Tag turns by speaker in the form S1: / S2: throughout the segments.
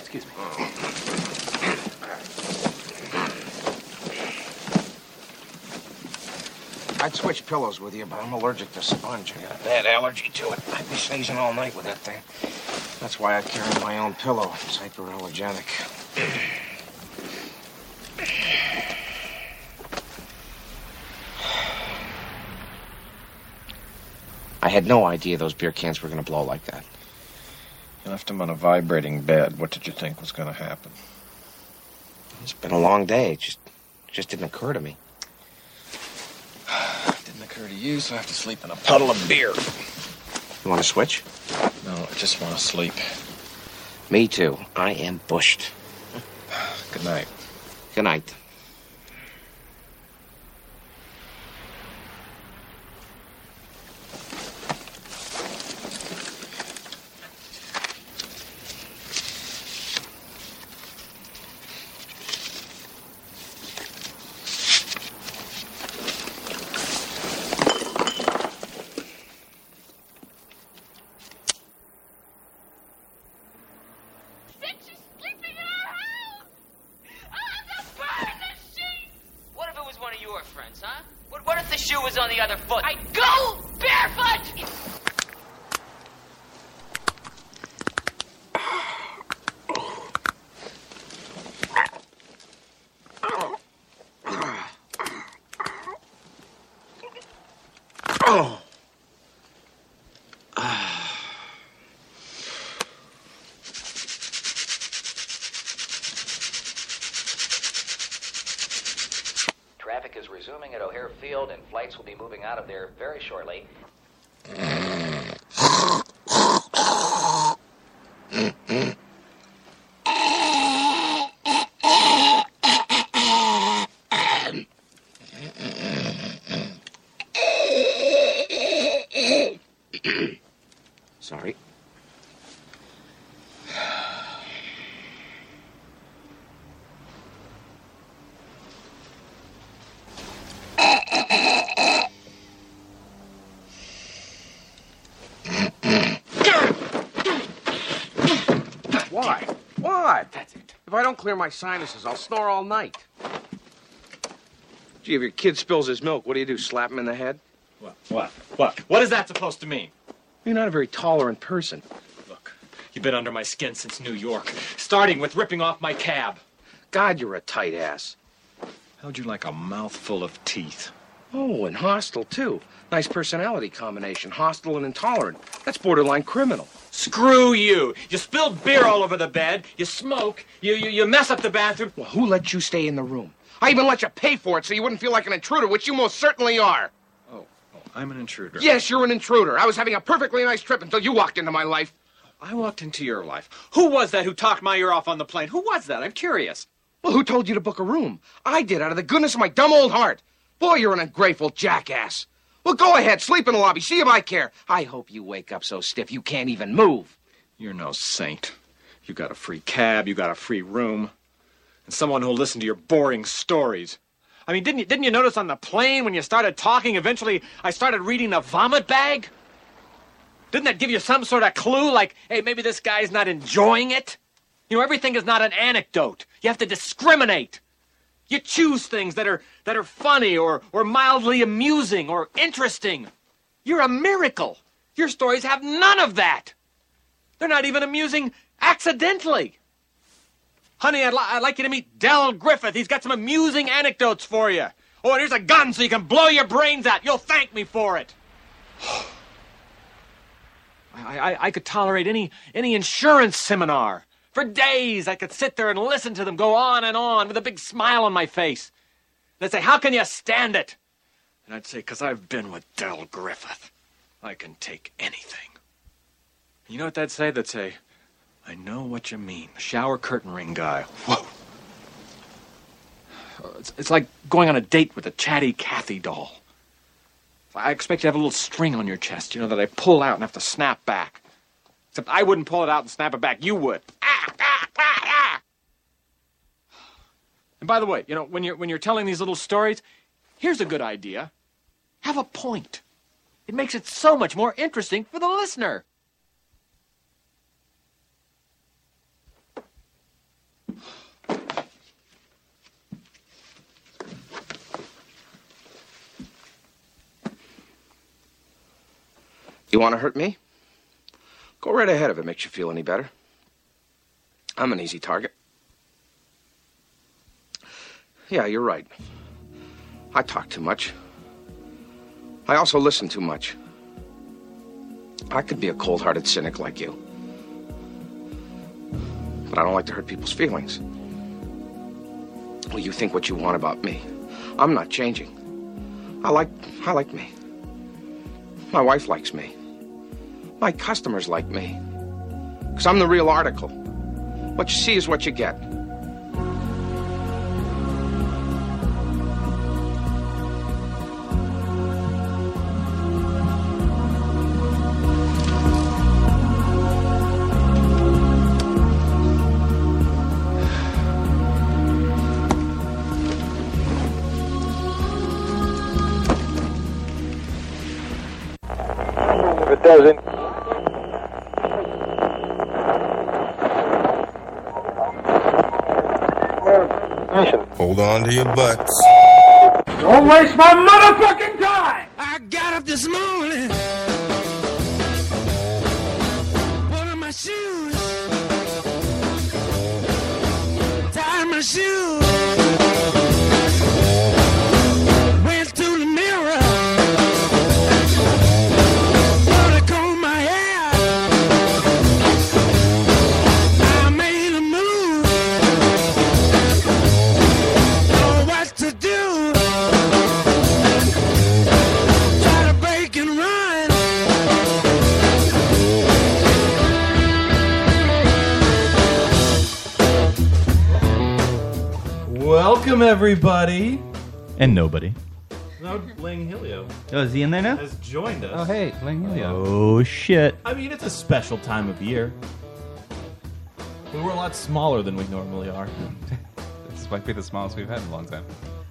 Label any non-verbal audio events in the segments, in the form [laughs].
S1: Excuse me.
S2: I'd switch pillows with you, but I'm allergic to sponge. I got a bad allergy to it. I'd be sneezing all night with that thing. That's why I carry my own pillow. It's hyperallergenic. I had no idea those beer cans were going to blow like that.
S3: You left him on a vibrating bed. What did you think was going to happen?
S2: It's been a long day. It just, it just didn't occur to me.
S3: It didn't occur to you, so I have to sleep in a puddle of beer.
S2: You want to switch?
S3: No, I just want to sleep.
S2: Me too. I am bushed.
S3: [sighs] Good night.
S2: Good night.
S4: Bitch is sleeping in our house! I'll have to burn the sheet!
S5: What if it was one of your friends, huh? What, what if the shoe was on the other foot?
S4: I go barefoot!
S6: Traffic is resuming at O'Hare Field, and flights will be moving out of there very shortly.
S3: Oh,
S2: Sorry.
S1: Why? What? That's it. If I don't clear my sinuses, I'll snore all night. Gee, if your kid spills his milk, what do you do? Slap him in the head?
S3: What? What? What? What is that supposed to mean?
S1: You're not a very tolerant person.
S3: Look, you've been under my skin since New York, starting with ripping off my cab.
S1: God, you're a tight ass.
S3: How'd you like a mouthful of teeth?
S1: Oh, and hostile, too. Nice personality combination. Hostile and intolerant. That's borderline criminal.
S3: Screw you! You spilled beer all over the bed. You smoke. You you, you mess up the bathroom.
S1: Well, who let you stay in the room? I even let you pay for it so you wouldn't feel like an intruder, which you most certainly are.
S3: Oh, oh I'm an intruder.
S1: Yes, you're an intruder. I was having a perfectly nice trip until you walked into my life.
S3: I walked into your life. Who was that who talked my ear off on the plane? Who was that? I'm curious.
S1: Well, who told you to book a room? I did, out of the goodness of my dumb old heart. Boy, you're an ungrateful jackass. Well, go ahead, sleep in the lobby, see if I care. I hope you wake up so stiff you can't even move.
S3: You're no saint. You got a free cab, you got a free room, and someone who'll listen to your boring stories. I mean, didn't you, didn't you notice on the plane when you started talking, eventually I started reading the vomit bag? Didn't that give you some sort of clue, like, hey, maybe this guy's not enjoying it? You know, everything is not an anecdote. You have to discriminate. You choose things that are that are funny or or mildly amusing or interesting. You're a miracle. Your stories have none of that. They're not even amusing accidentally. Honey, I'd, li- I'd like you to meet Dell Griffith. He's got some amusing anecdotes for you. Oh, and here's a gun so you can blow your brains out. You'll thank me for it. I, I, I could tolerate any any insurance seminar for days. I could sit there and listen to them go on and on with a big smile on my face. They'd say, "How can you stand it?" And I'd say, "Cause I've been with Dell Griffith. I can take anything." You know what they'd say? They'd say, "I know what you mean." The shower curtain ring guy. Whoa. It's, it's like going on a date with a chatty Kathy doll. I expect you to have a little string on your chest, you know, that I pull out and have to snap back. Except I wouldn't pull it out and snap it back. You would. Ah, ah, ah, ah. And by the way, you know, when you're when you're telling these little stories, here's a good idea. Have a point. It makes it so much more interesting for the listener.
S1: You want to hurt me? Go right ahead if it makes you feel any better. I'm an easy target. Yeah, you're right. I talk too much. I also listen too much. I could be a cold hearted cynic like you. But I don't like to hurt people's feelings. Well, you think what you want about me. I'm not changing. I like I like me. My wife likes me. My customers like me. Cuz I'm the real article. What you see is what you get.
S7: If it doesn't,
S8: Hold on to your butts.
S7: don't waste my motherfucking time.
S2: I got up this morning. Put on my shoes. Tied my shoes. Went to the mirror. Thought I combed my hair. I made a move. Know what to do. Try to break and run.
S9: Welcome, everybody.
S10: And nobody.
S9: No, Ling Helio
S10: Oh, is he in there now?
S9: has joined us.
S11: Oh, hey, Ling Helio.
S10: Oh, shit.
S9: I mean, it's a special time of year. We were a lot smaller than we normally are.
S11: [laughs] This might be the smallest we've had in a long time.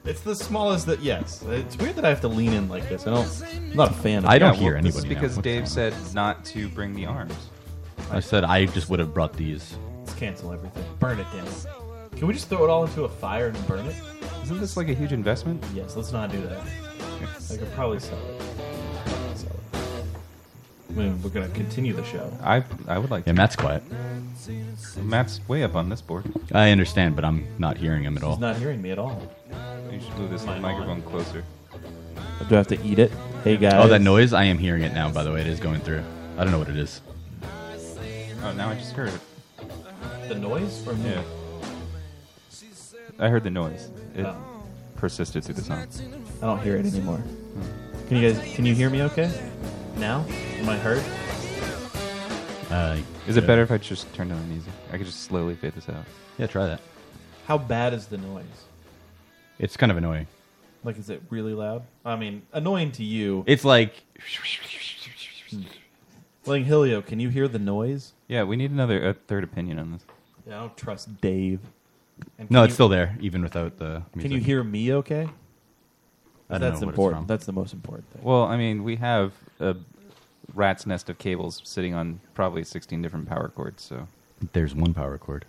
S9: It's the smallest that, yes. It's weird that I have to lean in like this. I don't, I'm not a fan of
S10: I don't
S9: that.
S10: hear
S11: It's
S10: anybody. now.
S11: because
S10: What's
S11: Dave
S10: going
S11: said not to bring the arms.
S10: on? I said I just would have brought these.
S9: Let's cancel everything. Burn it down. Can we just throw it all into a fire and burn it?
S11: Isn't this like a huge investment?
S9: Yes, let's not do that. I could probably sell it. Sell it. I mean, we're going to continue the show.
S11: I I would like
S10: Yeah,
S11: to.
S10: Matt's quiet.
S11: Matt's way up on this board.
S10: I understand, but I'm not hearing him at
S9: He's
S10: all.
S9: not hearing me at all.
S11: You should move this
S9: Mine
S11: microphone closer.
S9: Do I have to eat it? Hey, guys.
S10: Oh, that noise! I am hearing it now. By the way, it is going through. I don't know what it is.
S11: Oh, now I just heard it.
S9: The noise from
S11: Yeah. I heard the noise. It
S9: Oh.
S11: persisted through the song. Hmm.
S9: I don't hear it anymore. Can you guys? Can you hear me? Okay. Now? Am I heard?
S10: Uh,
S11: Is it better if I just turned on the music? I could just slowly fade this out.
S10: Yeah, try that.
S9: How bad is the noise?
S10: It's kind of annoying.
S9: Like, is it really loud? I mean, annoying to you.
S10: It's like
S9: Like Hilio, can you hear the noise?
S11: Yeah, we need another a third opinion on this.
S9: Yeah, I don't trust Dave. And
S10: no,
S9: can
S10: it's
S9: you-
S10: still there even without the. Music.
S9: Can you hear me? Okay.
S10: I don't
S9: That's
S10: know what it's
S9: important.
S10: from.
S9: That's the most important thing.
S11: Well, I mean, we have a rat's nest of cables sitting on probably 16 different power cords. So
S10: There's one power cord,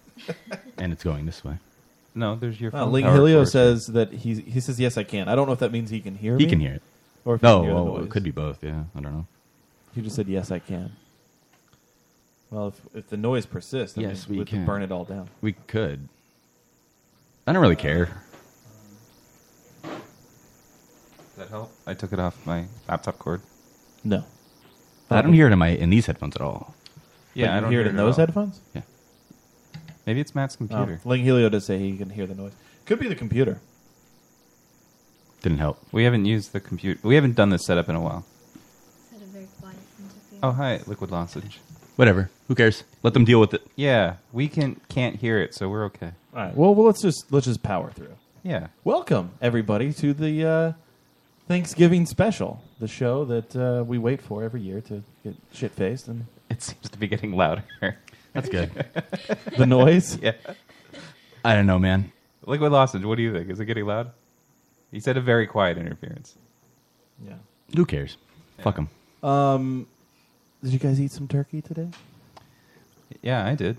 S9: [laughs]
S10: and it's going this way.
S11: no, there's your.
S9: Uh,
S11: phone
S9: Ling
S11: power
S9: Helio
S11: cord.
S9: says that he he says yes, I can. I don't know if that means he can hear me.
S10: He can hear it.
S9: Or if he
S10: No,
S9: can hear the
S10: well,
S9: noise.
S10: it could be both. Yeah, I don't know.
S9: He just said yes, I can. Well, if, if the noise persists, I
S10: Yes,
S9: mean,
S10: we
S9: have to
S10: can.
S9: burn it all down.
S10: We could. I don't really care.
S11: Does that help? I took it off my laptop cord.
S9: No.
S10: I don't hear it in my in these headphones at all.
S9: But you hear it in
S11: at
S9: those
S11: all.
S9: headphones.
S11: Maybe it's Matt's computer.
S9: Ling Um, Helio does say he can hear the noise. Could be the computer.
S10: Didn't help.
S11: we haven't used the computer. We haven't done this setup in a while.
S4: Had a very quiet interview.
S11: Oh, hi, Liquid Lozenge.
S10: Whatever. Who cares? Let them deal with it.
S11: Yeah, we can can't hear it, so we're okay.
S9: All right. Well, well, let's just let's just power through.
S11: Yeah.
S9: Welcome everybody to the uh, Thanksgiving special, the show that uh, we wait for every year to get shit faced and
S11: [laughs] It seems to be getting louder.
S10: That's
S11: [laughs]
S10: good.
S9: the noise.
S11: yeah.
S10: I don't know, man.
S11: Liquid Lozenge, what do you think? Is it getting loud? He said a very quiet interference.
S9: yeah.
S10: Who cares? Fuck 'em.
S9: Um, did you guys eat some turkey today?
S11: Yeah, I did.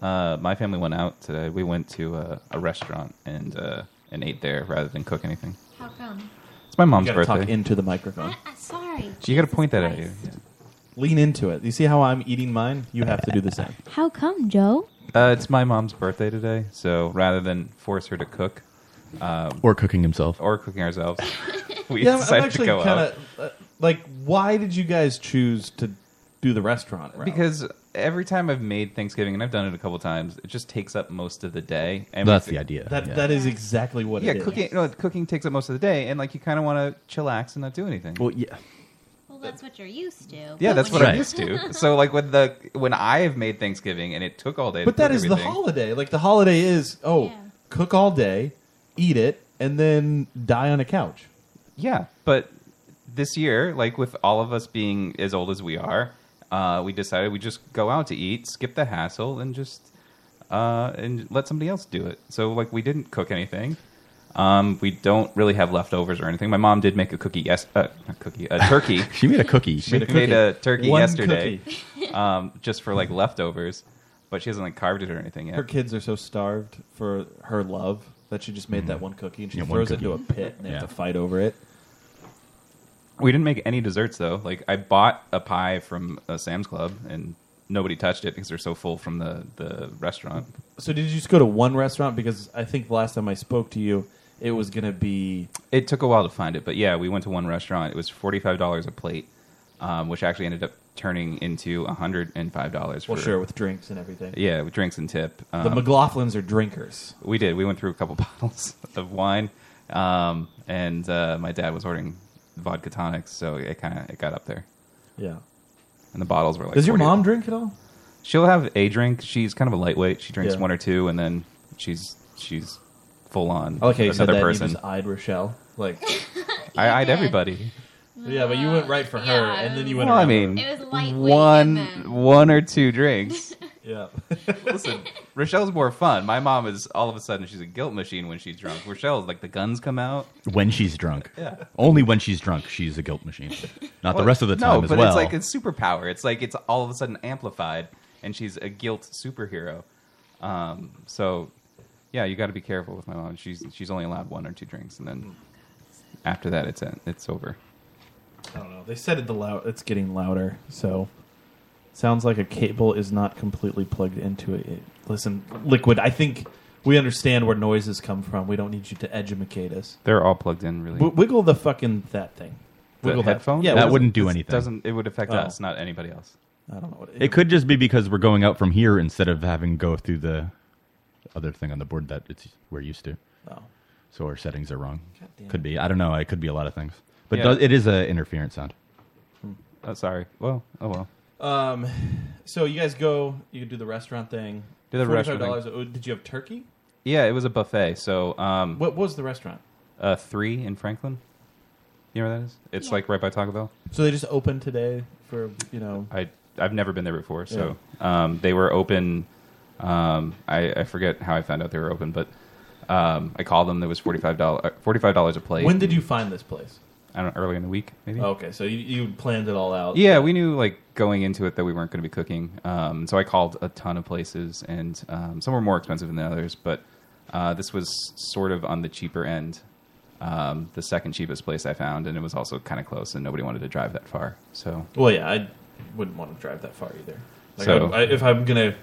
S11: Uh, my family went out today. We went to a, a restaurant and uh, and ate there rather than cook anything.
S4: How come?
S11: It's my mom's
S9: You gotta
S11: birthday.
S9: talk into the microphone.
S4: I, I, sorry,
S12: sorry.
S11: You got to point that at you.
S9: Lean into it. You see how I'm eating mine? You have to do the same.
S12: How come, Joe?
S11: Uh, it's my mom's birthday today, so rather than force her to cook, um,
S10: Or cooking himself.
S11: or cooking ourselves, [laughs] we
S9: yeah, I'm- I'm
S11: decided to
S9: actually
S11: go
S9: kind
S11: out.
S9: of uh, like, why did you guys choose to do the restaurant? route?
S11: Because every time I've made Thanksgiving, and I've done it a couple times, it just takes up most of the day. And
S10: That's
S11: we-
S10: the idea,
S9: That- yeah. that is exactly what
S11: Yeah,
S9: it is.
S11: cooking. No, cooking takes up most of the day, and like you kind of want to chillax and not do anything.
S10: Well, yeah,
S12: Well, that's what you're used to.
S11: yeah,
S12: But
S11: that's
S12: when
S11: what I'm
S12: you-
S11: used to. So like when the when I have made Thanksgiving and it took all day, to cook
S9: But that is the
S11: everything,
S9: holiday. Like the holiday is oh, cook all day, eat it, and then die on a couch.
S11: Yeah, but this year, like with all of us being as old as we are, uh, we decided we just go out to eat, skip the hassle, and just uh, and let somebody else do it. So like we didn't cook anything. Um, we don't really have leftovers or anything. My mom did make a cookie yes, uh, not cookie, a turkey.
S10: She made a cookie.
S11: she
S10: She
S11: made a,
S10: made a cookie.
S11: turkey
S10: One
S11: yesterday, um, just for like leftovers. But she hasn't like carved it or anything yet.
S9: Her kids are so starved for her love that she just made that one cookie and she
S11: Mm-hmm. Mm. Yeah, one
S9: throws it into a
S11: cookie.
S9: pit and they
S11: Yeah.
S9: have to fight over it.
S11: We didn't make any desserts though. Like I bought a pie from uh, Sam's Club and nobody touched it because they're so full from the, the restaurant.
S9: So did you just go to one restaurant? Because I think the last time I spoke to you, it was going to be
S11: It took a while to find it, but yeah, we went to one restaurant. It was forty five dollars a plate, um, which actually ended up turning into hundred and five dollars.
S9: Well, sure, with drinks and everything.
S11: Yeah, with drinks and tip. Um,
S9: the McLaughlins are drinkers.
S11: We did. We went through a couple [laughs] bottles of wine, um, and uh, my dad was ordering vodka tonics, so it kind of it got up there.
S9: Yeah.
S11: and the bottles were like.
S9: Does your
S11: 40
S9: mom drink at all?
S11: She'll have a drink. She's kind of a lightweight. She drinks
S9: Yeah.
S11: one or two, and then she's she's full on.
S9: I like how you
S11: another
S9: said that.
S11: person.
S9: You just eyed Rochelle. Like
S11: I eyed everybody.
S9: Yeah, but you went right for her, and then you went.
S11: Well, I
S9: around her.
S11: mean, one one or two drinks.
S9: Yeah. [laughs]
S11: Listen, Rochelle's more fun. My mom is all of a sudden she's a guilt machine when she's drunk. Rochelle's like the guns come out.
S10: when she's drunk.
S11: Yeah.
S10: Only when she's drunk, she's a guilt
S9: [laughs]
S10: machine. Not
S11: Well,
S10: the rest of the time
S11: No,
S10: as
S11: but
S10: well.
S11: it's like a superpower. It's like it's all of a sudden amplified, and she's a guilt superhero. Um, so, yeah, you got to be careful with my mom. She's she's only allowed one or two drinks, and then after that, it's uh, it's over.
S9: I don't know. They said it the loud. It's getting louder. So sounds like a cable is not completely plugged into it. It- Listen, liquid. I think we understand where noises come from. We don't need you to educate us.
S11: They're all plugged in, really.
S9: W- wiggle the fucking that thing.
S11: The
S9: Wiggle
S11: headphone?
S9: That. Yeah,
S10: That
S9: wiggle-
S10: wouldn't do
S9: it's-
S10: anything.
S11: Doesn't it would affect
S9: Oh.
S11: us, not anybody else.
S9: I don't know what
S10: It could just be because we're going out from here instead of having to go through the other thing on the board that it's we're used to.
S9: Oh.
S10: So our settings are wrong. Could be. I don't know. It could be a lot of things. But
S11: Yeah.
S10: does, it is an interference sound.
S9: Hmm.
S11: Oh, sorry. Well, oh well.
S9: Um, so you guys go. You do the restaurant thing.
S11: Do the
S9: $45.
S11: restaurant thing.
S9: Oh, Did you have turkey?
S11: Yeah, it was a buffet. So um,
S9: What was the restaurant?
S11: Uh, three in Franklin. You know where that is? It's
S9: Yeah.
S11: like right by Taco Bell.
S9: So they just opened today for you know.
S11: I I've never been there before, so um, they were open. Um, I, I forget how I found out they were open, but um, I called them. There was forty five dollars forty five dollars a plate.
S9: When did you find this place? Oh,
S11: I don't know, early in the week maybe.
S9: Okay, so you, you planned it all out.
S11: Yeah, we knew like going into it that we weren't going to be cooking. Um, so I called a ton of places, and um, some were more expensive than others, but uh, this was sort of on the cheaper end, um, the second cheapest place I found, and it was also kind of close, and nobody wanted to drive that far. So
S9: Well, yeah, I wouldn't want to drive that far either. Like,
S11: So-
S9: I, I, if I'm gonna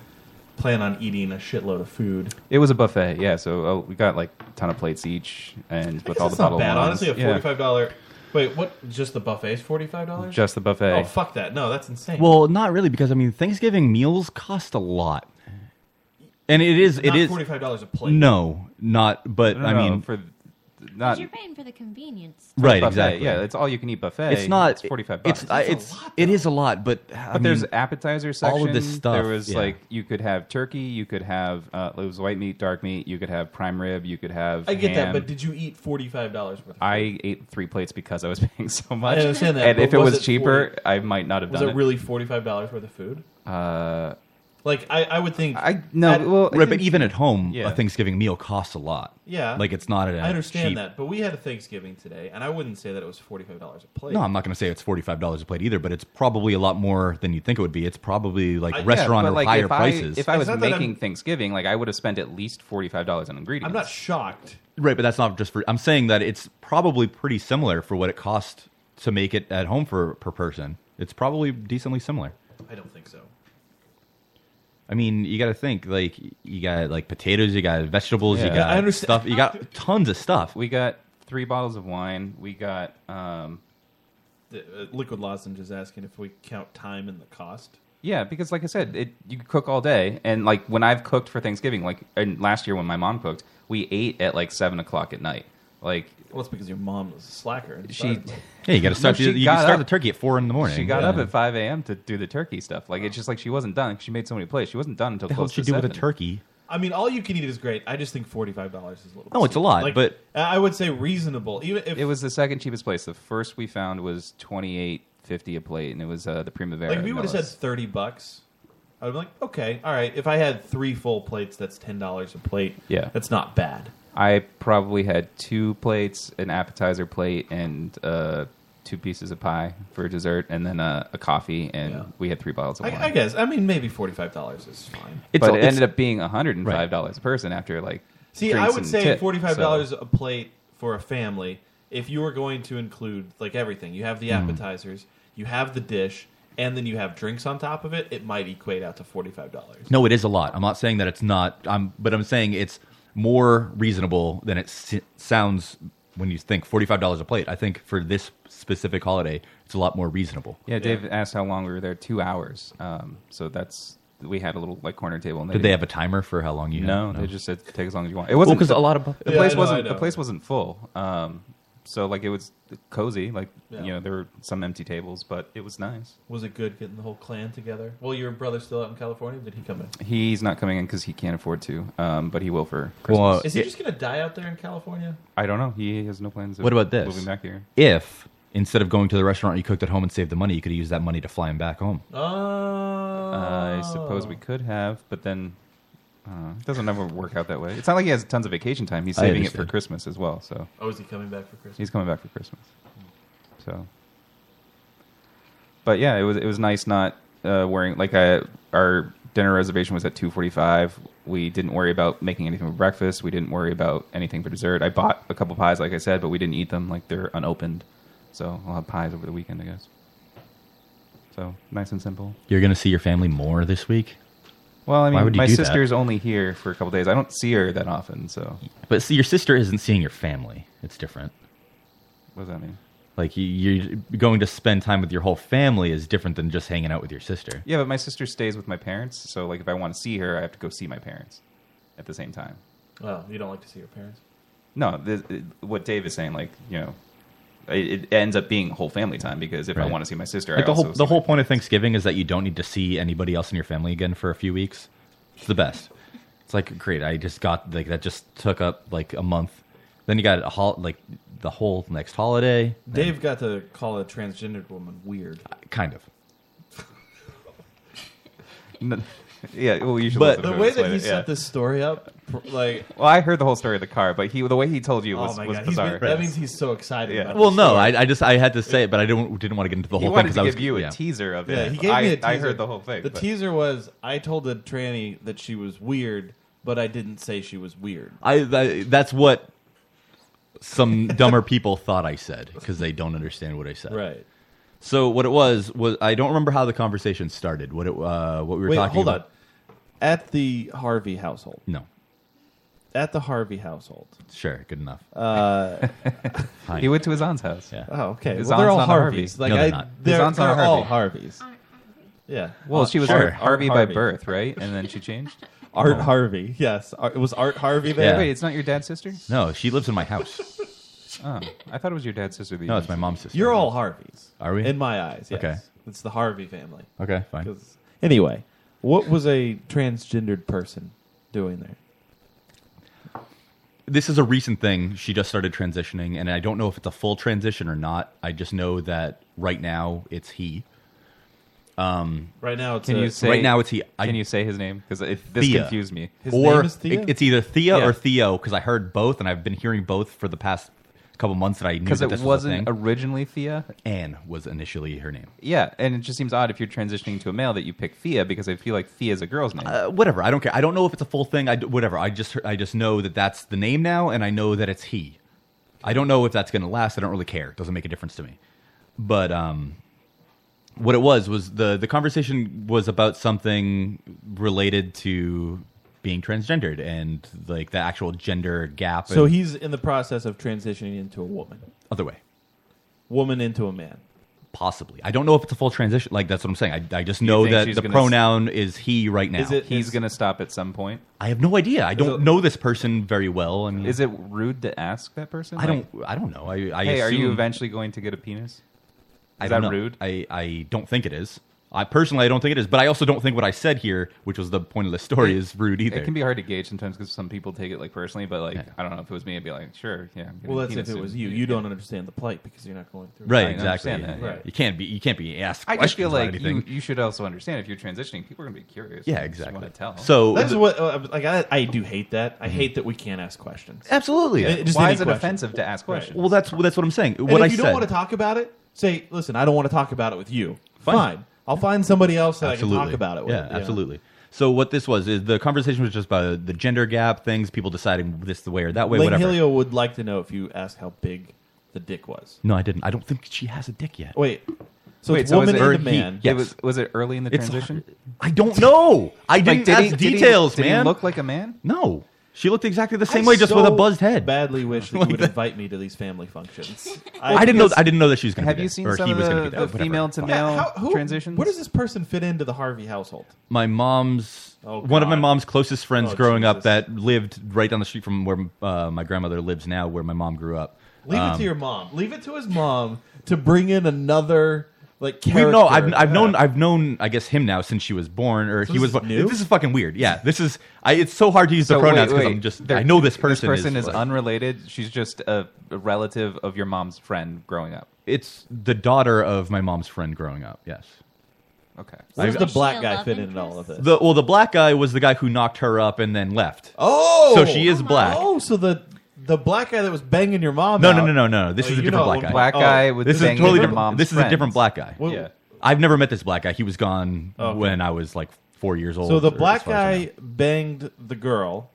S9: plan on eating a shitload of food,
S11: It was a buffet, yeah. So uh, we got like a ton of plates each, and with all the
S9: that's not
S11: bottled
S9: bad.
S11: wines.
S9: Honestly, a
S11: Yeah.
S9: forty-five dollar. Wait, what? Just the buffet is forty-five dollars?
S11: Just the buffet.
S9: Oh fuck that! No, that's insane.
S10: Well, not really, because I mean, Thanksgiving meals cost a lot, and it is it
S9: Not
S10: is
S9: $45 a plate.
S10: No, not. But
S11: No, no,
S10: I
S11: no,
S10: mean,
S11: for
S12: But
S11: not
S12: you're paying for the convenience.
S10: right,
S11: buffet,
S10: exactly.
S11: yeah, it's all you can eat buffet.
S10: It's not.
S11: It's 45
S10: It's
S11: bucks.
S10: I-
S11: That's a
S10: it's it is a lot, but but
S11: but there's appetizer section.
S10: All of this stuff.
S11: There was
S10: yeah.
S11: like you could have turkey, you could have uh, it was white meat, dark meat. You could have prime rib. You could have.
S9: I get that,
S11: ham.
S9: but did you eat forty-five dollars worth?
S11: I ate three plates because I was [laughs] paying so much.
S9: understand that,
S11: And
S9: but
S11: if it
S9: was
S11: was,
S9: it
S11: cheaper, I might not have
S9: Was
S11: done
S9: it really forty-five dollars worth of food?
S11: Uh,
S9: Like I, I would think. I
S11: no, well,
S10: right, but even at home,
S9: Yeah.
S10: a Thanksgiving meal costs a lot.
S9: Yeah,
S10: like it's not. At a
S9: I understand
S10: cheap-
S9: that, but we had a Thanksgiving today, and I wouldn't say that it was forty-five dollars a plate.
S10: No, I'm not going to say it's forty five dollars a plate either, but it's probably a lot more than you'd think it would be. It's probably like
S9: I- yeah,
S10: restaurant
S11: but
S10: or
S11: like
S10: higher
S11: if
S10: prices.
S11: I, if I was
S9: not that I'm-
S11: making Thanksgiving, like I would have spent at least forty five dollars on ingredients.
S9: I'm not shocked.
S10: Right, but that's not just for. I'm saying that it's probably pretty similar for what it cost to make it at home for per person, it's probably decently similar.
S9: I don't think so.
S10: I mean, you got to think like you got like potatoes, you got vegetables, you
S11: Yeah.
S10: got
S11: I understand-
S10: stuff, you got tons of stuff.
S11: We got three bottles of wine. We got um,
S9: The, uh, Liquid Lozenge is asking if we count time in the cost.
S11: Yeah, because like I said, it, you cook all day, and like when I've cooked for Thanksgiving, like and last year when my mom cooked, we ate at like seven o'clock at night. Like,
S9: well, it's because your mom was a slacker. And
S11: she, [laughs]
S9: started-
S10: Yeah, you gotta start-
S11: she
S10: you- you
S11: got
S10: can start
S11: up-
S10: the turkey at four in the morning.
S11: She got
S10: Yeah.
S11: up at five a.m. to do the turkey stuff. Like it's just like she wasn't done. She made so many plates. She wasn't done until
S10: The hell
S11: close
S10: did she
S11: to
S10: do with a
S11: seven.
S10: turkey?
S9: I mean, all you can eat is great. I just think forty five dollars is a little.
S10: No, Oh, it's a lot,
S9: Like,
S10: but-
S9: I would say reasonable. Even if
S11: it was the second cheapest place. The first we found was twenty eight fifty a plate, and it was uh, the Primavera.
S9: like if we
S11: in
S9: would have
S11: Millis.
S9: said thirty bucks, I would be like, okay, all right. If I had three full plates, that's ten dollars a plate.
S11: Yeah,
S9: that's not bad.
S11: I probably had two plates, an appetizer plate, and uh, two pieces of pie for dessert, and then uh, a coffee, and we had three bottles of wine.
S9: I, I guess. uh, I mean, maybe forty five dollars is fine.
S11: but it ended up being hundred and five dollars a person after like.
S9: See,
S11: drinks
S9: I would
S11: and
S9: say
S11: tip,
S9: forty-five
S11: so-
S9: dollars a plate for a family. If you were going to include like everything, you have the
S11: Mhm.
S9: appetizers, you have the dish, and then you have drinks on top of it. It might equate out to forty-five dollars.
S10: No, it is a lot. I'm not saying that it's not. I'm, but I'm saying it's more reasonable than it s- sounds when you think forty-five dollars a plate. I think for this specific holiday, it's a lot more reasonable.
S11: Yeah, Dave asked how long we were there. Two hours. Um, so that's we had a little like corner table. And
S10: Did they have a timer for how long you? had?
S11: No, they just said take as long as you want. It
S10: Well,
S11: wasn't
S10: 'cause
S11: the-
S10: a lot of-
S11: the
S10: Yeah,
S11: place
S10: I know, I
S11: wasn't
S10: know.
S11: the place wasn't full. Um, so like it was cozy. Like
S9: Yeah.
S11: you know there were some empty tables, but it was nice.
S9: Was it good getting the whole clan together? Well, your brother's still out in California. Did he come in?
S11: He's not coming in because he can't afford to, um, but he will for Christmas.
S10: Well,
S9: Is he just gonna die out there in California?
S11: I don't know. He has no plans. Of
S10: What about this?
S11: Moving back here.
S10: If instead of going to the restaurant, you cooked at home and saved the money, you could have used that money to fly him back home.
S11: Uh, I suppose
S9: Oh.
S11: we could have, but then uh, it doesn't ever work out that way. It's not like he has tons of vacation time. He's
S10: I
S11: saving it for
S10: understand.
S11: Christmas as well. So
S9: Oh, is he coming back for Christmas?
S11: he's coming back for Christmas. So, but yeah, it was it was nice not uh, worrying. Like I, our dinner reservation was at two forty five. We didn't worry about making anything for breakfast. We didn't worry about anything for dessert. I bought a couple pies, like I said, but we didn't eat them. Like they're unopened. So I'll have pies over the weekend, I guess. So nice and simple.
S10: You're going to see your family more this week.
S11: Well, I
S10: Why
S11: mean,
S10: would you
S11: my
S10: do that?
S11: sister's only here for a couple days. I don't see her that often, so
S10: But see, your sister isn't seeing your family. It's different.
S11: what does that mean?
S10: Like you, you're going to spend time with your whole family is different than just hanging out with your sister.
S11: Yeah, but my sister stays with my parents, so like if I want to see her, I have to go see my parents at the same time.
S9: Well, you don't like to see your parents.
S11: No, this, it- what Dave is saying, like you know, it, it ends up being whole family time because if I
S10: Right.
S11: want to see my sister,
S10: Like
S11: I
S10: the whole
S11: also
S10: the whole point of Thanksgiving is that you don't need to see anybody else in your family again for a few weeks. It's the best. It's like great. I just got like that just took up like a month. Then you got a hol- like the whole next holiday.
S9: Dave got to call a transgendered woman weird.
S10: Kind
S11: [laughs]
S10: of.
S11: [laughs] yeah, well, usually
S9: But the way that he set
S11: the
S9: this story up, pr- like
S11: well, I heard the whole story of the car, but he the way he told you was,
S9: oh my
S11: was
S9: god, he's been-
S11: bizarre.
S9: that means he's so excited.
S11: Yeah.
S9: About
S10: Well,
S9: this
S10: no,
S9: story.
S10: I, I just I had to say it, but I didn't didn't want to get into the
S11: He
S10: whole thing
S11: wanted
S10: because
S11: to
S10: I was
S11: give you a
S10: yeah.
S11: teaser of
S9: Yeah,
S11: it.
S9: he gave
S11: I,
S9: me a teaser.
S11: I heard the whole thing.
S9: The
S11: but-
S9: teaser was I told the tranny that she was weird, but I didn't say she was weird.
S10: I, I that's what some dumber people thought I said because they don't understand what I said.
S9: Right.
S10: So what it was was I don't remember how the conversation started. What it uh, what we were
S9: Wait,
S10: talking
S9: hold
S10: about.
S9: on. At the Harvey household.
S10: No.
S9: At the Harvey household.
S10: Sure, good enough.
S11: [laughs]
S9: Uh,
S11: He went to his aunt's house.
S10: Yeah.
S9: Oh, okay.
S11: His
S9: Well, they're
S11: aunt's
S9: all
S11: not a Harvey.
S9: Harveys. Like
S11: No, they're
S9: I,
S11: not. His
S9: they're,
S11: aunt's not a
S9: they're all
S11: Harvey.
S9: Harveys. Yeah.
S11: Well,
S9: Uh,
S11: she was
S9: sure.
S11: Art Harvey,
S9: Harvey.
S11: by birth, right? And then she changed.
S9: Art
S11: Oh.
S9: Harvey. Yes. Art, it was Art Harvey there.
S11: Wait, it's not your dad's sister?
S10: No, she lives in my house.
S11: Oh, I thought it was your dad's sister. that you
S10: No, it's my
S11: mentioned.
S10: mom's sister.
S9: You're all Harveys.
S10: Are we?
S9: In my eyes, yes.
S10: Okay.
S9: It's the Harvey family.
S10: Okay, fine.
S9: Anyway, what was a transgendered person doing there?
S10: This is a recent thing. She just started transitioning, and I don't know if it's a full transition or not. I just know that right now it's he. Um,
S9: Right now it's
S11: Can
S9: a-
S11: you say
S10: right now it's he. I,
S11: Can you say his name? Because this
S10: Thea.
S11: confused me.
S10: or it- it's either Thea
S11: Yeah.
S10: or Theo because I heard both, and I've been hearing both for the past couple months that I knew
S11: 'Cause
S10: that
S11: it
S10: this was
S11: wasn't
S10: a thing.
S11: originally Thea.
S10: Anne was initially her name.
S11: Yeah, and it just seems odd if you're transitioning to a male that you pick Thea because I feel like Thea is a girl's name.
S10: Uh, whatever. I don't care. I don't know if it's a full thing. I d- whatever. I just I just know that that's the name now, and I know that it's he. I don't know if that's going to last. I don't really care. It doesn't make a difference to me. But um, what it was was the the conversation was about something related to being transgendered and like the actual gender gap.
S9: So
S10: and-
S9: he's in the process of transitioning into a woman,
S10: other way,
S9: woman into a man.
S10: possibly. I don't know if it's a full transition. Like that's what I'm saying. I, I just know
S11: think
S10: that
S11: she's
S10: the
S11: gonna
S10: pronoun is he right now.
S11: Is it, he's going to stop at some point.
S10: I have no idea. I
S11: Is
S10: don't
S11: it-
S10: know this person very well. I mean,
S11: Is it rude to ask that person?
S10: I don't. I don't know. I. I
S11: hey, are you
S10: assume-
S11: eventually going to get a penis?
S10: I
S11: Is
S10: don't
S11: that
S10: know.
S11: rude?
S10: I, I don't think it is. I personally I don't think it is, but I also don't think what I said here, which was the point of the story, is rude either.
S11: It can be hard to gauge sometimes because some people take it like personally, but like I don't know if it was me, I'd be like, sure, yeah. I'm getting
S9: Well,
S11: a
S9: that's if
S11: penis
S9: it
S11: soon.
S9: was you. You don't understand the plight because you're not going through. it.
S10: right,
S11: I
S10: exactly.
S11: understand that, yeah.
S10: You can't be you can't be asked.
S11: I just feel
S10: questions about
S11: like you,
S10: anything.
S11: you should also understand if you're transitioning, people are going to be curious.
S10: Yeah,
S11: They just
S10: exactly.
S11: wanna tell.
S10: So- Mm-hmm.
S9: That's what uh, like I, I do hate that. I hate that we can't ask questions.
S10: Absolutely.
S9: Uh, just
S11: Why
S9: any
S11: is it
S9: question.
S11: offensive to ask
S9: Right.
S11: questions?
S10: Well, that's that's what I'm saying.
S9: And
S10: what
S9: if
S10: I
S9: you
S10: said.
S9: don't want to talk about it, say, listen, I don't want to talk about it with you. Fine. I'll find somebody else that I can talk about it with.
S10: Yeah,
S9: you know?
S10: absolutely. So what this was is the conversation was just about the gender gap things, people deciding this the way or that way,
S9: Lane
S10: whatever.
S9: Helio would like to know if you asked how big the dick was.
S10: No, I didn't. I don't think she has a dick yet.
S9: Wait. So
S11: Wait,
S9: it's
S11: so is
S9: woman
S11: it-
S9: and a
S11: or he-
S9: man.
S11: it was- was it early in the
S10: It's-
S11: transition?
S10: I don't know. I
S11: Like,
S10: didn't
S11: did he-
S10: ask
S11: did he-
S10: details,
S11: did he
S10: man.
S11: look like a man?
S10: No, she looked exactly the
S9: I
S10: same way, just
S9: so
S10: with a buzzed head.
S9: Badly wish that
S10: Like [laughs]
S9: you would
S10: that.
S9: invite me to these
S10: [laughs]
S9: family functions.
S10: I, didn't know. I didn't know that she was going to.
S11: Have
S10: be
S11: you
S10: there,
S11: seen
S10: or
S11: some
S10: he
S11: of
S10: was gonna
S11: the-
S10: be there,
S11: the
S10: whatever.
S11: female to
S10: Fuck.
S11: male-
S9: Yeah, how- who-
S11: Transitions?
S9: Where does this person fit into the Harvey household?
S10: My mom's
S9: Oh,
S10: one of my
S9: God.
S10: mom's closest friends
S9: Oh,
S10: growing up
S9: Jesus.
S10: that lived right down the street from where uh, my grandmother lives now, where my mom grew up.
S9: Leave it
S10: Um,
S9: to your mom. Leave it to his mom to bring in another like character.
S10: We know I've, I've known I've known I guess him now since she was born or
S9: So
S10: he
S9: this
S10: was
S9: is
S10: born.
S9: new?
S10: This is fucking weird. Yeah, this is I, it's so hard to use
S11: So
S10: the
S11: wait,
S10: pronouns because
S11: wait.
S10: I'm just
S11: There-
S10: I know this person,
S11: This person is,
S10: like-
S11: unrelated. She's just a, a relative of your mom's friend growing up.
S10: it's the daughter of my mom's friend growing up. Yes.
S11: Okay.
S9: Where does
S10: I've-
S9: the black guy fit in all of this?
S10: The well, the black guy was the guy who knocked her up and then left.
S9: Oh,
S10: so she is black.
S9: Oh, so the the black guy that was banging your mom.
S10: No,
S9: out,
S10: no, no, no, no. This
S9: Oh,
S10: is a
S9: you
S10: different
S9: know
S10: black
S9: one
S10: guy.
S11: black guy was
S10: this is
S11: banging
S10: totally
S11: your
S10: different.
S11: mom's
S10: this is a different
S11: friends.
S10: black guy.
S9: Well- Yeah.
S10: I've never met this black guy. He was gone
S9: Okay.
S10: when I was like four years old.
S9: So the
S10: or as
S9: black
S10: far as I know.
S9: guy banged the girl.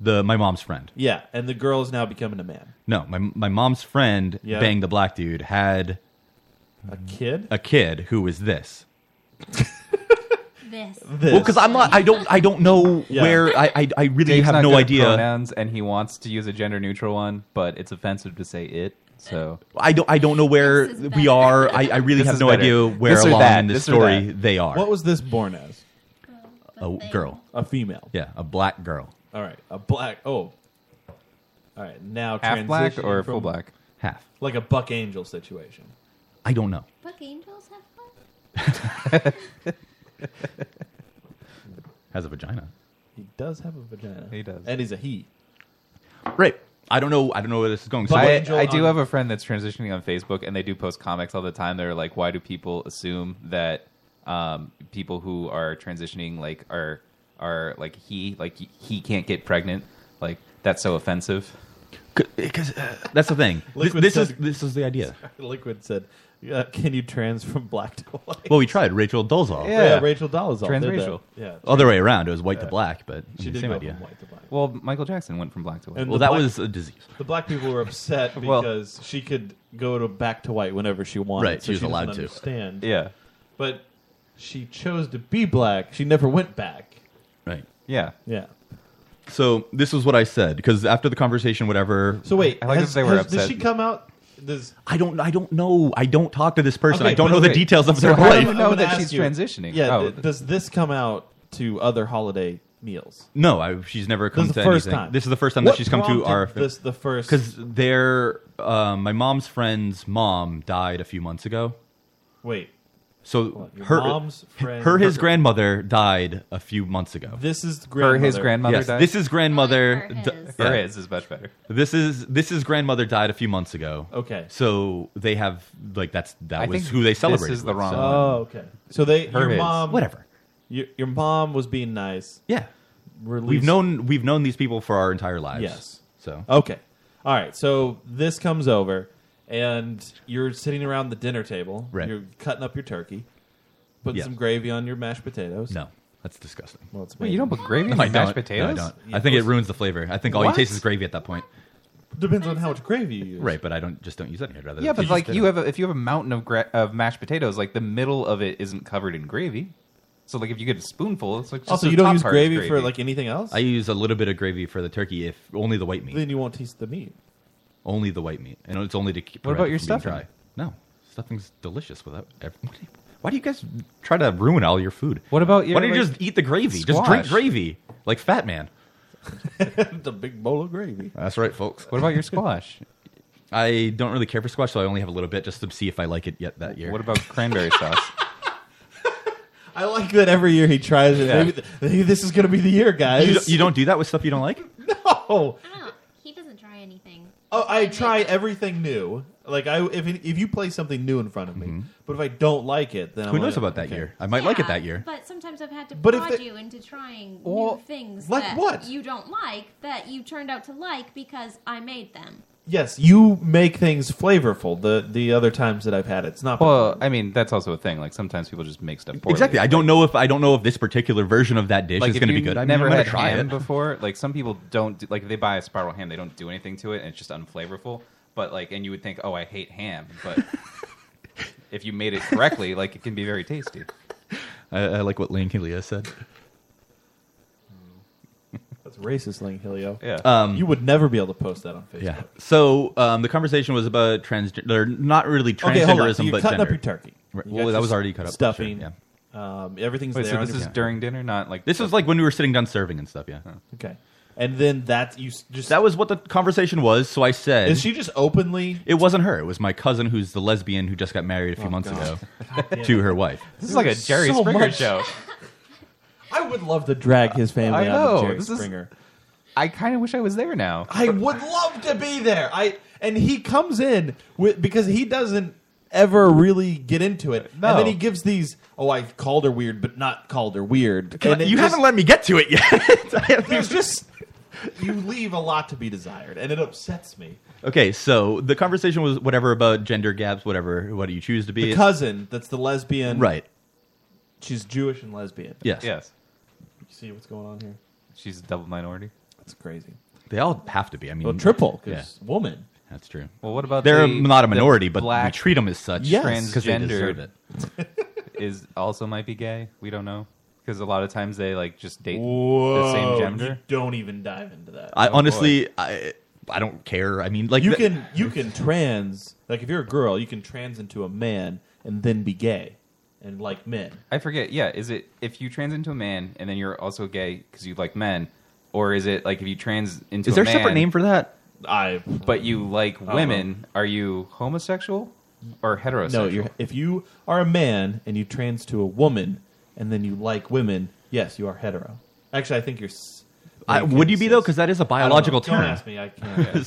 S10: the my mom's friend.
S9: Yeah, and the girl is now becoming a man.
S10: No, my my mom's friend
S9: Yeah.
S10: banged the black dude had
S9: A
S10: Mm-hmm.
S9: kid.
S10: a kid who was this.
S12: This.
S10: Well, because I'm not. I don't. I don't know
S11: Yeah.
S10: where. I. I, I really
S11: Dave's
S10: have
S11: not
S10: no
S11: good at
S10: idea.
S11: Pronouns, and he wants to use a gender neutral one, but it's offensive to say it. So
S10: I don't. I don't know where we are. I, I really
S11: This
S10: have
S11: is
S10: no
S11: better.
S10: idea where
S11: This or
S10: along
S11: that,
S10: in this
S11: this or
S10: story
S11: that.
S10: they are.
S9: What was this born as?
S10: a girl.
S9: A female.
S10: Yeah, a black girl.
S9: All right, a black. Oh, all right. Now
S11: half black
S9: transitioning
S11: or
S9: from-
S11: full black?
S10: Half.
S9: like a Buck Angel situation.
S10: I don't know.
S12: Buck angels have fun.
S10: Has a vagina.
S9: He does have a vagina.
S11: He does.
S9: and he's a he.
S10: Right. I don't know. I don't know where this is going. So
S11: I,
S10: I,
S9: Angel
S11: I do
S9: on-
S11: have a friend that's transitioning on Facebook, and they do post comics all the time. They're like, "Why do people assume that um, people who are transitioning like are are like he like he- he can't get pregnant? Like that's so offensive."
S10: because uh, that's the thing. this
S9: Liquid
S10: this
S9: said-
S10: is this is the idea.
S9: [laughs] Liquid said, uh, "Can you trans from black to white?"
S10: Well, we tried Rachel Dolezal.
S9: Yeah, Rachel Dolezal. did that.
S11: Transracial.
S9: Yeah.
S10: Other way around. It was white to
S9: Yeah.
S10: black, but I
S9: She
S10: mean,
S9: did
S10: same
S9: go
S10: idea.
S9: from white to black.
S11: Well, Michael Jackson went from black to white.
S9: And
S10: Well,
S9: the
S10: that
S9: black-
S10: was a disease.
S9: The black people
S10: [laughs]
S9: were upset
S11: Well-
S9: because she could go to back to white whenever she wanted.
S10: Right,
S9: so
S10: she was
S9: doesn't
S10: allowed to.
S9: Understand?
S11: Yeah,
S9: but she chose to be black. She never went back.
S10: Right.
S11: yeah.
S9: Yeah.
S10: So this is what I said because after the conversation, whatever.
S9: So wait,
S11: I like
S9: has,
S11: that they were
S9: has-
S11: upset.
S9: Did she come out? Does
S10: I don't. I don't know. I don't talk to this person.
S9: Okay,
S10: I don't
S9: but
S10: know the
S9: wait,
S10: details of
S11: so
S10: their
S11: how do
S10: life.
S11: you know
S9: I'm gonna
S11: that
S9: ask
S11: she's
S9: you-
S11: transitioning?
S9: Yeah.
S11: Oh.
S9: th- does this come out to other holiday meals?
S10: No, I, she's never come
S9: This is
S10: to
S9: the first
S10: anything.
S9: time.
S10: This is the first time
S9: What
S10: that she's come to
S9: prompted
S10: our
S9: this the first-
S10: because their um, my mom's friend's mom died a few months ago.
S9: Wait.
S10: So
S9: Your
S10: her
S9: mom's friend-
S10: [laughs] her his
S9: her-
S10: grandmother diide a few months ago.
S9: This is
S11: Her
S9: grandmother.
S11: his grandmother
S10: yes,
S11: died.
S10: this is grandmother.
S12: Or his.
S10: di-
S12: Or
S11: Her
S10: yeah.
S11: his is much better.
S10: This is this is grandmother died a few months ago.
S9: Okay.
S10: so they have like that's that
S11: I
S10: was
S11: think
S10: who they
S11: this
S10: celebrated.
S11: is the
S10: with,
S11: wrong
S10: so-
S11: one.
S9: Oh, okay. So they
S11: Her
S9: your
S11: his.
S9: mom
S10: Whatever.
S9: Your, your mom was being nice.
S10: Yeah,
S9: Released.
S10: we've known we've known these people for our entire lives.
S9: Yes.
S10: So
S9: Okay. All right. So this comes over, and you're sitting around the dinner table.
S10: Right.
S9: You're cutting up your turkey, putting
S10: Yes.
S9: some gravy on your mashed potatoes.
S10: no, that's disgusting.
S9: Well, it's
S11: Wait, you don't put gravy
S10: No,
S11: in
S10: I
S11: mashed
S10: don't.
S11: potatoes?
S10: No, I don't. I think it ruins the flavor. I think all you
S9: What?
S10: taste is gravy at that point.
S9: Depends on how much gravy you use.
S10: Right, but I don't just don't use any. I'd rather
S11: yeah, but
S10: just
S11: like
S10: dip
S11: you
S10: it.
S11: have, a, if you have a mountain of gra- of mashed potatoes, like the middle of it isn't covered in gravy. So like if you get a spoonful, it's like just
S9: Also,
S11: the
S9: you don't
S11: top
S9: use
S11: part is
S9: gravy for, like, anything else?
S10: I use a little bit of gravy for the turkey, if only the white meat,
S9: Then you won't taste the meat.
S10: only the white meat, and it's only to keep.
S11: What
S10: prevent
S11: about
S10: it
S11: your
S10: from being
S11: stuffing?
S10: Dry. No, stuffing's delicious without. ev- what do
S9: [laughs]
S10: you- Why do you guys try to ruin all your food? What
S11: about your,
S10: Why don't you
S11: like,
S10: just eat the gravy? Just drink
S11: squash?
S10: gravy, like Fat Man.
S9: the big bowl of gravy.
S10: That's right, folks.
S11: What
S9: [laughs]
S11: about your squash?
S10: I don't really care for squash, so I only have a little bit just to see if I like it yet that year.
S11: What about
S9: [laughs]
S11: cranberry sauce?
S9: I like that every year he tries it.
S10: Yeah.
S9: Maybe, th- maybe this is going to be the year, guys.
S10: You, you don't do that with stuff you don't
S11: [laughs]
S10: like.
S9: No.
S12: He doesn't try anything.
S9: Oh, I try everything new. Like I, if if you play something new in front of me, but if I don't like it, then
S10: Mm-hmm. Who
S9: I'm
S10: knows
S9: like,
S10: about that
S9: okay.
S10: year? I might like it that year.
S12: But sometimes I've had to
S9: But if
S12: prod
S9: it-
S12: you into trying
S9: Well,
S12: new things
S9: like
S12: that
S9: what?
S12: you don't like that you turned out to like because I made them.
S9: Yes, you make things flavorful. The the other times that I've had it, it's not.
S11: Well, I mean that's also a thing. Like sometimes people just make stuff poorly.
S10: Exactly. I don't know if I don't know if this particular version of that dish
S11: like
S10: is
S11: if
S10: going to
S11: you
S10: be good. I mean,
S11: never
S10: I'm going
S11: had
S10: to try it.
S11: ham before. Like some people don't do, like if they buy a spiral ham, they don't do anything to it, and it's just unflavorful. But like, and you would think, oh, I hate ham, [laughs] but if you made it correctly, like it can be very tasty.
S10: I, I like what Lane Helia said.
S9: That's racist, Ling Uh, Helio.
S11: Yeah.
S10: Um,
S9: you would never be able to post that on Facebook.
S10: Yeah. So um, the conversation was about transgender, not really transgenderism,
S9: Okay, hold on. So you're
S10: but
S9: cutting up
S10: gender.
S9: your turkey.
S10: Right.
S9: You
S10: Well,
S9: got
S10: that
S9: your
S10: was already cut up.
S9: Stuffing.
S10: Sure,
S9: Um, everything's
S11: Wait,
S9: there.
S11: so
S9: on
S11: this
S9: your
S11: is
S9: counter.
S11: during dinner, not like
S10: yeah.
S11: Oh.
S10: This was like when we were sitting down serving and stuff. Yeah.
S9: Okay. And then that's you s- just
S10: That was what the conversation was. So I said,
S9: Is she just openly? Oh,
S10: It wasn't her. It was my cousin, who's the lesbian who just got married a few months
S9: God. [laughs]
S10: [laughs]
S9: God
S10: ago
S9: damn
S10: to
S9: it.
S10: her wife.
S11: This is like a Jerry
S9: So
S11: Springer
S9: much-
S11: show.
S9: I would love to drag his
S11: I
S9: family out
S11: know.
S9: of Jerry
S11: This is-
S9: Springer.
S11: I kind of wish I was there now.
S9: I would love to be there. I and he comes in with because he doesn't ever really get into it,
S11: No.
S9: and then he gives these. Oh, I called her weird, but not called her weird. And it
S10: you
S9: just-
S10: haven't let me get to it
S9: [laughs]
S10: yet. [laughs]
S9: There's just you leave a lot to be desired, and it upsets me.
S10: okay. So the conversation was whatever about gender gaps, whatever, what do you choose to be?
S9: The cousin that's the lesbian,
S10: Right.
S9: She's Jewish and lesbian.
S10: Yes.
S11: Yes,
S9: You see what's going on here?
S11: she's a double minority.
S9: That's crazy.
S10: They all have to be. I mean,
S9: Well, triple
S10: Yeah.
S9: because woman.
S10: That's true.
S11: Well, what about
S10: They're
S11: the-
S10: not a
S11: the
S10: minority, but we
S11: black
S10: treat them as such
S9: Yes.
S10: because they deserve
S11: transgender
S10: it.
S11: [laughs] is also might be gay. We don't know because a lot of times they like just date the
S9: Whoa,
S11: same
S9: You
S11: gender.
S9: don't even dive into that.
S10: I
S11: Oh,
S10: honestly, I, I don't care. I mean, like
S9: you
S10: the-
S9: can you can trans like if you're a girl, you can trans into a man and then be gay and like men.
S11: I forget. Yeah, is it if you trans into a man and then you're also gay because you like men, or is it like if you trans into
S10: Is there
S11: a
S10: a
S11: man,
S10: separate name for that?
S9: I
S11: but you like
S9: know.
S11: women? Are you homosexual or heterosexual?
S9: no, you're, if you are a man and you trans to a woman and then you like women, yes, you are hetero. Actually, I think you're. s-
S10: I,
S9: making
S10: would you be though?
S9: sense.
S10: Because that is a
S9: I don't know.
S10: biological
S9: Don't
S10: term.
S9: ask me. I can't.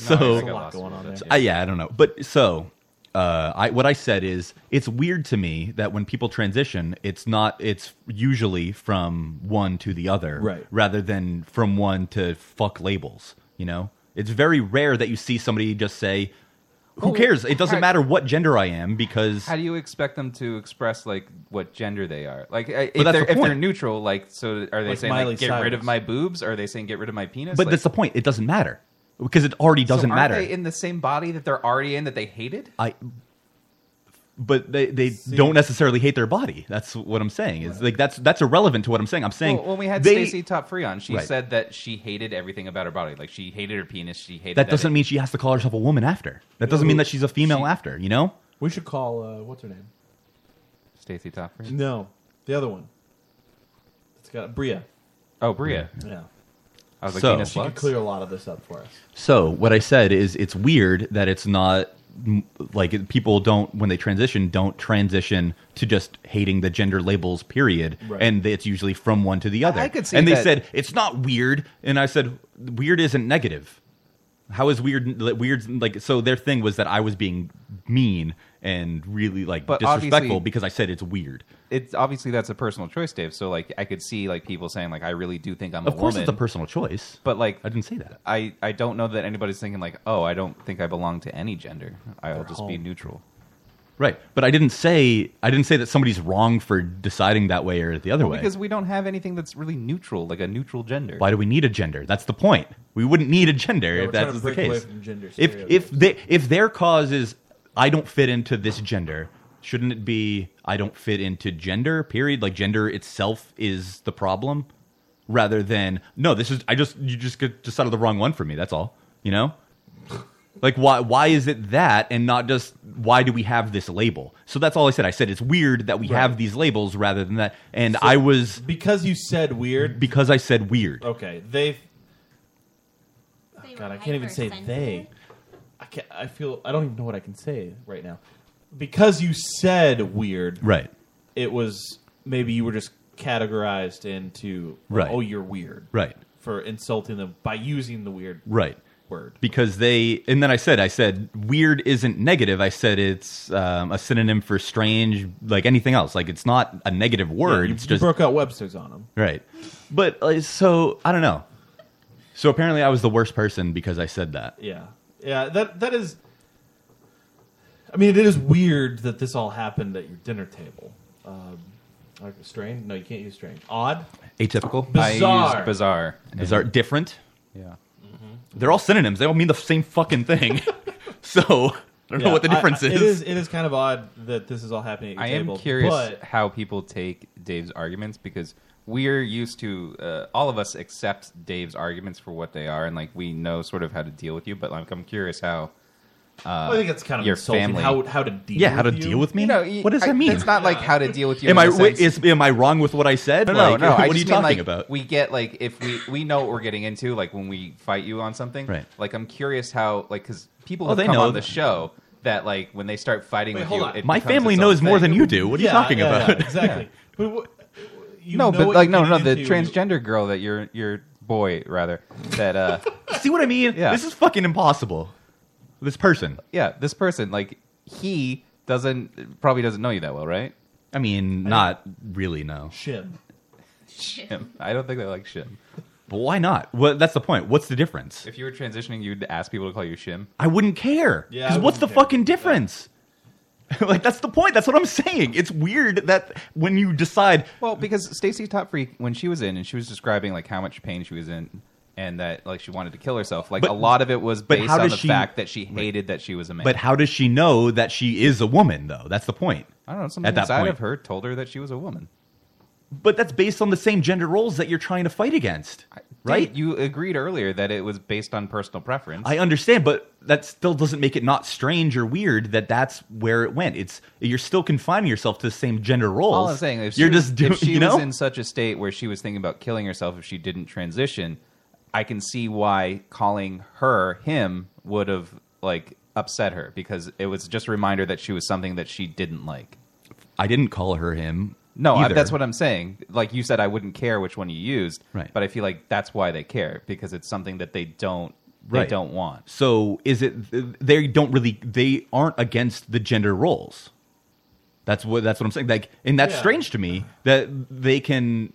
S10: [laughs] So-
S9: so there's a
S10: I
S9: lot going on there.
S10: So, I, yeah, I don't know. But so, uh, I what I said is it's weird to me that when people transition, it's not it's usually from one to the other,
S9: Right.
S10: Rather than from one to fuck labels. You know, it's very rare that you see somebody just say, "Who
S11: Well,
S10: cares? It doesn't
S11: how-
S10: matter what gender I am," because
S11: How do you expect them to express like what gender they are? Like I-
S10: that's
S11: if they're
S10: the
S11: if they're
S10: point.
S11: neutral, like so are they
S9: Like
S11: saying
S9: Miley
S11: like, get rid
S9: Cyrus.
S11: of my boobs? Or are they saying get rid of my penis?
S10: But
S11: Like,
S10: that's the point. It doesn't matter because it already
S11: so
S10: doesn't
S11: aren't
S10: matter.
S11: They in the same body that they're already in that they hated.
S10: I. But they, they don't necessarily hate their body. That's what I'm saying. Is like that's that's irrelevant to what I'm saying. I'm saying
S11: Well, when we had
S10: they-
S11: Stacey Top Free on, she
S10: Right.
S11: said that she hated everything about her body. Like she hated her penis. She hated
S10: that doesn't
S11: it-
S10: mean she has to call herself a woman after. That doesn't mean that she's a female after. You know?
S9: We should call uh, what's her name?
S11: Stacey Top Free.
S9: No, the other one. It's got Bria.
S11: Oh, Bria.
S9: Yeah,
S11: I was like,
S10: So-
S11: Venus
S9: she could
S11: Lux?
S9: clear a lot of this up for us.
S10: So what I said is it's weird that it's not mm, like people don't when they transition don't transition to just hating the gender labels period
S11: Right.
S10: and it's usually from one to the other
S11: I could see
S10: and they
S11: that-
S10: said it's not weird and i said weird isn't negative how is weird like, weird like so their thing was that i was being mean and really like
S11: But
S10: disrespectful
S11: obviously-
S10: because i said it's weird
S11: It's obviously that's a personal choice, Dave. So like, I could see like people saying like, I really do think I'm
S10: of
S11: a
S10: course
S11: woman.
S10: it's a personal choice
S11: but like,
S10: i didn't say that
S11: I I don't know that anybody's thinking like, oh, I don't think I belong to any gender. I'll just be
S9: home.
S11: neutral.
S10: Right, but I didn't say I didn't say that somebody's wrong for deciding that way or the other
S11: Well,
S10: way.
S11: because we don't have anything that's really neutral, like a neutral gender.
S10: Why do we need a gender? That's the point. We wouldn't need a gender
S11: Yeah,
S10: if
S11: we're trying
S10: that's
S11: to
S10: the
S11: break away
S10: case.
S11: from gender
S10: if if they, if their cause is I don't fit into this gender, shouldn't it be I don't fit into gender? Period. Like gender itself is the problem, rather than no. This is I just you just get decided the wrong one for me. That's all. You know. [laughs] Like why why is it that and not just why do we have this label? So that's all I said. I said it's weird that we
S9: Right.
S10: have these labels rather than that. And
S9: So-
S10: I was
S9: because you said weird.
S10: Because I said weird.
S9: Okay, they've. Oh, God, I can't even say they. I can't. I feel. I don't even know what I can say right now. Because you said weird.
S10: Right.
S9: It was maybe you were just categorized into like,
S10: Right.
S9: Oh, you're weird.
S10: Right.
S9: For insulting them by using the weird
S10: Right.
S9: word.
S10: Because they, and then I said, I said, weird isn't negative. I said it's um, a synonym for strange, like anything else. Like it's not a negative word.
S9: Yeah, you,
S10: it's
S9: you
S10: just
S9: broke out Webster's on them.
S10: right. But uh, so I don't know. So apparently, I was the worst person because I said that.
S9: Yeah. Yeah, that that is I mean, it is weird that this all happened at your dinner table. Um, like strange? No, you can't use strange. Odd?
S10: Atypical.
S9: Bizarre. Mm-hmm.
S11: bizarre. Mm-hmm.
S10: Bizarre. Different.
S11: Yeah.
S10: They're all synonyms. They all mean the same fucking
S9: [laughs]
S10: thing. [laughs] so I don't know
S9: Yeah,
S10: what the
S9: I-
S10: difference
S9: I- It is it is kind of odd that this is all happening at your
S11: I
S9: table.
S11: am curious
S9: but-
S11: how people take Dave's arguments because we're used to uh, all of us accept Dave's arguments for what they are, and like we know sort of how to deal with you. But like, I'm curious how. Uh,
S9: Well, I think it's kind of
S11: your
S9: insulting,
S11: family.
S9: how- how to deal Yeah, how with to you. deal with me?
S11: You know, y-
S9: What does
S11: I-
S9: that mean?
S11: It's not like how to deal with you.
S10: Am
S11: in
S10: I
S11: the sense-
S10: is, am I wrong with what I said?
S11: No, no,
S10: Like, [laughs]
S11: no.
S10: What
S11: I
S10: are
S11: just
S10: you talking
S11: mean, like,
S10: about?
S11: We get like if we we know what we're getting into, like when we fight you on something.
S10: Right.
S11: Like I'm curious how like because people
S10: Oh,
S11: have
S10: they
S11: come
S10: know
S11: on the
S10: that.
S11: show that like when they start fighting
S9: Wait,
S11: with
S9: hold
S11: you,
S9: on.
S11: it
S10: My
S11: becomes
S10: family
S11: its own
S10: knows more
S11: thing.
S10: than you do. What are you
S9: Yeah,
S10: talking
S9: yeah,
S10: about?
S9: yeah, [laughs] exactly. But what, you
S11: no,
S9: know
S11: but
S9: what you're
S11: like no, no,
S9: getting
S11: the
S9: into.
S11: transgender girl that your your boy rather that uh
S10: [laughs] See what I mean?
S11: Yeah.
S10: This is fucking impossible. This person.
S11: yeah this person like he doesn't probably doesn't know you that well, right?
S10: I mean, not really. No.
S9: Shim.
S11: Shim. I don't think they like Shim.
S10: But why not? Well, that's the point. What's the difference?
S11: If you were transitioning, you'd ask people to call you Shim.
S10: I wouldn't care.
S11: Yeah, I
S10: Because what's the
S11: wouldn't care.
S10: fucking difference? [laughs] like that's the point. That's what I'm saying. It's weird that when you decide
S11: Well, because Stacy Top Freak, when she was in, and she was describing like how much pain she was in, and that like she wanted to kill herself. Like
S10: But-
S11: a lot of it was
S10: but
S11: based
S10: how
S11: on
S10: does
S11: the
S10: she-
S11: fact that she hated that she was a man.
S10: But how does she know that she is a woman though? That's the point.
S11: I don't know. Something
S10: At that
S11: inside
S10: point.
S11: of her told her that she was a woman.
S10: But that's based on the same gender roles that you're trying to fight against. Right?
S11: Dave, you agreed earlier that it was based on personal preference.
S10: I understand, but that still doesn't make it not strange or weird that that's where it went. It's you're still confining yourself to the same gender roles.
S11: All I'm saying is,
S10: you're just doing,
S11: if she
S10: you know,
S11: was in such a state where she was thinking about killing herself if she didn't transition, I can see why calling her him would have like upset her because it was just a reminder that she was something that she didn't like.
S10: I didn't call her him.
S11: No, I,
S10: either.
S11: that's what I'm saying. Like you said, I wouldn't care which one you used,
S10: Right.
S11: but I feel like that's why they care because it's something that they don't they
S10: Right.
S11: don't want.
S10: So is it th- they don't really they aren't against the gender roles. That's what that's what I'm saying. Like, and that's
S9: Yeah.
S10: strange to me that they can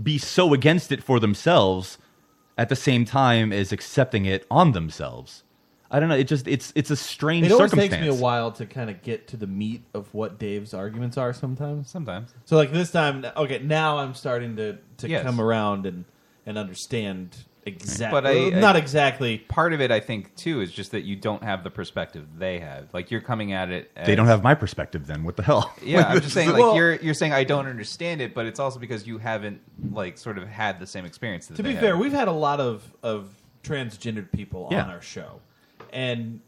S10: be so against it for themselves at the same time as accepting it on themselves. I don't know. It just it's it's a strange
S9: it always
S10: circumstance.
S9: takes me a while to kind of get to the meat of what Dave's arguments are sometimes.
S11: Sometimes.
S9: So like this time, okay, now I'm starting to to
S11: Yes.
S9: come around and and understand exactly.
S11: But I,
S9: not
S11: I-
S9: exactly.
S11: Part of it, I think, too, is just that you don't have the perspective they have. Like you're coming at it. As,
S10: They don't have my perspective. Then what the hell?
S11: Yeah, I'm just saying. Like
S9: Well-
S11: you're you're saying I don't understand it, but it's also because you haven't like sort of had the same experience. That
S9: To
S11: they
S9: be
S11: have.
S9: fair, we've had a lot of of transgendered people
S11: Yeah.
S9: on our show, and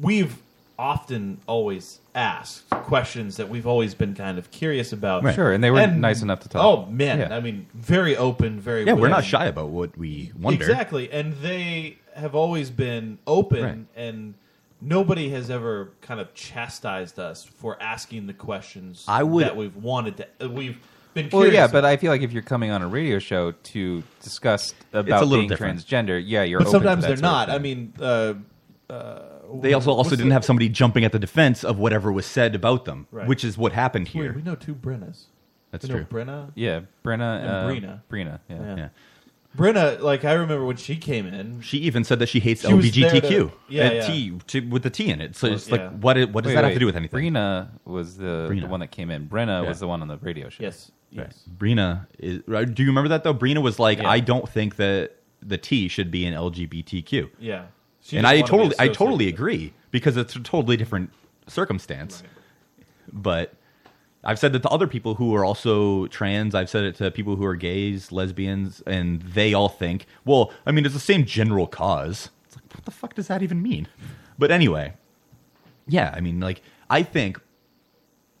S9: we've often always asked questions that we've always been kind of curious about.
S11: Right. Sure, and they were nice enough to talk.
S9: Oh man,
S11: Yeah.
S9: I mean, very open, very
S10: yeah, we're not
S9: willing.
S10: shy about what we wonder.
S9: Exactly, and they have always been open,
S10: Right.
S9: and nobody has ever kind of chastised us for asking the questions
S10: I would-
S9: that we've wanted to. uh, We've been
S11: Well,
S9: curious.
S11: yeah, but I feel like if you're coming on a radio show to discuss about
S10: a little
S11: being
S10: different.
S11: transgender, yeah, you're.
S9: But
S11: open to
S9: sometimes
S11: that
S9: they're
S11: sort of
S9: not.
S11: thing.
S9: I mean, uh, uh,
S10: They also also
S9: what's
S10: didn't
S9: the-
S10: have somebody jumping at the defense of whatever was said about them,
S9: Right.
S10: which is what happened here.
S9: Wait, we know two Brennas.
S10: That's
S9: we
S10: true.
S9: know Brenna.
S11: Yeah, Brenna.
S9: And
S11: uh,
S9: Brina.
S11: Brina. Yeah.
S9: Yeah. Brenna, like I remember when she came in,
S10: She even said that she hates
S9: She was
S10: LGBTQ.
S9: there to- yeah,
S10: And
S9: yeah.
S10: Uh, T to, with the T in it. So
S9: Well,
S10: it's like,
S9: yeah.
S10: what? What does
S11: Wait,
S10: that have
S11: wait.
S10: to do with anything?
S11: Brina was the, the
S10: Brina.
S11: one that came in. Brenna
S10: Yeah.
S11: was the one on the radio show.
S9: Yes. Yes.
S10: Brina is. right, Do you remember that though? Brina was like,
S9: Yeah.
S10: I don't think that the T should be in LGBTQ.
S9: Yeah. She
S10: and
S9: didn't
S10: I
S9: want to be
S10: totally, I
S9: associated
S10: totally agree because it's a totally different circumstance. But I've said that to other people who are also trans. I've said it to people who are gays, lesbians, and they all think, well, I mean, it's the same general cause. It's like, what the fuck does that even mean? But anyway, yeah, I mean, like, I think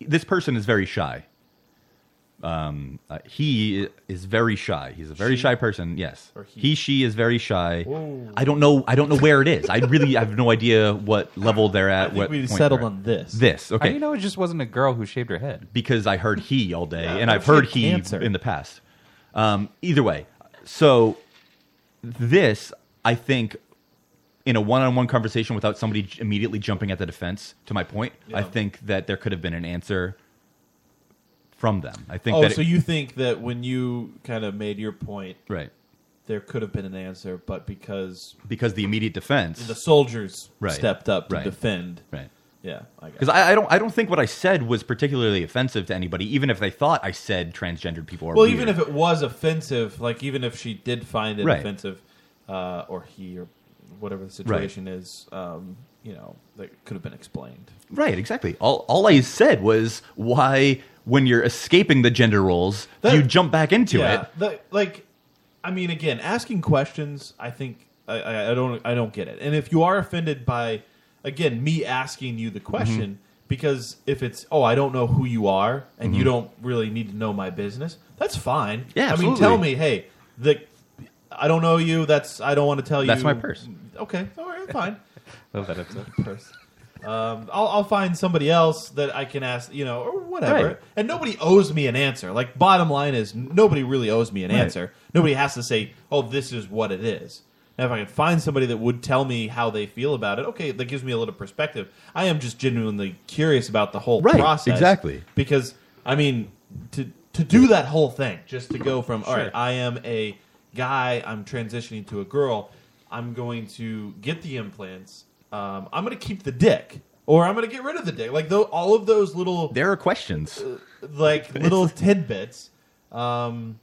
S10: this person is very shy. Um, uh, he is very shy. He's a very
S9: She?
S10: shy person. Yes,
S9: Or he?
S10: he, she is very shy.
S9: Whoa.
S10: I don't know. I don't know where it is. I really have no idea what level they're at.
S9: think
S10: what
S9: we
S10: point
S9: settled
S10: they're at.
S9: on this.
S10: This
S11: How
S10: okay?
S11: do you know it just wasn't a girl who shaved her head?
S10: because I heard he all day,
S11: Yeah,
S10: and I've
S11: she had
S10: heard he
S11: cancer.
S10: in the past. Um, either way, so this I think in a one-on-one conversation without somebody j- immediately jumping at the defense. To my point, I
S9: Yeah.
S10: think that there could have been an answer from them. I think.
S9: oh,
S10: that it-
S9: so you think that when you kind of made your point,
S10: Right.
S9: There could have been an answer, but because
S10: because the immediate defense,
S9: the soldiers
S10: Right.
S9: stepped up to
S10: Right.
S9: defend,
S10: right?
S9: Yeah, I got
S10: Because I, I don't, I don't think what I said was particularly offensive to anybody, even if they thought I said transgendered people are.
S9: well,
S10: weird.
S9: even if it was offensive, like even if she did find it
S10: Right.
S9: offensive, uh, or he, or whatever the situation is, um, you know, that could have been explained.
S10: Right, exactly. All, all I said was why, when you're escaping the gender roles, you jump back into
S9: yeah,
S10: it.
S9: the- like, I mean, again, asking questions. I think I, I, I don't, I don't get it. And if you are offended by, again, me asking you the question, because if it's, oh, I don't know who you are, and you
S10: Mhm.
S9: don't really need to know my business, that's fine.
S10: Yeah,
S9: I mean,
S10: absolutely.
S9: tell me, hey, the, I don't know you. That's I don't want to tell you.
S10: That's my purse.
S9: Okay, all
S13: [laughs]
S9: right, fine.
S11: Love Oh, that
S9: [laughs]
S11: episode.
S9: Purse. Um, I'll, I'll find somebody else that I can ask, you know, or whatever.
S11: Right.
S9: And nobody owes me an answer. Like, bottom line is, nobody really owes me an
S11: Right.
S9: answer. Nobody has to say, oh, this is what it is. Now, if I can find somebody that would tell me how they feel about it, okay, that gives me a little perspective. I am just genuinely curious about the whole
S10: Right,
S9: process.
S10: exactly.
S9: Because, I mean, to, to do that whole thing, just to go from, all
S10: Sure.
S9: right, I am a guy, I'm transitioning to a girl, I'm going to get the implants, um, I'm going to keep the dick, or I'm going to get rid of the dick. Like, though, all of those little,
S10: There are questions.
S9: uh,
S10: [laughs]
S9: like, little tidbits. Um,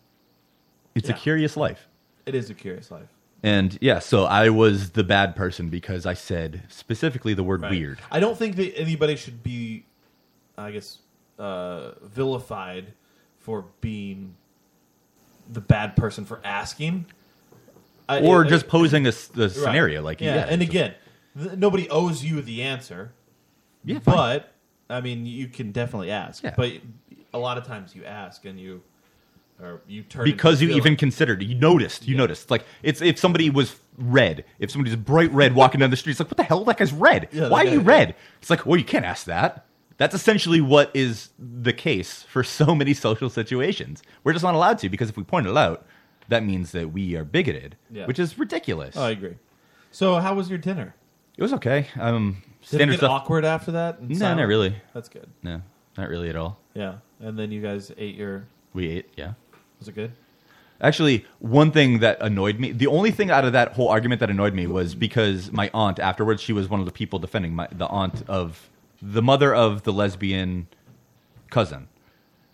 S10: It's a curious life.
S9: it is a curious life.
S10: And yeah, so I was the bad person because I said specifically the word
S9: Right.
S10: weird.
S9: I don't think that anybody should be, I guess, uh, vilified for being the bad person for asking, I-
S10: or
S9: I-
S10: just posing a, s- the
S9: Right.
S10: scenario. Like,
S9: yeah,
S10: yeah.
S9: and again, th- nobody owes you the answer.
S10: Yeah,
S9: but I mean, you can definitely ask.
S10: Yeah.
S9: But a lot of times you ask and you, or you turn
S10: because you
S9: into a villain.
S10: even considered you noticed you noticed like it's if somebody was red if somebody's bright red walking down the street it's like what the hell that guy's red
S9: Yeah, that
S10: why are
S9: guy-
S10: you red it's like well you can't ask that that's essentially what is the case for [laughs] so many social situations we're just not allowed to because if we point it out that means that we are bigoted
S9: Yeah.
S10: which is ridiculous
S9: Oh, I agree. So, how was your dinner?
S10: it was okay um
S9: Did it
S10: standard
S9: get
S10: stuff
S9: awkward after that? and
S10: no not
S9: silent?
S10: really
S9: That's good.
S10: no not really at all
S9: Yeah, and then you guys ate your.
S10: we ate yeah
S9: Was it good?
S10: Actually, one thing that annoyed me, the only thing out of that whole argument that annoyed me was because my aunt afterwards, she was one of the people defending my the aunt of the mother of the lesbian cousin,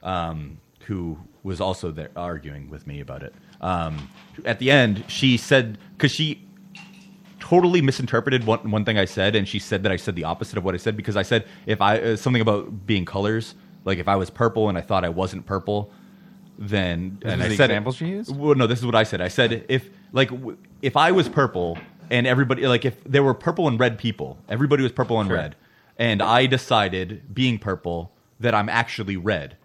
S10: um, who was also there arguing with me about it. Um, at the end, she said because she totally misinterpreted one, one thing I said, and she said that I said the opposite of what I said because I said if I uh, something about being colors, like if I was purple and I thought I wasn't purple, then
S11: This
S10: and
S11: was
S10: I
S11: the
S10: said
S11: example she used?
S10: Well, no, this is what I said. I said if like w- if I was purple and everybody like if there were purple and red people, everybody was purple and
S11: Sure.
S10: red, and I decided being purple that I'm actually red.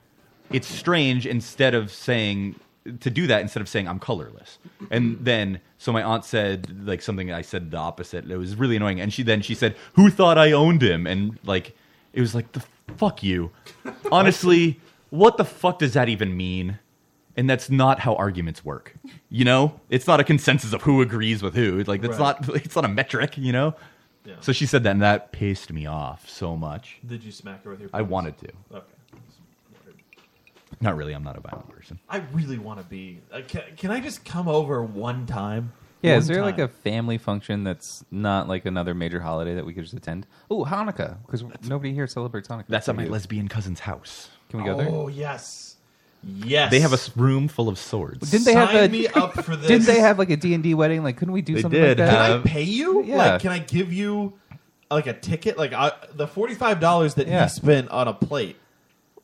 S10: It's strange instead of saying to do that instead of saying I'm colorless. And then so my aunt said like something I said the opposite. It was really annoying. And she then she said, "Who thought I owned him?" And like it was like the fuck you. Honestly, what the fuck does that even mean? And that's not how arguments work. You know, it's not a consensus of who agrees with who. Like that's
S9: Right.
S10: not [laughs] it's not a metric. You know.
S9: Yeah.
S10: So she said that, and that pissed me off so much.
S9: Did you smack her with your?
S10: I wanted to.
S9: Okay.
S10: Not really. I'm not a violent person.
S9: I really want to be. Uh, can, can I just come over one time?
S11: Yeah,
S9: One
S11: is there
S9: time.
S11: like a family function that's not like another major holiday that we could just attend? Oh, Hanukkah, because nobody here celebrates Hanukkah.
S10: That's at my
S11: We do.
S10: lesbian cousin's house.
S11: Can we go there?
S9: Oh yes, yes.
S10: They have a s- room full of swords.
S11: Didn't they have
S9: Sign
S11: a,
S9: me up for
S11: [laughs] Didn't
S9: this.
S11: they have like a D and D wedding? Like, couldn't we do
S10: They
S11: something
S10: did
S11: like that?
S10: have-
S9: Can I pay you?
S11: Yeah.
S9: Like, can I give you like a ticket? Like I, the forty five dollars that
S11: Yeah.
S9: he spent on a plate.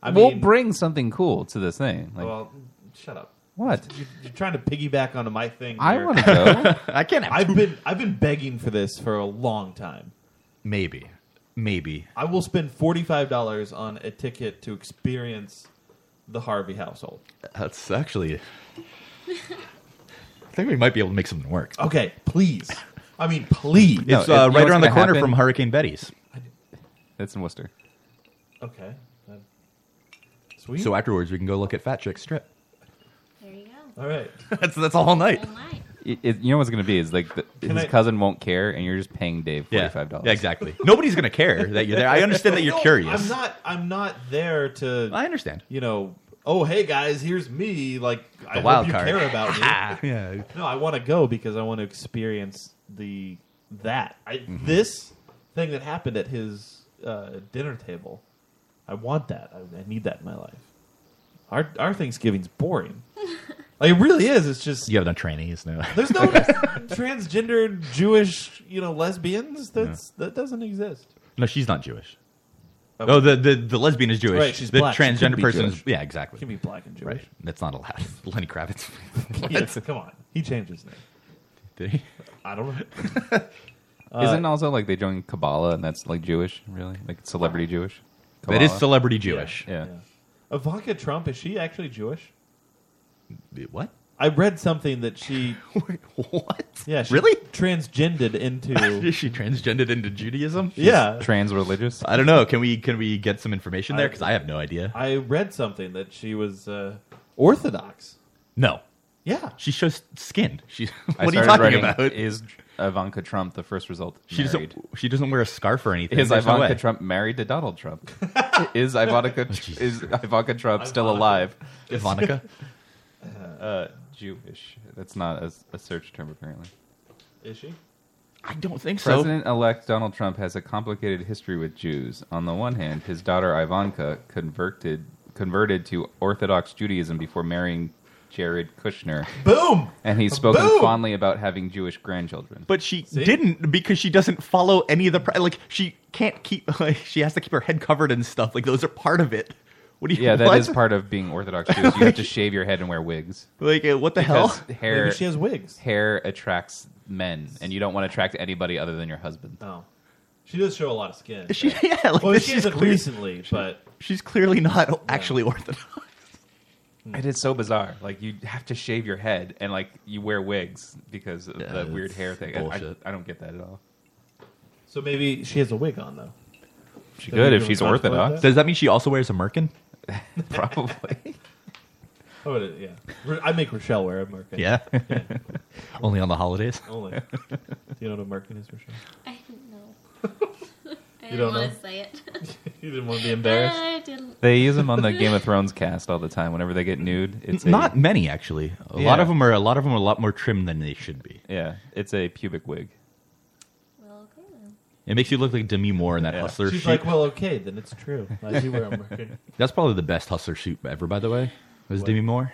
S9: I
S11: we'll
S9: mean,
S11: bring something cool to this thing. Like,
S9: well, shut up.
S11: What?
S9: You're, you're trying to piggyback onto my thing.
S11: I
S9: here.
S11: wanna
S10: [laughs]
S11: go. I can't have
S9: I've
S11: two.
S9: been I've been begging for this for a long time.
S10: Maybe, maybe.
S9: I will spend forty five dollars on a ticket to experience the Harvey household.
S10: That's actually. I think we might be able to make something work.
S9: Okay, please. I mean, please.
S10: It's uh, right around the corner from Hurricane Betty's.
S11: That's in Worcester.
S9: Okay. Sweet.
S10: So afterwards, we can go look at Fat Chick Strip.
S12: There you go.
S9: All right.
S10: [laughs] that's that's all night.
S11: It, it- you know what's going to be is like the,
S10: Can
S11: his
S10: I-
S11: cousin won't care, and you're just paying Dave forty five dollars.
S10: Yeah, exactly. Nobody's going to care that you're there. I understand that you're
S9: No,
S10: curious.
S9: I'm not. I'm not there to.
S10: I understand.
S9: You know. Oh, hey guys, here's me. Like I
S10: wild
S9: hope you
S10: card. Ah. [laughs]
S9: care about me.
S10: Yeah.
S9: No, I want to go because I want to experience the that I,
S10: Mhm.
S9: this thing that happened at his uh, dinner table. I want that. I, I need that in my life. [laughs] Our our Thanksgiving's boring. [laughs] like it really is. It's just
S10: you have no trainees. No. [laughs]
S9: There's no transgendered Jewish, you know, lesbians. That's that doesn't exist.
S10: No, she's not Jewish.
S9: Oh.
S10: Oh, the, the the lesbian is Jewish.
S9: Right, she's
S10: the
S9: black. She couldn't
S10: transgender
S9: be
S10: person is
S9: Jewish.
S10: yeah, exactly.
S9: She can be black and Jewish.
S10: Right, that's not allowed. [laughs] Lenny Kravitz.
S9: [laughs] Yes, come on. He changed his name.
S10: Did he?
S9: I don't
S10: [laughs]
S9: know. Uh,
S11: Isn't also like they join Kabbalah, and that's like Jewish, really, like celebrity Jewish.
S10: That is
S11: Kabbalah?
S10: celebrity Jewish.
S11: Yeah.
S9: Ivanka Trump is she actually Jewish?
S10: What?
S9: I read something that
S10: [laughs]
S9: she
S10: what?
S9: Yeah, she
S10: Really?
S9: transgended into
S10: [laughs] is she transgended into Judaism? She's
S9: [laughs] Yeah.
S11: Trans religious.
S10: I don't know. Can we can we get some information there? Because I, have no idea.
S9: I read something that she was uh, Orthodox.
S10: No.
S9: Yeah.
S10: She shows skin. She. [laughs]
S11: I
S10: what are you
S11: started
S10: talking
S11: writing,
S10: about?
S11: Is Ivanka Trump the first result?
S10: She
S11: married?
S10: doesn't. She doesn't wear a scarf or anything.
S11: Is
S10: There's no
S11: Ivanka
S10: way.
S11: Trump married to
S10: [laughs]
S11: Donald Trump?
S10: Oh,
S11: is Ivanka is Ivanka Trump still alive?
S10: Ivanka?
S11: [laughs] uh, Jewish. That's not a, a search term apparently.
S9: Is she?
S10: I don't think
S11: President-elect Donald Trump has a complicated history with Jews. On the one hand, his daughter Ivanka converted converted to Orthodox Judaism before marrying Jared Kushner.
S9: Boom!
S11: And he's spoken
S10: Boom!
S11: fondly about having Jewish grandchildren.
S10: But she didn't because she doesn't follow any of the pri- like. She can't keep. [laughs] Like, she has to keep her head covered and stuff. Like those are part of it. What [laughs] do you?
S11: Yeah, that is
S10: what?
S11: part of being Orthodox Jewish. You
S10: [laughs]
S11: have to shave your head and wear wigs.
S10: Like, uh, what the
S11: Because
S10: hell?
S11: Hair,
S10: Maybe she has
S9: wigs.
S11: Hair attracts men, and you don't want to attract anybody other than your husband.
S9: No. She does show a lot of skin.
S10: She- yeah, like,
S9: well,
S10: this
S9: she
S10: is
S9: hasn't
S10: clear.
S9: recently, but
S10: She's clearly not actually Orthodox.
S9: Hmm.
S11: It is so bizarre. Like you have to shave your head, and like you wear wigs because of
S10: Yeah,
S11: the weird
S10: it's
S11: hair thing. I- I,
S10: bullshit.
S11: I don't get that at all.
S9: so maybe she has a wig on though.
S11: She
S9: Does it even contemplate that?
S10: Does that mean she also wears a merkin?
S11: [laughs] Probably.
S9: Oh, it is, yeah. Ro- I make Rochelle wear a
S10: [laughs]
S9: merkin.
S10: Yeah. [laughs] Only on the holidays.
S9: Only. Do you know what a merkin is, Rochelle?
S12: I don't know. I
S9: You
S12: didn't
S9: don't
S12: want
S9: know?
S12: to say it.
S9: [laughs]
S12: [laughs]
S9: you didn't want to be embarrassed?
S12: I didn't.
S11: They use them on
S12: [laughs]
S11: the Game of Thrones cast all the time. Whenever they get nude, it's a-
S10: Not many actually. A lot
S11: Yeah.
S10: of them are a lot of them are a lot more trim than they should be.
S11: Yeah, it's a pubic wig.
S10: It makes you look like Demi Moore in that hustler
S9: She's
S10: shoot. [laughs]
S9: like, well, okay, then it's true. I do wear a merkin.
S10: That's probably the best hustler shoot ever, by the way. Was
S9: What?
S10: Demi Moore?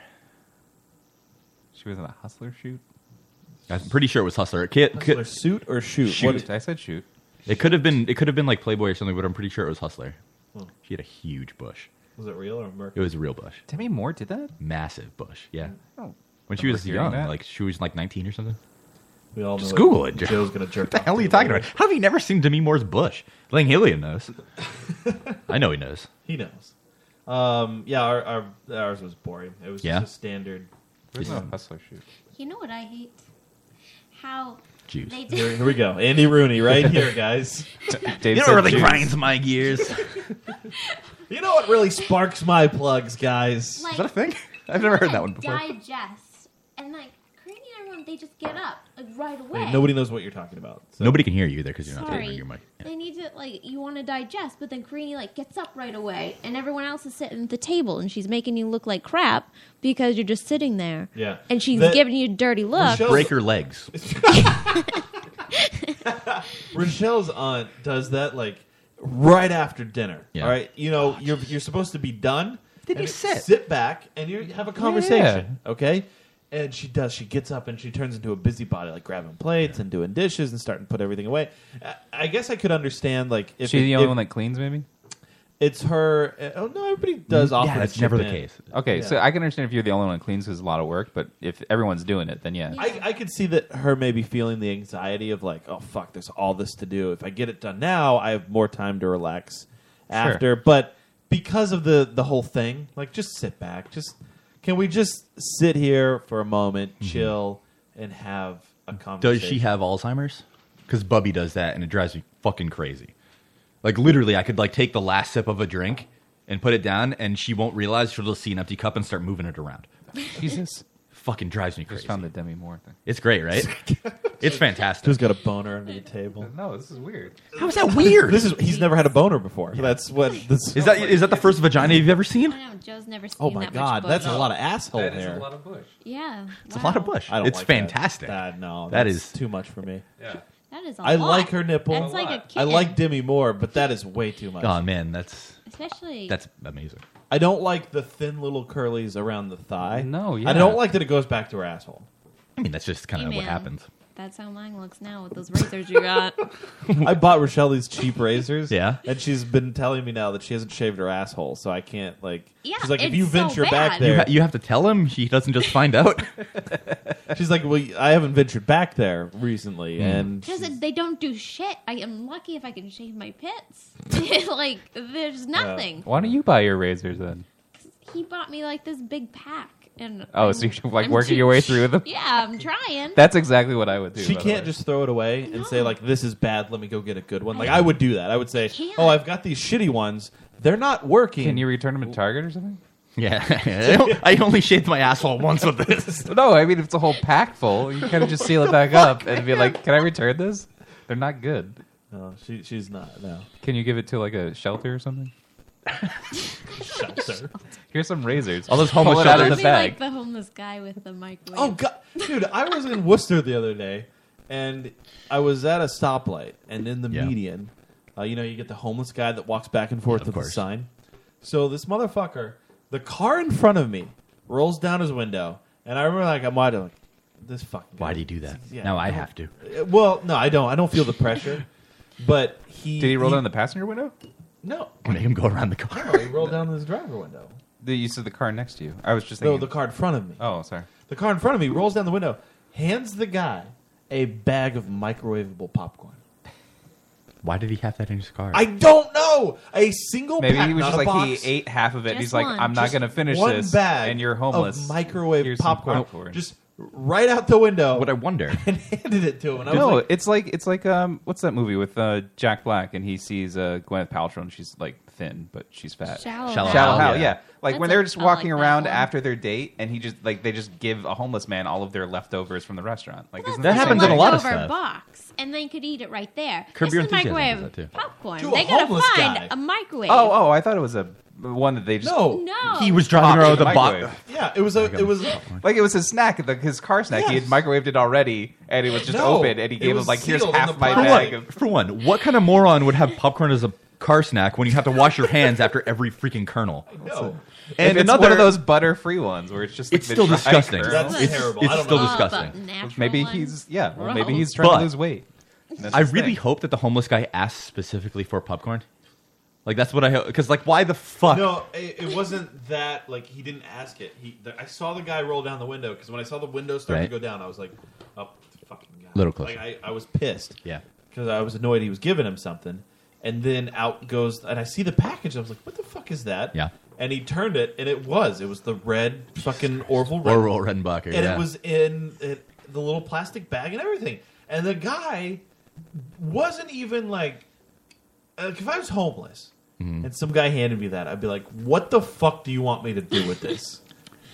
S11: She was in a hustler shoot.
S10: I'm pretty sure it was hustler. It could,
S9: Hustler suit or shoot? What-
S11: I said shoot.
S10: It could have been. It could have been like Playboy or something, but I'm pretty sure it was hustler.
S9: Hmm.
S10: She had a huge bush.
S9: Was it real or a merkin?
S10: It was a real bush,
S11: Demi Moore did that.
S10: massive bush. Yeah.
S11: Oh.
S10: When she
S11: Remember
S10: was
S11: hearing
S10: young,
S11: that?
S10: like she was like 19 or something.
S9: We all
S10: Just
S9: know
S10: Google it.
S9: it.
S10: [laughs]
S9: Joe's gonna jerk
S10: What the
S9: off
S10: hell
S9: to
S10: are you
S9: it
S10: talking
S9: later.
S10: about? How have you never seen Demi Moore's bush? Langhillian
S9: [laughs]
S10: knows. I know he knows.
S9: He knows. Um, yeah, our, our ours was boring. It was
S10: Yeah?
S9: just a standard.
S11: There's no hustler shoot.
S12: You know what I hate? How
S10: Jews.
S12: they [laughs]
S9: Here,
S12: did.
S9: here we go. Andy Rooney, right here, guys.
S10: You know what really grinds my gears.
S9: You know what really sparks my plugs, guys?
S12: Like, Is that a
S10: thing? I've never heard that one
S12: Digest and like creating a room, they just get up like, right away.
S9: Hey, nobody knows what you're talking about. so-
S10: Nobody can hear you either because you're not
S12: Sorry.
S10: delivering your mic.
S12: They need to like you want to digest, but then Karini like gets up right away, and everyone else is sitting at the table, and she's making you look like crap because you're just sitting there.
S10: Yeah.
S12: and she's
S9: That-
S12: giving you dirty looks.
S10: Break her [laughs] legs.
S9: Rochelle's aunt does that like right after dinner.
S10: Yeah.
S9: All right, you know you're you're supposed to be done.
S10: Then
S9: and
S10: you sit.
S9: sit back, and you have a conversation. Okay. And she does. She gets up and she turns into a busybody, like grabbing plates and doing dishes and starting to put everything away. I, I guess I could understand, like, if
S11: She
S9: it-
S11: the only
S9: if
S11: one that cleans, maybe.
S9: it's her. uh, Oh no, everybody does. offer to chip in.
S11: Okay,
S9: Yeah.
S11: so I can understand if you're the only one that cleans because it's a lot of work, but if everyone's doing it, then yeah.
S9: I, I could see that her maybe feeling the anxiety of like, oh fuck, there's all this to do. If I get it done now, I have more time to relax
S11: Sure.
S9: after. But because of the the whole thing, like just sit back. Just can we just sit here for a moment, chill, and have a conversation?
S10: Mm-hmm. Does she have Alzheimer's? Because Bubby does that, and it drives me fucking crazy. Like literally, I could like take the last sip of a drink and put it down, and she won't realize she'll just see an empty cup and start moving it
S9: [laughs]
S10: around.
S11: Jesus.
S10: fucking drives me crazy.
S11: found the Demi Moore thing.
S10: It's great,
S9: [laughs]
S10: right? it's fantastic.
S9: Who's got a boner under the table?
S11: No, this is weird.
S10: How is that weird?
S9: This is he's never had a boner before. That's what this
S10: Is that is that the first vagina you've ever seen?
S12: I know Joe's never seen
S9: Oh my
S12: that
S9: god,
S12: much
S9: that's a
S12: bush.
S9: lot of asshole
S11: That is a
S9: hair.
S11: lot of bush.
S12: Yeah,
S10: It's a lot of bush.
S9: I don't
S10: it's
S9: like that.
S10: fantastic.
S9: That- no,
S10: that
S9: that's
S10: is
S9: too much for me.
S11: Yeah.
S12: that is. A
S9: I
S12: lot.
S9: like her nipple.
S12: That's like a kitten.
S9: I like Demi Moore, but that is way too much.
S10: Oh man, that's
S12: especially
S10: that's amazing.
S9: I don't like the thin little curlies around the thigh.
S10: No,
S9: I
S10: yeah.
S9: don't like that it goes back to her asshole.
S10: I mean, that's just kind
S12: Hey,
S10: of what
S12: man,
S10: happens.
S12: That's how mine looks now with those razors you
S11: [laughs]
S12: got.
S9: [laughs] I bought Rochelle these cheap razors.
S10: Yeah.
S9: And she's been telling me now that she hasn't shaved her asshole, so I can't like
S12: Yeah,
S9: She's like if
S12: it's
S9: you
S12: so
S9: venture back
S12: bad.
S9: there
S10: You, ha- you have to tell him. He doesn't just find out.
S9: [laughs]
S10: [laughs]
S9: She's like, Well I haven't ventured back there recently
S10: Hmm.
S9: and
S12: Because it- they don't do shit. I am lucky if I can shave my pits. [laughs] like there's nothing.
S11: Why don't you buy your razors then?
S12: He bought me like this big pack, and
S11: Oh, so you're like working your way through them.
S12: [laughs] yeah, I'm trying.
S10: [laughs]
S11: That's exactly what I would do.
S9: she
S11: by the
S9: can't
S11: way.
S9: just throw it away and say like this is bad, let me go get a good one. Like I would do that. I would say, Oh, I've got these shitty ones. They're not working.
S11: Can you return them to Target or something? [laughs]
S10: Yeah, I, don't- [laughs] I only shaved my asshole once with this.
S11: No, I mean if it's a whole pack full, you kind of just seal it back up and be like, "Can I return this? They're not good."
S9: No, she, she's not. No.
S11: Can you give it to like a shelter or something?
S9: shelter.
S11: Here's some razors.
S10: All those
S11: Pull
S10: homeless
S11: it out of
S10: shelters.
S11: the
S12: Be
S11: bag.
S12: like the homeless guy with the microwave.
S9: Oh god, dude! I was in Worcester the other day, and I was at a stoplight, and in the
S10: Yeah.
S9: median, uh, you know, you get the homeless guy that walks back and forth
S10: Of
S9: with the
S10: course.
S9: sign. So this motherfucker, the car in front of me, rolls down his window, and I remember like I'm wide like, this fucking. Guy.
S10: Why do you do that?
S9: Yeah,
S10: now I
S9: don't-
S10: have to.
S9: Uh, Well, no, I don't. I don't feel the pressure, but he
S11: Did he roll down the passenger window?
S9: No,
S10: Make him go around the car.
S9: no, he rolled down his driver window.
S11: The use of the car next to you. I was just
S9: No,
S11: thinking.
S9: the car in front of me.
S11: oh, sorry.
S9: The car in front of me rolls down the window, hands the guy a bag of microwavable popcorn.
S10: Why did he have that in his car?
S9: I don't know. A single
S11: Maybe
S9: pack,
S11: he was
S9: not
S11: just
S9: a
S11: like
S9: box.
S11: he ate half of it. and
S12: Just
S11: he's like,
S12: one.
S11: "I'm not
S9: Just
S11: going to finish
S9: one
S11: this."
S9: bag
S11: and you're homeless.
S9: Of microwave
S11: Here's some
S9: popcorn, just [laughs] right out the window.
S10: What I wonder.
S9: [laughs] and handed it to him. And I was
S11: no,
S9: like,
S11: it's like it's like um, what's that movie with uh, Jack Black and he sees uh, Gwyneth Paltrow and she's like thin but she's fat.
S12: Shallow
S10: Shallow
S11: Shallow
S10: Hal,
S11: Hal,
S10: yeah.
S11: yeah. Like
S12: That's
S11: when they're
S12: a-
S11: just
S12: I
S11: walking
S12: like that
S11: around
S12: one.
S11: after their date and he just like they just give a homeless man all of their leftovers from the restaurant. Like isn't
S10: That
S11: the
S10: happens
S11: same
S10: in a lot of
S12: leftover
S10: stuff.
S12: box, and they could eat it right there.
S10: Curb
S12: it's
S10: Your
S12: the
S10: Enthusiasm
S12: microwave
S10: does that, too.
S12: popcorn.
S9: To a
S12: they gotta
S9: homeless
S12: find
S9: guy.
S12: a microwave.
S11: Oh, oh, I thought it was a one that they just
S9: no,
S12: no,
S10: He was driving around
S11: Popped
S10: with a
S11: in the
S10: box.
S11: microwave. Oh
S9: yeah, it was a, it was.
S11: Like it was his snack, the, his car snack. He had
S9: Yes.
S11: microwaved it already, and it was just
S9: No,
S11: open. And he
S9: it
S11: gave
S9: was
S11: him like, "Here's
S9: sealed in
S11: half
S9: the
S11: my
S9: plastic.
S11: bag."
S10: For
S11: Of,
S10: one, for one, what kind of moron would have popcorn as a car snack when you have to wash your
S12: [laughs]
S10: hands after every freaking kernel? Oh.
S9: No,
S11: and it's one of those butter-free ones where it's just like
S10: It's
S11: the
S10: still
S11: dry
S10: disgusting.
S11: kernel.
S9: That's
S10: it's,
S9: terrible.
S10: It's
S9: I don't
S10: still
S9: know.
S12: Oh, but
S10: disgusting.
S12: natural
S11: Maybe
S12: ones?
S11: he's yeah. Well, maybe he's trying
S10: But-
S11: to lose weight. That's
S10: I
S11: his
S10: really
S11: thing.
S10: hope that the homeless guy asked specifically for popcorn. Like that's what I hope. Because like, why the fuck?
S9: no, it, it wasn't that. Like he didn't ask it. He, the, I saw the guy roll down the window because when I saw the window start
S10: Right.
S9: to go down, I was like, oh, fucking god.
S10: Little closer.
S9: Like, I, I was pissed.
S10: Yeah.
S9: because I was annoyed he was giving him something. And then out goes, and I see the package. I was like, "What the fuck is that?"
S10: Yeah.
S9: And he turned it, and it was. It was the red fucking Orville Red,
S10: Oral Redenbacher.
S9: and
S10: yeah.
S9: it was in it, the little plastic bag and everything. And the guy wasn't even like, like if I was homeless
S10: Mm-hmm.
S9: and some guy handed me that, I'd
S10: [laughs]
S9: be like, "What the fuck do you want me to do with this?"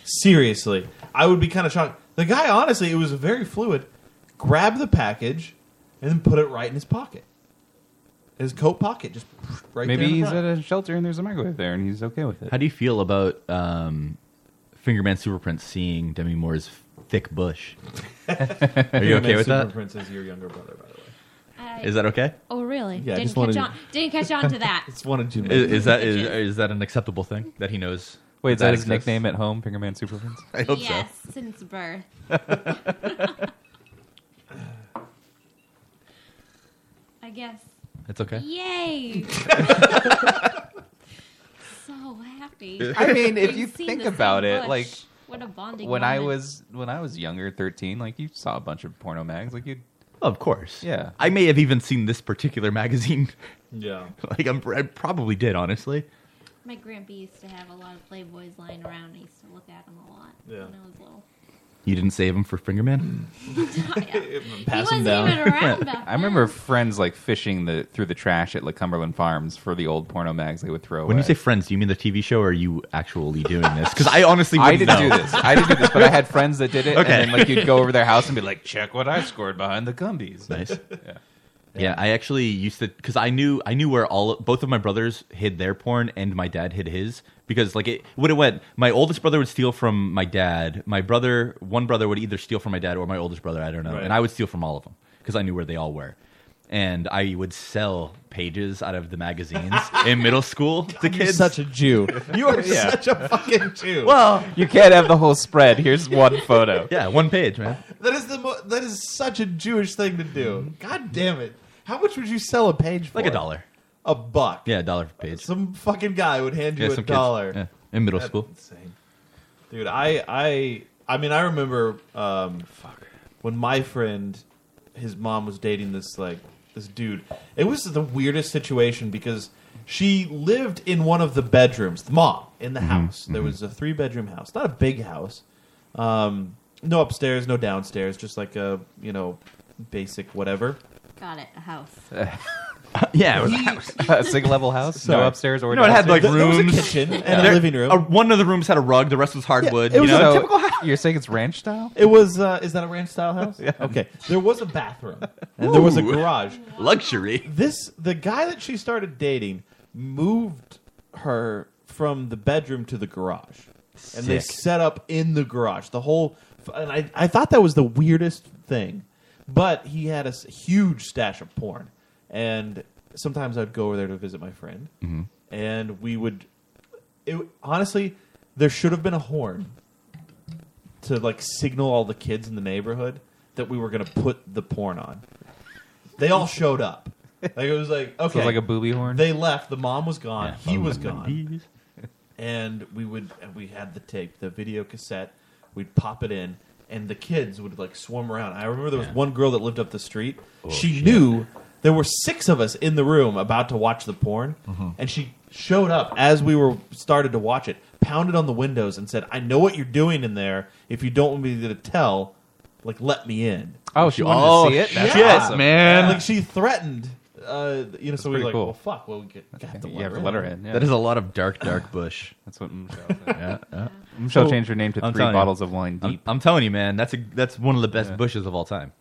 S9: Seriously, I would be kind of shocked. The guy, honestly, it was very fluid. Grabbed the package and then put it right in his pocket. His coat pocket, just right
S11: Maybe
S9: there. in the
S11: he's
S9: front.
S11: at a shelter and there's a microwave there and he's okay with it.
S10: How do you feel about um, Fingerman Superprint seeing Demi Moore's thick bush? [laughs] Are you okay
S9: Superman
S10: with that?
S9: Superprince is your younger brother, by the way. [laughs]
S12: I-
S10: Is that okay?
S12: Oh, really?
S10: Yeah, I
S12: didn't
S10: just
S12: catch
S10: wanted to-
S12: on. Didn't catch on to
S9: [laughs]
S12: that.
S9: wanted to.
S10: Is, is that is, is that an acceptable thing that he knows?
S11: Wait, is that his
S10: exists?
S11: nickname at home, Fingerman Superprints?
S10: [laughs] I hope so.
S12: yes, since
S9: [laughs]
S12: birth. I guess.
S10: It's okay.
S9: [laughs]
S12: Yay! so happy.
S11: [laughs] I mean, if
S12: We've
S11: you
S12: seen
S11: think
S12: the
S11: about
S12: same
S11: it,
S12: bush.
S11: like
S12: what a bonding.
S11: when I
S12: moment.
S11: was when I was younger, thirteen, like you saw a bunch of porno mags, like you.
S10: Oh, Of course.
S11: Yeah.
S10: I may have even seen this particular [laughs] magazine.
S9: Yeah.
S10: [laughs] like I'm, I probably did, honestly.
S12: My grandpa used to have a lot of Playboys lying around. I used to look at them a lot
S9: Yeah.
S12: when I was little. Oh,
S10: You didn't save him for Fingerman?
S9: [laughs]
S12: Pass He 'em wasn't down. even
S11: [laughs]
S12: around back
S11: I remember friends like fishing the through the trash at like Cumberland Farms for the old porno mags they would throw away.
S10: When you say friends, do you mean the TV show or are you actually doing this? Because I honestly
S11: I
S10: wouldn't
S11: didn't
S10: know.
S11: do this. I didn't do this, but I had friends that did it.
S10: Okay.
S11: And then, like, you'd go over their house and be like, check what I scored behind the gumbies.
S10: [laughs] Nice.
S11: Yeah.
S10: Yeah, I actually used to because I knew I knew where all both of my brothers hid their porn and my dad hid his because like it would have went. My oldest brother would steal from my dad. My brother, one brother would either steal from my dad or my oldest brother. I don't know,
S9: Right.
S10: and I would steal from all of them because I knew where they all were. And I would sell pages out of the magazines in middle school
S11: [laughs]
S10: to
S9: You're
S10: kids.
S9: such
S10: [laughs]
S9: a Jew. You are
S10: Yeah.
S9: such a fucking Jew.
S10: Well-
S11: You can't have the whole spread. Here's one photo.
S10: yeah, one page, man.
S9: that is the mo- that is such a Jewish thing to do. God damn it! How much would you sell a page for?
S10: Like a dollar.
S9: A buck.
S10: Yeah, a dollar per page.
S9: Some fucking guy would hand you
S10: Yeah,
S9: a
S10: some kids.
S9: dollar
S10: Yeah, in middle
S9: That's
S10: school.
S9: Insane. dude. I I I mean, I remember um, when my friend, his mom was dating this like this dude. It was the weirdest situation because she lived in one of the bedrooms. The mom in the
S10: Mm-hmm,
S9: house. There was a three bedroom house, not a big house. Um, no upstairs, no downstairs, just like a you know basic whatever.
S12: Got it. A house.
S10: [laughs] yeah, it was [laughs] a
S11: house. [laughs] a single level house,
S10: Sorry.
S11: no upstairs or
S10: you know, it had
S11: downstairs.
S10: like rooms, There- uh, one of the rooms had a rug, the rest was hardwood.
S9: it
S10: you
S9: was
S10: know,
S9: a
S10: So-
S9: typical
S11: You're saying it's ranch style?
S9: It was. Uh, is that a ranch style house? yeah. Okay. There was a bathroom. And there was a
S10: Ooh.
S9: garage.
S10: luxury.
S9: This the guy that she started dating moved her from the bedroom to the garage, and they
S10: Sick.
S9: set up in the garage the whole. And I I thought that was the weirdest thing, but he had a s- huge stash of porn, and sometimes I'd go over there to visit my friend,
S10: Mhm.
S9: and we would. It honestly, there should have been a horn to like signal all the kids in the neighborhood that we were going to put the porn on. They all showed up. Like it was like
S11: [laughs] So it's
S9: okay,
S11: like a booby horn?
S9: They left. The mom was gone.
S11: Yeah.
S9: he was
S11: Oh, my
S9: gone. And we would and we had the tape, the video cassette. We'd pop it in, and the kids would like swarm around. I remember there was
S10: Yeah.
S9: one girl that lived up the street.
S10: Oh,
S9: she
S10: shit.
S9: knew there were six of us in the room about to watch the porn,
S10: Mhm.
S11: Oh,
S9: and she showed up as we were started to watch it, pounded on the windows, and said, "I know what you're doing in there. If you don't want me to tell, like let me in."
S11: Oh, she wanted to Oh, see it? That's shit, awesome. man.
S9: Like she threatened. Uh, you know, so we
S11: pretty
S9: were like,
S11: cool.
S9: "Well, fuck. Well, we get, got to
S11: You have to let her in. Yeah.
S10: That is a lot of dark, [sighs] dark bush.
S11: That's what [laughs] Michelle
S10: yeah, yeah.
S11: Michelle changed her name to three
S10: telling you.
S11: bottles of wine
S10: I'm-
S11: deep.
S10: I'm, telling you, man, that's a that's one of the best
S11: Yeah.
S10: bushes of all time.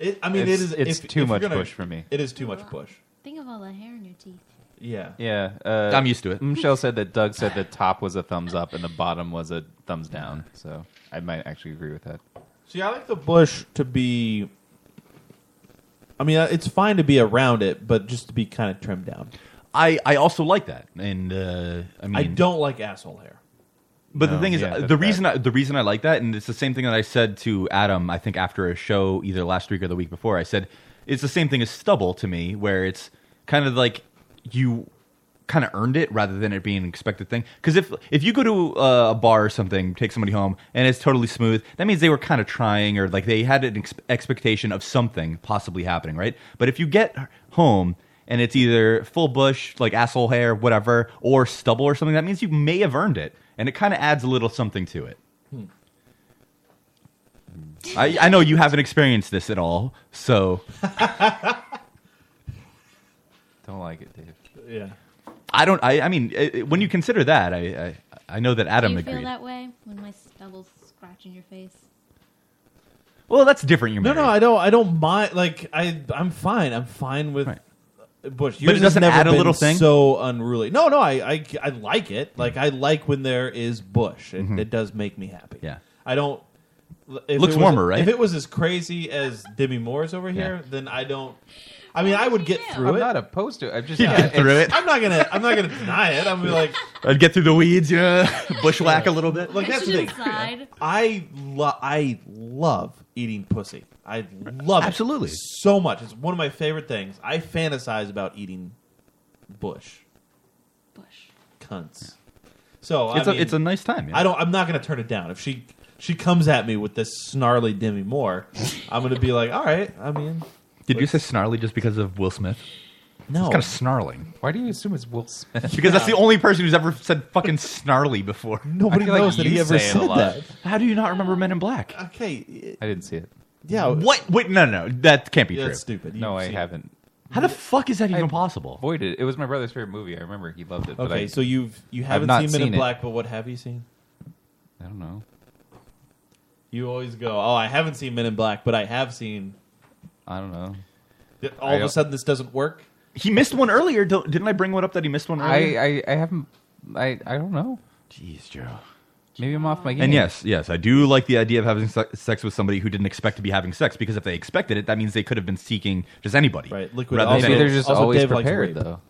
S9: It, I mean,
S11: It's-
S9: it is.
S11: it's too
S9: if- if you're
S11: much
S9: gonna-
S11: push for me.
S9: It is too much push.
S12: Think of all the hair in your teeth.
S9: Yeah.
S11: Yeah. Uh,
S10: I'm used to it.
S11: Michelle said that Doug said the top was a thumbs up and the bottom was a thumbs down. So I might actually agree with that.
S9: See, I like the bush to be. I mean, uh, it's fine to be around it, but just to be kind of trimmed down.
S10: I I also like that, and uh, I mean,
S9: I don't like asshole hair.
S10: But
S9: No,
S10: the thing is,
S9: Oh, yeah,
S10: uh,
S9: that's
S10: the reason I, the reason I like that, and it's the same thing that I said to Adam. I think after a show, either last week or the week before, I said it's the same thing as stubble to me, where it's kind of like you kind of earned it rather than it being an expected thing. Because if if you go to uh, a bar or something, take somebody home, and it's totally smooth, that means they were kind of trying or like they had an ex- expectation of something possibly happening, right? But if you get home and it's either full bush, like asshole hair, whatever, or stubble or something, that means you may have earned it. And it kind of adds a little something to it.
S9: Hmm.
S10: I, I know you haven't experienced this at all, so [laughs]
S11: Don't like it, Dave.
S9: Yeah.
S10: I don't. I, I mean, i i- when you consider that, I I, I know that Adam
S12: Do you
S10: agreed.
S12: feel that way when my stubble's scratching your face?
S10: Well, that's different. You're
S9: No,
S10: married.
S9: no, I don't. I don't mind. Like I, I'm fine. I'm fine with Bush.
S10: it
S9: Yours has
S10: doesn't
S9: never
S10: add a
S9: been
S10: little thing? Mm.
S9: So unruly. No, no, I, I, I like it. Like I like when there is Bush. It,
S10: Mhm.
S9: it does make me happy.
S10: Yeah.
S9: I don't. if
S10: Looks
S9: it was-
S10: warmer, right?
S9: If it was as crazy as Demi Moore's over here, then I don't. I mean, I would get through
S11: I'm
S9: it.
S11: not opposed to it. I'm just
S10: You'd
S11: yeah,
S10: get through
S11: it's-
S10: it.
S9: I'm not gonna. I'm not gonna deny
S10: [laughs]
S9: it. I'm like,
S10: I'd get through the weeds, you know,
S9: [laughs]
S10: bushwhack a little bit.
S9: Look, that's the thing. I love I love eating pussy. I love it
S10: Absolutely.
S9: so much. It's one of my favorite things. I fantasize about eating bush, bush cunts. So I
S10: It's a-
S9: mean,
S10: it's a nice time, yeah.
S9: I don't. I'm not going to turn it down. If she she comes at me with this snarly Demi Moore, I'm going to be like, all right. I mean,
S10: Did you say snarly just because of Will Smith?
S9: No.
S10: It's kind of snarling.
S11: Why do you assume it's Will Smith?
S10: Because
S11: [laughs]
S10: that's the only person who's ever said fucking snarly [laughs] before.
S9: Nobody I feel like knows that you he ever say it a said lot. that.
S10: How do you not remember Men in Black?
S9: Okay.
S11: I didn't see it.
S9: Yeah.
S10: What? Wait, no, no. That can't be
S11: Yeah,
S10: true.
S11: that's stupid. No, You've I seen it. haven't.
S10: How the fuck is that even possible?
S11: Avoided. It was my brother's favorite movie. I remember he loved it. but
S9: okay.
S11: I-
S9: so you've you
S11: I've
S9: haven't
S11: not
S9: seen Men in
S11: it.
S9: Black, but what have you seen?
S11: I don't know.
S9: You always go, oh, I haven't seen Men in Black, but I have seen.
S11: I don't know.
S9: All
S11: I
S9: of a
S11: don't-
S9: sudden, this doesn't work.
S10: He missed one earlier. Don't- Didn't I bring one up that he missed one earlier?
S11: I, I, I haven't. I, I don't know.
S10: Jeez, Joe.
S11: Maybe I'm off my game.
S10: and yes, yes, I do like the idea of having se- sex with somebody who didn't expect to be having sex because if they expected it, that means they could have been seeking just anybody.
S9: Right, liquid
S10: rather
S11: Maybe
S10: than-
S11: they're just always prepared, though.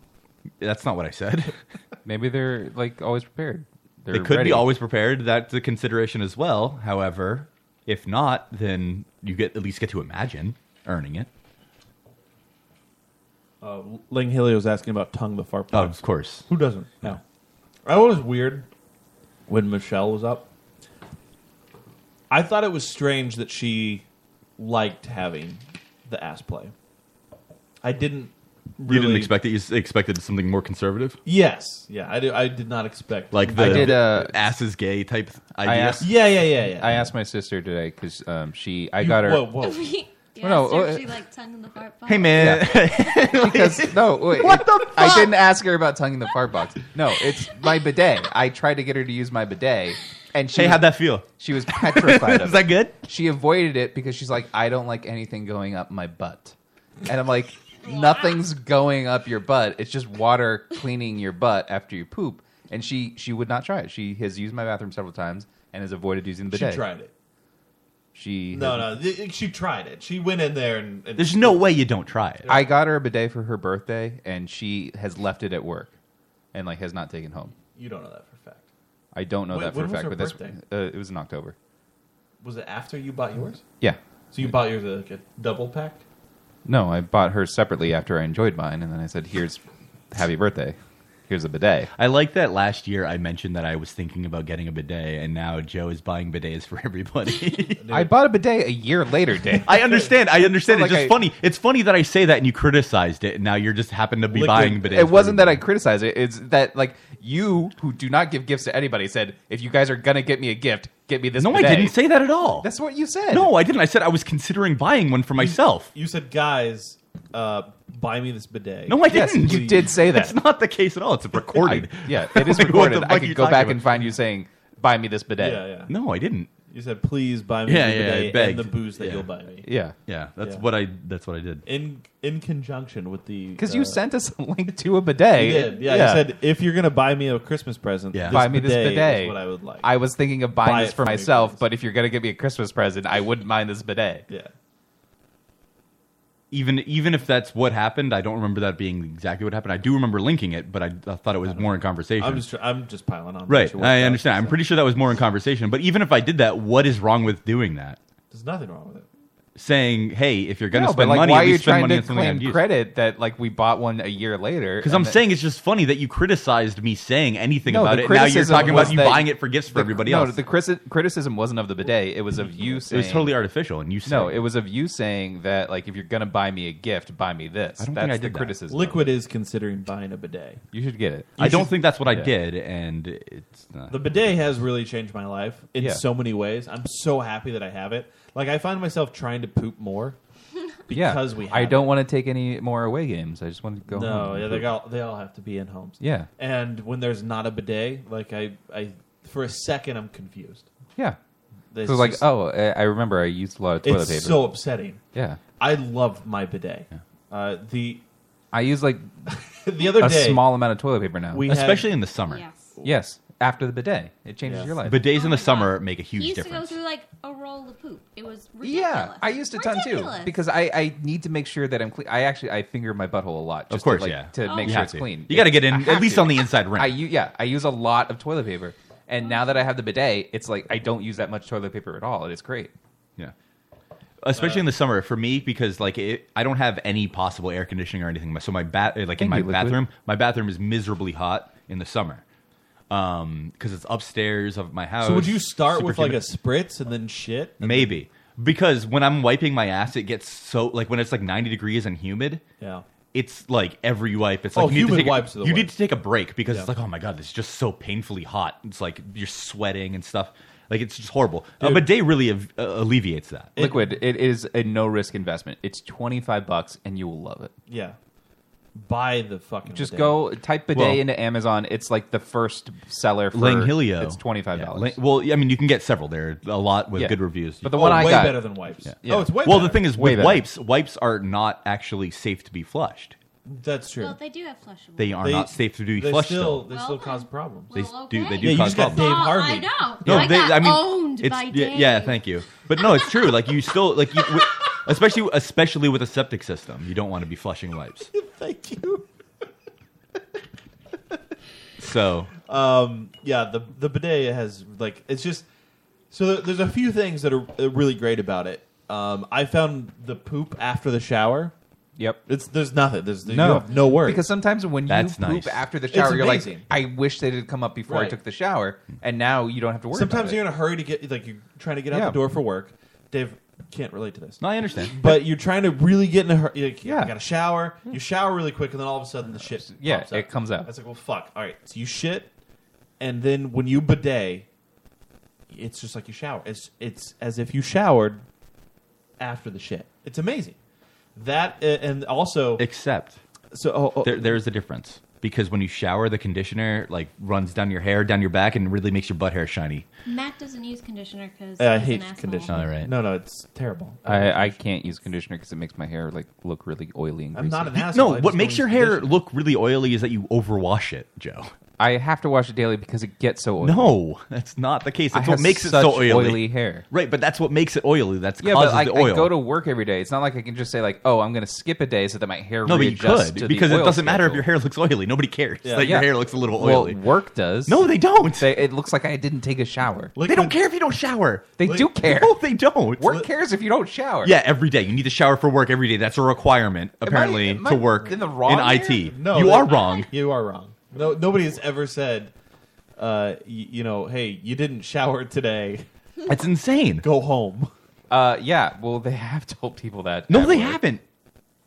S10: That's not what I said.
S11: [laughs] Maybe they're like always prepared. They're
S10: they could
S11: ready.
S10: be always prepared. That's a consideration as well. However, if not, then you get at least get to imagine earning it.
S9: Uh, Ling Helio's asking about tongue the fart.
S10: Oh, of course.
S9: Who doesn't? No. I was weird when Michelle was up. I thought it was strange that she liked having the ass play. I didn't. Really,
S10: You didn't expect it. You s- expected something more conservative,
S9: Yes. Yeah. I, do, I did not expect.
S10: like the
S11: I did, uh,
S10: ass is gay type idea.
S11: I asked,
S9: Yeah, yeah, yeah, yeah.
S11: I asked my sister today because um, she, I
S9: You-
S11: got her.
S12: [laughs]
S9: whoa, whoa.
S11: [laughs]
S12: You
S11: Well, no,
S12: asked her if
S11: uh,
S12: she liked tongue in the fart box.
S11: Hey, man.
S10: [laughs]
S11: because no, wait,
S12: What the
S11: I
S12: fuck?
S11: didn't ask her about tongue in the fart box. No, it's my bidet. I tried to get her to use my bidet, and she
S10: Hey, how'd that feel?
S11: She was
S10: [laughs] Was
S11: petrified. of
S10: that
S11: it.
S10: good?
S11: She avoided it because she's like, I don't like anything going up my butt, and I'm like, nothing's going up your butt. It's just water cleaning your butt after you poop. And she she would not try it. She has used my bathroom several times and has avoided using the
S9: She
S11: bidet.
S9: tried it.
S11: She
S9: No, no. th- She tried it. She went in there and. and
S10: There's no way you don't try it.
S11: I got her a bidet for her birthday, and she has left it at work, and like has not taken home.
S9: You don't know that for a fact.
S11: I don't know
S9: Wait,
S11: that for
S9: when
S11: a
S9: was
S11: fact,
S9: her
S11: but that's
S9: birthday?
S11: uh, it was in October.
S9: Was it after you bought yours?
S11: Yeah.
S9: So you bought yours like a double pack?
S11: No, I bought her separately after I enjoyed mine, and then I said, "Here's happy birthday. Here's a bidet."
S10: I like that last year I mentioned that I was thinking about getting a bidet, and now Joe is buying bidets for [laughs] everybody.
S11: I bought a bidet a year later, Dave.
S10: I understand. I understand.
S11: Like
S10: it's just
S11: I-
S10: funny. It's funny that I say that and you criticized it, and now you're just happen to be
S11: Liquid-
S10: buying bidets.
S11: It wasn't that I criticized it. It's that like you, who do not give gifts to anybody, said, "If you guys are gonna get me a gift, get me this."
S10: No, I
S11: bidet."
S10: didn't say that at all.
S11: That's what you said.
S10: No, I didn't. I said I was considering buying one for myself.
S9: You said, guys, uh, buy me this bidet.
S10: No, I didn't.
S9: please.
S10: That's not the case at all. It's
S11: [laughs]
S10: recorded. [laughs]
S11: I- yeah, it is
S10: Like, what the
S11: recorded.
S10: fuck
S11: I
S10: are you
S11: could go
S10: talking
S11: back
S10: about?
S11: and find you saying, "Buy me this bidet."
S9: Yeah, yeah.
S10: No, I didn't.
S9: You said, please buy me
S10: Yeah,
S9: the
S10: yeah, I
S9: bidet
S10: begged.
S9: and the booze that
S10: Yeah.
S9: you'll buy me.
S11: Yeah.
S10: Yeah, that's
S9: Yeah.
S10: what I. That's what I did.
S9: In in conjunction with the.
S11: Because
S9: uh,
S11: you sent us a link to a
S9: You
S11: bidet.
S9: did. Yeah, you said, if you're going to buy me a Christmas present, this
S11: buy me this
S9: bidet
S11: bidet.
S9: is what I would like.
S11: I was thinking of buying
S9: Buy
S11: this
S9: it
S11: for
S9: for me,
S11: myself, but if you're gonna give me a Christmas present, I wouldn't mind this bidet.
S9: Yeah.
S10: Even even if that's what happened, I don't remember that being exactly what happened. I do remember linking it, but I, I thought it was more in conversation.
S9: I'm just, I'm just piling on.
S10: right.
S9: Sure what
S10: I
S9: that-
S10: understand. I'm pretty sure that was more in conversation. But even if I did that, what is wrong with doing that?
S9: There's nothing wrong with it.
S10: Saying, hey, if you're going
S11: No,
S10: to
S11: but
S10: spend
S11: like,
S10: money,
S11: why
S10: at
S11: are you
S10: least spend
S11: trying
S10: money
S11: to
S10: on something I'd
S11: claim
S10: use.
S11: credit that like we bought one a year later?
S10: Because
S11: and
S10: I'm
S11: that-
S10: saying it's just funny that you criticized me saying anything
S11: No,
S10: about
S11: the
S10: it. and Now you're
S11: criticism
S10: talking
S11: was
S10: about you
S11: that-
S10: buying it for gifts for
S11: the-
S10: everybody
S11: no,
S10: else.
S11: the crisi- criticism wasn't of the bidet; it was of you
S10: it
S11: saying
S10: was totally artificial, and you said
S11: No, it was of you saying that like if you're gonna buy me a gift, buy me this.
S10: I don't think
S11: That's
S10: I
S11: the
S10: did that. [laughs]
S11: criticism.
S9: Liquid is considering buying a bidet.
S11: You should get it.
S10: I don't think that's what I
S9: Yeah.
S10: did, and it's not.
S9: The bidet has really changed my life in
S10: Yeah.
S9: so many ways. I'm so happy that I have it. Like I find myself trying to poop more because
S11: yeah,
S9: we. Have
S11: I don't
S9: it.
S11: want to take any more away games. I just want to go.
S9: no,
S11: home.
S9: yeah, they all they all have to be in homes.
S11: Yeah.
S9: and when there's not a bidet, like I, I for a second I'm confused.
S11: Yeah.
S9: It's
S11: so like,
S9: just-
S11: oh, I I remember I used a lot of toilet
S9: it's
S11: paper.
S9: so upsetting.
S11: Yeah.
S9: I love my bidet. Uh, the
S11: I use like
S9: [laughs] the other
S11: a
S9: day
S11: small amount of toilet paper now,
S9: We had- Especially
S10: in the summer. Yes.
S11: Yes, after the bidet, it changes
S10: Yes.
S11: your life.
S10: Bidets in the summer make a
S12: You
S10: huge
S12: used to go through like a roll of poop. It was ridiculous.
S11: Yeah, I used a ton too
S12: Ridiculous.
S11: because I, I need to make sure that I'm clean. I actually I finger my butthole a lot, just
S10: Of course,
S11: to, like,
S10: yeah.
S11: to
S10: Oh.
S11: make
S10: You
S11: sure
S10: have
S11: it's
S10: to.
S11: clean.
S10: You gotta get in-
S11: I
S10: at
S11: have
S10: least
S11: to.
S10: on the inside ring.
S11: I u- yeah, I use a lot of toilet paper, and now that I have the bidet, it's like I don't use that much toilet paper at all. It is great.
S10: Yeah, especially in the summer for me because like it, I don't have any possible air conditioning or anything. So my bat like in
S11: Thank
S10: my
S11: you, Liquid.
S10: bathroom, my bathroom is miserably hot in the summer because it's upstairs of my house.
S9: So would you start
S10: super
S9: with like a
S10: humid.
S9: spritz and then shit?
S10: maybe because when I'm wiping my ass, it gets so like when it's like 90 degrees and humid.
S9: Yeah.
S10: It's like every wipe. It's
S9: Oh,
S10: like you, need to
S9: humid
S10: take a-
S9: wipes are the
S10: you need to
S9: worst.
S10: take a break because it's
S9: Yeah.
S10: like oh my god, this is just so painfully hot. It's like you're sweating and stuff. Like it's just horrible. Uh,
S11: Dude.
S10: but day really av- uh, alleviates that.
S11: Liquid, it is a no risk investment. It's twenty five bucks, and you will love it.
S9: Yeah. Buy the fucking.
S11: Just
S9: bidet.
S11: go type bidet
S10: Well-
S11: into Amazon. It's like the first seller for
S10: Langhilio.
S11: It's twenty five dollars.
S10: Yeah, Lang- well, I mean, you can get several there, a lot with
S11: Yeah.
S10: good reviews.
S11: But the
S10: one
S11: one Oh, I way got- better
S9: than wipes.
S10: Yeah.
S9: Oh, it's way
S10: Well, the
S9: better.
S10: thing is,
S11: Way
S10: with
S11: better.
S10: wipes, wipes are not actually safe to be flushed.
S9: That's true.
S12: Well, they do have flushable.
S10: They are not safe to be
S9: they
S10: flushed,
S9: Still,
S10: though.
S9: they still cause problems.
S10: They s- do. They
S12: okay.
S10: do
S12: Yeah, you
S10: cause
S12: just got
S10: problems.
S12: Dave Harvey. I know. Oh, I got owned
S10: it's,
S12: by
S10: yeah,
S12: Dave.
S10: yeah, thank you. But no, it's true. Like you still like, you, wi- especially especially with a septic system, you don't want to be flushing
S11: [laughs]
S10: wipes.
S9: Thank you.
S10: So
S9: Um, yeah, the the bidet has like it's just so there- there's a few things that are uh, really great about it. Um, I found the poop after the shower.
S11: Yep,
S9: it's there's nothing. There's no no worries
S11: Because sometimes when
S9: That's
S11: you poop
S9: nice.
S11: after the
S9: It's
S11: shower, you're like,
S9: amazing.
S11: I wish they did come up before I
S9: Right.
S11: took the shower, and now you don't have to worry.
S9: Sometimes
S11: about it.
S9: you're in a hurry to get like you're trying to get out
S11: Yeah.
S9: the door for work. Dave can't relate to this.
S10: No, I understand.
S9: [laughs] But you're trying to really get in a hurry. Like,
S11: Yeah.
S9: yeah,
S11: Hmm.
S9: you got to shower. You shower really quick, and then all of a sudden the shit.
S11: Yeah,
S9: pops
S11: it comes out.
S9: That's like, well, fuck. All right, so you shit, and then when you bidet, it's just like you shower. It's it's as if you showered after the shit. It's amazing. That uh, and also
S10: except
S9: so oh, oh,
S10: there, there is a difference because when you shower, the conditioner like runs down your hair, down your back, and really makes your butt hair shiny.
S12: Matt doesn't use conditioner because
S9: I
S12: he's
S9: hate
S12: an asshole.
S9: conditioner.
S10: All right.
S9: Oh, No, no, it's terrible.
S11: I, I can't use conditioner because it makes my hair like look really oily and greasy.
S9: I'm not an asshole.
S10: No,
S9: I
S10: what
S9: just
S10: makes
S9: don't
S10: your
S9: use
S10: hair look really oily is that you overwash it, Joe.
S11: I have to wash it daily because it gets so oily.
S10: No, that's not the case.
S11: I
S10: That's
S11: have
S10: what makes it
S11: such
S10: so oily.
S11: oily hair.
S10: Right, but that's what makes it oily. That's
S11: Yeah,
S10: causes
S11: but I,
S10: the oil.
S11: I go to work every day. It's not like I can just say like, "Oh, I'm going to skip a day so that my hair."
S10: no, but you
S11: readjusts
S10: could
S11: to the
S10: because it
S11: oil
S10: doesn't matter if
S11: schedule.
S10: your hair looks oily. Nobody cares
S11: Yeah.
S10: that
S11: Yeah.
S10: your hair looks a little
S11: Well,
S10: oily.
S11: work does.
S10: No, they don't.
S11: They, it looks like I didn't take a shower.
S10: they don't care if you don't shower.
S11: They do care.
S10: No, they don't.
S11: Work cares if you don't shower.
S10: Yeah, every day you need to shower for work. Every day that's a requirement apparently
S9: am I
S10: to work
S9: in the wrong here?
S10: IT.
S9: No,
S10: you
S9: that-
S10: are wrong.
S9: You are wrong. No, nobody has ever said, uh, y- you know, hey, you didn't shower today.
S10: That's insane.
S9: Go home.
S11: Uh, yeah. Well, they have told people that.
S10: No,
S11: at
S10: they
S11: work.
S10: haven't.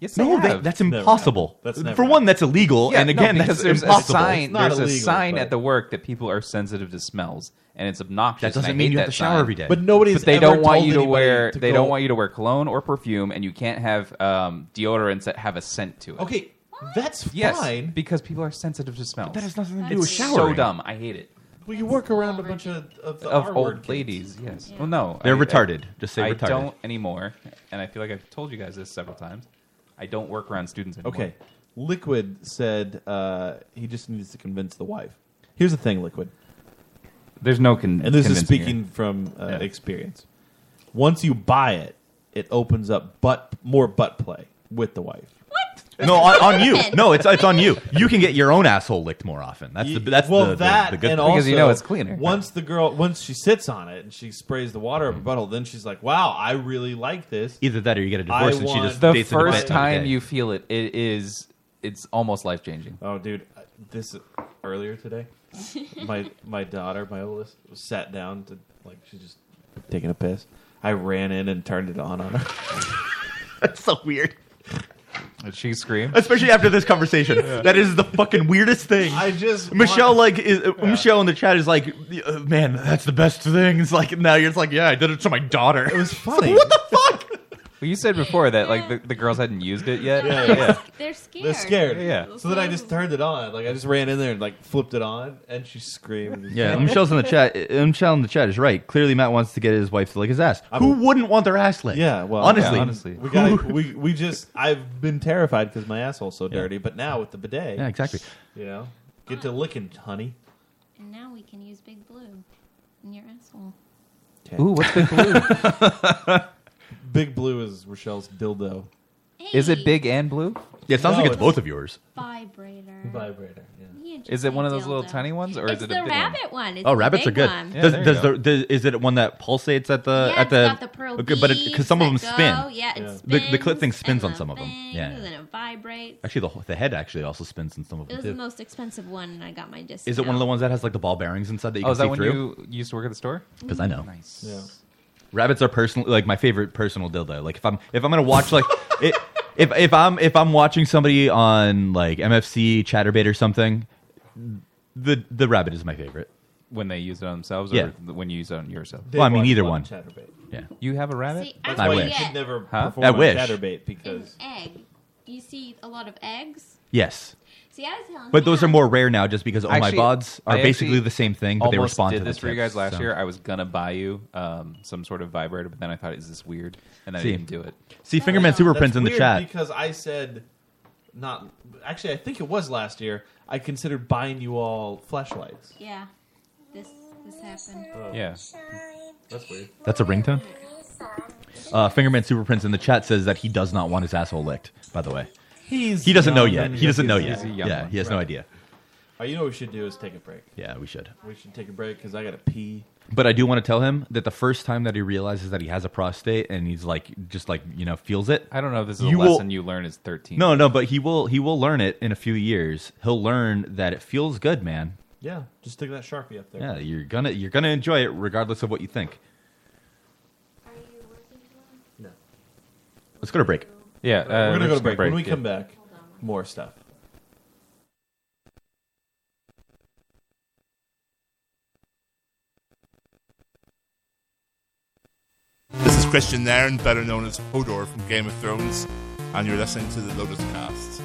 S11: Yes, they
S10: No,
S11: have.
S10: they, that's impossible.
S11: That's never
S10: for one, that's illegal,
S11: Yeah,
S10: and
S11: no,
S10: again,
S11: because
S10: that's
S11: there's
S10: impossible.
S11: a sign.
S10: It's not
S11: There's a
S10: illegal,
S11: sign
S10: but-
S11: at the work that people are sensitive to smells, and it's obnoxious.
S10: That doesn't
S11: and I
S10: mean
S11: hate
S10: you have
S11: that
S10: to shower
S11: sign.
S10: every day.
S11: But
S10: But
S9: nobody's
S11: But they
S9: ever
S11: don't want
S9: told
S11: you to
S9: anybody
S11: wear.
S9: to
S11: they
S9: go-
S11: don't want you to wear cologne or perfume, and you can't have um, deodorants that have a scent to it.
S9: Okay, that's
S11: Yes,
S9: fine.
S11: because people are sensitive to smells.
S9: that has nothing to do
S11: It's
S9: with
S11: So
S9: showering.
S11: dumb. I hate it.
S9: Well, you work around a bunch of, of the
S11: of
S9: R
S11: old
S9: word kids.
S11: ladies, yes. Well, no,
S10: They're
S11: I- I-
S10: retarded. Just say
S11: I
S10: retarded.
S11: don't anymore, and I feel like I've told you guys this several times. I don't work around students anymore.
S9: Okay. Liquid said uh, he just needs to convince the wife. Here's the thing, Liquid.
S11: There's no con-
S9: And this is
S11: convincing
S9: speaking from uh,
S11: Yeah.
S9: experience. Once you buy it, it opens up butt more butt play with the wife.
S10: No, on, on you. No, it's it's on you. You can get your own asshole licked more often. That's the that's
S9: well,
S10: the, the-
S9: that
S10: the good
S9: and
S10: thing.
S9: also Once the girl, once she sits on it and she sprays the water up her butthole, then she's like, "Wow, I really like this."
S10: Either that or you get a
S9: I
S10: divorce and she
S9: want-
S10: just
S11: the
S10: dates a
S11: first
S10: dependent on the
S11: time
S10: day.
S11: you feel it, it is it's almost life changing.
S9: Oh, dude, this earlier today, my my daughter, my oldest, sat down to like she just taking a piss. I ran in and turned it on on her.
S10: [laughs] That's so weird.
S11: Did she scream?
S10: Especially after this conversation,
S11: [laughs]
S10: that is the fucking weirdest thing. I
S9: just
S10: Michelle like is, uh, Michelle in the chat is like, "Uh, man, that's the best thing. It's like now you're just like, yeah, I did it to my daughter. It was
S9: funny.
S10: what the fuck?
S11: [laughs] Well, you said before that like the, the girls hadn't used it yet.
S9: Yeah, yeah, yeah.
S12: They're scared.
S9: They're scared.
S11: Yeah.
S9: So then I just turned it on. Like I just ran in there and like flipped it on, and she screamed.
S10: [laughs] Yeah, Michelle's in the chat. uh, Michelle in the chat is right. Clearly, Matt wants to get his wife to lick his ass. Who wouldn't want their ass licked?
S9: Yeah. Well,
S10: honestly,
S9: yeah, honestly, we got we we just I've been terrified because my asshole's so dirty, but now with the bidet,
S10: Yeah, exactly.
S9: You know, get to licking,
S10: [laughs]
S9: honey.
S12: And now we can use Big Blue in your asshole.
S11: Ooh, what's Big Blue?
S9: Big Blue is Rochelle's dildo.
S11: Is it big and blue?
S10: Yeah, it sounds like it's both of yours.
S12: Vibrator.
S9: Vibrator.
S12: Yeah, just
S11: Is it one of those
S12: dildo.
S11: little tiny ones, or
S12: It's
S11: is it
S12: the
S11: a big
S12: rabbit
S11: one?
S12: one. It's
S10: oh,
S12: the
S10: rabbits are
S12: big
S10: good.
S12: one.
S10: does
S11: Yeah, there
S10: does
S11: you
S10: the, does- is it one that pulsates at the
S12: Yeah,
S10: at
S12: it's
S10: the?
S12: got the pearl
S10: okay, but because some of them
S12: beads
S10: spin.
S12: that go. Yeah, it
S10: the the clit
S12: spins
S10: thing
S12: and
S10: spins on
S12: the
S10: some of them.
S12: thing,
S10: Yeah.
S12: And then it vibrates.
S10: Actually, the whole- the head actually also spins in some of
S12: It
S10: them
S12: was the
S10: too.
S12: most expensive one, and I got my disc.
S10: Is it one of the ones that has like the ball bearings inside that you
S11: Oh,
S10: can
S11: is that
S10: see
S11: when
S10: through?
S11: you used to work at the store?
S10: Because I know.
S11: Nice.
S10: Rabbits are personally like my favorite personal dildo. Like if I'm if I'm gonna watch like [laughs] it, if if I'm if I'm watching somebody on like MFC Chatterbait or something, the the rabbit is my favorite.
S11: When they use it on themselves,
S10: Yeah.
S11: or th- when you use it on yourself?
S10: Well, I mean either one. Yeah.
S11: You have a rabbit?
S12: See,
S10: That's I why you wish.
S9: could never
S10: perform I on wish.
S9: Chatterbait
S12: An egg. You see a lot of eggs.
S10: Yes.
S12: See, I was telling
S10: But those are
S12: him-
S10: more rare now, just because oh my
S11: Actually,
S10: bods are
S11: I
S10: basically
S11: actually
S10: the same thing, but they
S11: almost
S10: respond
S11: did
S10: to the
S11: this for you
S10: tips,
S11: guys last
S10: so.
S11: year. I was gonna buy you um, some sort of vibrator, but then I thought, is this weird? And I
S10: See.
S11: didn't do it.
S10: See, Fingerman Superprint's
S9: That's
S10: in the
S9: weird
S10: chat.
S9: because I said not. Actually, I think it was last year. I considered buying you all flashlights.
S12: Yeah. This this happened.
S9: Oh.
S11: Yeah.
S9: That's weird.
S10: That's a ringtone. Uh, Fingerman Superprint's in the chat says that he does not want his asshole licked. By the way,
S9: He's
S10: he doesn't know
S9: young
S10: yet.
S9: and
S10: He doesn't know
S9: he's-
S10: yet.
S9: he's a young
S10: Yeah,
S9: one.
S10: he has no
S9: Right.
S10: idea.
S9: Oh, you know what we should do is take a break.
S10: Yeah, we should.
S9: We should take a break because I got to pee.
S10: But I do want to tell him that the first time that he realizes that he has a prostate and he's like, just like you know, feels it.
S11: I don't know if this is
S10: You
S11: a
S10: will-
S11: lesson you learn as thirteen.
S10: No, no, but he will. He will learn it in a few years. He'll learn that it feels good, man.
S9: Yeah, just stick that sharpie up there.
S10: Yeah, you're gonna you're gonna enjoy it regardless of what you think.
S9: No.
S10: Let's go to break.
S11: Yeah,
S9: we're gonna go to Uh, break. When we come back, more stuff.
S13: This is Christian Nairn, better known as Hodor from Game of Thrones, and you're listening to the Lotus Cast.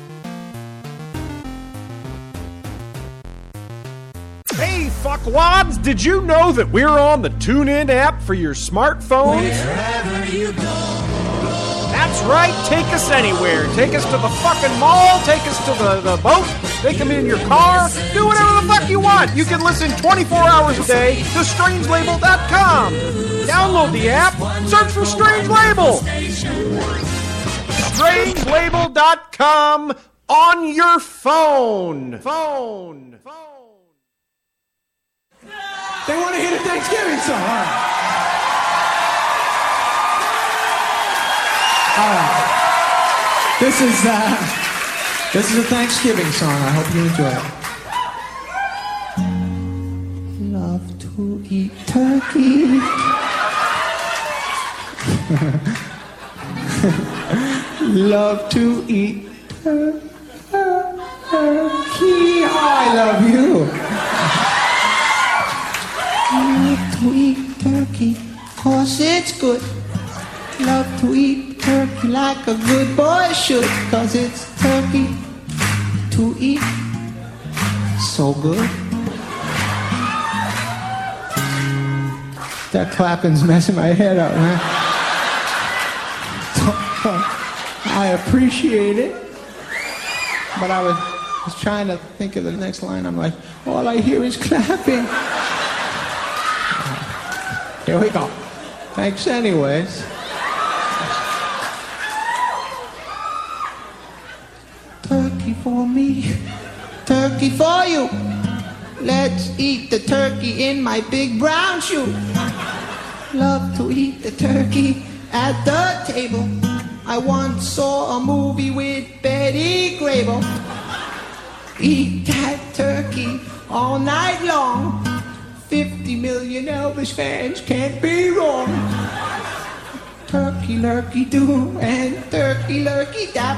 S14: Hey, fuckwads! Did you know that we're on the TuneIn app for your smartphone? That's right. Take us anywhere. Take us to the fucking mall. Take us to the, the boat. Take them in your car. Do whatever the fuck you want. You can listen 24 hours a day to strangelabel.com. Download the app. Search for Strange Label. Strangelabel.com on your phone. Phone.
S15: They want to hear the Thanksgiving song. All right. This is uh, this is a Thanksgiving song. I hope you enjoy it. Love to eat turkey. [laughs] love to eat tur- tur- turkey. I love you. Love to eat turkey, cause it's good. Love to eat turkey like a good boy should, cause it's turkey to eat. So good. That clapping's messing my head up, man. I appreciate it. But I was, was trying to think of the next line. I'm like, all I hear is clapping. Here we go. Thanks, anyways. Turkey for me, turkey for you. Let's eat the turkey in my big brown shoe. Love to eat the turkey at the table. I once saw a movie with Betty Grable. Eat that turkey all night long. 50 million Elvis fans can't be wrong. Turkey lurkey do and turkey lurkey dap.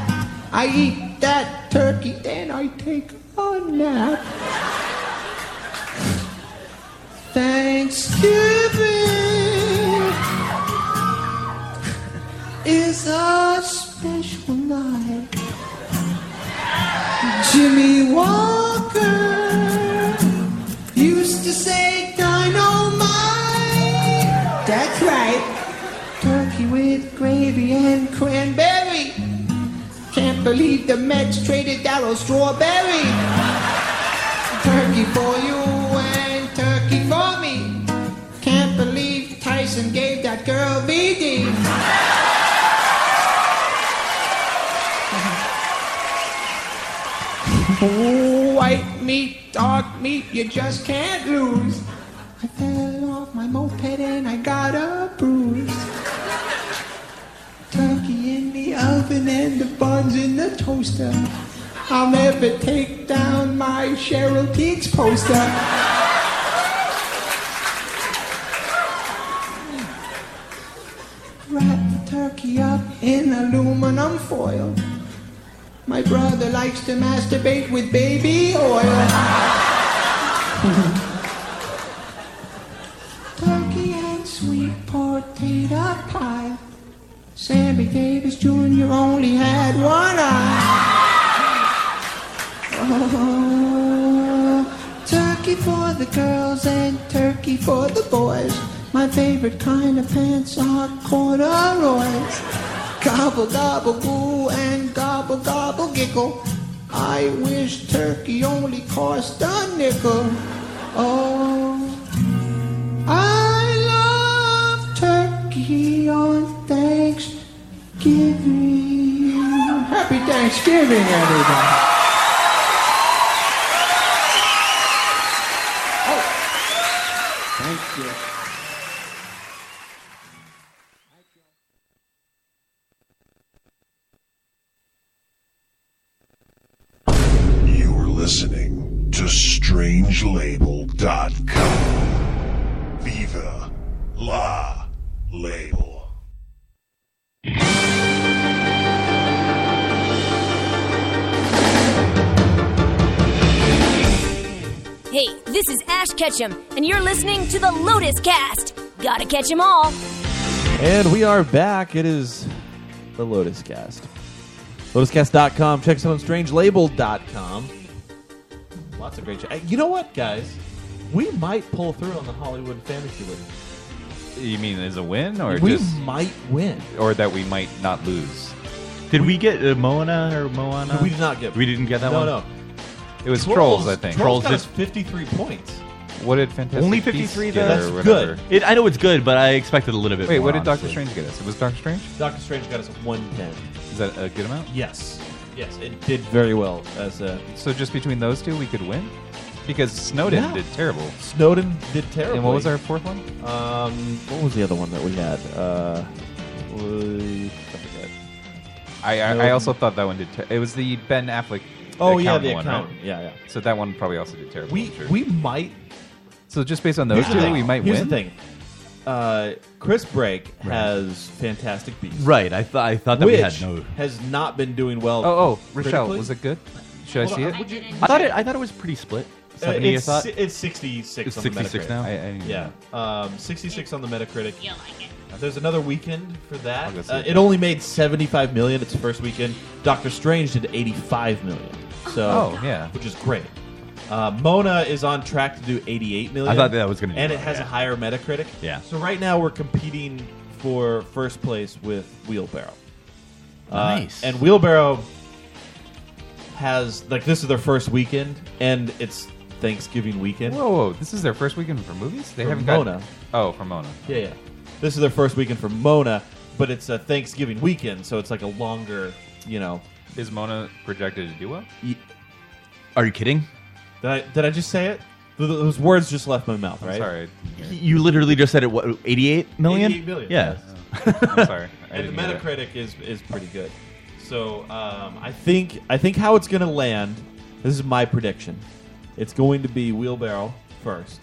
S15: I eat that turkey, then I take a nap. Thanksgiving. is a special night. Jimmy Walker used to say dynamite. That's right. Turkey with gravy and cranberry. Can't believe the Mets traded Darryl Strawberry. Turkey for you and turkey for me. Can't believe Tyson gave that girl BD. White meat, dark meat, you just can't lose. I fell off my moped and I got a bruise. Turkey in the oven and the buns in the toaster. I'll never take down my Cheryl Teague's poster. Wrap the turkey up in aluminum foil. My brother likes to masturbate with baby oil. Turkey and sweet potato pie. Sammy Davis Jr. only had one eye. Oh, turkey for the girls and turkey for the boys. My favorite kind of pants are corduroys. Gobble, gobble, boo, and gobble, gobble, giggle. I wish turkey only cost a nickel. Oh, I love turkey on Thanksgiving. Happy Thanksgiving, everybody. Thank you.
S16: You're listening to Strangelabel.com. Viva La Label.
S17: Hey, this is Ash Ketchum, and you're listening to the Lotus Cast. Gotta catch 'em all.
S9: And we are back. It is the Lotus Cast. LotusCast.com. Check us out on strangelabel.com. Lots of great shit. Hey, You know what, guys? We might pull through on the Hollywood Fantasy League.
S11: You mean as a win, or
S9: we
S11: just
S9: might win.
S11: or that we might not lose?
S10: Did we get uh, Moana or Moana?
S9: We did not get.
S10: We didn't get that
S9: no,
S10: one.
S9: No,
S11: It was Trolls, I think.
S10: Trolls
S9: Trolls, got
S10: did-
S9: us 53 points.
S11: What did Fantastic
S10: Only
S11: Beasts
S10: 53
S11: get,
S10: though.
S11: or
S10: That's
S11: whatever?
S10: good. It, I know it's good, but I expected a little bit.
S11: Wait,
S10: more,
S11: what did Doctor
S10: honestly.
S11: Strange get us? It was Doctor Strange.
S9: Doctor Strange got us 110.
S11: Is that uh, a good amount?
S9: Yes. Yes, it did very well as a.
S11: So just between those two, we could win, because Snowden
S9: Yeah.
S11: did terrible.
S9: Snowden did terrible.
S11: And what was our fourth one?
S9: Um, what was the other one that we had? Uh, was, I forget.
S11: I I, I
S9: Snowden.
S11: also thought that one did. Ter- it was the Ben Affleck.
S9: Oh, yeah,
S11: accountant
S9: the
S11: one, right?
S9: accountant. Yeah, yeah.
S11: So that one probably also did terrible.
S9: We
S11: I'm sure.
S9: we might.
S11: So just based on those
S9: Here's the
S11: two,
S9: thing.
S11: we might
S9: Here's
S11: win.
S9: the thing. Uh, Chris Brake has Fantastic Beasts.
S10: Right, I thought I thought that we had
S9: which
S10: no-
S9: Has not been doing well.
S11: Oh, oh, Rochelle,
S9: critically.
S11: was it good? Should I
S9: Hold
S11: see
S9: on,
S11: it?
S9: would you-
S10: I thought it. I thought it was pretty split.
S9: Uh,
S10: Seventy, I
S9: it's,
S10: thought.
S9: si- it's 66
S10: It's
S9: on the
S10: 66
S9: Metacritic.
S10: now? I-
S11: I-
S9: yeah. Um, 66 on the Metacritic. You like it. There's another weekend for
S11: I'll go
S9: that.
S11: see
S9: Uh,
S11: it.
S9: it only made 75 million its first weekend. Doctor Strange did 85 million. So,
S11: Oh, yeah.
S9: which is great. Uh, Mona is on track to do 88 million.
S10: I thought that was gonna do
S9: And it
S10: well,
S9: has
S10: yeah.
S9: a higher Metacritic.
S10: Yeah.
S9: So right now we're competing for first place with Wheelbarrow. Uh,
S10: Nice.
S9: and Wheelbarrow has like this is their first weekend, and it's Thanksgiving weekend.
S11: Whoa, whoa! This is their first weekend for movies. They
S9: For
S11: haven't
S9: Mona.
S11: got. Oh, for Mona.
S9: Yeah, yeah. This is their first weekend for Mona, but it's a Thanksgiving weekend, so it's like a longer, you know.
S11: Is Mona projected to do well?
S10: Are you kidding?
S9: Did I did I just say it? Th- Those words just left my mouth,
S11: I'm
S9: right?
S11: sorry.
S10: You literally just said it. What? Eighty-eight million.
S9: 88 million.
S10: Yeah.
S11: [laughs] I'm sorry. I
S9: [laughs] and the
S11: didn't hear that.
S9: Metacritic is is pretty good. So um, I think I think how it's going to land. This is my prediction. It's going to be wheelbarrow 1st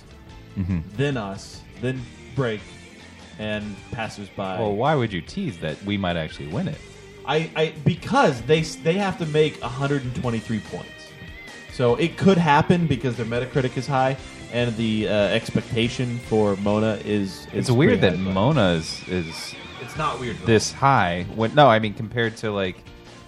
S11: Mhm.
S9: then us, then break, and passersby.
S11: Well, why would you tease that we might actually win it?
S9: I, I because they s- they have to make 123 points, so it could happen because their Metacritic is high, and the uh, expectation for Mona is, is
S11: It's weird
S9: pretty
S11: that
S9: high.
S11: Mona's is.
S9: It's not weird, though.
S11: This high. When, no, I mean compared to like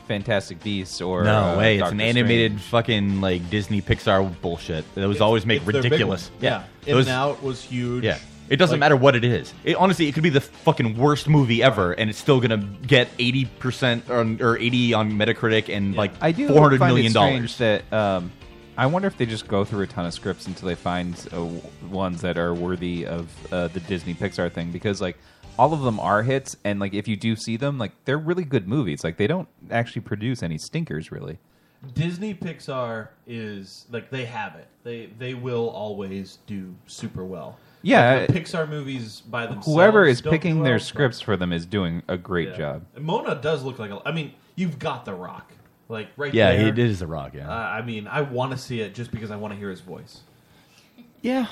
S11: Fantastic Beasts or
S10: no
S11: uh,
S10: way, it's
S11: Doctor
S10: an
S11: Strange.
S10: animated fucking like Disney Pixar bullshit. Those always make
S9: It's their big
S10: ridiculous.
S9: one.
S10: Yeah,
S9: yeah. In
S10: Those-
S9: and Out was huge.
S10: Yeah. It doesn't
S9: Like,
S10: matter what it is. It, honestly, it could be the fucking worst movie ever, and it's still gonna get eighty percent on or eighty on Metacritic and like
S11: I do
S10: four hundred
S11: find
S10: million
S11: it
S10: dollars.
S11: strange That um, I wonder if they just go through a ton of scripts until they find uh, w- ones that are worthy of uh, the Disney Pixar thing because like all of them are hits and like if you do see them like they're really good movies like they don't actually produce any stinkers really.
S9: Disney Pixar is like they have it. They they will always do super well.
S11: Yeah,
S9: Like, the Pixar movies by themselves.
S11: Whoever is
S9: don't do
S11: picking their
S9: well.
S11: scripts for them is doing a great
S9: Yeah.
S11: job.
S9: And Mona does look like a. I mean, you've got the Rock, like right.
S10: Yeah,
S9: there.
S10: he- it is The Rock, yeah.
S9: uh, I mean, I want to see it just because I want to hear his voice.
S10: Yeah.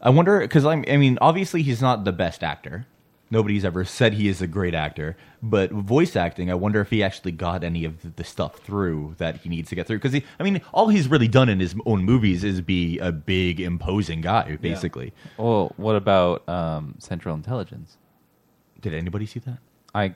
S10: I wonder because I mean, obviously he's not the best actor. Nobody's ever said he is a great actor, but voice acting, I wonder if he actually got any of the stuff through that he needs to get through. Because I mean, all he's really done in his own movies is be a big, imposing guy, basically.
S11: Well, what about um, Central Intelligence?
S10: Did anybody see that?
S11: I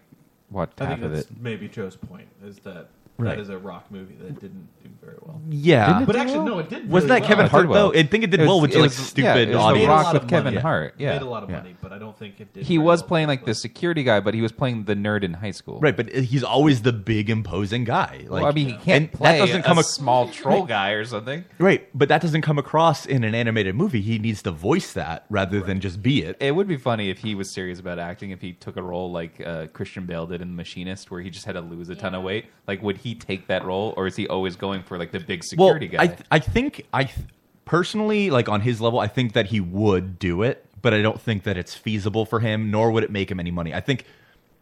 S11: watched
S9: I
S11: half
S9: think
S11: of
S9: that's
S11: it.
S9: maybe Joe's point is that
S10: Right.
S9: that is a Rock movie that didn't do very well.
S10: Yeah. Didn't it
S9: but
S10: do
S9: actually,
S10: well?
S9: no, it did.
S10: Wasn't
S9: really
S10: that
S11: Oh,
S9: well.
S10: Kevin It Hart, did well. though? It- I think it did well, which is, like, stupid
S11: it was
S10: audience.
S11: The Rock
S10: Made a
S11: with
S10: lot of
S11: Kevin
S10: money.
S11: Hart.
S10: It
S11: Yeah,
S9: made a lot of
S10: Yeah.
S9: money, but I don't think it did.
S11: He
S9: very
S11: was
S9: well.
S11: playing like the security guy, but he was playing the nerd in high school.
S10: Right, but he's always the big, imposing guy. Like,
S11: well, I mean, he can't
S10: and
S11: play
S10: that doesn't
S11: a
S10: come ac-
S11: [laughs] small troll guy or something.
S10: Right, but that doesn't come across in an animated movie. He needs to voice that rather than just be it.
S11: It would be funny if he was serious about acting. If he took a role like uh, Christian Bale did in The Machinist, where he just had to lose a ton of weight, like would he take that role, or is he always going for like the big security
S10: well, I,
S11: guy?
S10: th- I think I th- personally like on his level, I think that he would do it, but I don't think that it's feasible for him, nor would it make him any money. I think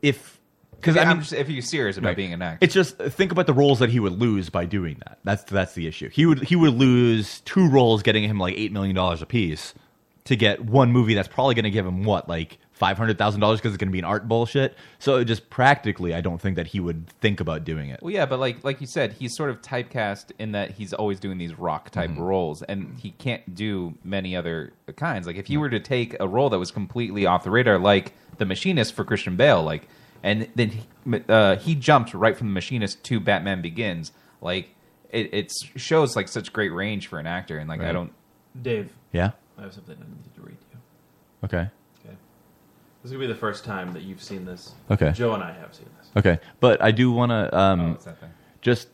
S10: if because
S11: Yeah,
S10: I
S11: I'm
S10: mean,
S11: just- if you're serious about being an actor.
S10: it's just think about the roles that he would lose by doing that. That's that's the issue. He would he would lose two roles, getting him like eight million dollars apiece, to get one movie that's probably going to give him what like five hundred thousand dollars because it's going to be an art bullshit. So it just practically, I don't think that he would think about doing it.
S11: Well, yeah, but like like you said, he's sort of typecast in that he's always doing these rock type
S10: Mm-hmm.
S11: roles, and he can't do many other kinds. Like if you were to take a role that was completely off the radar, like The Machinist for Christian Bale, like, and then he, uh, he jumped right from The Machinist to Batman Begins, like it, it shows like such great range for an actor, and like I
S10: Right.
S11: don't.
S9: Dave.
S10: Yeah?
S9: I have something I need to read you.
S10: Okay.
S9: Okay. This is gonna be the first time that you've seen this.
S10: Okay.
S9: Joe and I have seen this.
S10: Okay, but I do want to
S11: Oh,
S10: um, just.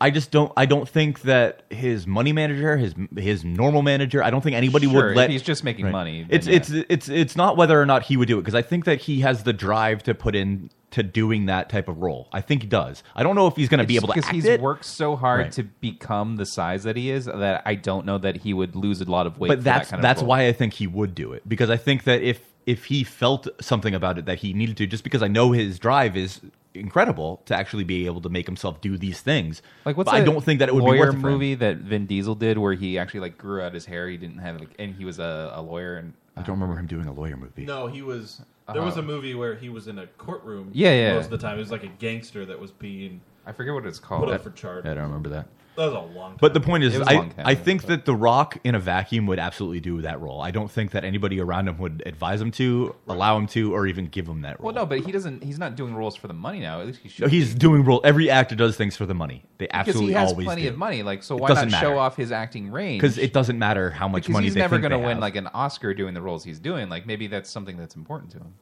S10: I just don't. I don't think that his money manager, his his normal manager. I don't think anybody
S11: Sure,
S10: would
S11: if
S10: let.
S11: he's just making money, then
S10: It's
S11: yeah.
S10: it's it's it's not whether or not he would do it because I think that he has the drive to put in to doing that type of role. I think he does. I don't know if he's going to be
S11: It's
S10: able to
S11: because
S10: act
S11: he's
S10: it.
S11: worked so hard
S10: Right.
S11: to become the size that he is that I don't know that he would lose a lot of weight. for
S10: but that's
S11: that kind of
S10: that's
S11: role.
S10: why I think he would do it because I think that if if he felt something about it that he needed to, just because I know his drive is incredible to actually be able to make himself do these things.
S11: Like what's
S10: But I
S11: that
S10: don't think that it would be
S11: lawyer
S10: worth it for him.
S11: movie that Vin Diesel did where he actually like grew out his hair. He didn't have like, and he was a, a lawyer and
S10: I don't remember him doing a lawyer movie.
S9: No, he was.
S10: Uh-huh.
S9: There was a movie where he was in a courtroom.
S11: Yeah, yeah.
S9: Most of the time, he was like a gangster that was being.
S11: I forget what it's called.
S9: Put up for charge.
S10: I don't remember that.
S9: That was a long. Time.
S10: But the point is,
S9: It was a
S10: I,
S9: long time
S10: I
S9: ago,
S10: think that The Rock in a vacuum would absolutely do that role. I don't think that anybody around him would advise him to, allow him to, or even give him that role.
S11: Well, no, but he doesn't. He's not doing roles for the money now. At least he
S10: No,
S11: should.
S10: he's doing role. Every actor does things for the money. They
S11: because
S10: absolutely
S11: he has
S10: always
S11: plenty
S10: do.
S11: of money. Like, so
S10: It
S11: why not
S10: doesn't
S11: show
S10: matter.
S11: off his acting range?
S10: Because it doesn't matter how much
S11: Because
S10: money
S11: he's
S10: they
S11: never
S10: think
S11: gonna
S10: they
S11: win
S10: have.
S11: like an Oscar doing the roles he's doing. Like maybe that's something that's important to him.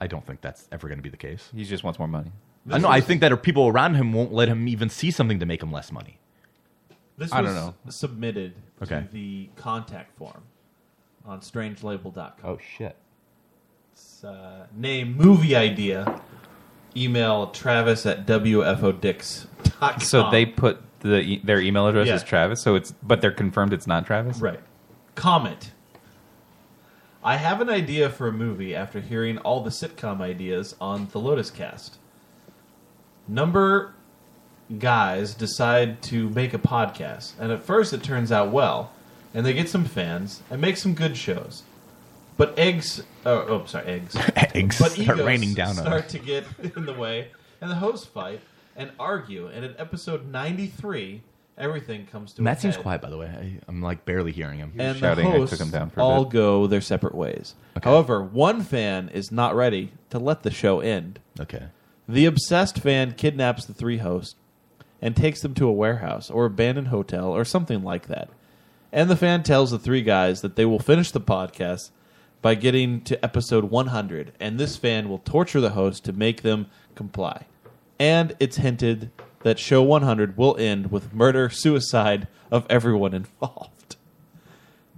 S10: I don't think that's ever going to be the case.
S11: He just wants more money.
S10: I know. I think that people around him won't let him even see something to make him less money.
S9: This
S10: I
S9: was
S10: don't know.
S9: Submitted
S10: Okay.
S9: to the contact form on strangelabel.com.
S10: Oh shit.
S9: It's, uh, name movie idea. Email Travis at wfodix.com.
S11: So they put the e- their email address
S9: Yeah.
S11: is Travis. So it's but they're confirmed it's not Travis.
S9: Right. Comment. I have an idea for a movie after hearing all the sitcom ideas on the Lotus Cast. Number guys decide to make a podcast, and at first it turns out well, and they get some fans and make some good shows. But eggs, oh, oh sorry, eggs,
S10: [laughs] Eggs
S9: but
S10: start
S9: egos
S10: raining down on
S9: start
S10: us.
S9: to get in the way, and the hosts fight and argue. And in episode ninety three, Everything comes to a
S10: Matt seems
S9: head.
S10: quiet, by the way. I, I'm like barely hearing him.
S9: and the hosts all go their separate ways. However, one fan is not ready to let the show end.
S10: Okay.
S9: The obsessed fan kidnaps the three hosts and takes them to a warehouse or abandoned hotel or something like that. And the fan tells the three guys that they will finish the podcast by getting to episode 100, and this fan will torture the host to make them comply. And it's hinted that show 100 will end with murder suicide of everyone involved.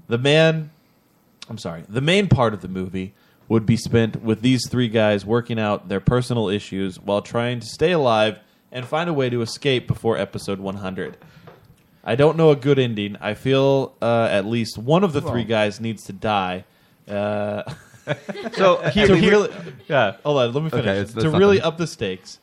S9: The man, I'm sorry, the main part of the movie would be spent with these three guys working out their personal issues while trying to stay alive and find a way to escape before episode 100. I don't know a good ending. I feel uh, at least one of the three
S10: Well-
S9: guys needs to die. Uh,
S10: [laughs] So, here-
S9: [laughs] to
S10: here-
S9: really, yeah, hold on, let me
S10: Okay,
S9: finish.
S10: it's- that's
S9: to
S10: not
S9: really
S10: gonna-
S9: up the stakes,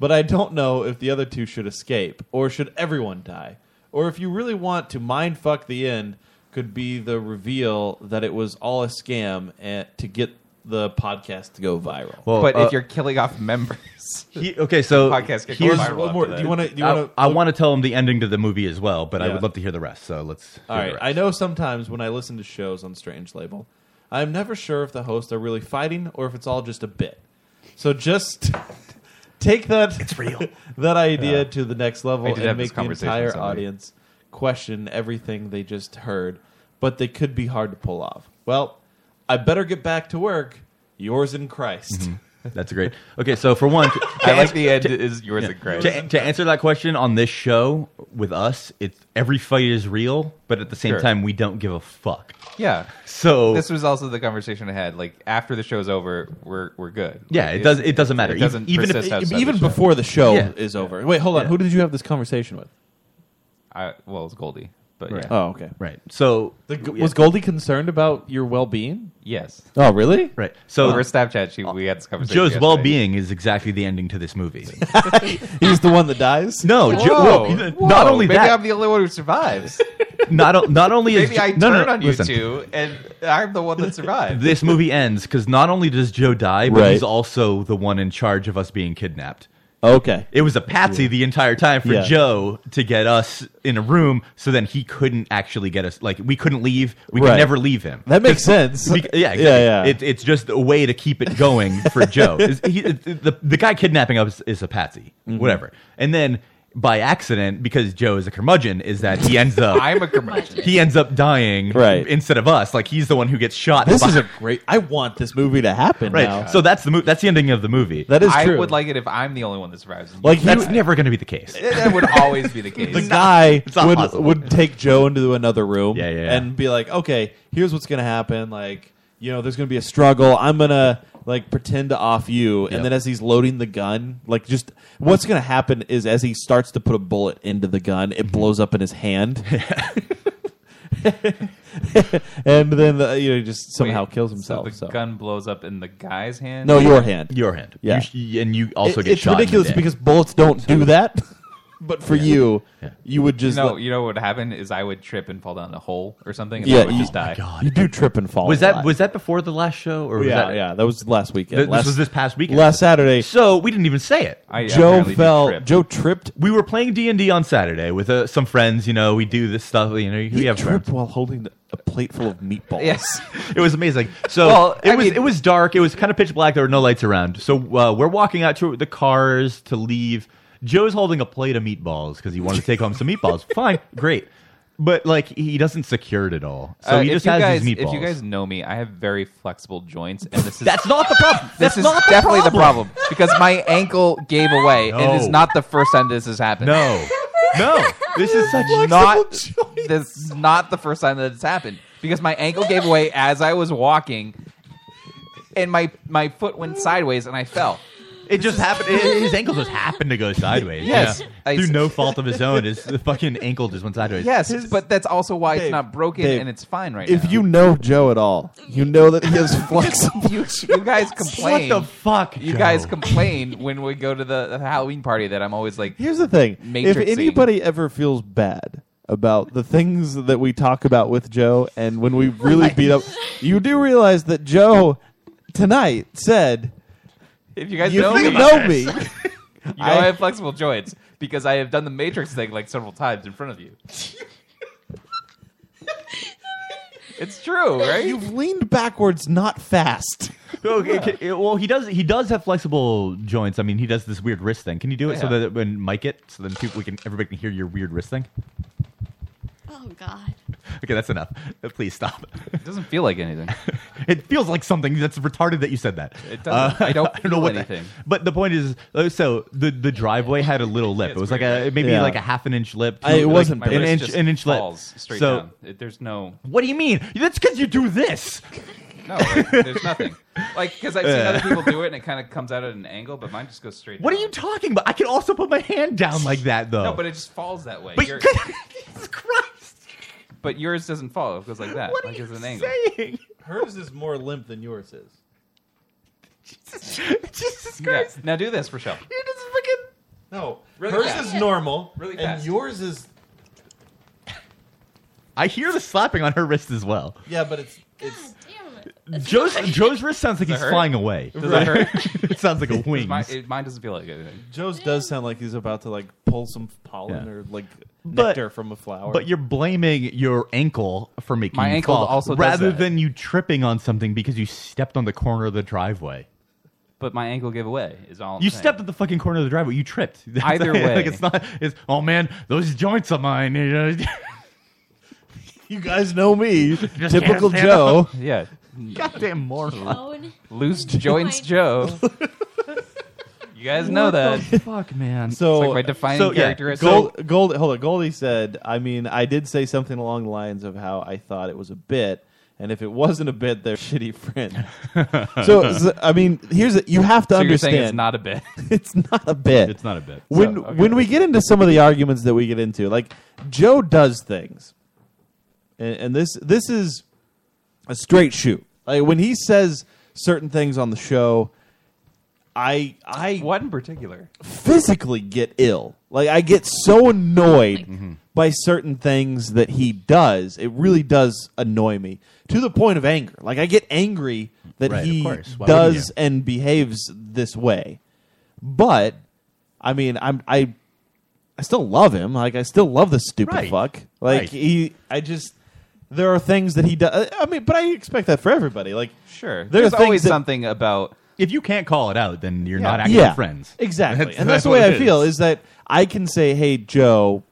S9: but I don't know if the other two should escape or should everyone die. Or if you really want to mind fuck the end, could be the reveal that it was all a scam and, to get the podcast to go viral.
S11: but if you're killing off members,
S10: uh, [laughs] He, okay, so
S11: the podcast gets
S10: here's-
S11: viral
S9: One
S11: after
S9: more-
S11: that.
S9: do you wanna- do you
S10: I-
S9: wanna-
S10: I, want to tell him the ending to the movie as well, but I
S9: Yeah.
S10: would love to hear the rest. So let's.
S9: All
S10: hear the
S9: right. I know sometimes when I listen to shows on Strange Label, I'm never sure if the hosts are really fighting or if it's all just a bit.
S11: [laughs]
S9: So just take that it's real that idea
S11: Yeah.
S9: to the next
S11: I
S9: level
S11: did
S9: and
S11: have this
S9: make the
S11: conversation with
S9: entire
S11: somebody.
S9: audience question everything they just heard, but they could be hard to pull off. Well, I better get back to work. Yours in Christ.
S10: That's great. Okay,
S9: [laughs]
S10: so for one,
S11: I like the end is yours in Christ.
S10: To, to answer that question on this show with us, it's every fight is real, but at the same
S11: Sure.
S10: time, we don't give a fuck.
S11: Yeah.
S10: So
S11: this was also the conversation I had. Like after the show's over, we're we're good.
S10: Yeah,
S11: Like,
S10: it does- it doesn't matter.
S11: It doesn't
S10: Even if-
S11: persist outside
S9: Even
S11: the show.
S9: before the show
S10: Yeah.
S9: is over. Wait, hold on.
S10: Yeah.
S9: Who did you have this conversation with?
S11: I, well, it's Goldie, but
S9: Right.
S11: yeah.
S9: Oh, okay.
S10: Right. So
S9: The, Was Goldie concerned about your well being?
S11: Yes.
S9: Oh, really?
S10: Right. So
S11: over Snapchat, she, we had this conversation.
S10: Joe's
S11: yesterday.
S10: well-being is exactly the ending to this
S11: [laughs]
S10: movie.
S9: He's the one that dies.
S10: No,
S11: Whoa,
S10: Joe, well,
S11: whoa,
S10: not only
S11: maybe
S10: that,
S11: I'm the only one who
S9: [laughs]
S11: survives.
S10: not o- not only is
S11: maybe I
S10: Jo-
S11: turn
S10: no, no, no,
S11: on you
S10: listen.
S11: two, and I'm the one
S9: [laughs]
S11: that survives.
S10: this movie ends because not only does Joe die, but
S9: Right.
S10: he's also the one in charge of us being kidnapped.
S9: Okay.
S10: It was a patsy
S9: Yeah.
S10: the entire time for
S9: Yeah.
S10: Joe to get us in a room, so then he couldn't actually get us. Like we couldn't leave. We could
S9: Right.
S10: never leave him. [laughs]
S9: That makes sense.
S10: Bec- yeah,
S9: Yeah,
S10: exactly.
S9: yeah.
S10: It, it's just a way to keep it going
S9: [laughs]
S10: for Joe. It's- he- it- the, the guy kidnapping us is a patsy,
S9: Mm-hmm.
S10: whatever. And then by accident, because Joe is a curmudgeon, is that he ends up.
S11: I'm a curmudgeon.
S10: Uh, He ends up dying right. instead of us. Like he's the one who gets shot.
S9: This
S10: by-
S9: is a great. I want this movie to happen
S10: right.
S9: now.
S10: So that's the mo- that's the ending of the movie.
S9: That is
S11: I
S9: true.
S11: would like it if I'm the only one that survives. and you
S9: Like, he
S10: that's
S9: would-
S10: never going to be the case.
S11: It- That would
S10: [laughs]
S11: always be the case.
S9: the guy
S10: [laughs] it's not
S9: would
S10: possible.
S9: would take Joe into another room
S10: Yeah, yeah, yeah.
S9: and be like, "Okay, here's what's gonna happen. Like, you know, there's gonna be a struggle. I'm gonna like pretend to off you,
S10: Yep.
S9: and then as he's loading the gun, like, just what's gonna happen is as he starts to put a bullet into the gun,
S10: Mm-hmm.
S9: it blows up in his hand."
S10: [laughs]
S9: [laughs] and then the, you know he just somehow
S11: Wait,
S9: kills
S11: so
S9: himself.
S11: the
S9: so.
S11: gun blows up in the guy's hand.
S9: No, your hand.
S10: Your hand.
S9: Yeah.
S10: You sh- and you also
S9: It-
S10: get
S9: it's
S10: shot in the
S9: ridiculous
S10: dick.
S9: because bullets don't
S10: [laughs]
S9: do that. but for you, you would just
S11: no.
S9: let-
S11: you know what would happen is I would trip and fall down a hole or something. And
S9: yeah,
S11: I would
S9: you,
S11: just die.
S9: you do trip and fall.
S10: Oh was
S9: a
S10: that
S9: lot.
S10: was that before the last show or was
S9: yeah,
S10: that
S9: yeah, that was last weekend.
S10: Th- this
S9: last,
S10: was this past weekend.
S9: Last Saturday,
S10: So we didn't even say it.
S11: I
S9: Joe fell. Joe tripped.
S10: We were playing D and D on Saturday with uh, some friends. You know, we do this stuff. You know, we
S9: He
S10: have friends.
S9: tripped while holding a plate full of meatballs.
S11: Yes.
S10: [laughs] It was amazing. So
S11: Well,
S10: it
S11: I
S10: was
S11: mean-
S10: it was dark. It was kind of pitch black. There were no lights around. So uh, we're walking out to the cars to leave. Joe's holding a plate of meatballs because he wanted to take home some
S9: [laughs]
S10: meatballs. Fine, great. But like he doesn't secure it at all. So
S11: Uh,
S10: he
S11: if
S10: just
S11: you
S10: has
S11: guys,
S10: his meatballs.
S11: If you guys know me, I have very flexible joints, and
S10: [laughs]
S11: this is
S10: That's not the problem.
S11: [laughs] This
S10: That's
S11: is
S10: not the
S11: definitely the
S10: problem.
S11: problem because my ankle gave away. It is
S10: No.
S11: not the first time this has happened.
S10: No. No. This is such
S11: not [laughs] this is not the first time that it's happened because my ankle gave away as I was walking, and my my foot went sideways and I fell.
S10: It just happened. it- His ankle just happened to go sideways.
S11: Yes.
S10: Yeah.
S11: I-
S10: through no fault of his own, his the fucking ankle just went sideways.
S11: Yes, but that's also why
S9: Dave,
S11: it's not broken
S9: Dave,
S11: and it's fine right
S9: if
S11: now.
S9: you know Joe at all, you know that he
S11: [laughs]
S9: has [laughs] flexible.
S11: you, you guys complain.
S10: What the fuck,
S11: You
S10: Joe?
S11: guys complain when we go to the, the Halloween party that I'm always like.
S9: Here's the thing: if
S11: matrixing.
S9: anybody ever feels bad about the things that we talk about with Joe, and when
S11: [laughs]
S9: we really beat up, you do realize that Joe tonight said,
S11: if you guys
S9: "You
S11: know me,
S9: think know
S11: [laughs]
S9: me."
S11: You know
S10: I-
S11: I, have flexible joints because I have done the Matrix thing like several times in front of you. it's true, right?
S18: You've leaned backwards, not fast.
S10: [laughs] Oh, Okay, okay, Well, he does. He does have flexible joints. I mean, he does this weird wrist thing. Can you do it so
S18: Yeah.
S10: that when mic it, so then people we can everybody can hear your weird wrist thing? [laughs]
S12: Oh God.
S10: Okay, that's enough. Uh, Please stop. It
S11: doesn't feel like anything.
S10: [laughs] it feels like something that's retarded that you said that. Uh,
S11: It doesn't.
S10: [laughs]
S11: I don't feel
S10: that-
S11: anything.
S10: but the point is, uh, so the the driveway had a little lip. it was like a maybe
S11: Yeah.
S10: like a half an inch lip.
S11: I- it
S10: like
S11: wasn't My big.
S10: an
S11: wrist
S10: inch
S11: just
S10: an inch lip.
S11: falls straight
S10: so
S11: down. It- there's no-
S10: What do you mean? That's because you do this.
S11: No,
S10: [laughs]
S11: like, there's nothing. Like because I've seen
S10: Yeah.
S11: other people do it and it kind of comes out at an angle, but mine just goes straight.
S10: What are
S11: down.
S10: you talking about? I can also put my hand down like that though.
S11: No, but it just falls that way.
S10: But
S11: Your-
S10: Jesus Christ!
S11: But yours doesn't fall. It goes [laughs] like that. like it's an angle.
S10: saying?
S9: Hers is more limp than yours is.
S10: Jesus
S11: Yeah. Now do this, Rochelle.
S9: No,
S11: Really
S9: hers
S11: fast.
S9: is normal,
S11: Really
S9: and
S11: fast.
S9: yours is
S10: I hear the slapping on her wrist as well.
S9: yeah, but it's it's
S10: Joe's Joe's wrist sounds like
S9: Does
S10: he's
S9: it hurt?
S10: flying away.
S9: Does it
S11: hurt?
S10: [laughs] it sounds like a
S9: Does
S10: wing.
S11: Mine, it, mine doesn't feel like anything.
S9: Joe's does sound like he's about to like pull some pollen
S10: Yeah.
S9: or like
S10: But-
S9: nectar from a flower.
S10: But you're blaming your ankle for making
S9: My
S10: you
S9: ankle
S10: fall,
S9: also does
S10: rather
S9: that.
S10: than you tripping on something because you stepped on the corner of the driveway.
S11: But my ankle gave away. Is all. I'm
S10: you
S11: saying.
S10: stepped at the fucking corner of the driveway. You tripped. [laughs] That's-
S11: Either
S10: like
S11: way.
S10: it's not. It's oh man, those joints of mine. [laughs] You know.
S18: You guys know me.
S10: can't
S18: Typical
S10: stand
S18: Joe.
S10: up.
S11: Yeah.
S10: Goddamn moron.
S11: Loose joints, Joe. You guys know that.
S10: fuck, man.
S9: So
S11: it's like my defining
S9: so, yeah,
S11: characteristic.
S9: Gold, Gold, hold on. Goldie said, "I mean, I did say something along the lines of how I thought it was a bit, and if it wasn't a bit, they're [laughs]
S10: [laughs]
S9: shitty friends." so, so, I mean, here's a, you have to
S11: So you're
S9: understand.
S11: saying it's not a bit.
S9: [laughs] it's not a bit.
S10: It's not a bit.
S9: When
S11: So, okay.
S9: when we get into some of the arguments that we get into, like Joe does things, and, and this this is a straight shoot. Like when he says certain things on the show, I I
S11: what in particular?
S9: physically get ill. Like I get so annoyed
S18: mm-hmm.
S9: by certain things that he does. It really does annoy me to the point of anger. Like I get angry that
S18: Right, of
S9: he
S18: course. Why wouldn't
S9: does and behaves this way. But I mean, I'm I I still love him. Like I still love this stupid
S18: Right.
S9: fuck. Like
S18: Right.
S9: he I just there are things that he does. I mean, but I expect that for everybody. Like
S11: Sure.
S9: there
S11: There's
S9: are things
S11: always
S9: that-
S11: something about.
S10: If you can't call it out, then you're
S11: Yeah.
S10: not actually
S9: yeah,
S10: friends. [laughs]
S9: Exactly.
S10: That's-
S9: and that's,
S10: that's
S9: the
S10: what
S9: way
S10: it
S9: I feel
S10: is.
S9: is that I can say, "Hey Joe,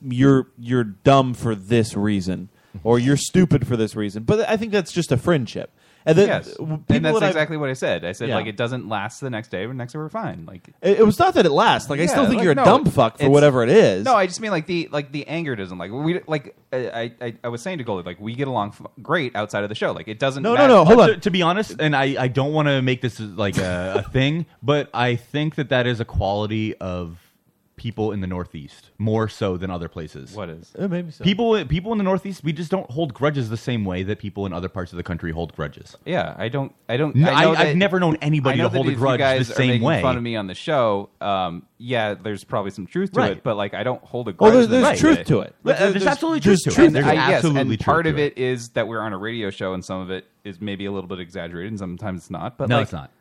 S9: you're you're dumb for this reason or you're stupid for this reason." But I think that's just a friendship. And then
S11: yes.
S9: people
S11: And that's
S9: that I've-
S11: exactly what I said. I said
S9: Yeah.
S11: like it doesn't last the next day, but next day we're fine. Like
S9: it, it was not that it lasts. Like I
S11: Yeah,
S9: still think
S11: like,
S9: you're a
S11: no,
S9: dumb fuck for
S11: it's-
S9: whatever it is.
S11: No, I just mean like the like the anger doesn't like we like I I, I was saying to Goldie like we get along f- great outside of the show. Like it doesn't. matter.
S10: uh, To, to be honest, and I, I don't want to make this uh, like a, a thing, but I think that that is a quality of people in the Northeast more so than other places. What
S11: is?
S9: Uh, maybe so.
S10: People people in the Northeast, we just don't hold grudges the same way that people in other parts of the country hold grudges.
S11: Yeah, I don't. I don't.
S10: No,
S11: I know
S10: I- I've
S11: that-
S10: never known anybody
S11: I know
S10: to hold
S11: that
S10: a
S11: if
S10: grudge
S11: you guys
S10: the
S11: are
S10: same
S11: making
S10: way.
S11: Fun of me on the show. Um, yeah, there's probably some truth to
S10: Right.
S11: it, but like I don't hold a
S9: Oh,
S11: grudge.
S9: there's-
S11: the
S9: there's
S11: same
S9: truth
S11: way.
S9: to it. There- uh, There's there's- absolutely there's truth to it.
S11: And
S9: truth to
S11: I-
S9: it.
S11: yes,
S9: Absolutely
S11: and
S9: truth
S11: part
S9: to
S11: of it is that we're on a radio show, and some of it is maybe a little bit exaggerated, and sometimes it's not. But
S10: no,
S11: like,
S10: it's not.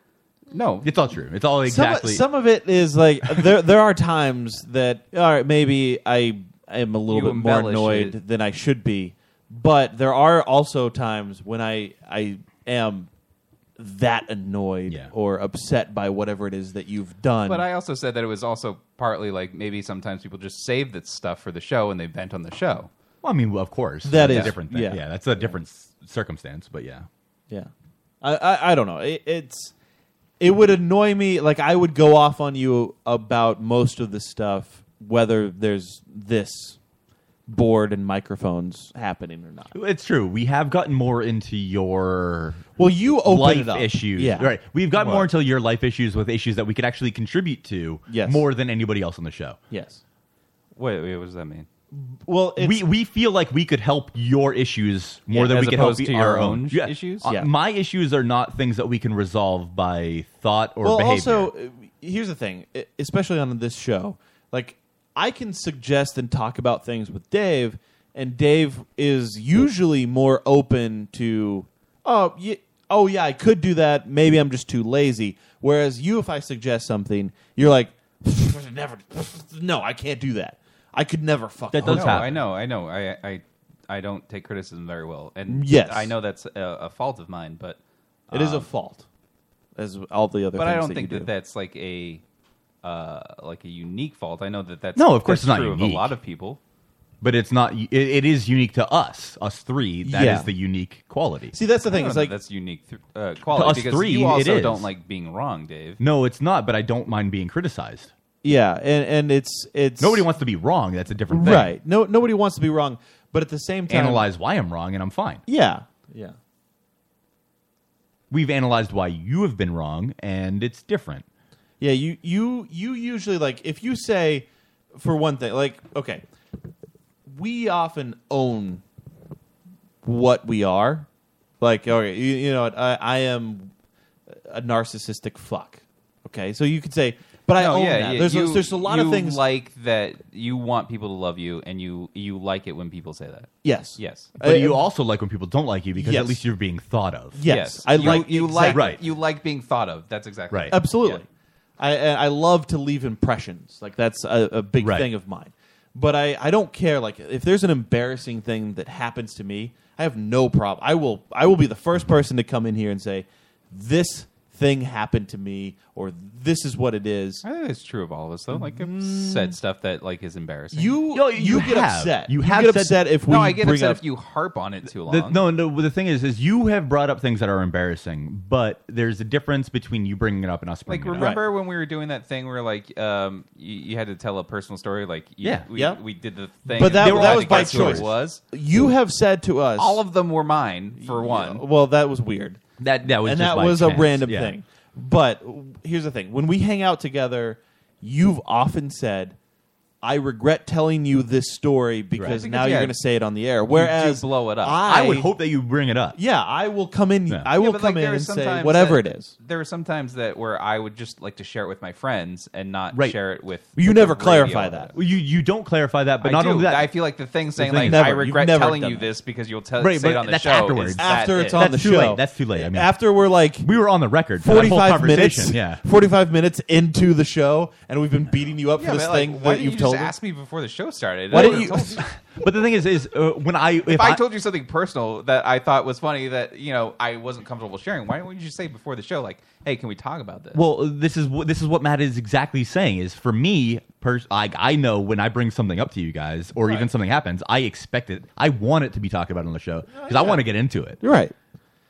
S11: No,
S10: it's all true. It's all exactly.
S9: Some, some of it is like there. There are times that all right, maybe I am a little
S11: You
S9: bit more
S11: embellish
S9: annoyed
S11: it.
S9: than I should be, but there are also times when I I am that annoyed or upset by whatever it is that you've done.
S11: But I also said that it was also partly like maybe sometimes people just save this stuff for the show and they vent on the show.
S10: well, I mean, of course,
S9: That
S10: that's
S9: is-
S10: a different thing.
S9: yeah.
S10: that's a different s- circumstance, but yeah.
S9: Yeah, I I, I don't know. It, it's it would annoy me. Like I would go off on you about most of the stuff, whether there's this board and microphones happening or not.
S10: It's true. We have gotten more into your
S9: well, you opened
S10: life
S9: it up.
S10: issues,
S9: Yeah.
S10: right? We've gotten
S9: What?
S10: more into your life issues with issues that we could actually contribute to,
S9: Yes.
S10: more than anybody else on the show.
S9: Yes.
S11: Wait, wait, what does that mean?
S9: Well,
S10: we we feel like we could help your issues more
S11: Yeah,
S10: than
S11: as
S10: we could help
S11: opposed to
S10: y- our
S11: your
S10: own,
S11: own issues?
S10: Uh,
S11: Yeah.
S10: My issues are not things that we can resolve by thought or
S9: well,
S10: behavior.
S9: also, uh, here's the thing, e- especially on this show, like I can suggest and talk about things with Dave, and Dave is usually more open to, oh, y oh yeah, I could do that. Maybe I'm just too lazy. Whereas you, if I suggest something, you're like, never. No, I can't do that. I could never fuck.
S11: Oh, no,
S9: up.
S11: I know, I know. I, I I don't take criticism very well, and
S9: Yes.
S11: I know that's a, a fault of mine. But
S9: It is a
S11: um,
S9: fault, as all the other.
S11: But
S9: things
S11: I don't
S9: that
S11: think
S9: you
S11: that
S9: do.
S11: that's like a uh, like a unique fault. I know that that's
S10: No, of course
S11: that's
S10: it's not
S11: true of a
S10: unique.
S11: lot of people.
S10: But it's not. It, it is unique to us, us three. That is
S11: Yeah.
S10: the unique quality.
S9: See, that's the thing.
S11: I don't
S9: It's
S11: know
S9: like
S11: that that's unique th- uh, quality
S10: us
S11: because
S10: three,
S11: you also
S10: it is.
S11: don't like being wrong, Dave.
S10: No, it's not. But I don't mind being criticized.
S9: Yeah, and and it's it's
S10: nobody wants to be wrong. That's a different thing.
S9: right. No, nobody wants to be wrong, but at the same time,
S10: Analyze why I'm wrong, and I'm fine.
S9: Yeah, yeah.
S10: We've analyzed why you have been wrong, and it's different.
S9: Yeah, you you you usually like if you say for one thing, like okay, we often own what we are. Like okay, you, you know, what, I, I am a narcissistic fuck. Okay, so you could say, but I
S11: No,
S9: own
S11: yeah,
S9: that.
S11: yeah,
S9: there's a,
S11: you-
S9: there's a lot of
S11: you
S9: things.
S11: like that you want people to love you, and you you like it when people say that.
S9: Yes.
S11: yes.
S10: But
S11: Uh,
S10: you also like when people don't like you because
S11: Yes.
S10: at least you're being thought of.
S11: you, you like
S10: Right.
S11: you like being thought of. That's exactly
S10: Right.
S9: Absolutely. I I I love to leave impressions. Like that's a, a big
S10: Right.
S9: thing of mine. But I, I don't care. Like if there's an embarrassing thing that happens to me, I have no problem. I will I will be the first person to come in here and say, this thing happened to me, or this is what it is.
S11: I think it's true of all of us though. Like I've said stuff that like is embarrassing.
S9: Mm. You you, get
S10: have.
S9: upset.
S10: You have
S9: get
S10: said-
S9: upset if we
S11: no, I get
S9: bring
S11: upset
S9: up
S11: if you harp on it too long.
S10: The- no, no. The thing is, is you have brought up things that are embarrassing, but there's a difference between you bringing it up and us
S11: like
S10: bringing it up.
S11: remember when we were doing that thing where like um you, you had to tell a personal story like you,
S10: Yeah.
S11: we,
S10: Yeah.
S11: we did the thing
S9: But
S11: and
S9: that,
S11: people had
S9: that was
S11: to
S9: by
S11: guess who it
S9: choice.
S11: was
S9: You have said to us
S11: all of them were mine for one
S9: Well, that was weird.
S10: That that was
S9: and
S10: just
S9: that
S10: by
S9: was
S10: chance.
S9: a random
S10: Yeah.
S9: thing. But w- here's the thing: when we hang out together, you've often said, "I regret telling you this story because,
S10: Because,
S9: now you're
S10: yeah,
S9: going to say it on the air."
S10: you do
S9: Whereas
S10: blow it up.
S9: I,
S10: I would hope that you bring it up.
S9: Yeah, I will come in. I
S11: Yeah,
S9: will
S11: but, like,
S9: come
S11: there
S9: in
S11: are
S9: and say
S11: sometimes
S9: whatever
S11: that-
S9: it is.
S11: there were sometimes that where i would just like to share it with my friends and not share it with
S9: You
S11: with
S9: never
S11: the
S9: clarify
S11: radio.
S9: that.
S10: Well, you you don't clarify that, but
S11: I
S10: not
S11: do.
S10: only that,
S11: I feel like the thing saying
S10: thing is-
S11: like I
S10: Never. You've
S11: regret
S10: never
S11: telling
S10: done
S11: you
S10: that.
S11: this because you'll tell
S10: Right,
S11: say it
S10: but
S11: on the
S10: that's
S11: show.
S10: afterwards.
S11: is
S10: After
S11: that
S10: it's
S11: it.
S10: on the That's too show. late. That's too late. I mean-
S9: after we're like
S10: we were on the record. for that whole
S9: 45
S10: conversation,
S9: minutes,
S10: Yeah.
S9: 45 minutes into the show, and we've been beating you up
S11: yeah,
S9: for this
S11: but, like,
S9: thing
S11: why
S9: that
S11: didn't
S9: you've
S11: you
S9: told
S11: just
S9: us.
S11: ask me before the show started?
S9: Why
S11: I
S9: didn't
S11: would've
S10: [laughs]
S9: you-
S11: told
S10: but the thing is, is uh, when I if,
S11: if I, told you something personal that I thought was funny that you know I wasn't comfortable sharing, why wouldn't you say before the show like, "Hey, can we talk about this?"
S10: Well, this is what this is what Matt is exactly saying. Is for me, pers- I I know when I bring something up to you guys, or even something happens, I expect it. I want it to be talked about on the show
S11: Oh,
S10: because I want to get into it.
S9: You're right.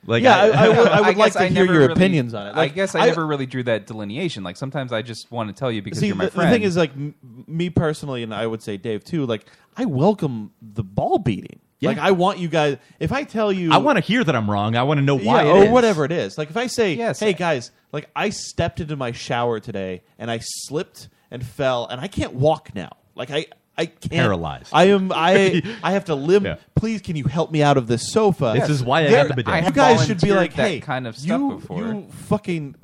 S10: Like [laughs]
S9: Yeah, I- I would- I would
S11: guess
S9: like to hear
S11: never
S9: your
S11: really-
S9: opinions on it. Like,
S11: I guess I,
S9: I-
S11: never really drew that delineation. Like sometimes I just want to tell you because
S9: See,
S11: you're my
S9: the, the
S11: friend.
S9: thing is, like m- me personally, and I would say Dave too. Like, I welcome the ball beating.
S10: Yeah.
S9: Like, I want you guys. If I tell you,
S10: I want to hear that I'm wrong. I want to know why
S9: yeah,
S10: it
S9: or
S10: is.
S9: whatever it is. Like, if I say, "Hey guys, like I stepped into my shower today and I slipped and fell and I can't walk now. Like I." I can't.
S10: Paralyzed.
S9: I am.
S10: [laughs]
S9: I. I have to limp. Please, can you help me out of this sofa?
S10: This is why I
S9: There-
S10: have the bidet. I
S9: You
S10: have
S9: guys should be
S11: volunteered
S9: like,
S11: that
S9: hey,
S11: kind of
S9: stuff you, before. You fucking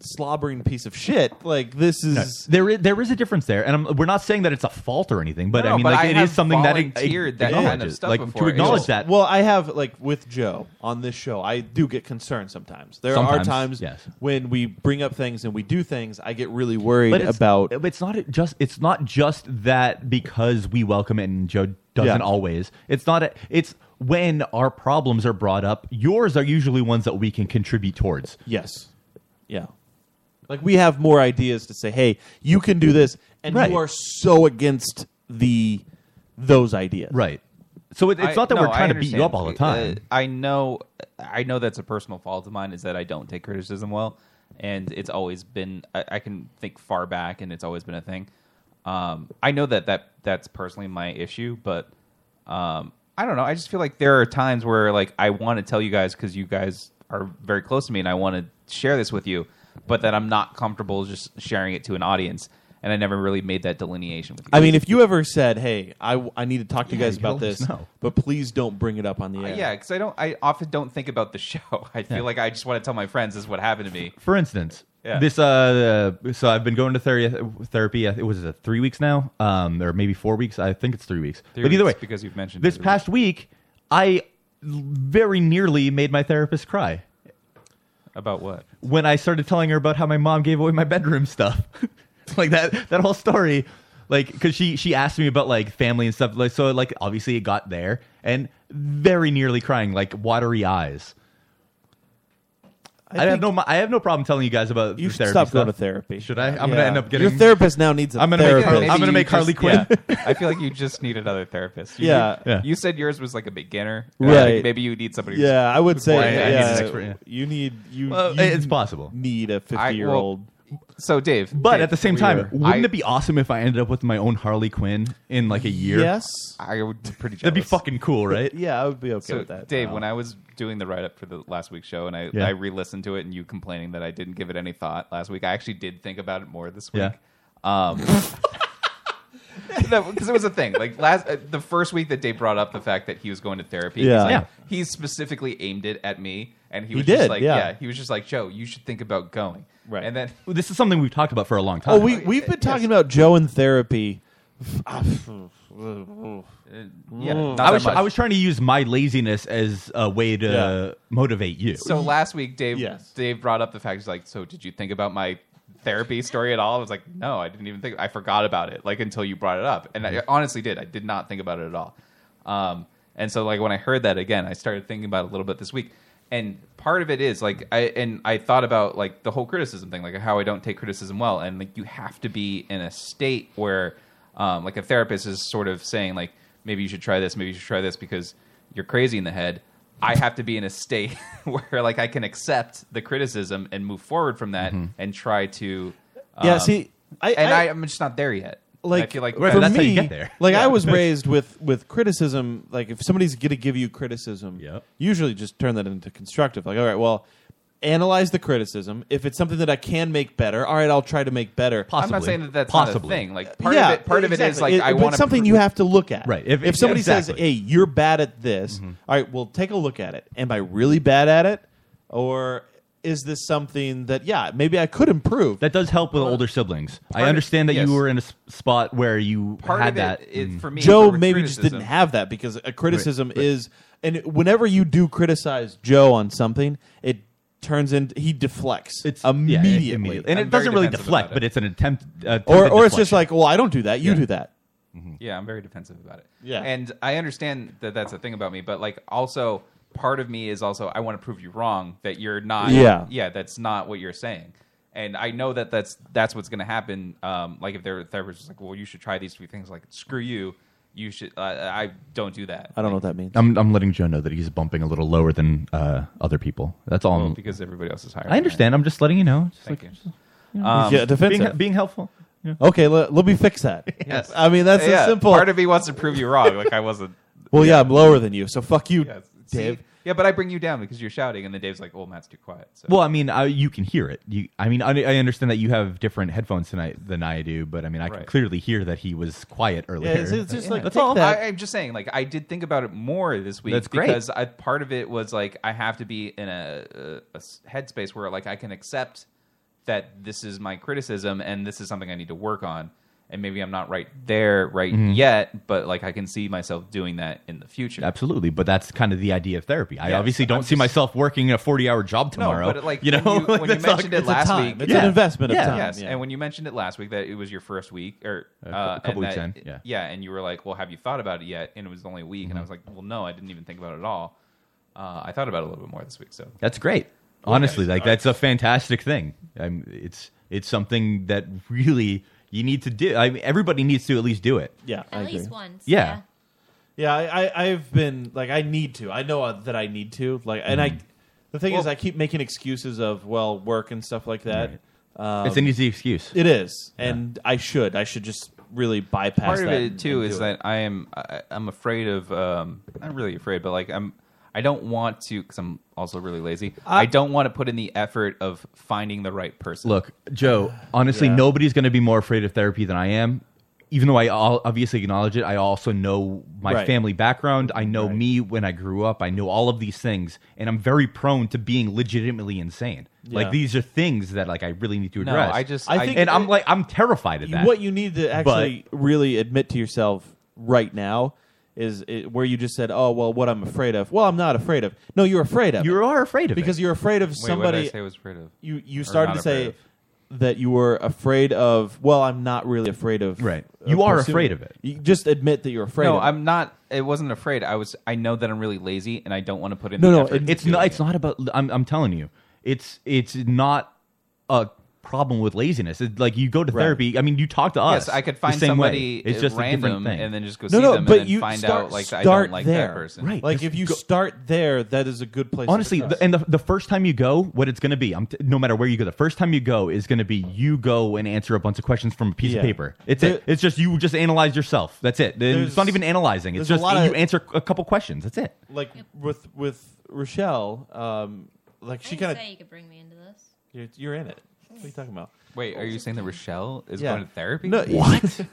S9: slobbering piece of shit. Like this is.
S10: No, there is there is a difference there, and I'm, we're not saying that it's a fault or anything, but I
S9: No,
S10: mean,
S9: but
S10: like
S9: I
S10: it
S9: have
S10: is something that it-
S9: volunteered
S10: it
S9: that kind of
S10: acknowledges.
S9: stuff
S10: like
S9: before.
S10: to acknowledge
S9: It's-
S10: that.
S9: Well, I have like with Joe on this show, I do get concerned sometimes. There
S10: Sometimes,
S9: are times
S10: yes.
S9: when we bring up things and we do things, I get really worried
S10: But it's-
S9: about.
S10: It's not just. It's not just that because we welcome it and Joe doesn't
S9: Yeah.
S10: always. It's not. A, it's when our problems are brought up. Yours are usually ones that we can contribute towards.
S9: Yes. Yeah. Like we have more ideas to say, hey, you can do this, and
S10: Right.
S9: you are so against the those ideas.
S10: Right. So it, it's
S11: I-
S10: not that
S11: no,
S10: we're trying to
S11: I
S10: beat you
S11: understand.
S10: up all the time.
S11: Uh, I know, I know that's a personal fault of mine is that I don't take criticism well, and it's always been. I, I can think far back, and it's always been a thing. Um, I know that that that's personally my issue, but um, I don't know. I just feel like there are times where like I want to tell you guys because you guys are very close to me, and I want to share this with you, but that I'm not comfortable just sharing it to an audience. And I never really made that delineation with you.
S9: I mean, if you ever said, "Hey, I, I need to talk to you
S11: Yeah,
S9: guys
S11: you
S9: about
S11: let us
S9: this,
S11: know.
S9: but please don't bring it up on the air."
S11: Uh, Yeah, because I don't. I often don't think about the show. [laughs] I feel
S10: Yeah.
S11: like I just want to tell my friends this is what happened to me.
S10: For instance,
S11: Yeah.
S10: this uh, so I've been going to thera- therapy. It was uh, three weeks now, um, or maybe four weeks. I think it's three weeks.
S11: Three
S10: but either way,
S11: weeks, because you've mentioned
S10: this
S11: it.
S10: past week, I very nearly made my therapist cry
S11: about what
S10: when I started telling her about how my mom gave away my bedroom stuff. [laughs] like that that whole story like because she she asked me about like family and stuff like so like obviously it got there and very nearly crying like watery eyes I, have no mi- I have no problem telling you guys about
S9: You
S10: your
S9: should
S10: therapy
S9: stop going
S10: stuff.
S9: to therapy.
S10: should I I'm
S9: Yeah.
S10: gonna end up getting
S9: Your therapist now needs a
S10: I'm gonna
S9: therapist.
S10: make I'm gonna make Harley Quinn [laughs]
S11: I feel like you just need another therapist. You,
S9: Yeah. Yeah.
S11: You said yours was like a beginner. and I think
S9: Right.
S11: Maybe you need somebody. who's-
S9: Yeah, I would
S11: who's
S9: say.
S11: more- I need an
S9: yeah,
S11: expert, yeah.
S9: You need you.
S11: Well,
S9: you
S11: it's
S10: possible.
S9: Need a
S11: I- well,
S9: fifty-year-old.
S11: So Dave,
S10: But at the same time, wouldn't
S11: I-
S10: it be awesome if I ended up with my own Harley Quinn in like a year?
S11: Yes. I would be pretty
S10: That'd be
S11: jealous.
S10: fucking cool, right?
S9: [laughs] yeah, I would be okay
S11: So,
S9: with that.
S11: Dave,
S9: now.
S11: when I was doing the write up for the last week's show and I,
S10: Yeah.
S11: I re listened to it and you complaining that I didn't give it any thought last week, I actually did think about it more this week.
S10: Yeah.
S11: Um, [laughs] because it was a thing. Like last, uh, the first week that Dave brought up the fact that he was going to therapy. he's
S9: Yeah.
S11: like-
S9: Yeah.
S11: He specifically aimed it at me, and he
S10: He
S11: was
S10: did,
S11: just like,
S10: yeah.
S11: he was just like, Joe, you should think about going. Right. And then
S10: Well, this is something we've talked about for a long time.
S9: oh, we we've been talking about Joe in therapy.
S11: Uh, yeah, not
S10: I
S11: that
S10: was
S11: much.
S10: I was trying to use my laziness as a way to
S11: Yeah.
S10: motivate you.
S11: So last week, Dave
S10: Yes.
S11: Dave brought up the fact he's like, "So did you think about my therapy story at all?" I was like, "No, I didn't even think. I forgot about it like until you brought it up." And I honestly did. I did not think about it at all. Um, and so like when I heard that again, I started thinking about it a little bit this week. And part of it is like I and I thought about like the whole criticism thing, like how I don't take criticism well, and like you have to be in a state where um, like a therapist is sort of saying like maybe you should try this, maybe you should try this because you're crazy in the head. I have to be in a state [laughs] where like I can accept the criticism and move forward from that
S9: Mhm.
S11: and try to um,
S9: Yeah, see, I-
S11: and I,
S9: I-
S11: am just not there yet. And
S9: like
S11: I feel like
S9: for me, Like I [laughs] was raised with with criticism. Like if somebody's going to give you criticism, usually just turn that into constructive. Like all right, well, analyze the criticism. If it's something that I can make better, all right, I'll try to make better.
S11: I'm not saying that that's not a thing. Like part
S9: Uh, yeah,
S11: of it, part of it is
S9: exactly.
S11: like I
S9: but
S11: want
S9: it's something you have to look at.
S10: Right.
S9: If,
S10: If-
S9: somebody says,
S10: exactly. Mm-hmm.
S9: "Hey, you're bad at this," all right, well, take a look at it. Am I really bad at it, or is this something that yeah maybe I could improve?
S10: That does help with older siblings. I
S9: Part of-
S10: understand that
S9: yes.
S10: you were in a s- spot where you
S9: Part
S10: had
S9: of it
S10: that.
S9: is
S10: Mm.
S9: for me- Joe maybe just didn't have that because a criticism is and whenever you do criticize Joe on something, it turns into he deflects. It's
S10: Yeah,
S9: immediately.
S10: immediately. and it doesn't really deflect, but it's an attempt. uh, attempt
S9: or
S10: at
S9: or it's just
S10: deflection.
S9: like, well, I don't do that. You do that.
S11: Yeah, I'm very defensive about it.
S9: Mm-hmm. Yeah.
S11: And I understand that that's a thing about me, but like also part of me is also I want to prove you wrong that you're not
S9: Yeah.
S11: yeah, that's not what you're saying. And I know that that's that's what's going to happen um like if their therapist is like, "Well, you should try these three things." Like, "Screw you. You should uh, I don't do that."
S9: I don't know what that means.
S10: I'm I'm letting Joe know that he's bumping a little lower than uh, other people. That's all.
S11: Well,
S10: I'm-
S11: because everybody else is higher.
S10: I understand. I'm just letting you know. Just
S11: Thank
S10: like-
S11: you.
S10: you know,
S9: Um, Yeah, defensive.
S10: Being, being helpful. Yeah.
S9: Okay, let, let me fix that.
S10: [laughs]
S11: Yes.
S9: I mean that's
S11: Yeah,
S9: a simple.
S11: Part of me wants to prove you wrong. Like I
S9: [laughs]
S11: wasn't.
S9: well, yeah, I'm lower than you, so fuck you,
S11: See?
S9: Dave.
S11: Yeah, but I bring you down because you're shouting, and then Dave's like, "Oh, Matt's too quiet." So.
S10: Well, I mean, I, you can hear it. You, I mean, I, I understand that you have different headphones tonight than I do, but I mean, I can
S11: Right.
S10: clearly hear that he was quiet earlier.
S11: Yeah.
S10: that's all.
S11: I, I'm just saying, like, I did think about it more this week
S10: That's great.
S11: because I, part of it was like I have to be in a, a- a s- headspace where like I can accept that this is my criticism and this is something I need to work on, and maybe I'm not right there right
S10: Mhm.
S11: yet, but like I can see myself doing that in the future.
S10: Absolutely, but that's kind of the idea of therapy. I
S11: Yes,
S10: obviously don't
S11: I'm
S10: see
S11: just-
S10: myself working a forty-hour job tomorrow.
S11: No, but [laughs] like
S10: you know,
S11: when you, when you
S10: That's all-
S11: mentioned it last week,
S10: Yeah.
S11: Yes, and when you mentioned it last week that it was your first week or
S10: A
S11: uh,
S10: cou- couple
S11: and
S10: weeks
S11: that-
S10: in, yeah.
S11: and you were like, "Well, have you thought about it yet?" And it was only a week, and I
S10: Mhm.
S11: was like, "Well, no, I didn't even think about it at all." Uh, I thought about it a little bit more this week, so
S10: [laughs] That's great.
S11: Yeah.
S10: Honestly, like
S11: All right.
S10: that's a fantastic thing. I'm, it's it's something that really you need to do. I mean, everybody needs to at least do it.
S9: Yeah, At I agree. least
S4: once,
S10: Yeah.
S9: Yeah, I, I I've been like I need to. I know uh, that I need to. Like, and
S10: Mm-hmm.
S9: I, the thing is, I keep making excuses of well, work and stuff like that. Um,
S10: It's an easy excuse.
S9: It is, and I should. I should just really bypass
S11: part of
S9: that
S11: it
S9: and-
S11: too
S9: and
S11: is
S9: do it.
S11: that I am I, I'm afraid of um, not really afraid, but like I'm I don't want to because I'm also really lazy.
S10: I-
S11: I don't want to put in the effort of finding the right person.
S10: Look, Joe,
S11: [sighs]
S10: honestly,
S11: Yeah.
S10: nobody's going to be more afraid of therapy than I am. Even though I al- obviously acknowledge it, I also know my
S9: Right.
S10: family background. I know me when I grew up. I know all of these things, and I'm very prone to being legitimately insane.
S9: Yeah.
S10: Like these are things that like I really need to
S11: No,
S10: address.
S11: I just-
S9: I I- think
S10: and I'm
S9: it-
S10: like I'm terrified of
S9: You-
S10: that.
S9: what you need to actually really admit to yourself right now is it, where you just said, "Oh, well, what I'm afraid of." Well, I'm not afraid of. No, you're afraid of.
S10: You are afraid of it.
S9: because you're afraid of
S11: Wait, what did
S9: somebody.
S11: I say I was afraid of?
S9: You you
S11: Or
S9: started
S11: not
S9: to
S11: afraid
S9: say
S11: of?
S9: that you were afraid of. Well, I'm not really afraid of. Right.
S10: You are afraid of it.
S9: You just admit that you're afraid.
S11: no,
S9: of it.
S11: I'm not. It wasn't afraid. I was. I know that I'm really lazy, and I don't want to put in.
S10: no,
S11: the
S10: no,
S11: effort
S10: it- it's
S11: to do
S10: not.
S11: it.
S10: It's not about. I'm, I'm telling you, it's it's not a problem with laziness. It's like you go to
S11: Right.
S10: therapy. I mean, you talk to us.
S11: Yes, I could
S10: the
S11: find
S10: same way.
S11: somebody
S10: It's just a
S11: random
S10: different thing.
S11: and then just go
S9: no,
S11: see
S9: no,
S11: them
S9: but
S11: and
S9: you
S11: then find
S9: start,
S11: out like I
S9: start
S11: don't like
S9: there.
S11: that person.
S10: Right.
S9: Like
S10: Just
S9: if you
S10: go-
S9: start there, that is a good place.
S10: Honestly,
S9: to start.
S10: the, and the, the first time you go, what it's going to be, I'm t- no matter where you go, the first time you go is going to be you go and answer a bunch of questions from a piece
S9: Yeah.
S10: of paper. It's
S9: There-
S10: it. It's just you just analyze yourself. That's it. Then
S9: There's-
S10: It's not even analyzing. It's just
S9: there's a lot
S10: you
S9: of-
S10: answer a couple questions. That's it.
S9: like with with Rochelle, um, like she kind of
S12: you could bring me into this.
S9: you're, you're in it. What are you talking about?
S11: Wait, are you saying that Rochelle is
S9: Yeah.
S11: going to therapy?
S9: No,
S12: [laughs]
S9: Rochelle,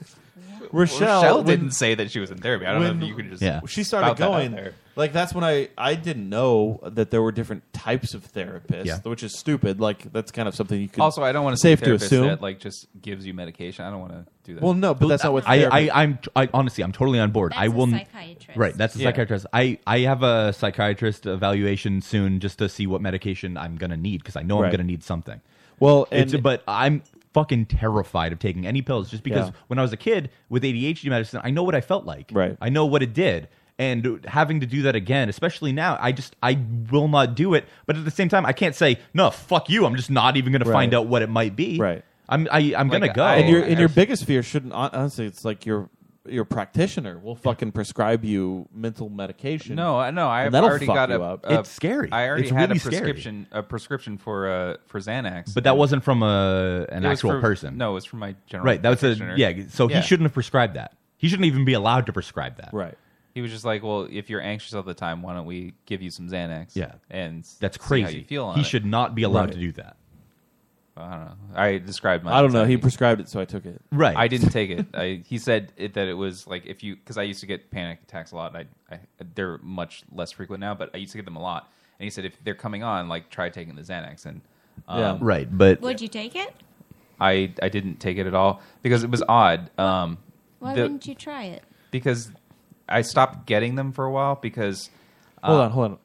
S11: Rochelle
S9: when-
S11: didn't say that she was in therapy. I don't know
S9: when
S11: if you could just.
S9: She started
S11: spout that out
S9: going
S11: there.
S9: Like that's when I I didn't know that there were different types of therapists,
S11: Yeah.
S9: which is stupid. Like that's kind of something you could.
S11: Also, I don't want to
S9: safe
S11: see a
S9: to
S11: therapist
S9: assume.
S11: that like just gives you medication. I don't want to do that.
S9: Well, no, but that's not what
S10: I,
S9: therapy-
S10: I, I'm I, honestly, I'm totally on board. I will. n-
S11: psychiatrist.
S10: Right, that's a
S11: Yeah.
S10: psychiatrist. I, I have a psychiatrist evaluation soon just to see what medication I'm going to need because I know
S9: Right.
S10: I'm going to need something.
S9: Well,
S10: It's-
S9: and-
S10: but I'm fucking terrified of taking any pills just because
S9: Yeah.
S10: when I was a kid with ADHD medicine, I know what I felt like. Right. I know what it did. And having to do that again, especially now, I just I will not do it. But at the same time, I can't say no. Fuck you. I'm just not even going to find
S9: Right.
S10: out what it might be.
S9: Right.
S10: I'm I, I'm going to go.
S9: And your and your biggest fear shouldn't hon- honestly. It's like your your practitioner will fucking prescribe you mental medication.
S11: No, I no,
S9: and
S11: I've
S9: that'll
S11: already
S9: fuck
S11: got
S9: you
S11: a,
S9: up.
S11: a- I already
S10: It's
S11: had
S10: really scary.
S11: a prescription a prescription for uh for Xanax.
S10: But that wasn't from a an
S11: It was
S10: actual
S11: for-
S10: person.
S11: No, it was from my general.
S10: Right. That was a
S11: practitioner.
S10: yeah. So he shouldn't have prescribed that. He shouldn't even be allowed to prescribe that.
S9: Right.
S11: He was just like, "Well, if you're anxious all the time, why don't we give you some Xanax?"
S10: Yeah.
S11: and
S10: That's
S11: see how
S10: crazy.
S11: you feel on
S10: he
S11: it.
S10: should not be allowed to do that.
S11: I don't know. I described my.
S9: I don't know. He
S11: anxiety.
S9: prescribed it, so I took it.
S10: Right.
S11: I didn't take
S10: [laughs]
S11: it. I, he said it, that it was like if you because I used to get panic attacks a lot. And I, I they're much less frequent now, but I used to get them a lot. And he said if they're coming on, like try taking the Xanax. And um,
S10: Yeah. Right, but-
S12: Would you take it?
S11: I I didn't take it at all because it was odd. Um,
S12: Why
S11: the-
S12: wouldn't you try
S11: [laughs]
S12: it?
S11: Because I stopped getting them for a while because.
S9: Hold
S11: uh,
S9: on, hold on.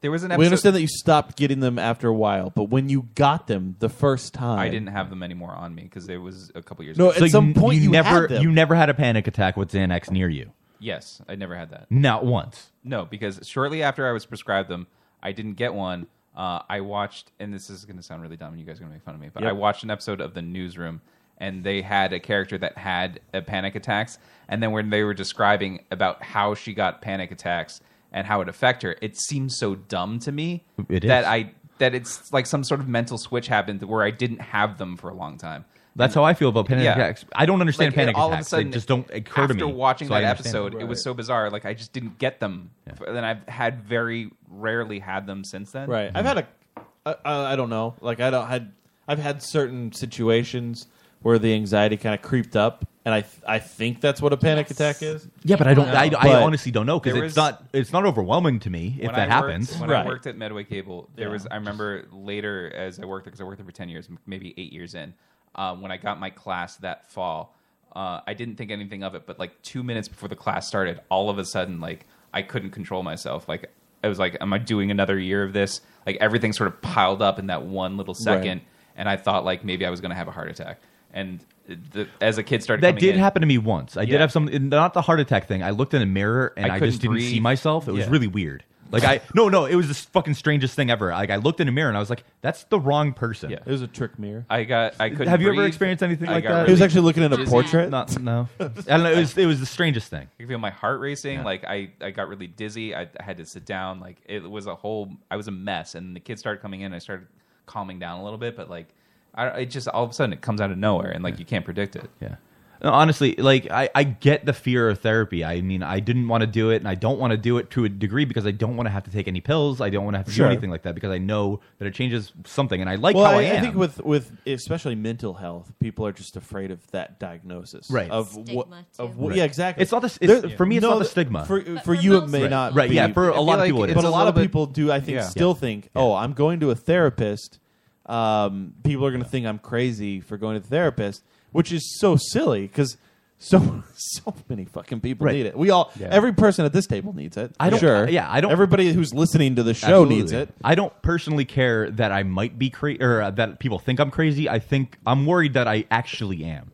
S11: There was an
S9: We
S11: episode-
S9: understand that you stopped getting them after a while, but when you got them the first time,
S11: I didn't have them anymore on me because it was a couple years.
S9: No,
S11: ago.
S9: at some point you
S10: never
S9: had them.
S10: you never had a panic attack with Xanax near you.
S11: Yes, I never had that.
S10: Not once.
S11: No, because shortly after I was prescribed them, I didn't get one. Uh, I watched, and this is going to sound really dumb, and you guys are going to make fun of me, but
S9: Yep.
S11: I watched an episode of The Newsroom, and they had a character that had uh, panic attacks, and then when they were describing about how she got panic attacks and how it affected her, it seems so dumb to me
S10: It
S11: that
S10: is.
S11: I that it's like some sort of mental switch happened where I didn't have them for a long time.
S10: That's how I feel about panic
S11: Yeah.
S10: attacks. I don't understand
S11: Like, it-
S10: panic
S11: all
S10: attacks.
S11: Of a sudden,
S10: they just don't occur to me.
S11: After watching
S10: so I
S11: that
S10: understand
S11: episode,
S10: them.
S11: it was so bizarre. Like I just didn't get them. F- And then I've had very rarely had them since then.
S9: Right. I've had a. I, I I don't know. Like I don't had. I've had certain situations where the anxiety kind of creeped up, and I th- I think that's what a panic attack is.
S10: Yeah, but I don't. I, I
S9: But-
S10: honestly don't know because
S11: There
S10: it's
S11: was-
S10: not. It's not overwhelming to me if
S11: When
S10: that
S11: I worked-
S10: happens.
S11: when I worked at Medway Cable, there
S10: Yeah.
S11: was I remember later as I worked there because I worked there for ten years, m- maybe eight years in. Um, when I got my class that fall, uh, I didn't think anything of it. But like two minutes before the class started, all of a sudden, like I couldn't control myself. Like I was like, "Am I doing another year of this?" Like everything sort of piled up in that one little second, and I thought like maybe I was going to have a heart attack. And the, as a kid started
S10: That
S11: coming
S10: did
S11: in-
S10: happen to me once. I
S11: Yeah.
S10: did have some, not the heart attack thing. I looked in a mirror and
S11: I
S10: I,
S11: couldn't
S10: just didn't see
S11: breathe.
S10: myself. It was
S11: Yeah.
S10: really weird. Like I no no, it was the fucking strangest thing ever. Like I looked in a mirror and I was like, that's the wrong person.
S9: It was a trick mirror.
S11: I got. I couldn't.
S10: Have you ever
S11: breathe.
S10: experienced anything
S11: I
S10: like
S11: got
S10: that?
S11: really dizzy.
S10: Not, no. I don't know. It was it was the strangest thing.
S11: I could feel my heart racing. Like I, I got really dizzy. I, I had to sit down. Like it was a whole. I was a mess. And the kids started coming in. I started calming down a little bit. But like, I, it just all of a sudden it comes out of nowhere, and like you can't predict it.
S10: Yeah. No, honestly, like I, I get the fear of therapy. I mean, I didn't want to do it, and I don't want to do it to a degree because I don't want to have to take any pills. I don't want to have to
S9: Sure.
S10: do anything like that because I know that it changes something, and I like
S9: well,
S10: how I,
S9: I,
S10: am.
S9: think with with especially mental health, people are just afraid of that diagnosis.
S10: Right.
S9: Of what?
S10: Stigma, too.
S9: Of what?
S10: Right.
S9: Yeah, exactly.
S10: It's not the s- it's-
S9: There-
S10: for me, it's
S9: no,
S10: not the
S9: th-
S10: stigma.
S9: For,
S10: But for
S9: for you, it
S10: most
S9: may
S10: people.
S9: not.
S10: Right,
S9: be.
S10: yeah, for a I lot feel of like people it it's is.
S9: But a
S10: a
S9: lot of
S10: little bit-
S9: people do. I think
S10: Yeah.
S9: still think, oh, I'm going to a therapist. Um, people are going to think I'm crazy for going to the therapist, which is so silly because So [laughs] so many fucking people
S19: Right.
S9: need it. We all
S19: Yeah.
S9: every person at this table needs it.
S10: I don't. uh,
S9: sure.
S10: Yeah, I don't.
S9: Everybody who's listening to the show
S10: Absolutely.
S9: needs it.
S10: I don't personally care that I might be crazy or uh, that people think I'm crazy. I think I'm worried that I actually am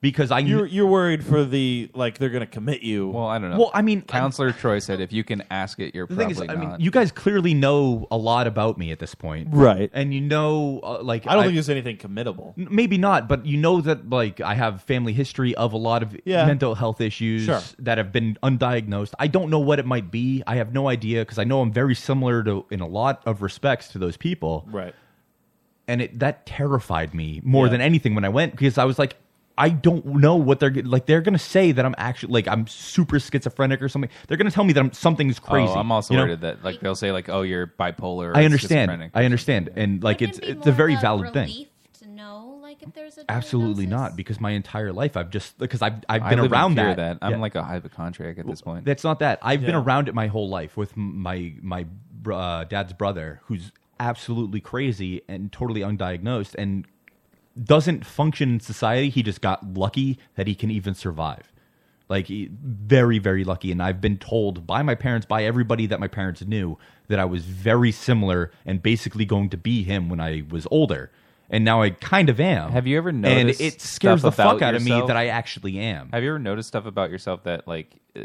S10: because I.
S9: You're you're worried for the like they're gonna commit you. Well,
S11: I don't know.
S10: Well, I mean,
S11: Counselor Troy said, if you can ask it, you're
S10: the thing
S11: probably
S10: is, I
S11: not.
S10: mean, you guys clearly know a lot about me at this point,
S9: Right.
S10: And you know, uh, like,
S9: I don't think there's anything committable.
S10: N- Maybe not, but you know that like I have family history of a lot of
S9: Yeah.
S10: mental health issues
S9: Sure.
S10: that have been undiagnosed. I don't know what it might be. I have no idea because I know I'm very similar to in a lot of respects to those people.
S9: Right.
S10: And it that terrified me more
S9: Yeah.
S10: than anything when I went because I was like I don't know what they're g- like. They're gonna say that I'm actually like I'm super schizophrenic or something. They're gonna tell me that I'm something's crazy.
S11: Oh, I'm also
S10: you know?
S11: worried that like they'll say like, oh, you're bipolar. or
S10: I understand.
S11: schizophrenic.
S10: I understand. And like it's it's a very valid thing.
S12: to know, like, if there's a
S10: Absolutely not, because my entire life I've just because I've I've
S11: I
S10: been
S11: live in
S10: around
S11: fear
S10: that.
S11: of that. I'm
S10: Yeah.
S11: like a hypochondriac at this point.
S10: That's not that. I've been
S11: Yeah.
S10: around it my whole life with m- my my br- uh, dad's brother, who's absolutely crazy and totally undiagnosed and doesn't function in society. He just got lucky that he can even survive. Like he- very very lucky. And I've been told by my parents, by everybody that my parents knew, that I was very similar and basically going to be him when I was older. And now I kind of am.
S11: Have you ever
S10: And
S11: noticed?
S10: it scares the
S11: stuff
S10: fuck
S11: about
S10: out of me
S11: yourself?
S10: that I actually am.
S11: Have you ever noticed stuff about yourself that like uh,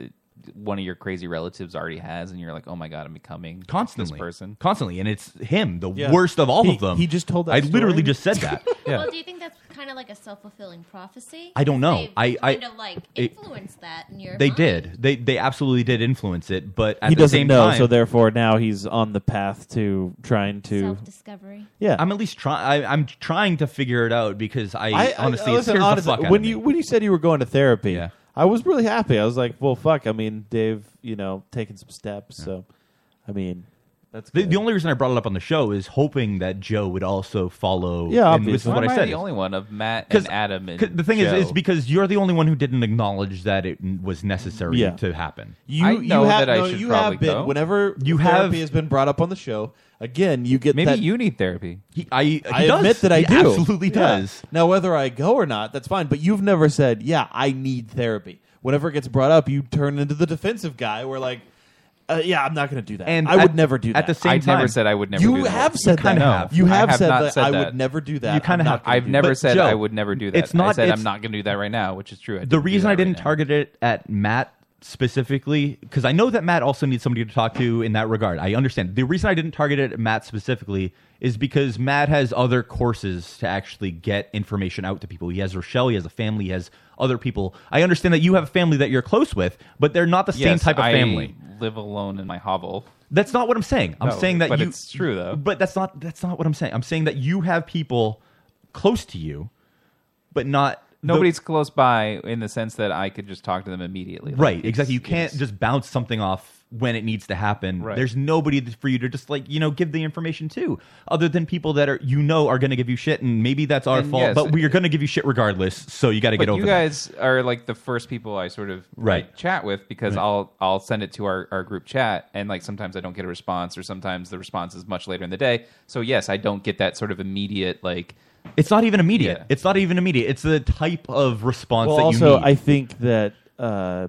S11: one of your crazy relatives already has, and you're like, oh my god, I'm becoming
S10: Constantly.
S11: this person.
S10: constantly, and it's him, the
S11: Yeah.
S10: worst of all
S11: He-
S10: of them.
S11: he just told that
S10: I
S11: story?
S10: literally just said
S9: [laughs]
S10: that.
S12: Well, do you think that's kind of like a self fulfilling prophecy?
S10: I don't know.
S12: They
S10: I- I-
S12: kind of like
S10: it-
S12: influence that in your.
S10: They
S12: mind.
S10: did. They they absolutely did influence it, but at
S9: he
S10: the
S9: doesn't
S10: same
S9: know,
S10: time,
S9: so therefore now he's on the path to trying to
S12: Self-discovery.
S9: Yeah,
S10: I'm at least trying. I'm trying to figure it out because I, honestly,
S9: listen,
S10: it scares
S9: honestly,
S10: the fuck out
S9: when
S10: of me.
S9: you when you said you were going to therapy, I was really happy. I was like, well, fuck. I mean, Dave, you know, taking some steps. So, I mean, that's
S10: The, the only reason I brought it up on the show is hoping that Joe would also follow.
S9: Yeah,
S10: and this is
S11: Why
S10: what
S11: am
S10: I said.
S11: The only one of Matt
S10: 'Cause-
S11: and Adam. And
S10: 'cause the thing is,
S11: Joe.
S10: is because you're the only one who didn't acknowledge that it n- was necessary
S9: Yeah.
S10: to happen.
S9: You, you have, no, you have been whenever
S10: You have-
S9: therapy has been brought up on the show. Again, you get
S11: Maybe
S9: that-
S11: you need therapy.
S10: He, I he
S9: I
S10: does.
S9: admit that I
S10: He
S9: do.
S10: absolutely
S9: Yeah.
S10: does.
S9: Now, whether I go or not, that's fine. But you've never said, "Yeah, I need therapy." Whenever it gets brought up, you turn into the defensive guy. Where like, uh, "Yeah, I'm not going to do that."
S10: And
S9: I
S10: at-
S9: would never do that.
S10: at the same
S11: I never said I would never.
S9: You
S11: do that.
S9: have said
S11: kinda
S9: that.
S11: have.
S9: You have
S11: I have
S9: said
S11: not
S9: that I would never do that.
S10: You kinda
S9: I'm not
S10: have.
S9: gonna
S11: I've
S9: do
S11: never
S9: that.
S11: said
S10: Joe,
S11: I would never do that.
S10: it's not-
S11: I said
S10: it's-
S11: I'm not going to do that right now, which is true. I
S10: the
S11: didn't do
S10: reason
S11: that
S10: I
S11: right
S10: didn't
S11: now.
S10: target it at Matt specifically because I know that Matt also needs somebody to talk to in that regard. I understand. The reason I didn't target it at Matt specifically is because Matt has other courses to actually get information out to people. He has Rochelle, he has a family, he has other people. I understand that you have a family that you're close with, but they're not the same
S11: Yes,
S10: type of
S11: I
S10: family.
S11: Live alone in my hovel.
S10: That's not what I'm saying. I'm
S11: No,
S10: saying that
S11: but
S10: you,
S11: it's true, though.
S10: But that's not that's not what I'm saying. I'm saying that you have people close to you, but not the-
S11: Nobody's close by in the sense that I could just talk to them immediately. Like,
S10: right
S11: it's-
S10: exactly you can't just bounce something off when it needs to happen
S11: Right.
S10: there's nobody th- for you to just like you know give the information to other than people that are you know are going to give you shit and maybe that's our
S11: And
S10: fault
S11: yes,
S10: but we are going to give you shit regardless so you got to
S11: but
S10: get over
S11: you
S10: that.
S11: guys are like the first people I sort of
S10: Right.
S11: like, chat with because
S10: Right.
S11: I'll I'll send it to our, our group chat and like sometimes I don't get a response or sometimes the response is much later in the day. So yes, I don't get that sort of immediate like
S10: it's not even immediate it's not even immediate it's the type of response
S9: Well,
S10: that
S9: also,
S10: you need
S9: I think that uh,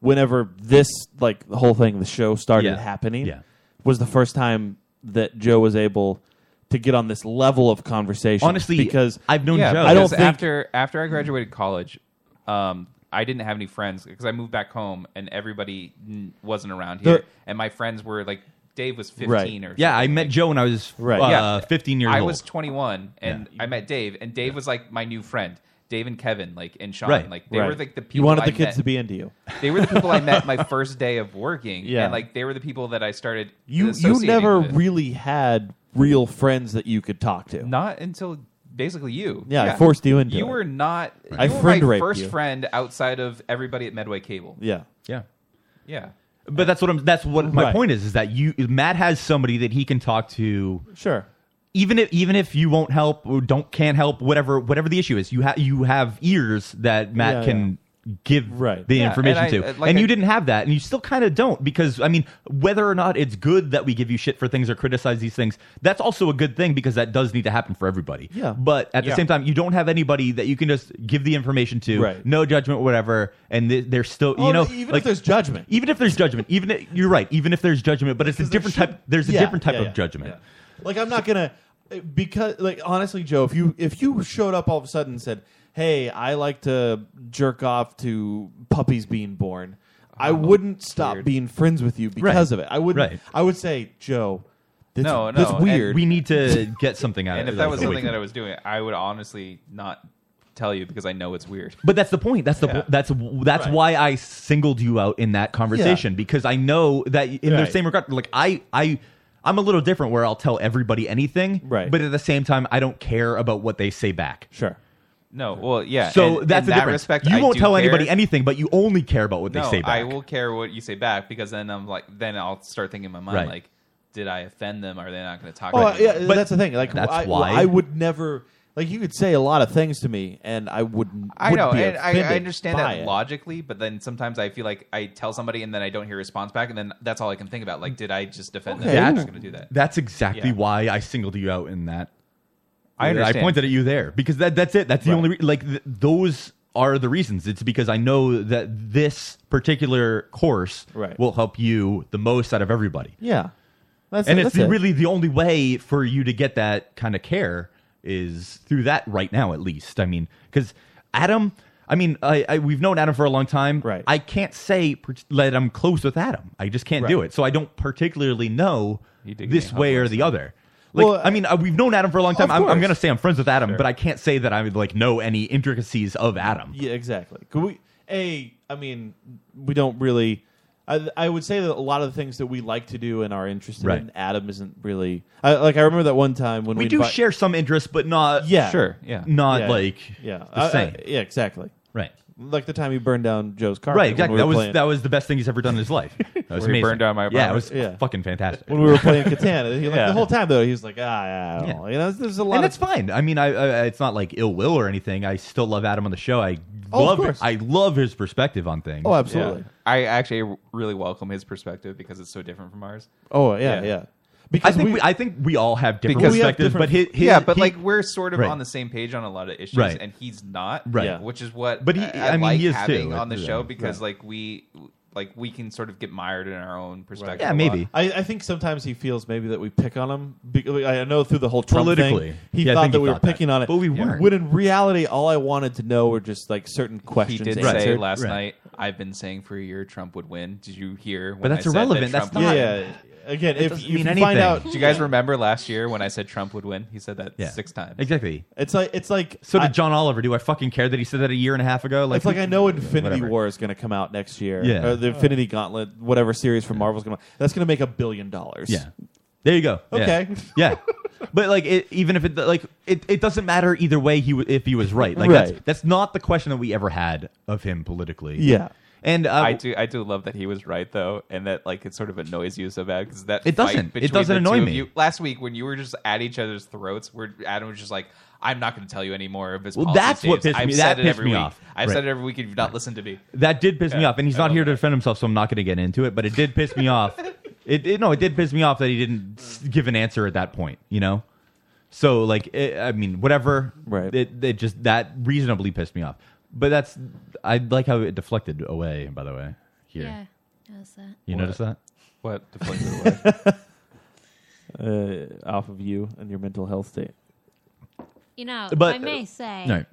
S9: whenever this, like the whole thing, the show started
S10: Yeah.
S9: happening,
S10: Yeah.
S9: was the first time that Joe was able to get on this level of conversation.
S10: Honestly,
S9: because
S11: yeah,
S9: I don't
S11: because
S9: think
S11: after after I graduated college, um, I didn't have any friends because I moved back home and everybody n- wasn't around here,
S10: The-
S11: and my friends were like Dave was fifteen or
S10: yeah i met joe when i was uh,
S11: Yeah.
S10: 15 years
S11: I
S10: old
S11: was 21 and I met Dave, and Dave was like my new friend. Dave and Kevin, like and Sean,
S9: Right.
S11: like they
S9: Right.
S11: were like the
S9: You
S11: people
S9: wanted
S11: I
S9: the kids
S11: met-
S9: to be into you.
S11: [laughs] They were the people I
S9: [laughs]
S11: met my first day of working,
S9: Yeah.
S11: and like they were the people that I started.
S9: you you
S11: associating
S9: never
S11: with.
S9: really had real friends that you could talk to.
S11: not until basically you.
S9: Yeah, I forced you into
S11: You
S9: it.
S11: were not.
S9: I
S11: you were
S9: friend
S11: my
S9: raped
S11: first
S9: you.
S11: friend outside of everybody at Medway Cable.
S9: Yeah.
S10: yeah
S11: yeah.
S10: but that's what i'm that's what my
S11: Right.
S10: point is is that you matt has somebody that he can talk to
S9: Sure.
S10: even if even if you won't help or don't can't help whatever whatever the issue is you have you have ears that Matt
S9: Yeah,
S10: can give
S20: right.
S10: the
S11: Yeah, and
S10: information
S11: I-
S10: to.
S11: uh, like
S10: and
S11: I-
S10: you didn't have that, and you still kind of don't because I mean, whether or not it's good that we give you shit for things or criticize these things, that's also a good thing because that does need to happen for everybody.
S9: Yeah.
S10: But at the
S9: Yeah.
S10: same time, you don't have anybody that you can just give the information to,
S9: Right.
S10: no judgment, whatever, and th- they're still
S9: Oh,
S10: you know
S9: even if
S10: like-
S9: there's judgment.
S10: even if there's judgment, even if, you're right, even if there's judgment, but it's a different type. There's a
S9: Yeah,
S10: different type
S9: yeah,
S10: of
S9: yeah,
S10: judgment.
S9: Like I'm not gonna because like honestly, Joe, if you if you showed up all of a sudden and said, "Hey, I like to jerk off to puppies being born,"
S11: Oh,
S9: I wouldn't stop being friends with you because of it. I would.
S10: Right.
S9: I would say, Joe, that's,
S11: No,
S9: that's
S11: no, and-
S9: weird.
S11: We
S10: need
S9: [laughs]
S10: to get something
S11: and if that was something that I was doing, I would honestly not tell you because I know it's weird.
S10: But that's the point. That's the
S11: Yeah.
S10: po- that's that's
S11: Right.
S10: why I singled you out in that conversation because I know that in the
S11: Right.
S10: same regard, like I I I'm a little different where I'll tell everybody anything, right? But at the same time, I don't care about what they say back.
S9: Sure.
S11: No, well, yeah.
S10: So
S11: and-
S10: that's
S11: in
S10: the
S11: that
S10: difference.
S11: respect.
S10: you
S11: I
S10: won't
S11: do
S10: tell
S11: care.
S10: anybody anything, but you only care about what
S11: no,
S10: they say back.
S11: I will care what you say back because then I'm like, then I'll start thinking in my mind
S10: Right.
S11: like, did I offend them? Are they not going to talk?
S9: Oh
S11: about
S9: yeah,
S11: me?
S9: that's the thing. Like I, I would never. Like you could say a lot of things to me, and I wouldn't.
S11: I
S9: wouldn't
S11: know,
S9: be
S11: and I,
S9: offended
S11: I understand
S9: by
S11: that
S9: it.
S11: logically, but then sometimes I feel like I tell somebody and then I don't hear a response back, and then that's all I can think about. Like, did I just defend them? I'm
S10: That's,
S11: just going to do that.
S10: that's exactly
S11: Yeah.
S10: why I singled you out in that.
S11: I understand.
S10: pointed at you there because that that's it. That's the only re- like th- those are the reasons. It's because I know that this particular course
S9: Right.
S10: will help you the most out of everybody.
S9: Yeah, that's
S10: and
S9: that's
S10: it's the-
S9: it.
S10: really the only way for you to get that kind of care is through that right now, at least. I mean, because Adam, I mean, I, I we've known Adam for a long time. Right. I can't say per- that I'm close with Adam. I just can't do
S9: Right.
S10: it. So I don't particularly know this way or the other. Like,
S9: Well,
S10: I mean, uh, we've known Adam for a long time.
S9: of
S10: I'm, I'm
S9: course.
S10: gonna say I'm friends with Adam,
S9: Sure.
S10: but I can't say that I would like know any intricacies of Adam.
S9: Yeah, exactly. Could we? A, I mean, we don't really. I, I would say that a lot of the things that we like to do and are interested
S10: Right.
S9: in, Adam isn't really. I, like I remember that one time when
S10: We
S9: we
S10: do
S9: invi-
S10: share some interests, but not
S9: Yeah,
S10: not
S9: Yeah,
S10: like
S9: yeah,
S10: the
S9: I- I-
S10: same.
S9: yeah, exactly.
S10: Right.
S9: Like the time he burned down Joe's car.
S10: Right, exactly. that was that was the best thing he's ever done in his
S9: [laughs]
S10: life. That was
S9: Where he
S10: amazing.
S9: burned down my
S10: yeah, it
S9: apartment.
S10: was
S9: Yeah.
S10: fucking fantastic.
S9: when we
S10: [laughs]
S9: were playing Catan. He, like,
S10: Yeah.
S9: The whole time though, he was like, ah, yeah, I don't know. You know, there's a lot.
S10: and
S9: of,
S10: that's fine. I mean, I, I it's not like ill will or anything. I still love Adam on the show. I
S9: Oh, of
S10: love
S9: course.
S10: I love his perspective on
S9: Oh,
S10: things.
S11: Yeah. I actually really welcome his perspective because it's so different from ours.
S9: Oh yeah, yeah. Because
S10: I think
S9: we-
S10: we, I think we all have different
S11: Because- We have
S10: perspectives, but his, his
S11: yeah, but
S10: he-
S11: like we're sort of
S10: Right.
S11: on the same page on a lot of issues,
S10: Right.
S11: and he's not,
S10: Right. Yeah.
S11: Which is what,
S10: But
S11: but
S10: he-
S11: he, I,
S10: I mean,
S11: like
S10: he is
S11: having
S10: too,
S11: on the
S10: yeah.
S11: show because like we, like we can sort of get mired in our own perspective. a lot.
S9: I, I think sometimes he feels maybe that we pick on him. be- I know through the whole Trump
S10: Politically.
S9: thing, he
S10: Yeah, I
S9: thought
S10: think
S9: that
S10: he
S9: we were
S10: thought that.
S9: picking on it,
S10: But we weren't.
S9: When in reality, all I wanted to know were just like certain
S11: He
S9: questions.
S11: did
S9: answered.
S11: say last night, "I've been saying for a year Trump would win." Did you hear? When
S9: But that's
S11: I said that
S9: irrelevant. That's
S11: Trump
S9: not-
S11: would
S9: Yeah,
S11: win?
S9: yeah. Again, That if- doesn't if mean you find anything. out-
S11: do you guys remember last year when I said Trump would win? He said that
S10: Yeah.
S11: six times.
S10: exactly.
S9: It's like it's like
S10: So did John Oliver. Do I fucking care that he said that a year and a half ago? Like
S9: it's like I know Infinity
S10: whatever.
S9: War is going to come out next year.
S10: Yeah.
S9: Or the Infinity Gauntlet, whatever series from Marvel's going to that's going to make a billion dollars.
S10: Yeah. There you go. Yeah.
S9: Okay.
S10: Yeah. But like, it, even if it like it, it doesn't matter either way. He w- if he was right, like that's
S11: Right.
S10: that's not the question that we ever had of him politically. and uh,
S11: I do, I do love that he was right though, and that like it sort of annoys you so bad because that
S10: It
S11: fight
S10: doesn't. It
S11: between
S10: doesn't
S11: the
S10: annoy
S11: two of
S10: me.
S11: You, last week when you were just at each other's throats, where Adam was just like, "I'm not going to tell you anymore of his
S10: Well,
S11: policy
S10: that's what
S11: statements.
S10: pissed me- that
S11: I've said it
S10: pissed
S11: every
S10: me
S11: week.
S10: off.
S11: I've
S10: Right.
S11: said it every week. and You've not listened to me.
S10: That did piss me
S11: Yeah,
S10: off, and he's
S11: I
S10: not
S11: love
S10: here to defend himself, so I'm not going to get into it. But it did piss me
S11: [laughs]
S10: off. It, it no, it did piss me off that he didn't s- give an answer at that point. You know, so like it, I mean, whatever. Right. It, it just that reasonably pissed me off. But that's I like how it deflected away. By the way, here.
S12: Yeah, notice that.
S10: You
S11: What?
S10: notice that? [laughs]
S11: What deflected away?
S9: Uh, off of you and your mental health state.
S12: You know,
S9: But-
S12: I may say,
S9: No.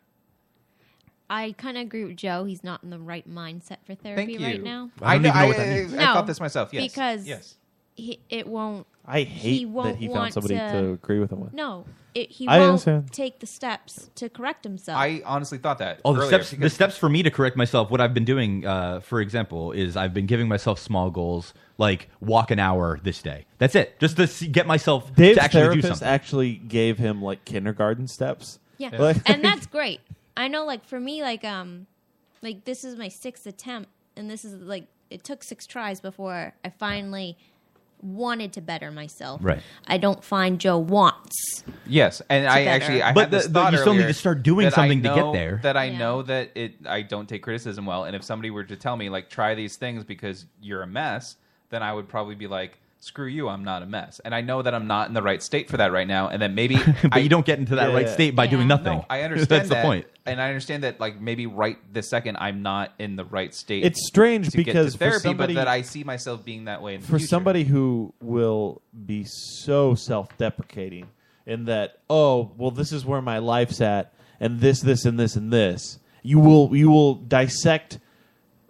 S12: I kind of agree with Joe. He's not in the right mindset for therapy
S11: Thank you.
S12: right now.
S11: I,
S9: I don't
S11: know,
S9: even know
S11: I,
S9: what that means.
S11: I thought this myself. Yes.
S12: because
S11: yes.
S12: he, it won't.
S9: I
S12: he
S9: hate
S12: won't
S9: that he
S12: want
S9: found somebody to, agree with him with.
S12: No, it, he
S9: I
S12: won't
S9: understand.
S12: take the steps to correct himself.
S11: I honestly thought that.
S10: Oh, the
S11: earlier
S10: steps. The
S11: because-
S10: steps for me to correct myself. What I've been doing, uh, for example, is I've been giving myself small goals, like walk an hour this day. That's it, just to see, get myself
S9: Dave's
S10: to actually do
S9: therapist
S10: something.
S9: actually gave him like kindergarten steps.
S12: Yeah.
S10: [laughs]
S9: Like-
S12: and
S9: [laughs]
S12: that's great. I know like for me like um like this is my sixth attempt and this is like it took six tries before I finally wanted to better myself.
S10: Right.
S12: I don't find Joe wants.
S11: Yes, and
S12: It's
S11: I
S12: better.
S11: actually I
S10: But
S11: had this
S10: the- but
S11: thought
S10: you still need
S11: earlier
S10: to start doing
S11: that I
S10: something to get
S11: know-
S10: there.
S11: That I know that it I don't take criticism well, and if somebody were to tell me like try these things because you're a mess, then I would probably be like screw you, I'm not a mess, and I know that I'm not in the right state for that right now, and that
S10: [laughs]
S11: maybe but
S10: you don't get into that right state by doing nothing.
S11: No, I
S10: [laughs]
S11: understand
S10: That's the
S11: that,
S10: point.
S11: and I understand that like maybe right this second I'm not in the right state.
S9: It's strange
S11: to get to
S9: because for
S11: therapy,
S9: somebody-
S11: but that I see myself being that way in the
S9: for
S11: future.
S9: somebody who will be so self-deprecating in that oh well this is where my life's at and this this and this and this you will you will dissect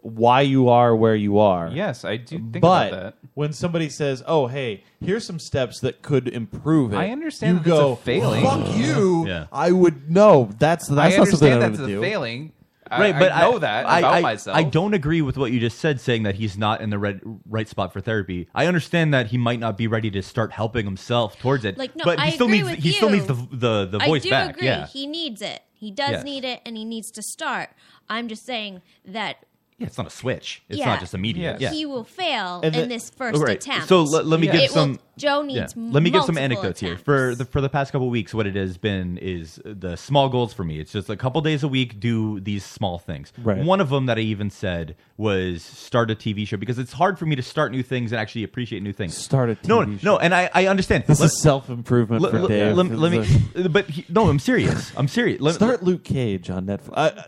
S9: why you are where you are
S11: Yes, I do think
S9: but
S11: about that.
S9: when somebody says oh hey here's some steps that could improve it
S11: I understand
S9: you
S11: that that's a
S9: go
S11: failing.
S9: fuck you
S11: Yeah.
S9: i would know that's that's
S11: I
S9: not something
S11: understand
S9: I
S11: that's
S9: would
S11: a
S9: do.
S11: failing. I- I know that about
S10: I,
S11: myself.
S10: I don't agree with what you just said, saying that he's not in the red, right spot for therapy. I understand that he might not be ready to start helping himself towards it.
S12: Like, no,
S10: but
S12: I
S10: he still
S12: agree
S10: needs
S12: with
S10: he still
S12: you.
S10: needs the the, the voice
S12: I do
S10: back.
S12: agree.
S10: Yeah,
S12: He needs it. He does
S10: Yes.
S12: need it, and he needs to start. I'm just saying that
S10: yeah, it's not a switch. It's
S12: yeah,
S10: not just immediate. Yeah.
S12: He will fail
S10: And
S12: in
S10: the-
S12: this first
S10: Right.
S12: attempt.
S10: So let, let me
S12: It
S10: give
S12: will-
S10: some.
S12: Joe needs.
S10: yeah. Let me give some
S12: multiple attempts.
S10: anecdotes here for the for the past couple weeks. What it has been is the small goals for me. It's just a couple days a week. Do these small things.
S9: Right.
S10: One of them that I even said was start a TV show because it's hard for me to start new things and actually appreciate new things.
S9: Start a
S10: no,
S9: TV
S10: no, and I, I understand.
S9: This
S10: Let-
S9: is self-improvement
S10: let-
S9: for
S10: let-
S9: Dave.
S10: Let, let me, but he, no, I'm serious. I'm serious. Let,
S9: start luke cage on netflix I-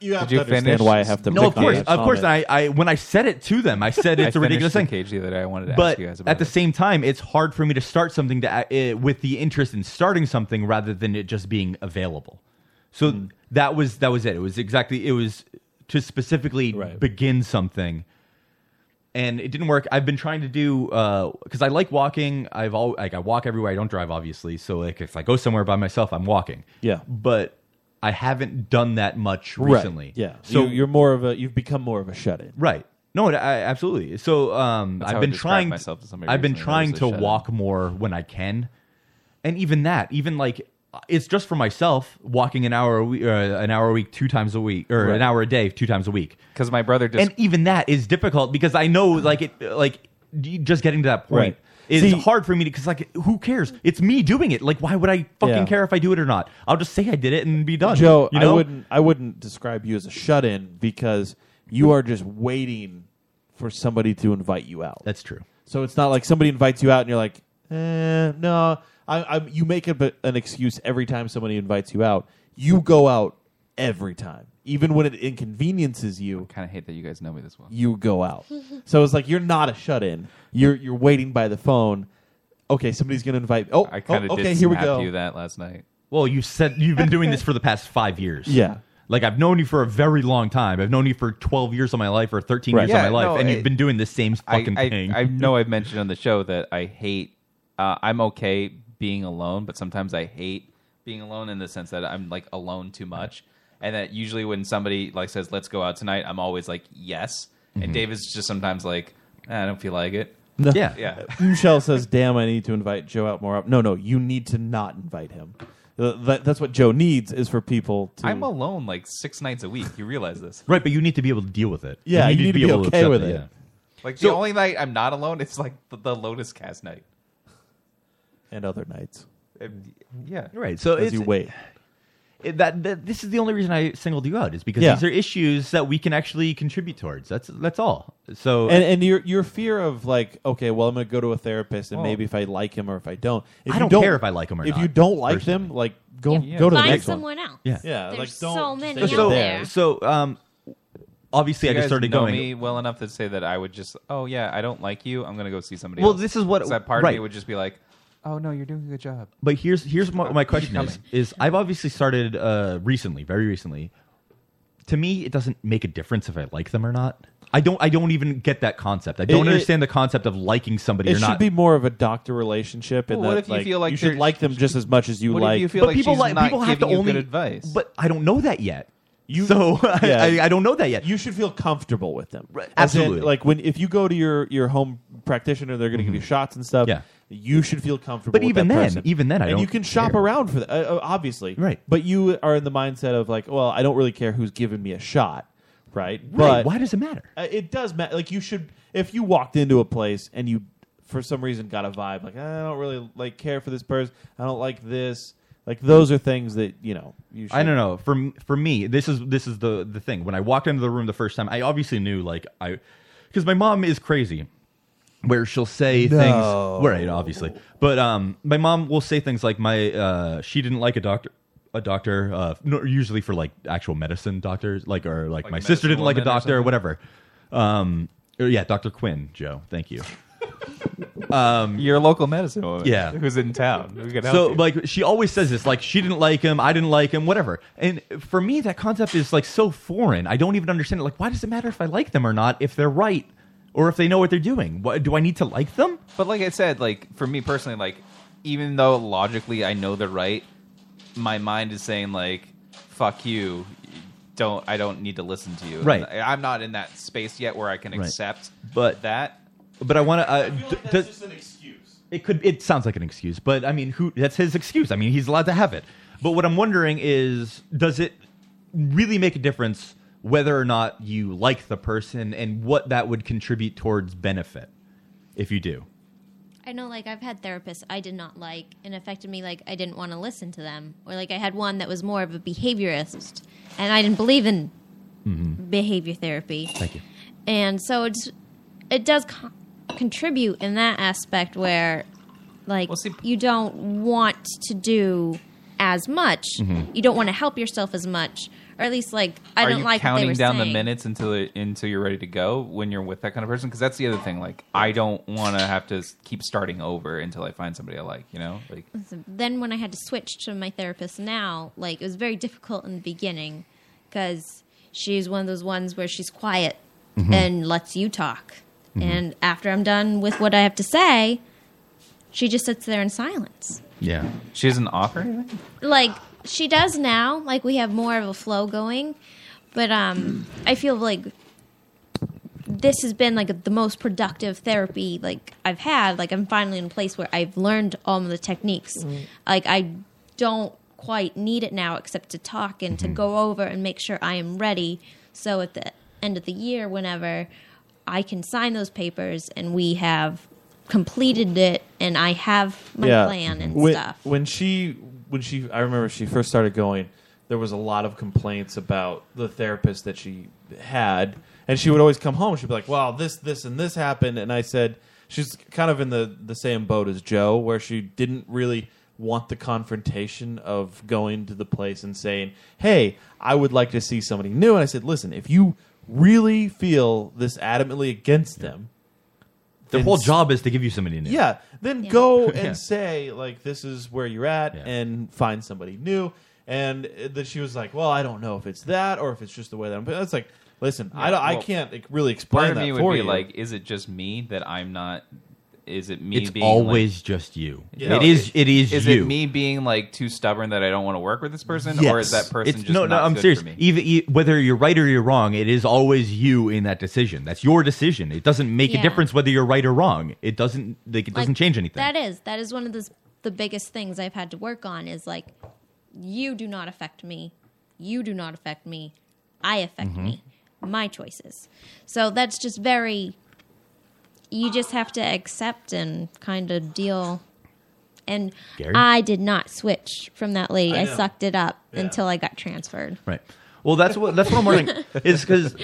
S9: you have
S10: Did you
S9: to understand
S10: finish?
S9: why i have to
S10: No,
S9: pick
S10: of course,
S9: on that
S10: of course.
S9: comment.
S10: I, I when I said it to them, [laughs] I said
S11: I
S10: it's a
S11: finished
S10: ridiculous
S11: the
S10: thing.
S11: Cage the other day. I wanted to
S10: but
S11: ask you guys
S10: at
S11: about
S10: the same time, it's hard for me to start something that uh, with the interest in starting something rather than it just being available. So
S11: Hmm.
S10: that was that was it. It was exactly it was to specifically begin something and it didn't work. I've been trying to do because I like walking. I've all like I walk everywhere. I don't drive, obviously. So like if I go somewhere by myself, I'm walking.
S9: Yeah.
S10: but I haven't done that much
S9: Right.
S10: recently.
S9: Yeah.
S10: So
S9: So you, are more of a. You've become more of a shut in.
S10: right. No, I, absolutely. So um,
S9: That's how
S10: I've
S9: I
S10: been
S9: describe
S10: trying.
S9: myself to somebody
S10: I've been
S9: recently. I was
S10: trying
S9: a
S10: to
S9: shut-in.
S10: walk more when I can, and even that, even like it's just for myself walking an hour a week, uh, an hour a week, two times a week, or
S11: Right.
S10: an hour a day, two times a week.
S11: Because my brother just
S10: and even that is difficult because I know like it like d- just getting to that point
S9: Right.
S10: is hard for me because like who cares? It's me doing it. Like why would I fucking
S9: Yeah.
S10: care if I do it or not? I'll just say I did it and be done.
S9: Joe,
S10: you know
S9: I wouldn't. I wouldn't describe you as a shut in because you are just waiting for somebody to invite you out.
S10: That's true.
S9: So it's not like somebody invites you out and you're like, eh, no. I, I you make up a, an excuse every time somebody invites you out. You go out every time, even when it inconveniences you.
S11: kind of hate that you guys know me this well.
S9: You go out. so it's like you're not a shut in. You're you're waiting by the phone. Okay, somebody's gonna invite. Oh,
S11: I kind of
S9: oh, okay.
S11: did
S9: here we
S11: snap
S9: go.
S11: you that last night.
S10: Well, you said you've been doing this for the past five years.
S9: Yeah.
S10: Like I've known you for a very long time. I've known you for twelve years of my life or thirteen
S11: Right.
S10: years
S11: Yeah,
S10: of my life,
S11: no,
S10: and
S11: I-
S10: you've been doing the same fucking
S11: I, I,
S10: thing.
S11: I
S10: [laughs]
S11: know I've mentioned on the show that I hate. Uh, I'm okay being alone, but sometimes I hate being alone in the sense that I'm like alone too much, and that usually when somebody like says "Let's go out tonight," I'm always like "Yes,"
S9: Mhm.
S10: Mm-hmm.
S11: and David's just sometimes like "Eh, "I don't feel like it."
S9: No.
S11: yeah.
S9: [laughs] Michelle says, "Damn, I need to invite Joe out more." No, no, you need to not invite him. Uh, that- that's what Joe needs is for people to.
S11: I'm alone like six nights a week. You realize this?
S10: right, but you need to be able to deal with it.
S9: Yeah, you need to be okay
S10: accept
S9: with it.
S10: yeah.
S11: Like the only night I'm not alone is like the, the Lotus Cast night.
S9: and other nights.
S11: And- yeah.
S10: Right. So
S9: As
S10: it's,
S9: you wait.
S10: it- that, that this is the only reason I singled you out is because
S9: Yeah.
S10: these are issues that we can actually contribute towards. That's that's all. So
S9: And and your your fear of like, okay, well, I'm going to go to a therapist, and
S10: Well-
S9: maybe if I like him or if I don't, if
S10: I
S9: you
S10: don't care if I like him or
S9: if
S10: not,
S9: you don't like them, like go go to the
S12: Find
S9: next
S12: someone
S9: one.
S12: else.
S10: Yeah.
S9: yeah.
S12: There's
S9: like don't
S12: so
S9: just
S12: many
S9: stay
S12: out
S9: there.
S12: there.
S10: so um, obviously I
S11: you
S10: just
S11: guys
S10: started
S11: know
S10: going.
S11: me well enough to say that I would just, oh yeah, I don't like you. I'm gonna go see somebody.
S10: Well,
S11: else.
S10: this is what-
S11: So that part of me
S10: right.
S11: would just be like, oh no, you're doing a good job.
S10: But here's here's my, my question
S11: Coming.
S10: is is I've obviously started uh, recently, very recently. To me, it doesn't make a difference if I like them or not. I don't. I don't even get that concept. I don't
S9: It- it-
S10: understand the concept of liking somebody
S9: It
S10: or
S9: should
S10: not.
S9: be more of a doctor relationship, and
S10: Well, what
S9: that,
S10: if you feel like
S9: you should
S10: they're-
S9: like them just as much as you
S10: What if
S9: like.
S10: you feel But like people she's like- not people have giving to you good only- advice? But I don't know that yet. You, so [laughs] I- I, I don't know that yet.
S9: You should feel comfortable with them. Right. As in,
S10: Absolutely.
S9: like when if you go to your your home practitioner, they're going to give you shots and stuff.
S10: Mm-hmm. Yeah.
S9: You should feel comfortable.
S10: But
S9: with
S10: even
S9: that
S10: then-
S9: person.
S10: even then, I
S9: and
S10: don't
S9: you can shop
S10: care.
S9: around for that, uh, uh, obviously.
S10: Right.
S9: But you are in the mindset of like, well, I don't really care who's giving me a shot, right?
S10: Right,
S9: But
S10: why does it matter?
S9: Uh, It does matter. Like you should, if you walked into a place and you for some reason got a vibe like I don't really like care for this person. I don't like this. Like those are things that you know. You should
S10: I don't know. For m- for me, this is this is the the thing. When I walked into the room the first time, I obviously knew like I because my mom is crazy, where she'll say
S18: No.
S10: things. Right, obviously, but um, my mom will say things like my uh, she didn't like a doctor. A doctor, uh, nor- usually for like actual medicine doctors, like or like, my sister didn't
S11: medicinal
S10: like a
S11: women or
S10: doctor or,
S11: something?
S10: whatever. Um, or, yeah, Doctor Quinn, Joe. Thank
S9: [laughs]
S10: you. Um,
S11: Your local medicine woman,
S10: yeah,
S11: [laughs] who's in town? Who can help
S10: so
S11: you.
S10: like she always says this like she didn't like him i didn't like him whatever and for me that concept is like so foreign i don't even understand it like why does it matter if i like them or not if they're right or if they know what they're doing what, do i need to like them
S11: But like I said, like for me personally, like even though logically I know they're right, my mind is saying like, "Fuck you." Don't I don't need to listen to you.
S10: Right.
S11: And I- I'm not in that space yet where I can
S10: Right.
S11: accept
S10: But-
S11: that.
S10: but i want to uh, does-
S11: an excuse.
S10: it could it sounds like an excuse but i mean who that's his excuse i mean he's allowed to have it but what i'm wondering is does it really make a difference whether or not you like the person and what that would contribute towards benefit if you do
S12: I know, like, I've had therapists I did not like and affected me, like, I didn't want to listen to them. Or, like, I had one that was more of a behaviorist, and I didn't believe in behavior therapy.
S10: Mm-hmm. Thank you.
S12: And so it's, it does co- contribute in that aspect where, like, you don't want to do as much.
S11: Mhm.
S10: Mm-hmm.
S12: You don't want to help yourself as much. Or at least, like, I
S11: Are
S12: don't
S11: you
S12: like what they
S11: counting
S12: were
S11: down
S12: saying.
S11: the minutes until it, until you're ready to go when you're with that kind of person? Because that's the other thing. Like I don't want to have to s- keep starting over until I find somebody I like. You know, like
S12: So then when I had to switch to my therapist now, like it was very difficult in the beginning because she's one of those ones where she's quiet
S4: Mhm.
S12: and lets you talk.
S4: Mhm.
S12: And after I'm done with what I have to say, she just sits there in silence.
S10: yeah,
S11: she doesn't offer anything.
S12: Like she does now, like we have more of a flow going, but um I feel like this has been like the most productive therapy like I've had. Like I'm finally in a place where I've learned all of the
S16: Mm-hmm.
S12: techniques.
S4: Mm.
S12: Like I don't quite need it now except to talk and to go over and make sure I am ready. So at the end of the year, whenever I can sign those papers and we have completed it and I have my plan and
S9: when,
S12: stuff.
S9: When she, when she, I remember she first started going. There was a lot of complaints about the therapist that she had, and she would always come home. She'd be like, "Wow, this, this, and this happened," and I said, "She's kind of in the the same boat as Joe, where she didn't really." Want the confrontation of going to the place and saying, Hey, I would like to see somebody new. And I said, Listen, if you really feel this adamantly against them,
S10: their
S9: then
S10: whole job is to give you somebody new
S9: yeah.
S11: [laughs]
S9: Then go and
S10: Yeah.
S9: say like this is where you're at and find somebody new. And uh, then she was like, "Well, I don't know if it's that or if it's just the way that I'm." But it's like, listen, I, don't, I
S11: well,
S9: can't like, really
S11: Part
S9: explain
S11: of
S9: that
S11: me would
S9: for
S11: be
S9: you.
S11: like, is it just me that I'm not? Is it me?
S10: It's
S11: being
S10: always
S11: like-
S10: just you.
S11: Yeah.
S10: It is- it is
S11: Is
S10: you.
S11: it me being like too stubborn that I don't want to work with this person, or
S10: Yes.
S11: is that person
S10: It's-
S11: just
S10: no,
S11: not
S10: no? I'm
S11: good
S10: serious.
S11: for me?
S10: Even, e- whether you're right or you're wrong, it is always you in that decision. That's your decision. It doesn't make
S12: Yeah.
S10: a difference whether you're right or wrong. It doesn't. Like, it doesn't
S12: Like,
S10: change anything.
S12: That is that is one of the the biggest things I've had to work on is like you do not affect me. You do not affect me. I affect
S10: Mm-hmm.
S4: Mhm.
S12: me. My choices. So that's just very you just have to accept and kind of deal and
S10: Gary?
S12: I did not switch from that lady.
S10: I
S12: I,
S10: know.
S12: sucked it up until I got transferred.
S10: Right. Well, that's what that's what I'm wondering is because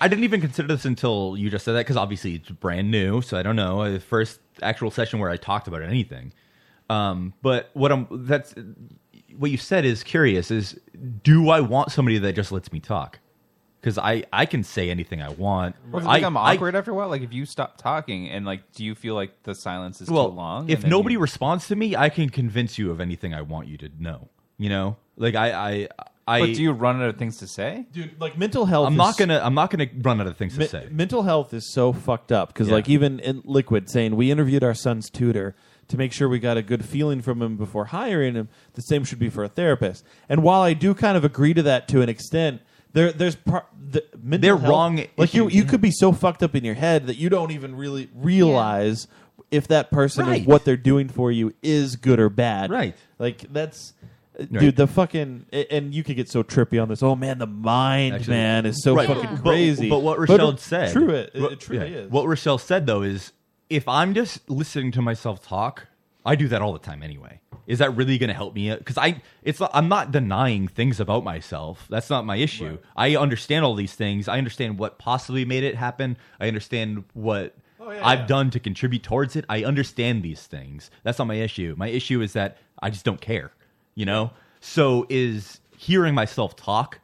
S10: I didn't even consider this until you just said that because obviously it's brand new, so I don't know the first actual session where I talked about anything. Um, but what I'm that's what you said is curious is do I want somebody that just lets me talk? Because I I can say anything I want.
S11: Well, do you
S10: I,
S11: think I, am
S10: I-
S11: awkward after a while? Like, if you stop talking, and like, do you feel like the silence is
S10: well,
S11: too long?
S10: If
S11: and then
S10: nobody
S11: you-
S10: responds to me, I can convince you of anything I want you to know. You know, like I I I.
S11: but do you run out of things to say?
S9: dude, like mental health.
S10: I'm
S9: is-
S10: not gonna. I'm not gonna run out of things
S9: Me-
S10: to say.
S9: Mental health is so fucked up because,
S10: Yeah.
S9: like, even in Liquid saying we interviewed our son's tutor to make sure we got a good feeling from him before hiring him. The same should be for a therapist. And while I do kind of agree to that to an extent, there there's par- the mental
S10: They're
S9: health-
S10: wrong
S9: Like you,
S10: issues.
S9: you could be so fucked up in your head that you don't even really realize if that person
S10: Right.
S9: or what they're doing for you is good or bad.
S10: Right.
S9: Like that's.
S10: Right.
S9: Dude, the fucking a- and you could get so trippy on this. Oh man, the mind
S10: Actually,
S9: man is so
S10: right.
S9: fucking
S10: But-
S9: crazy.
S10: But, what Rochelle
S9: it-
S10: said,
S9: true it, it,
S10: Ro-
S9: it truly
S10: yeah.
S9: is.
S10: What Rochelle said though is if I'm just listening to myself talk, I do that all the time anyway. Is that really going to help me? Because I, it's not- I'm not denying things about myself. That's not my issue. I understand all these things. I understand what possibly made it happen. I understand what
S18: Oh, yeah,
S10: I've
S18: yeah.
S10: done to contribute towards it. I understand these things. That's not my issue. My issue is that I just don't care. You know. So is hearing myself talk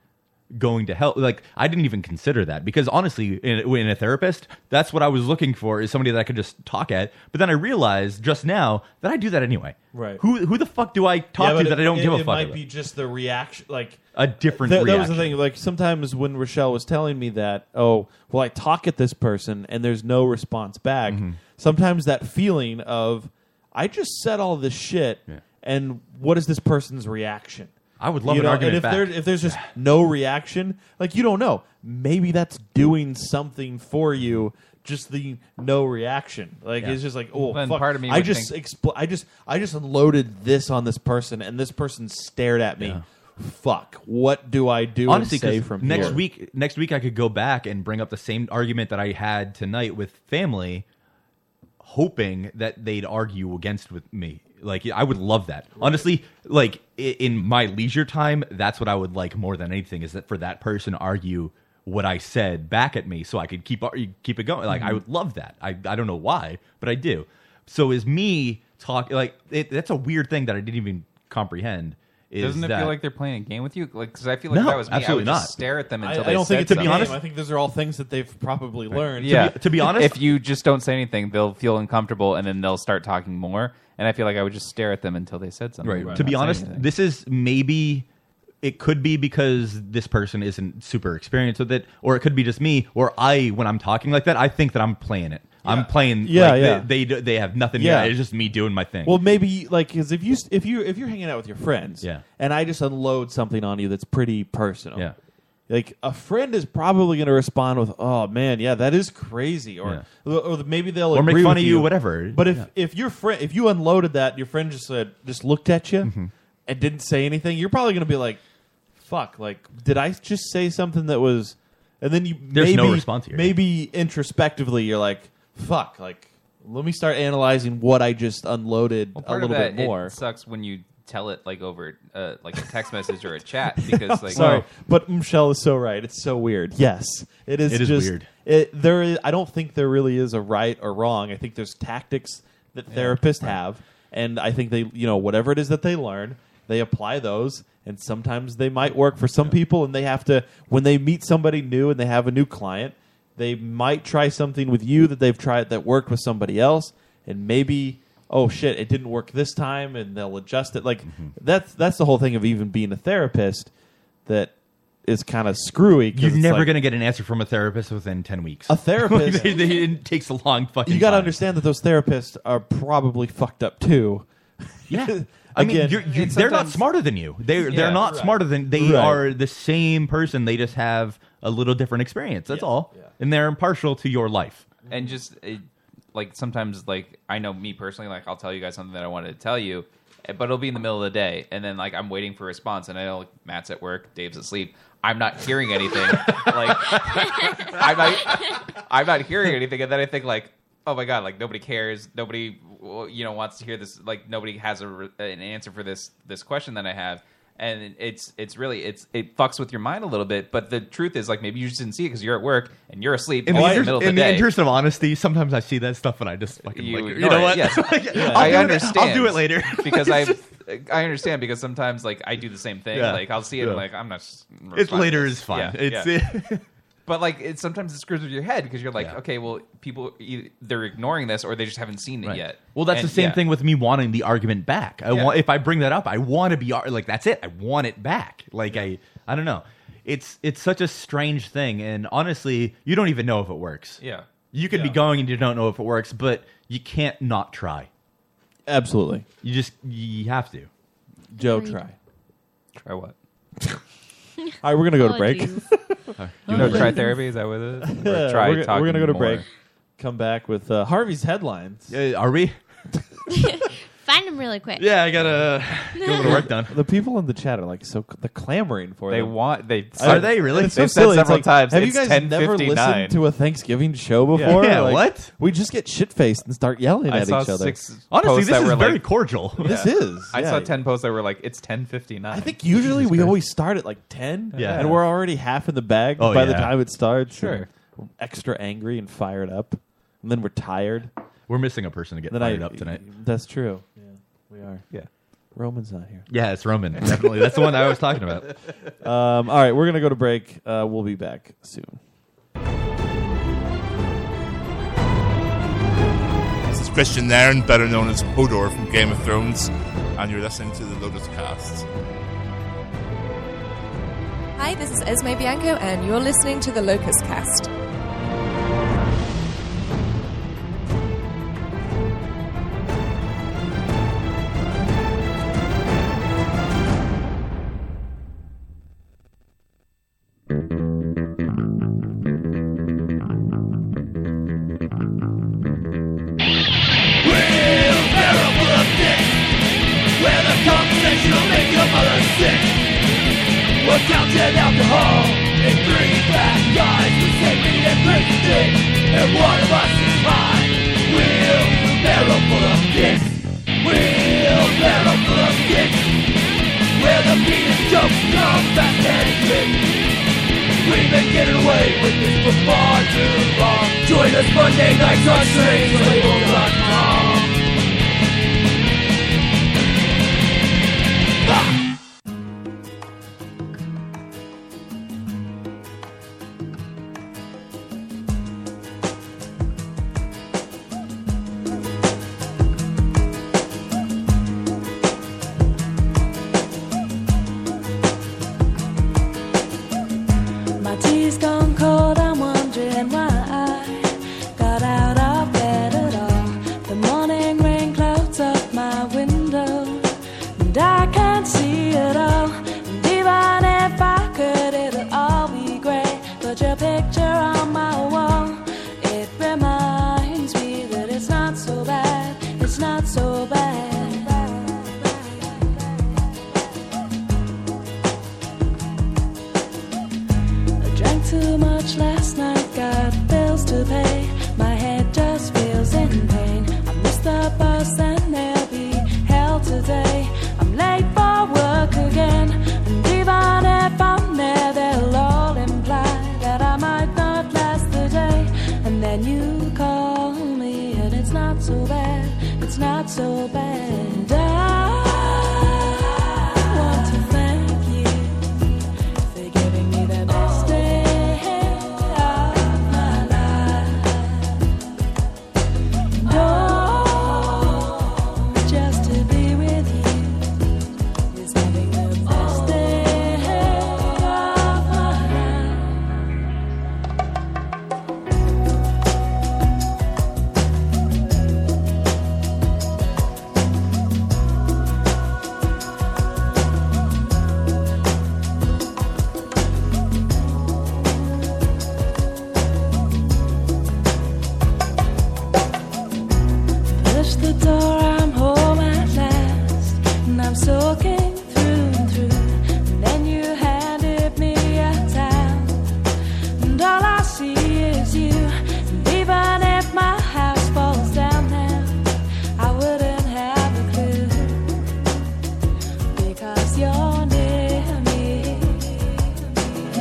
S10: going to help like i didn't even consider that because honestly in, in a therapist that's what i was looking for is somebody that i could just talk at but then i realized just now that i do that anyway
S9: Right.
S10: who who the fuck do i talk to that i don't give a
S9: it
S10: fuck
S9: might
S10: about?
S9: be just the reaction, like
S10: a different
S9: That, that was
S10: reaction
S9: the thing. Like sometimes when Rochelle was telling me that, oh, well, I talk at this person and there's no response back.
S10: Mm-hmm.
S9: Sometimes that feeling of I just said all this shit, and what is this person's reaction?
S10: I would love
S9: you
S10: an
S9: know?
S10: argument
S9: And if
S10: back.
S9: there if there's just no reaction, like you don't know, maybe that's doing something for you. Just the no reaction, like
S11: Yeah.
S9: it's just like oh,
S11: Then
S9: fuck.
S11: part of me
S9: I
S11: would
S9: just
S11: think-
S9: expl- I just I just unloaded this on this person, and this person stared at me. Fuck. What do I do?
S10: honestly
S9: and say
S10: 'cause
S9: from
S10: next
S9: here?
S10: week next week i could go back and bring up the same argument that i had tonight with family hoping that they'd argue against with me like i would love that honestly like i- in my leisure time that's what i would like more than anything is that for that person to argue what i said back at me so i could keep ar- keep it going like i
S11: Mm-hmm.
S18: Mhm.
S10: would love that i, I don't know why but i do so is me talk like it, that's a weird thing that i didn't even comprehend is
S11: Doesn't it
S10: that-
S11: feel like they're playing a game with you? Like, because I feel like
S10: No,
S11: that was me.
S10: absolutely
S11: I would just
S10: not.
S11: stare at them
S10: I-
S11: until
S10: I
S11: they
S10: don't think
S11: said
S10: it- to be
S11: something.
S10: honest-
S9: I think these are all things that they've probably learned.
S11: Yeah.
S10: To be- to be honest-
S11: [laughs] if you just don't say anything, they'll feel uncomfortable and then they'll start talking more. And I feel like I would just stare at them until they said something.
S10: Right. To be honest, this is maybe it could be because this person isn't super experienced with it, or it could be just me, or I when I'm talking like that, I think that I'm playing it. I'm playing.
S9: Yeah,
S10: like,
S9: yeah.
S10: They, they they have nothing.
S9: Yeah.
S10: Yeah, it's just me doing my thing.
S9: Well, maybe like because if you if you if you're hanging out with your friends,
S10: Yeah.
S9: and I just unload something on you that's pretty personal,
S10: Yeah.
S9: Like a friend is probably going to respond with, "Oh man, yeah, that is crazy," or or maybe they'll
S10: Or make
S9: agree
S10: fun
S9: with
S10: of you, whatever.
S9: But if
S10: Yeah.
S9: if your friend if you unloaded that, and your friend just said just looked at you
S10: Mm-hmm.
S9: and didn't say anything, you're probably going to be like, "Fuck!" Like, did I just say something that was? And then you
S10: There's
S9: maybe,
S10: no response here.
S9: Maybe introspectively, you're like, "Fuck!" Like, let me start analyzing what I just unloaded a
S11: Part
S9: little
S11: of that,
S9: bit more.
S11: It sucks when you tell it like over uh, like a text message or a chat
S10: [laughs]
S11: because like
S9: Sorry, but Michelle is so right. It's so weird. Yes, it is.
S10: It is
S9: just,
S10: weird.
S9: It, there, is, I don't think there really is a right or wrong. I think there's tactics that therapists have, and I think they, you know, whatever it is that they learn, they apply those. And sometimes they might work for some people, and they have to when they meet somebody new and they have a new client, they might try something with you that they've tried that worked with somebody else, and maybe oh shit, it didn't work this time, and they'll adjust it. Like
S10: Mm-hmm.
S9: that's that's the whole thing of even being a therapist that is kind of screwy. 'cause
S10: You're
S9: it's
S10: never
S9: like,
S10: going to get an answer from a therapist within ten weeks. [laughs]
S9: A therapist-
S10: Like, it takes a long fucking.
S9: you got to
S10: time.
S9: understand that those therapists are probably fucked up too.
S10: Yeah. [laughs] I mean,
S9: Again-
S10: you're, you they're not smarter than you. They're
S9: Yeah.
S10: they're not
S9: Right.
S10: smarter than they
S9: Right.
S10: are the same person. They just have a little different experience. That's all, and they're impartial to your life.
S11: and just it, like sometimes like i know me personally like i'll tell you guys something that i wanted to tell you eh, but it'll be in the middle of the day and then like i'm waiting for a response and i know like, matt's at work dave's asleep i'm not hearing anything like i'm not i'm not hearing anything and then i think like oh my god like nobody cares nobody w- you know wants to hear this like nobody has a, re- an answer for this this question that i have and it's it's really it's it fucks with your mind a little bit but the truth is like maybe you just didn't see it because you're at work and you're asleep
S10: In, the,
S11: all in the
S10: inter-
S11: middle of
S10: in
S11: the
S10: the
S11: day
S10: interest of honesty, sometimes I see that stuff and I just fucking
S11: you,
S10: like,
S11: ignore
S10: you know what? [laughs]
S11: it, [laughs] Yes,
S10: I'll
S11: I
S10: do it-
S11: understand.
S10: I'll do it later
S11: [laughs]
S10: [laughs]
S11: because I I understand because sometimes like I do the same thing.
S10: Yeah.
S11: Like I'll see it
S10: Yeah.
S11: and like I'm not. s-
S10: It's
S11: responding to
S10: later
S11: this.
S10: is fine.
S11: Yeah,
S10: It's- [laughs]
S11: yeah. But like, it, sometimes it screws with your head because you're like, okay, well, people e- they're ignoring this or they just haven't seen it
S10: Right.
S11: yet.
S10: Well, that's
S11: And-
S10: the same
S11: yeah.
S10: thing with me wanting the argument back. I
S11: Yeah.
S10: want if I bring that up, I want to be ar- like that's it. I want it back. Like I I don't know. It's it's such a strange thing and honestly, you don't even know if it works.
S11: Yeah.
S10: You could be
S11: Yeah.
S10: going and you don't know if it works, but you can't not try.
S9: Absolutely.
S10: You just you have to.
S9: Joe, try.
S11: Try what?
S9: [laughs] All right, we're gonna go
S10: [laughs]
S9: to break.
S11: You know, try therapy. Is that what it is? Or
S9: [laughs] Yeah,
S11: try
S9: we're, gonna-
S11: talking
S9: we're gonna go to
S11: more?
S9: break. Come back with uh, Harvey's headlines.
S10: are we?
S12: [laughs] find them really quick.
S10: Yeah, I gotta get a little work done.
S9: The people in the chat are like so they're clamoring for
S11: They
S9: them.
S11: want- they-
S9: I-
S11: Are they really?
S9: It's so
S11: They've said
S9: silly. It's
S11: several
S9: like,
S11: times,
S9: Have
S11: it's
S9: you guys never
S11: 10:59.
S9: listened to a Thanksgiving show
S11: Yeah.
S9: before?
S11: Yeah,
S9: Like,
S11: what?
S9: We just get shit faced and start yelling
S11: I
S9: at
S11: saw
S9: each other.
S11: six posts that were like-
S9: [laughs] This
S11: Yeah.
S9: is.
S11: I
S9: yeah.
S11: saw ten posts that were like, "It's ten fifty nine.
S9: I think usually we always start at like ten,
S11: Yeah.
S9: and we're already half in the bag
S11: Oh,
S9: by the
S11: yeah.
S9: time it starts.
S11: Sure.
S9: and we're extra angry and fired up, and then we're tired.
S10: We're missing a person to get
S9: Then
S10: fired
S9: I-
S10: up tonight.
S9: That's true. Yeah, we are. Yeah, Roman's not here.
S10: Yeah, it's Roman. Definitely. That's the one I was talking about.
S9: [laughs] Um, all right, we're gonna go to break. Uh, we'll be back soon.
S13: This is Christian Nairn, better known as Hodor from Game of Thrones, and you're listening to the Lotus Cast.
S21: Hi, this is Esme Bianco, and you're listening to the Locust Cast.
S4: Where the conversation will make your mother sick. We're counting alcohol. It brings back guys who say we didn't drink dick. And one of us is high. Wheelbarrow full of dicks. Wheelbarrow full of dicks. Where the penis jokes come fast and quick. We've been getting away with this for far too long. Join us Monday nights on strangelabel.com.
S22: My tea's gone cold, I'm wondering why I got out of bed at all. The morning rain clouds up my window, and I can't see it all. And even if I could, it'll all be grey. But your picture on my wall, it reminds me that it's not so bad, it's not so bad. Drank too much last night, got bills to pay. My head just feels in pain. I missed the bus and there'll be hell today. I'm late for work again. And even if I'm there, they'll all imply that I might not last the day. And then you call me, and it's not so bad, it's not so bad. And I want to thank you for giving me the best day of my life. And oh, just to be with you is having the best day of my life. Push the door, I'm home at last. And I'm soaking through and through. And then you handed me a towel. And all I see is you. And even if my house falls down now, I wouldn't have a clue. Because you're near me.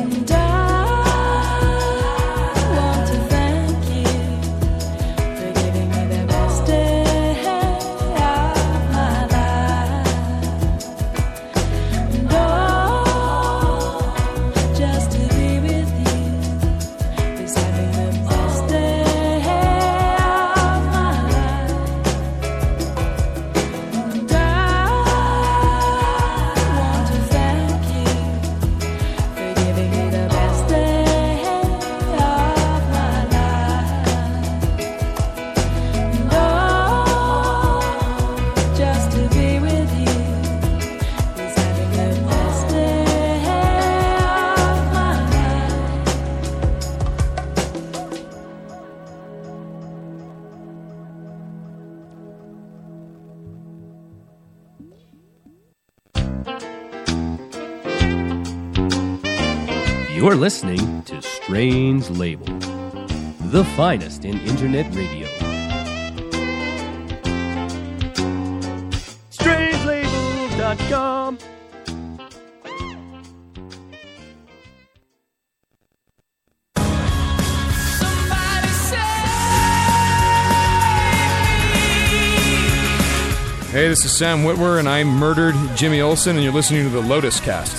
S22: And I want to thank you for giving me the best day of my life. And oh, just to be with you is having the best day of my life. And I want to thank you for giving me the best day of my life. Just to be with you is having the best day of my life.
S23: You're listening to Strange Label, the finest in internet radio.
S4: Strangelabel.com.
S24: Hey, this is Sam Whitwer, and I murdered Jimmy Olsen, and you're listening to the Lotus Cast.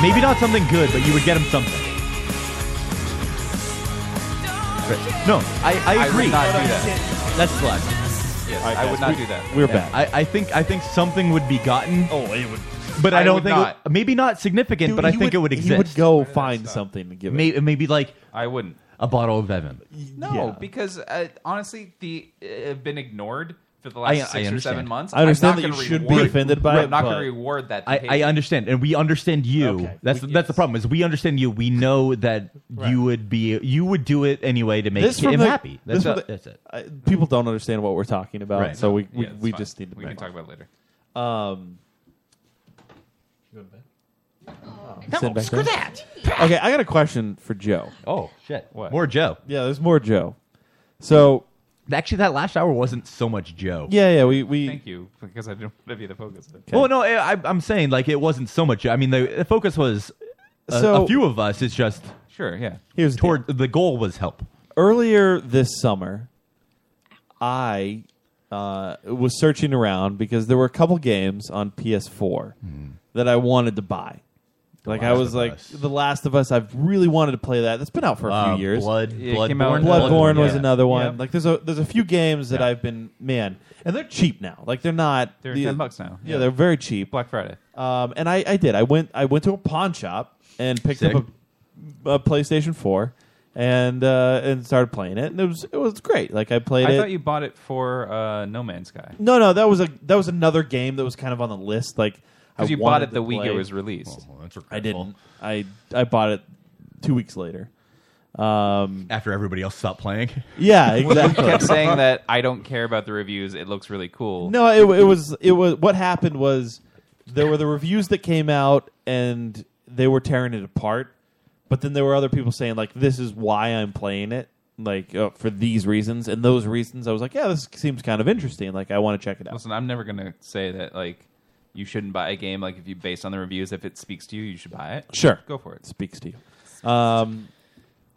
S9: Maybe not something good, but you would get him something. No, I, I
S11: I
S9: agree.
S11: would not do that.
S10: That's flat.
S11: Yes, I would not do that.
S9: We're
S11: Yeah.
S9: back. I, I think I think something would be gotten.
S11: Oh, it would-
S9: But I,
S11: I
S9: don't
S11: would
S9: think it-
S11: not.
S9: maybe not significant,
S11: Dude,
S9: but I
S11: he
S9: think it
S11: would-
S9: would
S11: he
S9: exist.
S11: would
S9: go find something to give. Maybe, maybe like
S11: I wouldn't.
S10: A bottle of Evan.
S11: No, because uh, honestly, the uh, have been ignored for the last
S10: I- I
S11: six or seven
S10: understand.
S11: months.
S9: I
S11: I'm
S9: understand that
S11: not
S9: you
S11: gonna
S9: should be
S11: reward-
S9: offended by
S11: I'm
S9: it,
S11: not going
S9: but-
S11: to reward that.
S10: I, I
S11: behavior.
S10: understand, and we understand you. That's the, that's the problem is we understand you. We know that you would be you would do it anyway to make
S9: This
S10: him
S9: from the-
S10: happy. That's,
S9: this from
S10: a-
S9: the-
S10: that's it.
S9: I- people don't understand what we're talking about,
S10: Right.
S9: so we we,
S11: Yeah, it's
S9: we
S11: fine.
S9: just need to.
S11: We can talk about it later.
S9: Um,
S11: No,
S9: Sit back
S11: screw
S9: down.
S11: that.
S9: Okay, I got a question for Joe.
S10: Oh shit! More Joe.
S9: Yeah, there's more Joe. So
S10: actually, that last hour wasn't so much Joe.
S9: Yeah, yeah, we we
S11: Thank you, because I didn't want to be the focus. of it.
S10: Well, no, I, I- I'm saying like it wasn't so much. I mean, the, the focus was uh, a,
S9: So-
S10: a few of us. It's just
S11: sure, yeah.
S9: Here's
S10: toward the goal was help.
S9: earlier this summer, I uh, was searching around because there were a couple games on PS4 that I wanted to buy. Like I
S18: Last
S9: was
S18: of
S9: like The Last of Us. I've really wanted to play that. That's been out for a
S18: Uh,
S9: few years.
S18: Blood-
S9: Bloodborne,
S18: Yeah, it came out-
S9: Bloodborne,
S18: Bloodborne,
S9: was
S18: yeah.
S9: another one.
S18: Yep.
S9: Like there's a there's a few games that I've been man, and they're cheap now. Like they're not
S11: They're 10 bucks now.
S9: Yeah,
S11: Yeah.
S9: they're very cheap.
S11: Black Friday.
S9: Um, and I, I did. I went I went to a pawn shop and picked up a, a PlayStation Four, and uh, and started playing it, and it was it was great. Like I played
S11: I
S9: it.
S11: thought you bought it for uh, No Man's Sky
S9: no, no, that was a that was another game that was kind of on the list. Like I
S11: because you bought
S9: wanted
S11: it the
S9: to
S11: week it
S9: play.
S11: was released.
S10: Oh,
S9: I didn't. I I bought it two weeks later. Um,
S10: After everybody else stopped playing.
S9: Yeah, [laughs]
S11: You
S9: exactly.
S11: [laughs] kept saying that I don't care about the reviews. It looks really cool.
S9: No, it, it was it was what happened was there were the reviews that came out and they were tearing it apart, but then there were other people saying like this is why I'm playing it like uh, for these reasons and those reasons. I was like, yeah, this seems kind of interesting. Like I want to check it out.
S11: Listen, I'm never gonna say that like you shouldn't buy a game. Like if you based on the reviews, if it speaks to you, you should buy it.
S9: Sure,
S11: go for it.
S9: Speaks to you. Um,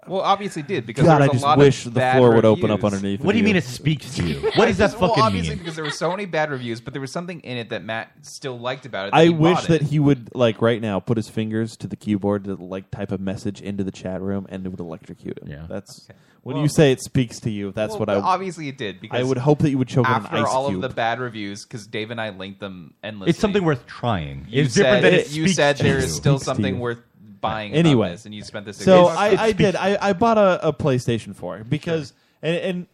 S11: Well, obviously it did because
S9: God,
S11: there was
S9: I just
S11: a lot
S9: wish the
S11: of bad
S9: floor would open up
S11: reviews.
S9: underneath What do you of you. mean it speaks
S11: [laughs]
S9: to you? What
S11: I
S9: does that
S11: just- well,
S9: fucking
S11: obviously
S9: mean?
S11: Because there were so many bad reviews, but there was something in it that Matt still liked about it. that
S9: I
S11: he
S9: wish
S11: bought it.
S9: that he would like right now put his fingers to the keyboard to like type a message into the chat room and it would electrocute him. Yeah, that's when
S11: Well-
S9: you say it speaks to you. That's
S11: Well,
S9: what I
S11: but obviously it did. Because
S9: I would hope that you would choke on an
S11: after
S9: ice
S11: all
S9: cube.
S11: of the bad reviews because Dave and I linked them endlessly.
S10: It's something worth trying.
S11: You
S10: It's different
S11: said,
S10: than it
S11: you
S10: speaks
S11: said
S10: to
S11: there
S10: you.
S11: is still
S10: Speaks to
S11: something
S10: you.
S11: worth buying. about
S9: anyway,
S11: this, and you spent this.
S9: So I, I did. I, I bought a, a PlayStation Four because and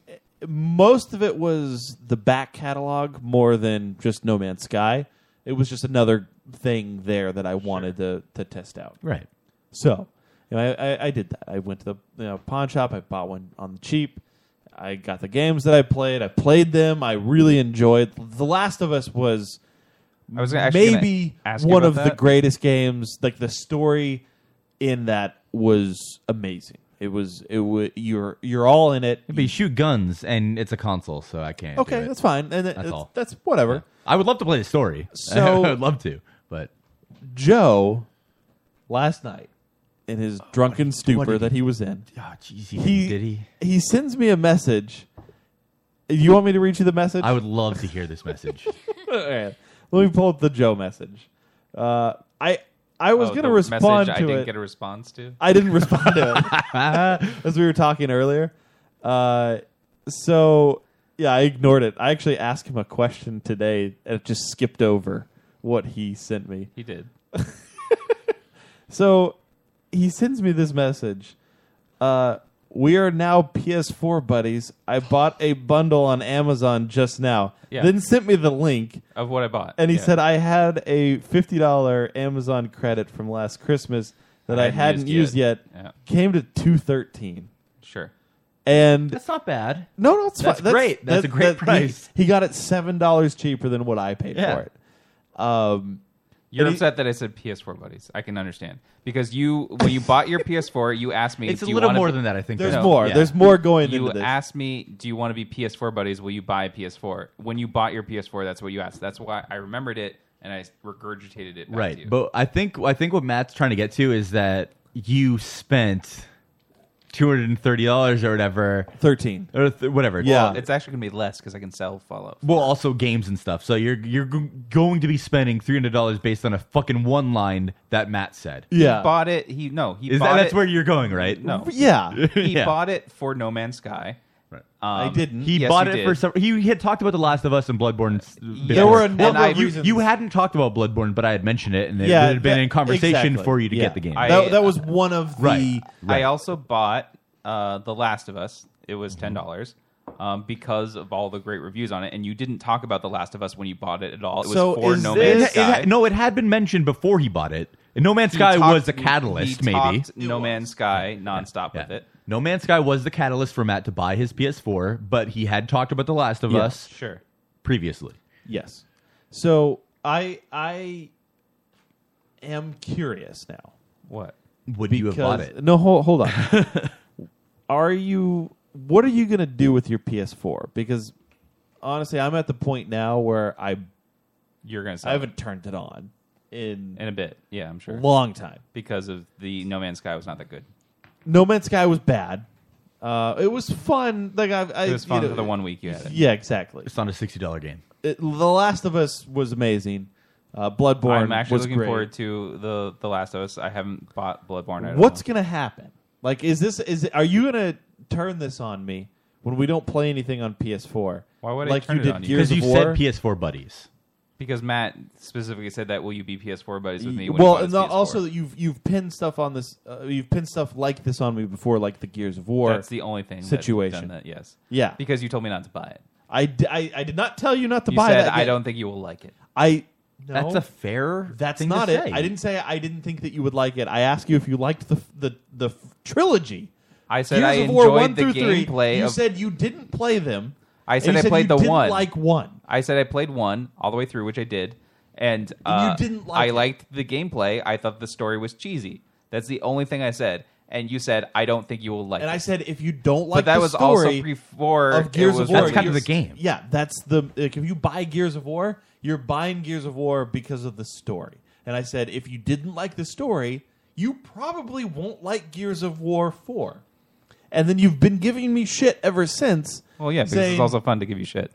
S9: and most of it was the back catalog more than just No Man's Sky. It was just another thing there that I wanted to to test out.
S10: Right.
S9: So you know, I, I I did that. I went to the you know, pawn shop. I bought one on the cheap. I got the games that I played. I played them. I really enjoyed. The Last of Us was
S11: I was actually gonna
S9: maybe
S11: ask you
S9: one
S11: about
S9: of the
S11: that.
S9: greatest games. Like the story in that was amazing. It was it wa you're you're all in it.
S10: But you shoot guns, and it's a console, so I can't. do
S9: Okay,
S10: it.
S9: that's fine. And it-
S10: that's
S9: it's-
S10: all.
S9: that's whatever.
S10: I would love to play the story.
S9: So-
S10: [laughs] I would love to, but
S9: Joe last night in his
S10: Oh,
S9: drunken stupor that he was in.
S10: Ah, jeez, he-
S9: he
S10: did he?
S9: he sends me a message. You want me to read you the message?
S10: I would love to hear this
S9: [laughs]
S10: message.
S9: All right. Let me pull up the Joe message. Uh, I I was
S11: Oh,
S9: going to
S11: the message
S9: respond to
S11: I didn't
S9: it.
S11: get a response to?
S9: I didn't respond to
S11: [laughs]
S9: it [laughs] as we were talking earlier. Uh, so yeah, I ignored it. I actually asked him a question today, and it just skipped over what he sent me.
S11: He did.
S9: [laughs] So he sends me this message. Uh, we are now PS4 buddies. I bought a bundle on Amazon just now.
S11: Yeah.
S9: Then sent me the link
S11: Of what I bought,
S9: And he
S11: yeah.
S9: said I had a fifty dollar Amazon credit from last Christmas that I hadn't, used, yet. Came to two thirteen.
S11: Sure.
S9: And
S10: That's not bad.
S9: No, no, it's
S10: That's
S9: fine.
S10: great. That's a great
S9: he-
S10: price.
S9: He, got it seven dollars cheaper than what I paid
S10: Yeah.
S9: for it. Um,
S11: You're And he- upset that I said PS4 buddies. I can understand because you when you bought your PS4, you asked me.
S10: It's
S11: do
S10: a
S11: you
S10: little
S11: wanna
S10: more
S11: be-"
S10: than that, I think,
S9: There's though. more. There's more going
S11: You
S9: into this.
S11: asked me, "Do you want to be PS4 buddies? Will you buy a PS4?" When you bought your PS4, that's what you asked. That's why I remembered it and I regurgitated it. back to you.
S10: right. But I think I think what Matt's trying to get to is that you spent two hundred and thirty dollars or whatever,
S9: thirteen
S10: or th- whatever.
S11: Well, it's actually gonna be less because I can sell Fallout.
S10: Well, also games and stuff. So you're you're g- going to be spending three hundred dollars based on a fucking one line that Matt said.
S11: He bought it. He no. He
S10: Is that-
S11: bought
S10: that's
S11: it-
S10: where you're going, right?
S11: [laughs] No.
S10: [laughs] Yeah.
S11: He
S10: Yeah.
S11: bought it for No Man's Sky. Um, Right.
S10: I didn't. He bought it for some. He, he had talked about The Last of Us and Bloodborne. s- before.
S11: were a number
S10: Well,
S11: of
S10: you,
S11: reasons.
S10: You hadn't talked about Bloodborne, but I had mentioned it, and it
S9: Yeah,
S10: had been
S9: that-
S10: in conversation
S9: exactly.
S10: for you to
S9: Yeah.
S10: get the game.
S11: I-
S9: that, that was one of the.
S10: Right.
S11: I also bought uh, The Last of Us. It was ten dollars. Um, because of all the great reviews on it, and you didn't talk about The Last of Us when you bought it at all. It was for No Man's
S10: It- it-
S11: Sky.
S10: no, it had been mentioned before he bought it. And no Man's
S11: He
S10: Sky
S11: talked-
S10: was the
S11: he-
S10: catalyst,
S11: he
S10: maybe.
S11: talked No Man's Sky nonstop with it.
S10: No Man's Sky was the catalyst for Matt to buy his PS4, but he had talked about The Last of
S9: Yeah,
S10: Us
S11: sure.
S10: previously.
S9: Yes. So I I am curious now.
S11: What?
S10: Would you have bought it?
S9: No, hold, hold on.
S10: [laughs]
S9: are you? What are you going to do with your PS4? Because honestly, I'm at the point now where I
S11: You're gonna. Sell
S9: I
S11: it.
S9: haven't turned it on in
S11: in a bit. Yeah, I'm sure.
S9: Long time.
S11: because of the No Man's Sky was not that good.
S9: No Man's Sky was bad. Uh, it was fun. Like I, I
S11: It was
S9: you
S11: fun
S9: know,
S11: for the one week you had it.
S9: Yeah, exactly.
S10: It's not a sixty dollar game.
S9: It, the Last of Us was amazing. Uh, Bloodborne
S11: I'm actually
S9: was
S11: looking
S9: great.
S11: forward to the the Last of Us. I haven't bought Bloodborne. At
S9: What's gonna happen? Like, is this is are you gonna turn this on me when we don't play anything on PS4?
S11: Why would I
S9: like
S11: turn
S9: you
S11: it
S9: did
S11: on you?
S9: Gears
S11: Because
S9: of
S11: you said
S9: War?
S10: PS4 buddies.
S11: Because Matt specifically said that, "Will you be PS4 buddies with me?" When
S9: well,
S11: you
S9: and
S11: bought
S9: al-
S11: his PS4?"
S9: also that you've you've pinned stuff on this. Uh, you've pinned stuff like this on me before, like the Gears of War.
S11: that's the only thing
S9: situation.
S11: That's done that, yes,
S9: Yeah.
S11: because you told me not to buy it.
S9: I, d- I, I did not tell you not to
S11: You
S9: buy
S11: said,
S9: that.
S11: "I
S9: game."
S11: don't think you will like it."
S9: I. No,
S11: That's a fair
S9: That's
S11: thing to
S9: not
S11: say.
S9: it. I didn't say I didn't think that you would like it. I asked you if you liked the f- the the f- trilogy.
S11: I said
S9: Gears
S11: I
S9: of War
S11: enjoyed
S9: one
S11: the
S9: through three.
S11: gameplay
S9: You
S11: of-
S9: said you didn't play them.
S11: I
S9: and
S11: said
S9: you
S11: I played
S9: you
S11: the
S9: didn't
S11: one.
S9: Like one.
S11: I said I played one all the way through, which I did, and, uh,
S9: didn't like
S11: I
S9: it.
S11: liked the gameplay. I thought the story was cheesy. That's the only thing I said. And you said I don't think you will like.
S9: And
S11: it.
S9: I said, if you don't
S11: But
S9: like
S11: that
S9: the
S11: was also
S9: story
S11: before
S9: of
S11: it
S9: Gears
S11: was
S9: of War,
S11: That's kind of
S9: you're-
S11: the game.
S9: Yeah, that's the like, if you buy Gears of War, you're buying Gears of War because of the story. And I said, if you didn't like the story, you probably won't like Gears of War four. And then you've been giving me shit ever since.
S11: Well, yeah, because
S9: saying,
S11: it's also fun to give you shit.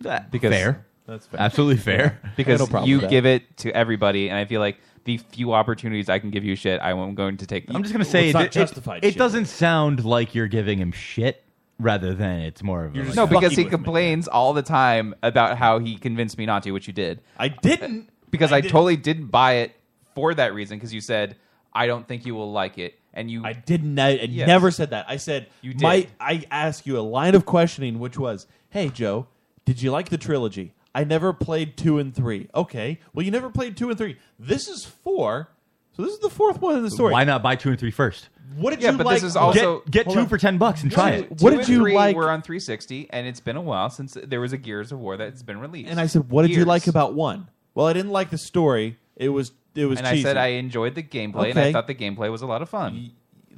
S10: That-
S11: Because
S10: fair. That's fair. Absolutely fair.
S11: Because
S10: I have no problem
S11: you
S10: with that.
S11: give it to everybody, and I feel like the few opportunities I can give you shit, I am going to take them.
S10: I'm just gonna say that it, it doesn't sound like you're giving him shit, rather than it's more of a
S11: no,
S10: like,
S11: because he complains all the time about how he convinced me not to, which you did.
S9: I didn't.
S11: Because
S9: I
S11: I,
S9: didn't.
S11: totally didn't buy it for that reason. Because you said I don't think you will like it, and you I
S9: didn't. I, I never said that. I said
S11: You did.
S9: my I asked you a line of questioning, which was, "Hey Joe, did you like the trilogy? I never played two and three. Okay, well you never played two and three. This is four, so this is the fourth one in the story.
S10: Why not buy two and three first?
S9: What did
S11: Yeah,
S9: you
S11: but
S9: like?
S11: this is also
S10: Get- get
S9: Hold
S10: two
S9: on.
S10: for 10 bucks and
S9: What
S10: try
S9: did
S10: it.
S9: you-
S11: Two
S9: What did
S11: and
S9: you
S11: three
S9: like?
S11: We're on 360, and it's been a while since there was a Gears of War that's been released.
S9: And I said, "What did you
S11: Years.
S9: like about one? Well, I didn't like the story. It was it was.
S11: and
S9: cheesy.
S11: I said I enjoyed the gameplay, and I
S9: Okay.
S11: thought the gameplay was a lot of fun.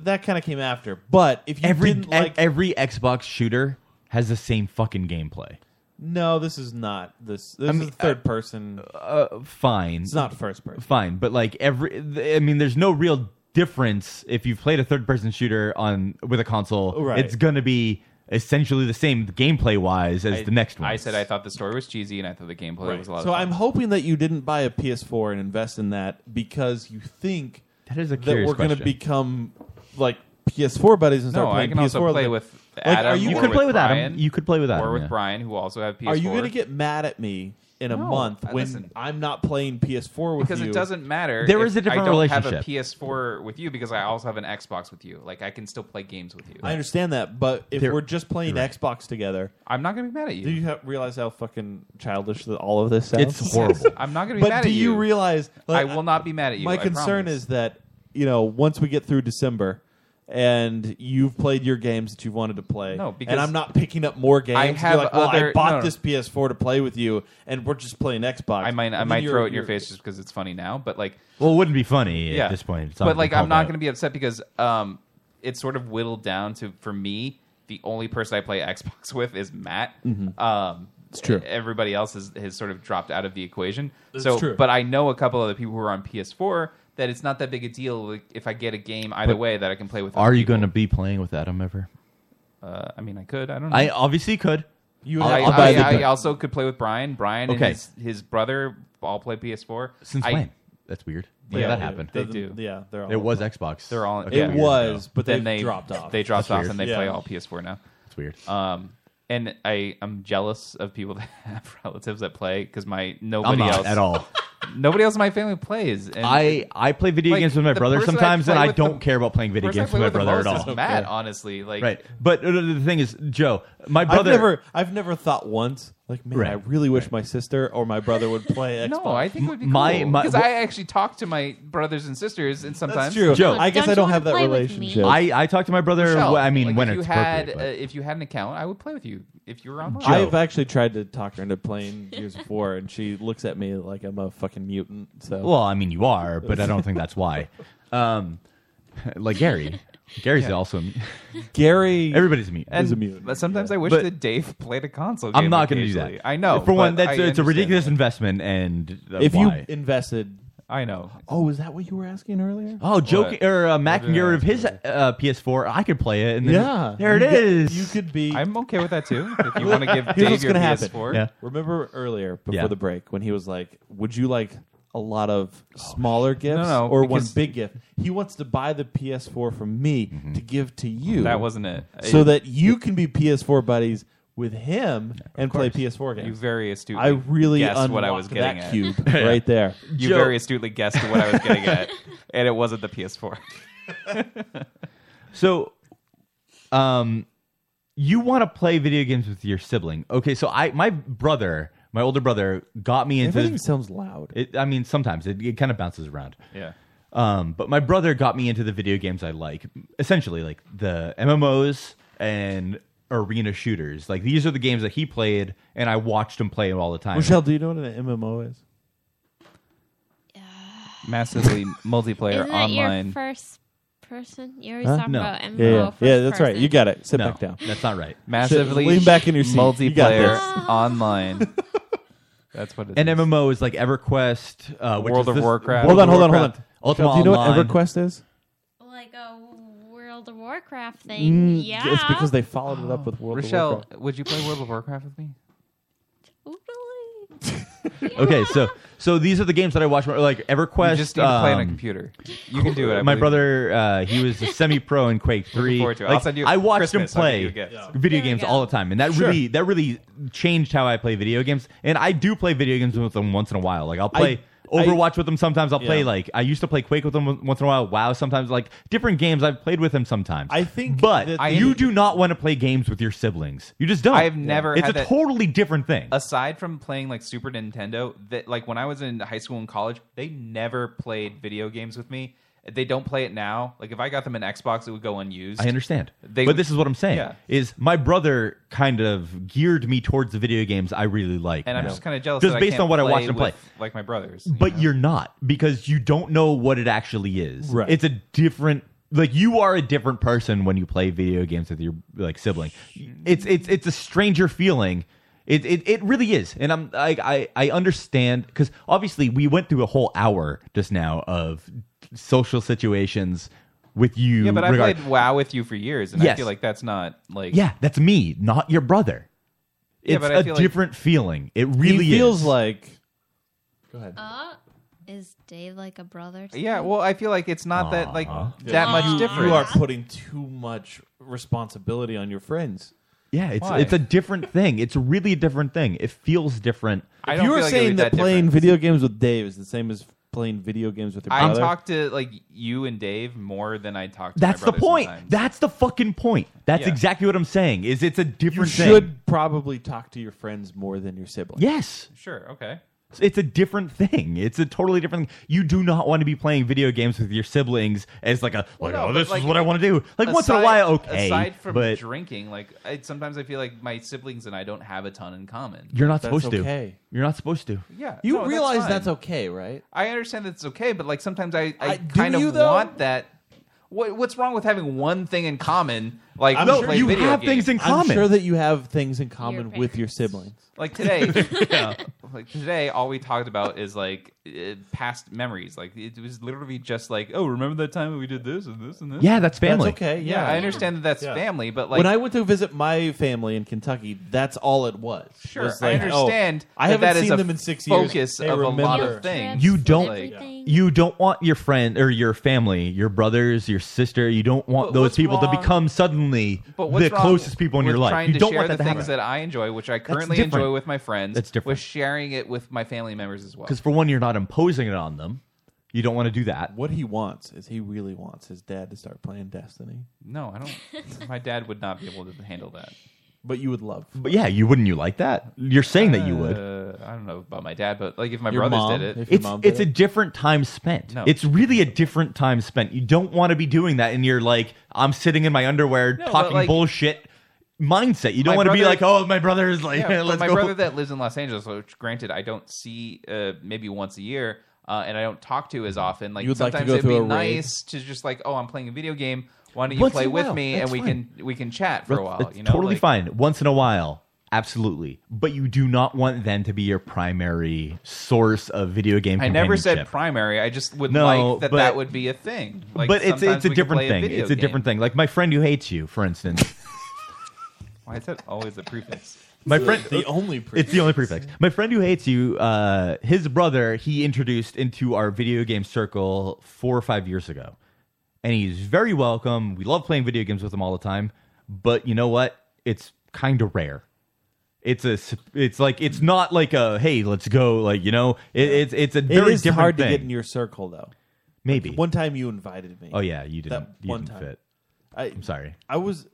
S9: that kind of came after. But if you
S10: every
S9: didn't like,
S10: e- every Xbox shooter has the same fucking gameplay.
S9: no, this is not this. This
S10: I mean,
S9: is third person.
S10: Uh, fine,
S9: It's not first person.
S10: Fine, but like every, th- I mean, there's no real difference if you've played a third person shooter on with a console.
S11: Right.
S10: It's gonna be essentially the same gameplay wise as
S11: I-
S10: the next one.
S11: I said I thought the story was cheesy, and I thought the gameplay was a lot
S9: So
S11: of fun.
S9: I'm hoping that you didn't buy a PS4 and invest in that because you think
S10: that is a
S9: we're
S10: curious
S9: gonna
S10: question.
S9: become like PS4 buddies and start
S11: no, I
S9: playing
S11: can
S9: PS4.
S11: also play
S9: like-
S11: with
S9: like,
S11: Adam.
S9: are you,
S11: or
S9: gonna-
S11: Brian,
S10: You could play with Adam,
S11: or with
S10: yeah.
S11: Brian, who also have PS4.
S9: Are you going to get mad at me in a
S11: No,
S9: month
S11: I-
S9: when
S11: listen.
S9: I'm not playing PS4 with
S11: because
S9: you?
S11: it doesn't matter.
S9: There
S11: if
S9: is a different
S11: I don't Have a
S9: relationship.
S11: PS4 with you because I also have an Xbox with you. Like I can still play games with you.
S9: I understand that, but if
S11: There-
S9: we're just playing Xbox together,
S11: I'm not going to be mad at you.
S9: Do you ha- realize how fucking childish that all of this [laughs] sounds?
S11: It's horrible. I'm not gonna be
S9: But
S11: mad
S9: do
S11: at you.
S9: realize?
S11: I will not be mad at you,
S9: My
S11: I
S9: concern
S11: promise.
S9: is that you know once we get through December, and you've played your games that you've wanted to play.
S11: No, because
S9: and I'm not picking up more games.
S11: I
S9: You're
S11: have
S9: like, well,
S11: other-
S9: I bought
S11: no, no.
S9: this PS4 to play with you,
S11: [laughs]
S9: and we're just playing Xbox.
S11: I might I
S9: And then
S11: might
S9: you're-
S11: throw it in your
S9: you're-
S11: face just because it's funny now, but like
S10: Well, it wouldn't be funny at this point. It's not
S11: but like
S10: gonna
S11: I'm not
S10: pop
S11: going to be upset because um, it's sort of whittled down to for me the only person I play Xbox [laughs] with is Matt.
S10: Mhm.
S11: Um,
S9: Mm-hmm. it's true.
S11: Everybody else has, has sort of dropped out of the equation.
S9: That's
S11: so,
S9: true.
S11: but I know a couple other people who are on PS4 that it's not that big a deal. Like, if I get a game either
S10: But
S11: way, that I can play with.
S10: Are
S11: other
S10: you
S11: people.
S10: going to be playing with Adam ever?
S11: Uh, I mean, I could. I don't know.
S10: I obviously could.
S11: You
S10: I'll-
S11: I,
S10: I'll buy
S11: I-
S10: the-
S11: I also could play with Brian. Brian
S10: Okay.
S11: and his, his brother all play PS4.
S10: Since
S11: I,
S10: when? That's weird. When
S11: Yeah,
S10: did that
S11: they-
S10: happen?
S11: they do.
S9: Yeah, they're all
S10: There was
S9: on-
S10: Xbox.
S11: They're all.
S10: a
S11: yeah.
S10: couple years ago.
S11: Then they They dropped
S10: That's
S11: off
S10: weird.
S11: and they
S10: Yeah.
S11: play all PS4 now.
S10: It's weird.
S11: Um, and I I'm jealous of people [laughs] that have relatives that play because my nobody
S10: not
S11: else
S10: at all.
S11: [laughs] Nobody else in my family plays. And
S10: I- I play video
S11: like,
S10: games with my
S11: the
S10: brother
S11: person I
S10: sometimes, and
S11: play
S10: I
S11: with the-
S10: don't care about playing
S11: the
S10: video
S11: person I
S10: games
S11: play
S10: with my
S11: the
S10: brother at
S11: most is
S10: all.
S11: Matt, honestly, like
S10: right. But uh, the thing is, Joe, my
S9: I've
S10: brother.
S9: never, I've never thought once, like, man, I
S10: Right,
S9: really wish my sister or my brother would play
S11: [laughs]
S9: Xbox.
S11: No, I think it would be
S10: My-
S11: cool
S10: my-
S11: because I actually talk to my brothers and sisters, and sometimes
S10: true. Joe,
S11: sometimes-
S10: I guess Don't I don't you have wanna that play with me? relationship. I- I talk to my brother, well, I mean,
S11: like,
S10: when
S11: if
S10: it's
S11: you had
S10: appropriate,
S11: uh, if you had an account, I would play with you if you were online.
S9: I've actually tried to talk her
S11: [laughs]
S9: into playing Gears of War, and she looks at me like I'm a fucking mutant. So,
S10: Well, I mean, you are, but I don't think that's
S11: [laughs]
S10: why. Um, like Gary. Gary's
S11: Yeah. [laughs]
S10: also. a mu-
S9: Gary.
S10: Everybody's a mute.
S11: And But sometimes I wish
S10: But-
S11: that Dave played a console.
S10: I'm
S11: game
S10: not going to do
S11: occasionally.
S10: that.
S11: I know.
S10: For one,
S11: but
S10: that's
S11: I
S10: it's a
S11: understand
S10: ridiculous investment, and uh,
S9: if
S10: why?
S9: you invested,
S11: I know.
S9: Oh, is that what you were asking earlier?
S10: Oh, Joe ca- or uh, Mac
S9: What
S10: can
S9: did
S10: get
S9: I
S10: rid of his uh, PS4. I could play it, and then
S9: Yeah,
S10: there it
S9: You could-
S10: is.
S9: You could be.
S11: I'm okay with that too. If
S9: [laughs]
S11: you want to give
S9: Here's
S11: Dave
S9: what's
S11: your
S9: gonna
S11: PS4,
S9: happen. Remember earlier before
S10: Yeah.
S9: the break when he was like, "Would you like a lot of smaller gifts
S11: Oh, No, no,
S9: or one
S11: because- Mm-hmm.
S9: big gift?" He wants to buy the PS4 from me to give to you.
S11: That wasn't it.
S9: So
S11: I-
S9: that you can be PS4 buddies with him and play PS4 games.
S11: You very astutely.
S9: I really
S11: guessed what I was
S9: unlocked
S11: getting
S9: that
S11: at.
S10: [laughs]
S9: cube right there.
S11: you
S9: Joe-
S11: very astutely guessed what I was getting at, and it wasn't
S10: [laughs]
S11: the PS4.
S10: So, um, you want to play video games with your sibling? Okay, so I my brother, my older brother, got me into.
S9: Everything sounds loud.
S10: It, I mean, sometimes it, it kind of bounces around.
S11: Yeah.
S10: Um, but my brother got me into the video games I like, essentially like the MMOs and arena shooters. Like these are the games that he played, and I watched him play them all the time.
S9: Michelle, do you know what an MMO is?
S11: Massively multiplayer
S12: Isn't that
S11: online.
S12: your first person? You always
S9: Huh?
S12: talking
S9: No.
S12: about MMO
S9: Yeah, yeah.
S12: first
S9: Yeah, that's right.
S12: person.
S9: You got it. Sit back down.
S10: That's not right.
S11: Massively
S9: Lean back in your seat. You got
S11: multiplayer
S9: this.
S11: online. [laughs] That's what it is.
S10: An MMO is like EverQuest, uh, which
S11: World
S10: is
S11: of
S10: this-
S11: Warcraft.
S9: Hold on, hold on, hold on.
S10: Ultima
S9: Michelle, do you know
S10: Online.
S9: what EverQuest is?
S12: Like a World of Warcraft thing.
S9: Mm,
S12: yeah.
S9: It's because they followed it up with World of
S11: Rochelle,
S9: Warcraft.
S11: would you play World of Warcraft with me?
S10: [laughs] Okay, so so these are the games that I watch. Like EverQuest.
S11: You just need to play on a
S10: um,
S11: computer. You can do it. I
S10: my
S11: believe.
S10: brother, uh, he was a semi-pro in Quake Three.
S11: forward to it.
S10: Like,
S11: I'll send you
S10: I watched
S11: Christmas,
S10: him
S11: I'll get
S10: play
S11: you a gift. Yeah.
S10: video games all the time, and that
S11: Sure.
S10: really that really changed how I play video games. And I do play video games with him once in a while. Like I'll play
S18: I-
S10: Overwatch with him sometimes. I'll play
S18: Yeah.
S10: like I used to play Quake with him once in a while. WoW sometimes. Like different games I've played with him sometimes. I
S9: think,
S10: but
S11: I-
S10: you do not want to play games with your siblings. You just don't.
S11: I've never
S10: It's
S11: had
S10: a
S11: that-
S10: totally different thing.
S11: Aside from playing like Super Nintendo, that like when I was in high school and college, they never played video games with me. They don't play it now. Like if I got them an Xbox, it would go unused.
S10: I understand.
S11: They
S10: but
S11: would-
S10: this is what I'm saying
S11: Yeah.
S10: is my brother kind of geared me towards the video games I really like.
S11: And I'm
S10: now.
S11: just kind of jealous.
S10: Just
S11: that
S10: based
S11: can't
S10: on what I watched him play.
S11: with, like my brothers.
S10: But you're not because you don't know what it actually is.
S11: Right.
S10: It's a different like you are a different person when you play video games with your like sibling. It's it's it's a stranger feeling. It it, it really is. And I'm I I, I understand cuz obviously we went through a whole hour just now of social situations with you
S11: Yeah, but I
S10: regard-
S11: played WoW with you for years, and I
S10: Yes.
S11: feel like that's not like
S10: yeah, that's me, not your brother. It's
S11: Yeah, but I
S10: a
S11: feel like-
S10: different feeling. It really
S9: feels
S10: is.
S9: like
S12: Uh, is Dave like a brother? To
S11: Yeah,
S12: you?
S11: well, I feel like it's not that like
S9: Aw.
S11: that much
S9: You-
S11: different.
S9: You are putting too much responsibility on your friends.
S10: yeah, it's
S9: Why?
S10: it's a different thing. It's really a different thing. It feels different.
S9: If you were saying that, playing video games with Dave is the same as playing video games with your
S11: I
S9: brother,
S11: talk to like you and Dave more than I talk to. my
S10: That's the
S11: brother
S10: point.
S11: sometimes.
S10: That's the fucking point. That's
S11: Yeah.
S10: exactly what I'm saying. Is it's a
S9: you
S10: different thing.
S9: should probably talk to your friends more than your siblings.
S10: Yes.
S11: Sure. Okay.
S10: It's a different thing. It's a totally different thing. You do not want to be playing video games with your siblings as like a like
S11: No,
S10: oh
S11: but,
S10: this
S11: like,
S10: is what I want to do. Like once in a
S11: aside-
S10: while, okay.
S11: Aside from
S10: but
S11: drinking, like I, sometimes I feel like my siblings and I don't have a ton in common.
S10: you're not
S11: That's
S10: supposed to.
S11: okay.
S10: You're not supposed to.
S11: Yeah,
S18: You
S11: no, that's
S18: realize
S11: fine.
S18: that's, okay, right?
S11: I understand that's okay, but like sometimes I, I,
S18: do
S11: kind
S18: you,
S11: of
S18: though?
S11: want that. What, what's wrong with having one thing in common? Like to play video games?
S18: I'm sure that you have things in common with your siblings.
S11: like
S10: [laughs]
S11: today
S18: [laughs]
S11: like today all we talked about is like uh, past memories like it was literally just like oh remember that time we did this and this and this
S10: Yeah, that's family.
S18: That's okay. Yeah,
S11: i understand that that's
S18: Yeah.
S11: family but like
S18: when I went to visit my family in Kentucky, that's all it was.
S11: Sure,
S18: Was
S11: I
S18: like, oh,
S11: understand
S18: I
S11: that
S18: haven't
S11: that is
S18: seen
S11: a
S18: them in six years.
S11: focus
S18: They
S11: of a lot
S18: remember.
S11: of things.
S10: You don't.
S11: Like-
S10: you don't want your friend or your family, your brothers, your sister. You don't want
S11: But
S10: those
S11: what's
S10: people to
S11: wrong-
S10: become suddenly
S11: but what's
S10: the
S11: wrong
S10: closest people in
S11: with
S10: your life.
S11: trying
S10: You
S11: to
S10: don't
S11: share
S10: want that
S11: the
S10: to
S11: things
S10: happen.
S11: that i enjoy which i
S10: That's
S11: currently
S10: different.
S11: enjoy with my friends
S10: That's different.
S11: with sharing it with my family members as well
S10: Because for one, you're not imposing it on them. You don't want to do that.
S18: What he wants is he really wants his dad to start playing Destiny.
S11: no i don't my dad would not be able to handle that
S18: But you would love.
S10: But yeah, you wouldn't. You like that? You're saying that you would.
S11: uh, i don't know about my dad but like if my
S10: Your
S11: brothers
S10: mom,
S11: did it
S10: it's it's a different time spent.
S11: No.
S10: It's really a different time spent. You don't want to be doing that, and you're like, I'm sitting in my underwear
S11: No, but,
S10: talking
S11: like-
S10: bullshit mindset. You don't want to be like, oh, my brother is [laughs] like,
S11: Yeah, but
S10: let's
S11: my
S10: go.
S11: brother that lives in Los Angeles, which granted I don't see uh, maybe once a year, uh, and I don't talk to as often. Like
S18: You would like
S11: sometimes
S18: to go
S11: it'd be
S18: through a raid?
S11: nice to just like, oh, I'm playing a video game. Why don't you
S10: Once
S11: play
S10: in a
S11: with
S10: while,
S11: me
S10: that's
S11: and we
S10: fine.
S11: can we can chat for a while?
S10: That's
S11: you know,
S10: totally
S11: Like,
S10: fine. Once in a while, absolutely. But you do not want them to be your primary source of video game.
S11: I never said
S10: companionship.
S11: primary. I just would
S10: No,
S11: like that
S10: but-
S11: that would be a thing. Like,
S10: but it's
S11: sometimes
S10: it's a
S11: we could
S10: different
S11: play
S10: thing.
S11: video
S10: it's a
S11: game.
S10: different thing. Like my friend who hates you, for instance.
S11: Why is that always a prefix?
S10: My friend, It's the only
S11: prefix.
S10: prefix. My friend who hates you, uh, his brother, he introduced into our video game circle four or five years ago, and he's very welcome. We love playing video games with him all the time, but you know what? It's kind of rare. It's a, s- it's like it's not like a hey, let's go like you know. It, it's it's a very
S18: it is
S10: different
S18: hard
S10: thing.
S18: to get in your circle though.
S10: Maybe.
S18: Like, one time you invited me.
S10: Oh, yeah, you didn't-
S18: That
S10: you
S18: one
S10: didn't
S18: time.
S10: fit.
S18: I,
S10: I'm sorry.
S18: I was.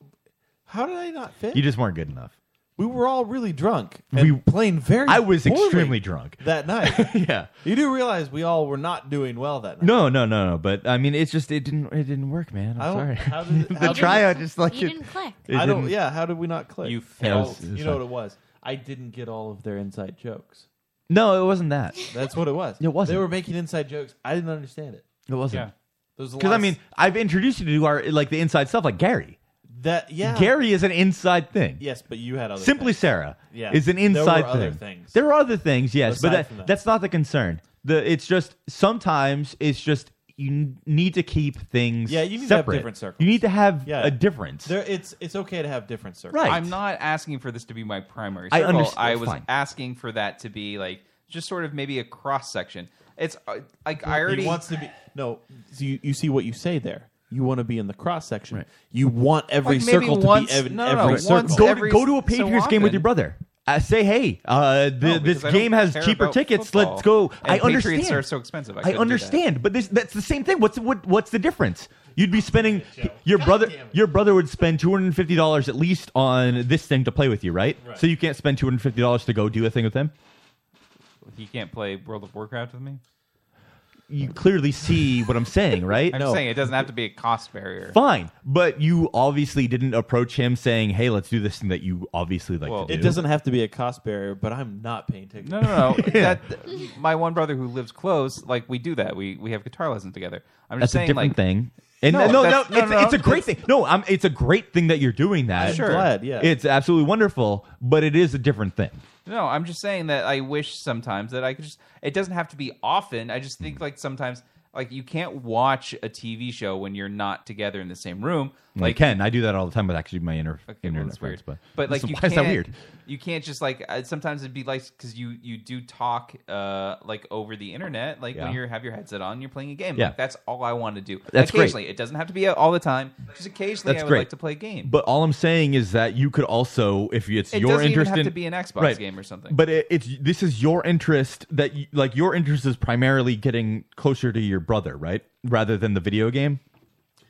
S18: How did I not fit?
S10: You just weren't good enough.
S18: We were all really drunk. And we playing very.
S10: I was
S18: poorly
S10: extremely drunk.
S18: that night.
S10: [laughs] yeah.
S18: You do realize we all were not doing well that night.
S10: No, no, no, no. But I mean, it's just it didn't it didn't work, man. I'm
S18: I don't-
S10: sorry.
S18: how
S10: [laughs]
S18: did it- how
S10: the
S18: did-
S10: tryout just like
S18: You
S10: it-
S18: didn't click.
S10: it
S18: I don't.
S10: didn't-
S18: Yeah. How did we not click?
S10: You failed.
S18: Oh,
S10: It was
S18: you know
S10: fine.
S18: what it was? I didn't get all of their inside jokes.
S10: No, it wasn't that.
S18: That's what it was.
S10: It wasn't.
S18: They were making inside jokes. I didn't understand it.
S10: It wasn't.
S18: Yeah. There was a
S10: Because
S18: lot
S10: I
S18: of
S10: mean, I've introduced you to our like the inside stuff, like Gary.
S18: That yeah.
S10: Gary is an inside thing.
S18: Yes, but you had other.
S10: Simply
S18: things.
S10: Sarah
S18: Yeah.
S10: is an
S18: There were
S10: inside
S18: other
S10: thing.
S18: things.
S10: There are other things, yes,
S18: Aside
S10: but
S18: from
S10: that,
S18: that.
S10: that's not the concern. The it's just sometimes it's just you n- need to keep things
S18: Yeah, you need to have
S10: separate.
S18: different circles.
S10: You need to have
S18: Yeah.
S10: a difference.
S18: There, it's it's okay to have different circles.
S11: I'm not asking for this to be my primary
S10: I
S11: circle. I,
S10: understand-
S11: was
S10: fine.
S11: asking for that to be like just sort of maybe a cross section. It's uh, like I already
S18: He wants to be no. So you, you see what you say there. You want to be in the cross section. You want every
S11: Like, maybe
S18: circle to
S11: once-
S18: be ev-
S11: no, no,
S18: every
S11: no,
S18: circle.
S11: once
S10: go,
S11: every
S10: to, go to a
S11: so
S10: Patriots game with
S11: often.
S10: your brother. Uh, say hey, uh, the,
S11: No, because
S10: this
S11: I don't
S10: game has
S11: care
S10: cheaper
S11: about
S10: tickets.
S11: football.
S10: Let's go.
S11: And
S10: I
S11: Patriots
S10: understand.
S11: are so expensive. I couldn't do that.
S10: understand, but this, that's the same thing. What's what, what's the difference? You'd be spending your brother your brother would spend two hundred and fifty dollars at least on this thing to play with you, right?
S11: Right.
S10: So you can't spend two hundred and fifty dollars to go do a thing with him.
S11: [laughs] he can't play World of Warcraft with me.
S10: You clearly see what I'm saying, right?
S11: [laughs] I'm saying it doesn't have to be a cost barrier.
S10: Fine, but you obviously didn't approach him saying, "Hey, let's do this thing that you obviously like to do."
S18: it doesn't have to be a cost barrier, but I'm not paying tickets.
S10: [laughs]
S11: No, no, no. that, my one brother who lives close, like we do that. We we have guitar lessons together. I'm
S10: That's
S11: just saying,
S10: a different
S11: like,
S10: thing. And
S11: No,
S10: no, no, no,
S11: that's-
S10: it's,
S11: no, no,
S10: it's a
S11: no,
S10: great thing. No, I'm, it's a great thing that you're doing that.
S11: I'm Sure. glad, yeah.
S10: It's absolutely wonderful, but it is a different thing.
S11: No, I'm just saying that I wish sometimes that I could just. It doesn't have to be often. I just
S10: Mm.
S11: think like sometimes like you can't watch a TV show when you're not together in the same room.
S10: Like,
S11: Like
S10: Ken, I do that all the time with actually my inner, internet
S11: that's
S10: friends, but
S11: But like,
S10: so
S11: you
S10: why
S11: can't,
S10: is that weird?
S11: You can't just like uh, sometimes it'd be like because you you do talk uh like over the internet like
S10: Yeah.
S11: when you have your headset on you're playing a game.
S10: Yeah.
S11: Like, that's all I want to do.
S10: That's great.
S11: occasionally. It doesn't have to be uh, all the time. Just occasionally,
S10: That's
S11: I would
S10: great.
S11: like to play a game.
S10: But all I'm saying is that you could also, if it's
S11: It
S10: your
S11: doesn't even
S10: interest,
S11: have
S10: in,
S11: to be an Xbox game or something.
S10: But it, it's this is your interest that you, like your interest is primarily getting closer to your brother, right, rather than the video game.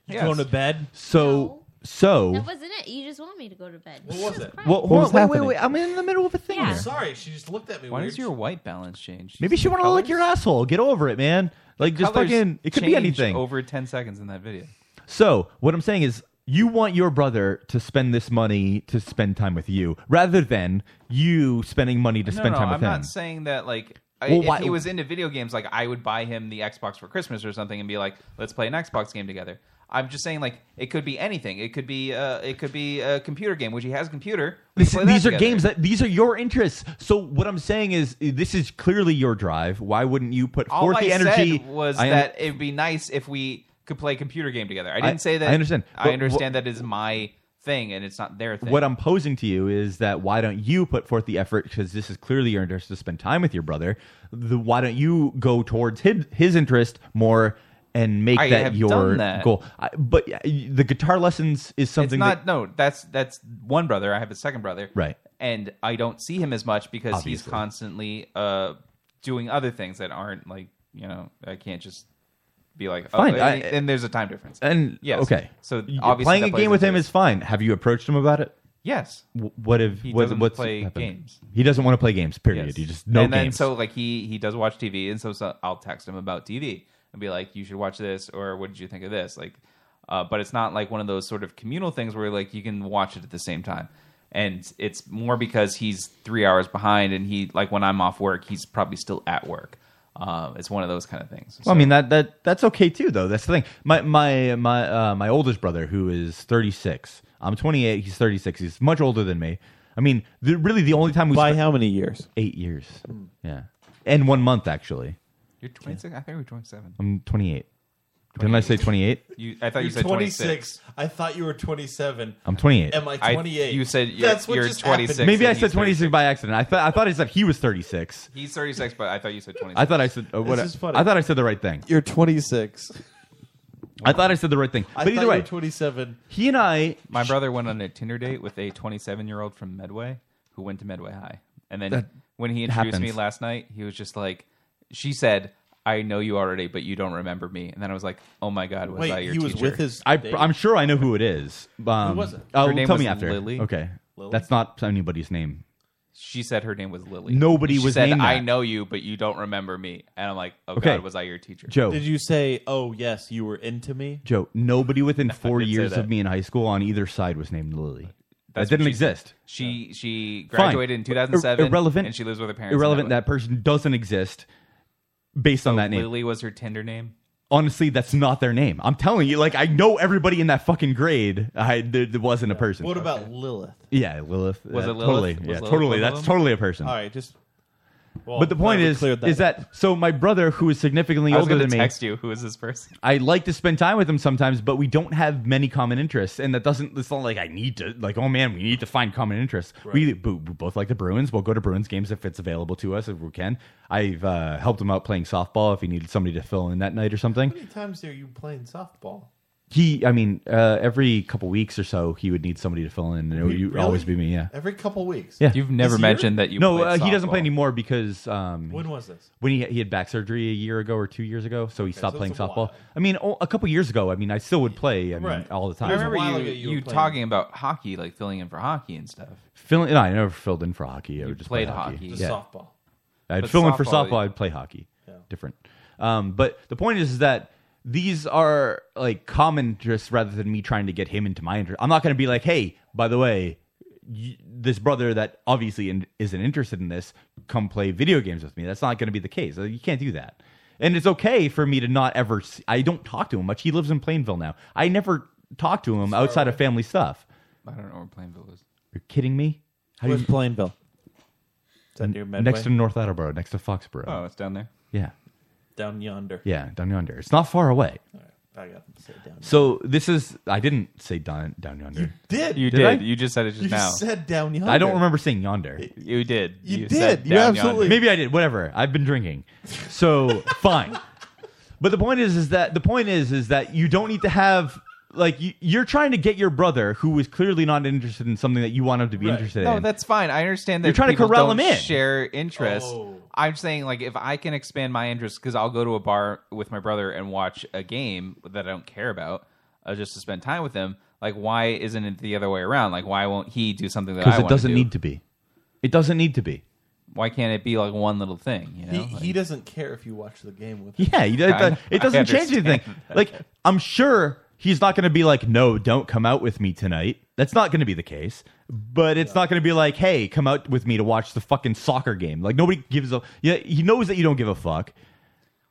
S18: You Yes. going to bed?
S10: So
S25: So
S12: That wasn't it. You just want me to go to bed. What was it?
S25: What-
S10: What was
S25: wait, wait,
S10: happening?
S25: wait, I'm in the middle of a thing.
S26: I'm
S25: here.
S26: sorry, she just looked at me.
S11: Why
S26: weird.
S11: does your white balance change?
S10: Maybe she want to lick your asshole. Get over it, man. Like just
S11: Colours
S10: fucking. It could be
S11: change
S10: anything.
S11: Over ten seconds in that video.
S10: So what I'm saying is, you want your brother to spend this money to spend time with you, rather than you spending money to
S11: no,
S10: spend
S11: no,
S10: time
S11: I'm
S10: with him.
S11: not saying that like I,
S10: Well,
S11: if
S10: why-
S11: he was into video games, like I would buy him the Xbox for Christmas or something, and be like, "Let's play an Xbox game together." I'm just saying, like, it could be anything. It could be, uh, it could be a computer game, which he has a computer. We
S10: This-
S11: play that
S10: these are
S11: together.
S10: games that these are your interests. So what I'm saying is, this is clearly your drive. Why wouldn't you put
S11: All
S10: forth
S11: I
S10: the energy?
S11: said was
S10: I am-
S11: that it would be nice if we could play a computer game together. I
S10: I-
S11: didn't say that.
S10: I understand.
S11: I
S10: But wh-
S11: understand that is my thing, and it's not their thing.
S10: What I'm posing to you is that why don't you put forth the effort because this is clearly your interest to spend time with your brother. The, why don't you go towards his, his interest more and make
S11: I
S10: that
S11: have
S10: your
S11: done that.
S10: goal? I, but uh, the guitar lessons is
S11: it's
S10: something
S11: not.
S10: that
S11: no, that's that's one brother. I have a second brother.
S10: Right.
S11: And I don't see him as much because he's
S10: Obviously.
S11: constantly uh, doing other things that aren't like you know. I can't just be like oh,
S10: Fine,
S11: and,
S10: I-
S11: and there's a time difference.
S10: and
S11: yes.
S10: mm, okay.
S11: So
S10: You-
S11: obviously
S10: playing
S11: that
S10: a
S11: plays
S10: game with
S11: into
S10: him
S11: it.
S10: is fine. Have you approached him about it?
S11: Yes.
S10: W- What if
S11: He
S10: what,
S11: doesn't
S10: what's
S11: play
S10: happened?
S11: games.
S10: He doesn't want to play games. Period.
S11: Yes.
S10: You just no
S11: and then
S10: games.
S11: so like he he does watch TV, and so, so I'll text him about TV and be like, "You should watch this," or "What did you think of this?" Like, uh, but it's not like one of those sort of communal things where like you can watch it at the same time. And it's more because he's three hours behind, and he like when I'm off work, he's probably still at work. Um, it's one of those kind of things.
S10: Well, I mean that that that's okay too, though. That's the thing. My my my uh, my oldest brother, who is 36, I'm 28. He's 36. He's much older than me. I mean, the, really, the only time we by how
S9: many years?
S10: Eight years. Yeah, and one month actually.
S11: You're 26. I think you're 27.
S10: I'm 28. Didn't I say 28?
S11: You, I thought you
S26: You're
S11: said 26.
S9: I thought you were 27.
S10: I'm 28.
S9: Am I
S11: I-
S9: 28?
S11: you said you're-
S9: That's what
S11: you're
S9: just happened.
S11: 26.
S10: Maybe I
S11: and
S10: said
S11: he's
S10: 26 by accident. I thought I thought I said he was 36.
S11: He's 36, but I thought you said 26.
S10: I thought I said uh, what?
S11: This is funny.
S10: I thought I said the right thing.
S9: You're 26.
S10: I thought I said the right thing. But
S9: I thought
S10: either
S9: you
S10: way,
S9: were 27.
S10: He and I.
S11: My brother went on a Tinder date with a 27 year old from Medway who went to Medway High. And then
S10: That
S11: when he introduced me
S10: happens.
S11: last night, he was just like, she said, I know you already, but you don't remember me. And then I was like, oh my God, was
S9: Wait,
S11: I your
S9: he was
S11: teacher?
S9: with his-
S10: I,
S9: Dave.
S10: I'm sure I know who it is. Um,
S11: was it?
S10: Oh,
S11: Her name
S10: tell
S11: was
S10: me after.
S11: Lily.
S10: Okay,
S11: Lily?
S10: that's not anybody's name.
S11: She said her name was Lily.
S10: Nobody
S11: she
S10: was
S11: said,
S10: named
S11: I
S10: that.
S11: know you, but you don't remember me. And I'm like, oh God, was I your teacher?
S9: Did you say, oh, yes, you were into me?
S10: Joe, nobody within
S11: [laughs]
S10: four
S9: did say
S10: years
S9: that.
S10: of me in high school on either side was named Lily.
S11: That's
S10: that
S11: what
S10: didn't
S11: she said.
S10: exist.
S11: She she graduated in
S10: Fine.
S11: 2007.
S10: Ir- irrelevant.
S11: And she lives with her parents. in
S10: Irrelevant.
S11: Medway.
S10: That person doesn't exist based on that name.
S11: Lily was her Tinder name.
S10: Honestly, that's not their name. I'm telling you, like I know everybody in that fucking grade. I there, there wasn't a person.
S9: What about Lilith?
S10: Yeah, Lilith.
S9: Was
S10: Uh,
S9: it Lilith?
S10: Totally.
S9: Was
S10: yeah,
S9: Lilith
S10: totally.
S9: one of
S10: That's
S9: them?
S10: totally a person.
S9: All right, just. well,
S10: but the point
S9: glad we
S10: is,
S9: cleared
S10: is
S9: up.
S10: that so? My brother, who is significantly
S11: I was
S10: older
S11: going
S10: than
S11: to
S10: me,
S11: text you. Who is this person?
S10: I like to spend time with him sometimes, but we don't have many common interests, and that doesn't. It's not like I need to. Like, oh man, we need to find common interests. We, bo- we both like the Bruins. We'll go to Bruins games if it's available to us if we can. I've uh, helped him out playing softball if he needed somebody to fill in that night or something.
S9: How many times are you playing softball?
S10: He, I mean, uh, every couple weeks or so, he would need somebody to fill in, and it would
S9: Really?
S10: always be me. Yeah.
S9: Every couple weeks.
S10: Yeah.
S11: You've never
S9: This year?
S11: mentioned that you.
S10: no, uh,
S11: played
S10: he doesn't play
S11: softball.
S10: anymore because um,
S9: When was this?
S10: When he he had back surgery a year ago or two years ago, so he stopped
S9: so
S10: playing
S9: it's a
S10: softball. I mean, oh, a couple years ago, I mean, I still would play. I mean,
S11: Right.
S10: all the time.
S11: I remember
S9: while
S11: you,
S9: ago
S11: you,
S9: you were playing.
S11: talking about hockey, like filling in for hockey and stuff.
S10: Filling, no, I never filled in for hockey. I would just
S11: played
S10: play
S11: hockey.
S10: hockey.
S11: Just softball.
S10: I'd
S11: But
S10: fill in for
S11: softball,
S10: softball. I'd play hockey. Different. Um, but the point is, is that these are like common interests rather than me trying to get him into my interest. I'm not going to be like, hey, by the way, y this brother that obviously in- isn't interested in this, come play video games with me. That's not going to be the case. Like, You can't do that. And it's okay for me to not ever. See, I don't talk to him much. He lives in Plainville now. I never talk to him outside of family stuff.
S11: I don't know where Plainville is.
S10: You're kidding me?
S9: Where's Plainville? Is that near Medway?
S10: Next to North Attleboro, next to Foxborough.
S11: Oh, it's down there.
S10: Yeah,
S9: Down yonder.
S10: yeah, down yonder. It's not far away.
S9: I got to say down
S10: So this is. I didn't say down down yonder. You
S9: did. You
S11: did.
S10: I?
S11: You just said it just You now.
S9: said down yonder.
S10: I don't remember saying yonder.
S11: You did.
S9: You You said did. You down absolutely- yonder.
S10: Maybe I did. Whatever. I've been drinking,
S9: [laughs]
S10: so fine. But the point is, is that the point is, is that you don't need to have. Like you, you're trying to get your brother, who is clearly not interested in something that you want him to be interested
S11: No,
S10: in.
S11: that's fine. I understand that
S10: You're trying to
S11: people
S10: corral
S11: don't
S10: him in.
S11: Share interests.
S9: Oh.
S11: I'm saying like if I can expand my interests because I'll go to a bar with my brother and watch a game that I don't care about, uh, just to spend time with him. Like, why isn't it the other way around? Like, why won't he do something that I
S10: because
S11: want
S10: it doesn't
S11: do?
S10: need to be. It doesn't need to be.
S11: Why can't it be like one little thing? You know,
S9: he,
S11: Like-
S9: he doesn't care if you watch the game with him.
S10: [laughs] Yeah, you- it, does-
S11: [laughs]
S10: it doesn't change anything. Like I'm sure he's not going to be like, no, don't come out with me tonight. That's not going to be the case. But it's not going to be like, hey, come out with me to watch the fucking soccer game. Like nobody gives a. Yeah, he knows that you don't give a fuck.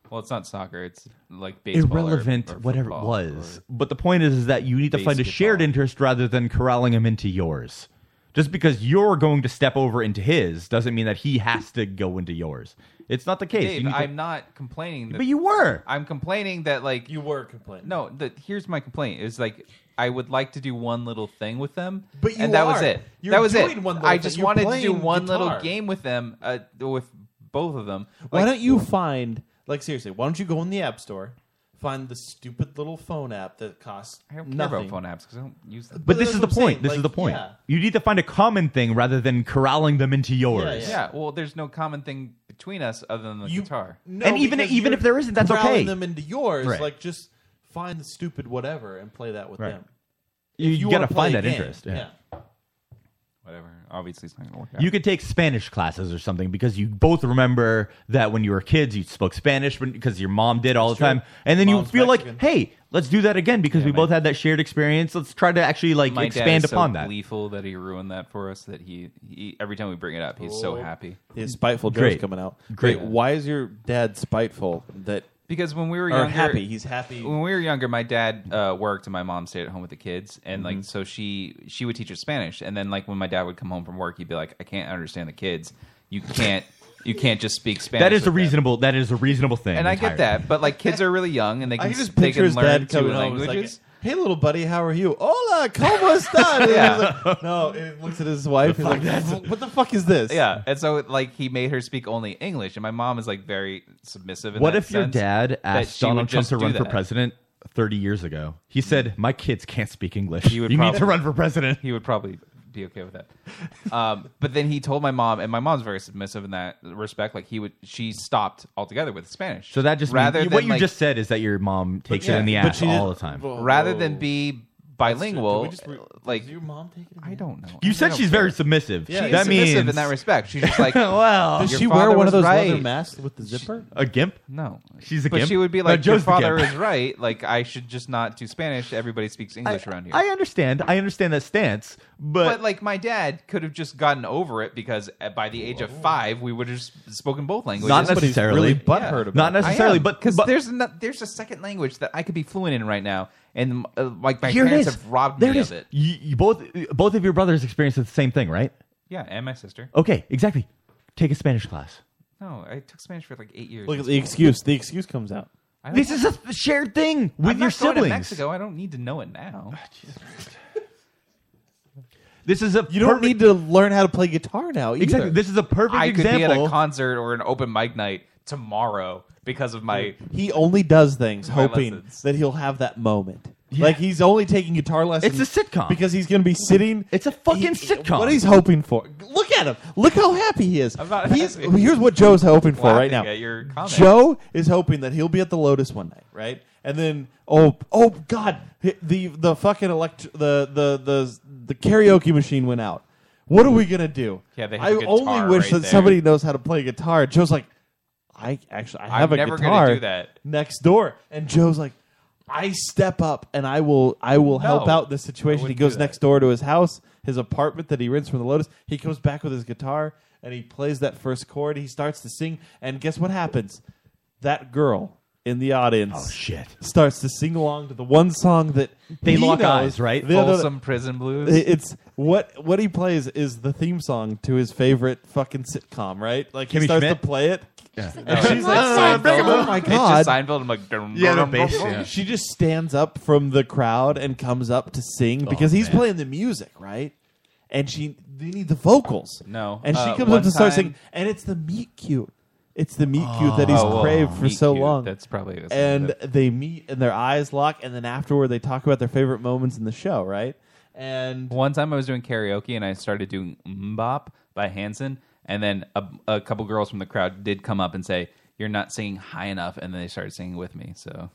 S11: well, it's not soccer. It's like baseball. or-
S10: Irrelevant,
S11: or
S10: whatever it
S11: football.
S10: was. But the point is, is that you need to find a shared interest rather than corralling him into yours. Just because you're going to step over into his doesn't mean that he has to go into yours. It's not the case.
S11: Dave,
S10: You need to-
S11: I'm not complaining. That,
S10: But you were.
S11: I'm complaining that like you
S9: were complaining.
S11: No, the, here's my complaint: is like I would like to do one little thing with them,
S9: But you
S11: and that was
S9: are.
S11: it.
S9: You're
S11: that was it.
S9: doing one little
S11: I
S9: thing.
S11: just
S9: You're
S11: wanted to do
S9: playing
S11: one little
S9: guitar.
S11: game with them, uh, with both of them.
S9: Why
S11: Like,
S9: don't you find like seriously? Why don't you go in the app store, find the stupid little phone app that costs I
S11: don't care about phone apps 'cause I don't use them.
S10: But this is the
S9: that's what I'm
S10: point.
S9: saying.
S10: This
S9: Like,
S10: is the point.
S9: yeah.
S10: You need to find a common thing rather than corralling them into yours.
S11: Yeah, well, there's no common thing between us other than the guitar.
S9: No,
S10: And even-
S9: because
S10: even
S9: you're
S10: if there isn't, that's
S9: corralling
S10: okay.
S9: Them into yours,
S10: Right.
S9: like just find the stupid whatever and play that with
S10: Right.
S9: them.
S10: You,
S9: If
S10: you
S9: wanna
S10: gotta
S9: play
S10: find
S9: a
S10: that
S9: game,
S10: interest. Yeah.
S11: Whatever. Obviously, it's not gonna work out.
S10: You could take Spanish classes or something because you both remember that when you were kids you spoke Spanish when- because your mom did all the
S27: true.
S10: time, and then
S27: Mom's
S10: you feel
S27: Mexican.
S10: like, hey, let's do that again because we both had that shared experience. Let's try to actually like
S11: My
S10: expand
S11: dad is
S10: upon
S11: so
S10: that.
S11: Gleeful that he ruined that for us. That he, he every time we bring it up, he's so happy.
S9: His Oh. spiteful Joe's coming out.
S11: Great.
S9: Wait, why is your dad spiteful? That
S11: because when we were
S9: Or
S11: younger,
S9: happy. He's happy.
S11: When we were younger, my dad uh, worked and my mom stayed at home with the kids, and
S9: Mm-hmm.
S11: like so she she would teach us Spanish, and then like when my dad would come home from work, he'd be like, "I can't understand the kids. You can't you can't just
S9: [laughs]
S11: speak Spanish."
S10: that is a
S11: with them."
S10: reasonable. That is a reasonable thing.
S11: and I get
S10: entirely.
S11: that, but like kids are really young and they
S9: [laughs] I
S11: can,
S9: can just
S11: they
S9: picture
S11: can
S9: his
S11: learn
S9: dad
S11: two
S9: coming home. He's like,
S11: languages.
S9: "Hey, little buddy, how are you?
S11: [laughs]
S9: Hola, cómo
S11: Yeah.
S9: estás?" yeah. like, no, and he looks at his wife. He's like, That's, "What the fuck is this?"
S11: Yeah, and so like he made her speak only English, and my mom is like very submissive. In
S10: What
S11: that
S10: if your
S11: sense,
S10: dad
S11: that
S10: asked
S11: she would
S10: Donald Trump
S11: just
S10: to
S11: do
S10: run for
S11: that.
S10: president 30 years ago? He said, "My kids can't speak English.
S11: He
S10: You
S11: would
S10: need
S11: probably-
S10: to run for president."
S11: He would probably be okay with that. Um, but then he told my mom, and my mom's very submissive in that respect. Like he would, she stopped altogether with Spanish.
S10: So that just
S11: rather
S10: means,
S11: than
S10: what you
S11: like,
S10: just said is that your mom takes it in the ass all the time.
S11: rather than be bilingual.
S9: That's true. Can we just re-
S11: like
S9: your mom take it?
S11: I don't know.
S10: You
S11: I
S10: said
S11: don't
S10: she's
S11: care.
S10: very submissive.
S11: Yeah,
S10: that
S11: she's submissive
S10: means
S11: in that respect. She's just [laughs] like,
S10: [laughs] well,
S11: Does your she wear father one of was those leather right.
S9: masks with the zipper?
S10: A gimp?
S11: No,
S10: she's a
S11: but
S10: gimp.
S11: she would be
S10: No,
S11: like, "Your
S10: Joe's the
S11: father
S10: gimp.
S11: is right. Like I should just not do Spanish. Everybody speaks English around here."
S10: I understand. I understand that stance, but,
S11: like my dad could have just gotten over it because at- by the age of five we would have s- spoken both languages.
S10: not necessarily. not necessarily. But
S11: because
S10: but
S11: there's no, there's a second language that I could be fluent in right now, and uh, like my
S10: here it
S11: parents
S10: is.
S11: have robbed
S10: there
S11: me
S10: it
S11: of
S10: is.
S11: it.
S10: You, you both both of your brothers experienced the same thing, right?
S11: Yeah, and my sister.
S10: Okay, exactly. Take a Spanish class.
S11: No, I took Spanish for like eight years.
S9: Look at the excuse. The excuse comes out.
S11: I
S10: [laughs]
S11: don't
S10: This is
S11: want it.
S10: a shared thing with your
S11: I'm not going to
S10: siblings.
S11: Mexico, I don't need to know it
S9: Oh,
S11: now.
S10: This is a
S9: You don't need to learn how to play guitar now. Either.
S10: Exactly. This is a perfect
S11: I could be at a concert or an open mic night tomorrow because of my.
S9: He only does things
S11: My
S9: hoping
S11: lessons.
S9: that he'll have that moment. Like he's only taking guitar lessons.
S11: It's a sitcom.
S9: because he's going to be sitting. It's a fucking
S10: sitcom.
S9: What he's hoping for? Look at him. Look how happy he is.
S11: I'm not
S9: he's,
S11: happy.
S9: here's what Joe's hoping for right
S11: Laughing
S9: now.
S11: at your comment.
S9: Joe is hoping that he'll be at the Lotus one night, right? And then oh oh god, the the fucking elect the the the the karaoke machine went out. What are we gonna do?
S11: Yeah, they have
S9: I
S11: a guitar
S9: only wish
S11: right
S9: that
S11: there.
S9: somebody knows how to play guitar. Joe's like, I actually I
S11: I'm
S9: have a
S11: never gonna
S9: guitar
S11: do that.
S9: next door, and Joe's like, I step up and I will I will help
S11: No,
S9: out this
S11: I
S9: situation. He
S11: wouldn't
S9: goes
S11: do that.
S9: next door to his house, his apartment that he rents from the Lotus. He comes back with his guitar and he plays that first chord. He starts to sing, and guess what happens? That girl in the audience, oh
S10: shit,
S9: starts to sing along to the one song that
S10: They
S9: he
S10: lock
S9: knows.
S10: eyes, right?
S9: The- the-
S11: Folsom Prison Blues.
S9: It- It's what what he plays is the theme song to his favorite fucking sitcom, right? Like
S11: Kimmy
S9: he starts
S11: Schmidt?
S9: to play it.
S11: Yeah.
S9: And
S11: No, it's
S9: she's
S11: like
S9: like,
S11: Seinfeld.
S9: "Oh my
S11: It's
S9: god!"
S11: just Seinfeld and like, dum, Yeah, the dum, bass, dum, yeah.
S9: She just stands up from the crowd and comes up to sing because he's playing the music, right? And she they need the vocals.
S11: No.
S9: and she
S11: Uh,
S9: comes
S11: one
S9: up to start
S11: time-
S9: singing, and it's the meet cute. It's the meet cute that he's
S11: Oh, well,
S9: craved for
S11: meet
S9: so
S11: cute.
S9: long.
S11: That's probably what's
S9: and they meet and their eyes lock, and then afterward they talk about their favorite moments in the show, right? And
S11: one time I was doing karaoke and I started doing Mbop by Hanson, and then a, a couple girls from the crowd did come up and say, "You're not singing high enough," and then they started singing with me, so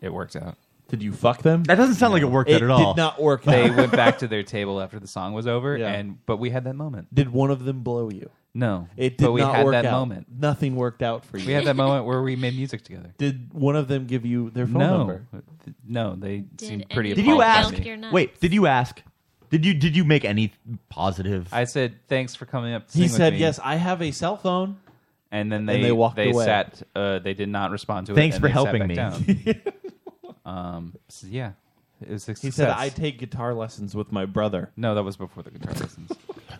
S11: it worked out.
S9: Did you fuck them?
S10: That doesn't sound like it worked out at all.
S9: Did not work.
S11: They
S9: out.
S11: went
S9: [laughs]
S11: back to their table after the song was over, and but we had that moment.
S9: Did one of them blow you?
S11: No,
S9: it did
S11: but we
S9: not
S11: had
S9: work
S11: that
S9: out.
S11: moment.
S9: Nothing worked out for you.
S11: We had that moment where we made music together.
S9: [laughs] Did one of them give you their phone
S11: no,
S9: number?
S11: no, they seemed pretty.
S10: Did you
S11: appalled
S10: ask?
S11: by me.
S10: Wait, did you ask? Did you did you make any positive?
S11: I said thanks for coming up. To
S9: He
S11: sing with
S9: said,
S11: me."
S9: "Yes, I have a cell phone."
S11: and then
S9: And
S11: they
S9: they walked away.
S11: sat. Uh, they did not respond to
S10: Thanks
S11: it. and
S10: for
S11: they sat
S10: helping
S11: back
S10: me.
S9: [laughs]
S11: down. um, so yeah, it was. A
S9: He said,
S11: success.
S9: "I take guitar lessons with my brother."
S11: No, that was before the guitar
S9: [laughs]
S11: lessons.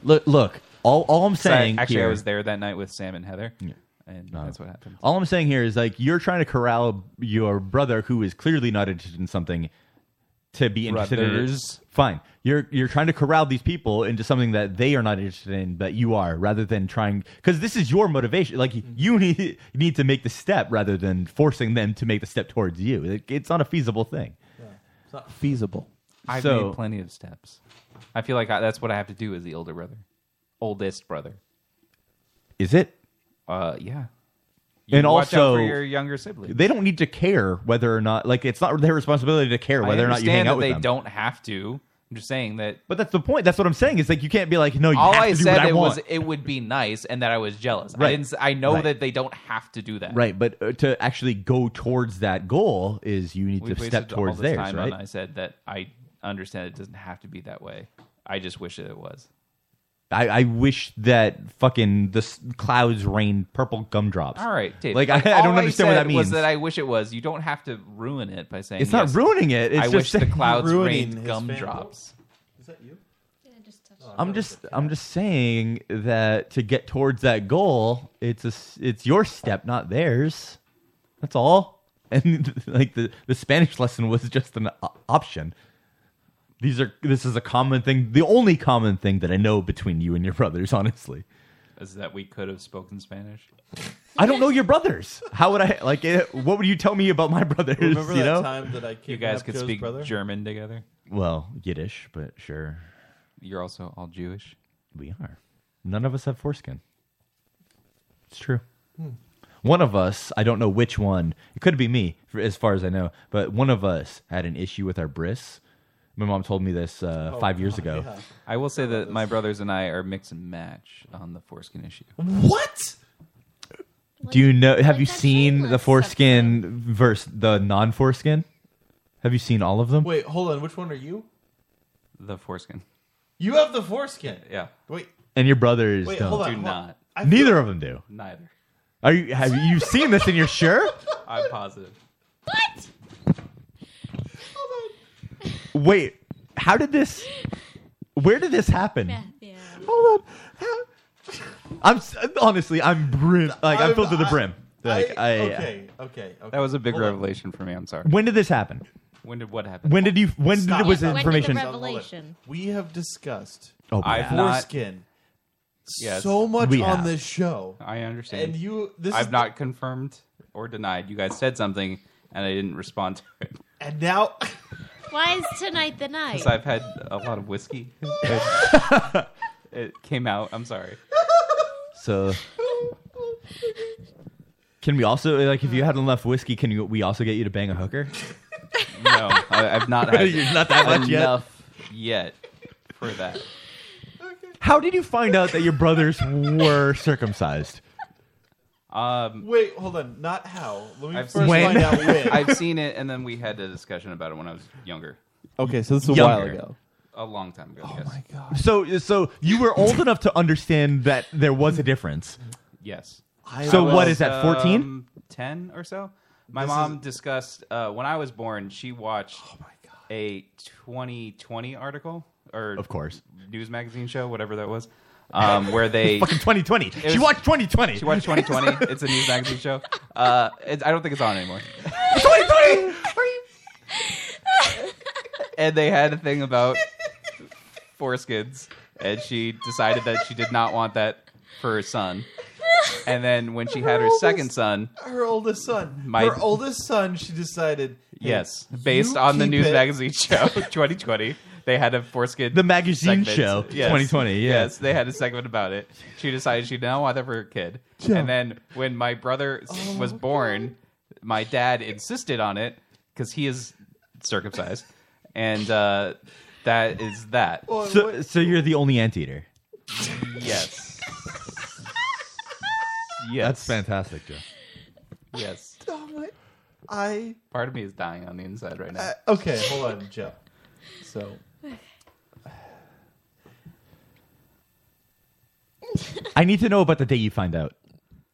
S10: Look, look. All, all I'm
S11: So I-
S10: saying.
S11: actually,
S10: here,
S11: I was there that night with Sam and Heather, and that's what happened.
S10: All I'm saying here is like you're trying to corral your brother who is clearly not interested in something to be interested
S11: Brothers.
S10: in. it. Fine. You're you're trying to corral these people into something that they are not interested in, but you are, rather than trying because this is your motivation. Like
S11: Mm-hmm.
S10: you need need to make the step rather than forcing them to make the step towards you. It, it's not a feasible thing.
S9: It's not feasible.
S11: I've
S10: So-
S11: made plenty of steps. I feel like I, that's what I have to do as the older brother, oldest brother.
S10: Is it?
S11: Uh, yeah. You
S10: and
S11: watch
S10: also
S11: out for your younger siblings.
S10: They don't need to care whether or not like it's not their responsibility to care whether
S11: I
S10: or not you hang
S11: understand
S10: out
S11: that
S10: with
S11: they
S10: them.
S11: don't have to. I'm just saying that
S10: But that's the point. That's what I'm saying. Is like you can't be like, no, you
S11: all
S10: have to
S11: I
S10: do
S11: said
S10: what I
S11: it
S10: want.
S11: was it would be nice, and that I was jealous.
S10: Right.
S11: I didn't. s- I know
S10: Right.
S11: that they don't have to do that.
S10: Right, but uh, to actually go towards that goal is you need
S11: We
S10: to
S11: wasted
S10: step
S11: all
S10: towards
S11: this
S10: theirs,
S11: time on
S10: right?
S11: I said that I understand it doesn't have to be that way. I just wish that it was.
S10: I, I wish that fucking the s- clouds rain purple gumdrops.
S11: All right, Dave.
S10: Like, I, I
S11: all
S10: don't understand what
S11: said
S10: that means.
S11: Was that I wish it was? You don't have to ruin it by saying
S10: It's not
S11: yes,
S10: ruining it, it's
S11: I
S10: just
S11: wish the
S10: saying-
S11: clouds
S10: Ruining
S11: rained
S10: his fan
S11: gumdrops.
S10: I'm just I'm just saying that to get towards that goal, it's a s- it's your step, not theirs. That's all. [laughs] And like the the Spanish lesson was just an o- option. These are this is a common thing, the only common thing that I know between you and your brothers, honestly.
S11: Is that we could have spoken Spanish?
S10: I don't know your brothers. How would I like? eh, What would you tell me about my brothers? [laughs]
S9: Remember
S10: you
S9: that
S10: know?
S9: time that I
S11: You guys
S9: kidnapped
S11: could
S9: Joe's
S11: speak
S9: brother?
S11: German together.
S10: Well, Yiddish, but sure,
S11: You're also all Jewish.
S10: we are. None of us have foreskin. It's true. One of us, I don't know which one. It could be me, for, as far as I know. But one of us had an issue with our bris. My mom told me this uh,
S9: Oh,
S11: Five
S10: five years ago.
S11: I will say that my brothers and I are mix and match on the foreskin issue.
S9: What?
S10: Do you know? Have you seen the foreskin versus the non-foreskin? Have you seen all of them?
S9: Wait, hold on. Which one are you?
S11: The
S9: [laughs]
S11: foreskin.
S9: You have the foreskin.
S11: Yeah.
S9: Wait.
S10: And your brothers
S9: Wait,
S10: don't.
S9: hold on, Do hold on. not. I
S10: Neither
S9: feel-
S10: of them do.
S11: Neither.
S10: Are you? Have you seen this? And you're
S9: [laughs]
S10: sure?
S11: I'm positive.
S10: Wait, how did this? Where did this happen?
S9: Hold on.
S10: I'm s- honestly, I'm brim. Like I'm, filled to the brim. Like I.
S9: okay, okay, okay.
S11: That was a big
S9: Hold on.
S11: revelation for me. I'm sorry.
S10: When did this happen?
S11: When did what happen?
S10: When did you? When
S9: Stop.
S10: did it was
S9: When did the
S10: information?
S9: Hold on, hold on. We have discussed
S10: Oh, yeah. I've not-
S9: foreskin
S11: Yes.
S9: so much
S11: We
S9: on
S11: have.
S9: this show.
S11: I understand.
S9: And you, this
S11: I've
S9: is
S11: not confirmed or denied. You guys said something, and I didn't respond to it
S9: and now
S12: [laughs] Why is tonight the
S11: [laughs]
S12: night?
S11: because I've had a lot of
S9: [laughs]
S11: whiskey. it, it came out. I'm sorry.
S10: So. Can we also like if you had enough whiskey? Can you, we also get you to bang a
S9: [laughs]
S10: hooker?
S11: No, I, I've
S10: [laughs]
S11: not had
S10: You're not that much yet?
S11: enough yet for that.
S10: How did you find out that your brothers were circumcised?
S11: Um,
S9: wait, hold on. Not how. Let me
S11: I've
S9: first
S11: seen it.
S9: find out
S11: [laughs]
S9: when.
S11: I've seen it, and then we had a discussion about it when I was younger.
S9: Okay, so this is a while
S11: Younger.
S9: ago.
S11: A long time ago. Oh yes. my god.
S10: So, so you were old enough to understand that there was a difference.
S11: Yes.
S10: I So
S11: I
S10: what is that, 14?
S11: um, 10 or so. My
S9: This
S11: mom discussed uh, when I was born, she watched
S10: Oh
S11: a 2020 article or
S10: Of course.
S11: news magazine show, whatever that was.
S10: [laughs]
S11: Um, where they
S10: Fucking 2020.
S11: It
S10: She watched 2020.
S11: She watched
S10: [laughs]
S11: 2020. it's a news magazine show. Uh, it's I don't think it's on anymore. [laughs] and they had a
S10: [laughs]
S11: thing about foreskins, and she decided that she did not want that for her son. And then when she had her second son,
S9: Her oldest son.
S11: My-
S9: her oldest son. She decided. hey,
S11: yes, based
S9: you
S11: on the
S9: keep
S11: news
S9: it.
S11: magazine show [laughs] 2020, they had a foreskin.
S10: The magazine
S11: segment.
S10: show, 2020, yeah.
S11: Yes, they had a segment about it. She decided she did not want that for her kid.
S10: Yeah.
S11: And then when my brother s- was born, my dad insisted on it because he is circumcised, and uh, that is that. [laughs]
S9: um,
S10: So, so you're the only anteater.
S11: yes,
S10: Yeah, That's fantastic, Joe.
S11: yes.
S15: I
S11: Part of me is dying on the inside right now.
S9: Uh, okay, hold on, Joe. So
S10: I need to know about the day you find out.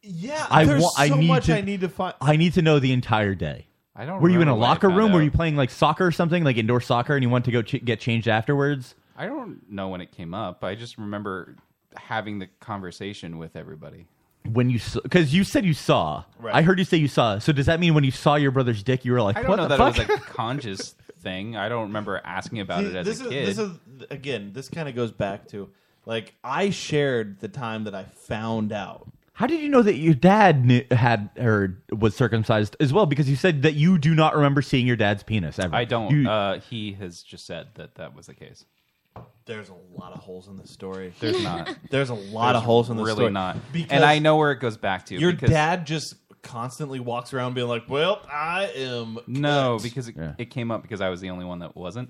S9: Yeah,
S10: I
S9: there's
S10: want. I
S9: so
S10: need
S9: much
S10: to,
S9: I need to find-
S10: I need to know the entire day.
S11: I don't
S10: Were you in a
S11: remember when I
S10: locker
S11: found
S10: room? Were
S11: out.
S10: you playing like soccer or something, like indoor soccer, and you went to go ch- get changed afterwards?
S11: I don't know when it came up. I just remember having the conversation with everybody.
S10: When you because you said you saw,
S11: Right.
S10: I heard you say you saw. So does that mean when you saw your brother's dick, you were like,
S11: I don't
S10: "What
S11: know
S10: the
S11: that
S10: fuck?"
S11: it was
S10: [laughs]
S11: a conscious thing. I don't remember asking about it as
S9: this
S11: a
S9: is
S11: kid.
S9: this is again. This kind of goes back to like I shared the time that I found out.
S10: How did you know that your dad knew, had or was circumcised as well? Because you said that you do not remember seeing your dad's penis ever.
S11: I don't.
S10: You-
S11: uh, he has just said that that was the case.
S9: There's a lot of holes in this story.
S11: There's not.
S9: [laughs] There's a lot of holes in this
S11: really
S9: story.
S11: not.
S9: Because
S11: and I know where it goes back to.
S9: Your
S11: because,
S9: dad just constantly walks around being like, "Well, I am."
S11: No,
S9: cut."
S11: because it, it came up because I was the only one that wasn't.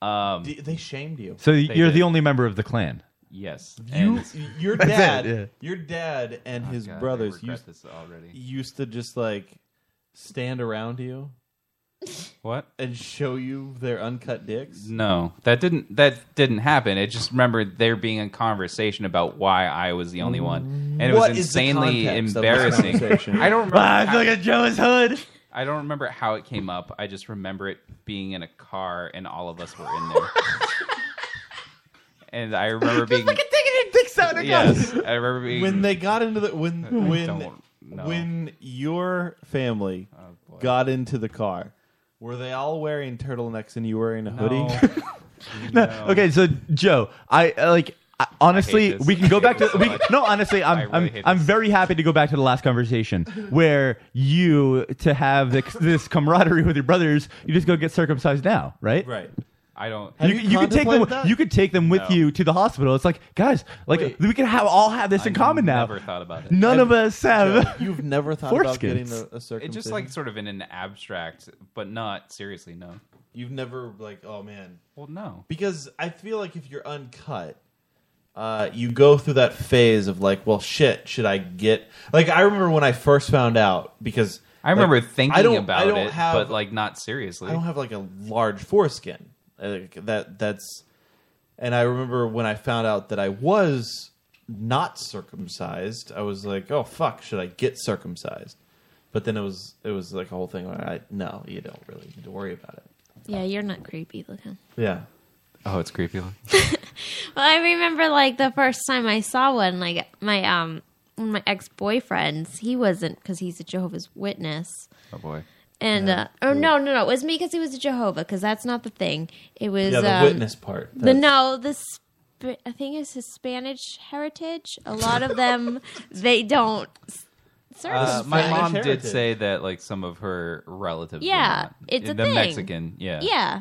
S11: Um,
S9: D- they shamed you.
S10: so
S11: They
S10: you're
S11: did.
S10: the only member of the clan.
S11: Yes.
S9: You,
S11: And- [laughs]
S9: your
S10: That's
S9: dad,
S10: it, yeah.
S9: your dad, and
S11: Oh,
S9: his
S11: God, I
S9: brothers
S11: regret
S9: used
S11: this already.
S9: used to just like stand
S11: [laughs]
S9: around you.
S11: What?
S9: And show you their uncut dicks?
S11: No, that didn't. That didn't happen. I just remember there being a conversation about why I was the only one, and it
S9: What
S11: was
S9: is the
S11: insanely
S9: context of this
S11: embarrassing.
S9: conversation?
S11: I don't remember.
S9: Ah, look at Joe's hood.
S11: I don't remember how it came up. I just remember it being in a car, and all of us were in
S9: [laughs]
S11: there. and I remember being
S10: dicks
S9: out
S11: yes. I remember being
S9: when they got into the
S11: [laughs]
S9: when
S11: I
S9: when
S11: don't know.
S9: when your family
S11: Oh,
S9: got into the car, were they all wearing turtlenecks and you wearing a hoodie?
S10: [laughs] No. Okay, so Joe, I uh, like I, honestly,
S9: this.
S10: we can
S9: I
S10: go
S9: hate
S10: back to
S9: this so
S10: we,
S9: much.
S10: no. Honestly, I'm
S9: really
S10: I'm,
S9: hate
S10: I'm very happy to go back to the last conversation where you to have this, this camaraderie with your brothers. You just go get circumcised now, right?
S9: Right.
S11: I don't.
S10: You, you, could take them. You could take them with
S11: No.
S10: you to the hospital. It's like, guys, like we can have all have this in common now.
S11: never thought about it.
S10: None of us have. [laughs]
S9: Joe, [laughs] you've never thought about getting a, a
S11: It's just
S9: circumcision?
S11: like sort of in an abstract, but not seriously. No.
S9: You've never like, oh man.
S11: Well, no.
S9: Because I feel like if you're uncut, [laughs] uh, you go through that phase of like, well, shit, should I get? Like, I remember when I first found out because
S11: I remember
S9: like,
S11: thinking
S9: I don't,
S11: about
S9: I don't
S11: it,
S9: have,
S11: but like not seriously.
S9: I don't have like a large foreskin. Like, that that's, and I remember when I found out that I was not circumcised, I was like, oh fuck, should I get circumcised? But then it was it was like a whole thing where I no, you don't really need to worry about it.
S12: Yeah, you're not creepy looking.
S9: Yeah.
S11: Oh, it's creepy.
S12: Well, I remember like the first time I saw one, like my um one of my ex boyfriends, he wasn't because he's a Jehovah's Witness.
S11: Oh boy.
S12: And uh, oh no no no! It was me because he was a Jehovah because that's not the thing. It was
S9: Yeah, the
S12: um,
S9: witness part.
S12: The
S9: That's-
S12: no, this I think it's his Spanish heritage. A lot of
S11: [laughs]
S12: them they don't. s-
S11: Uh,
S12: circumcise.
S11: my mom did
S9: heritage.
S11: say that like some of her relatives. were
S12: Yeah,
S11: not.
S12: it's a
S11: the
S12: thing.
S11: Mexican. Yeah.
S12: yeah,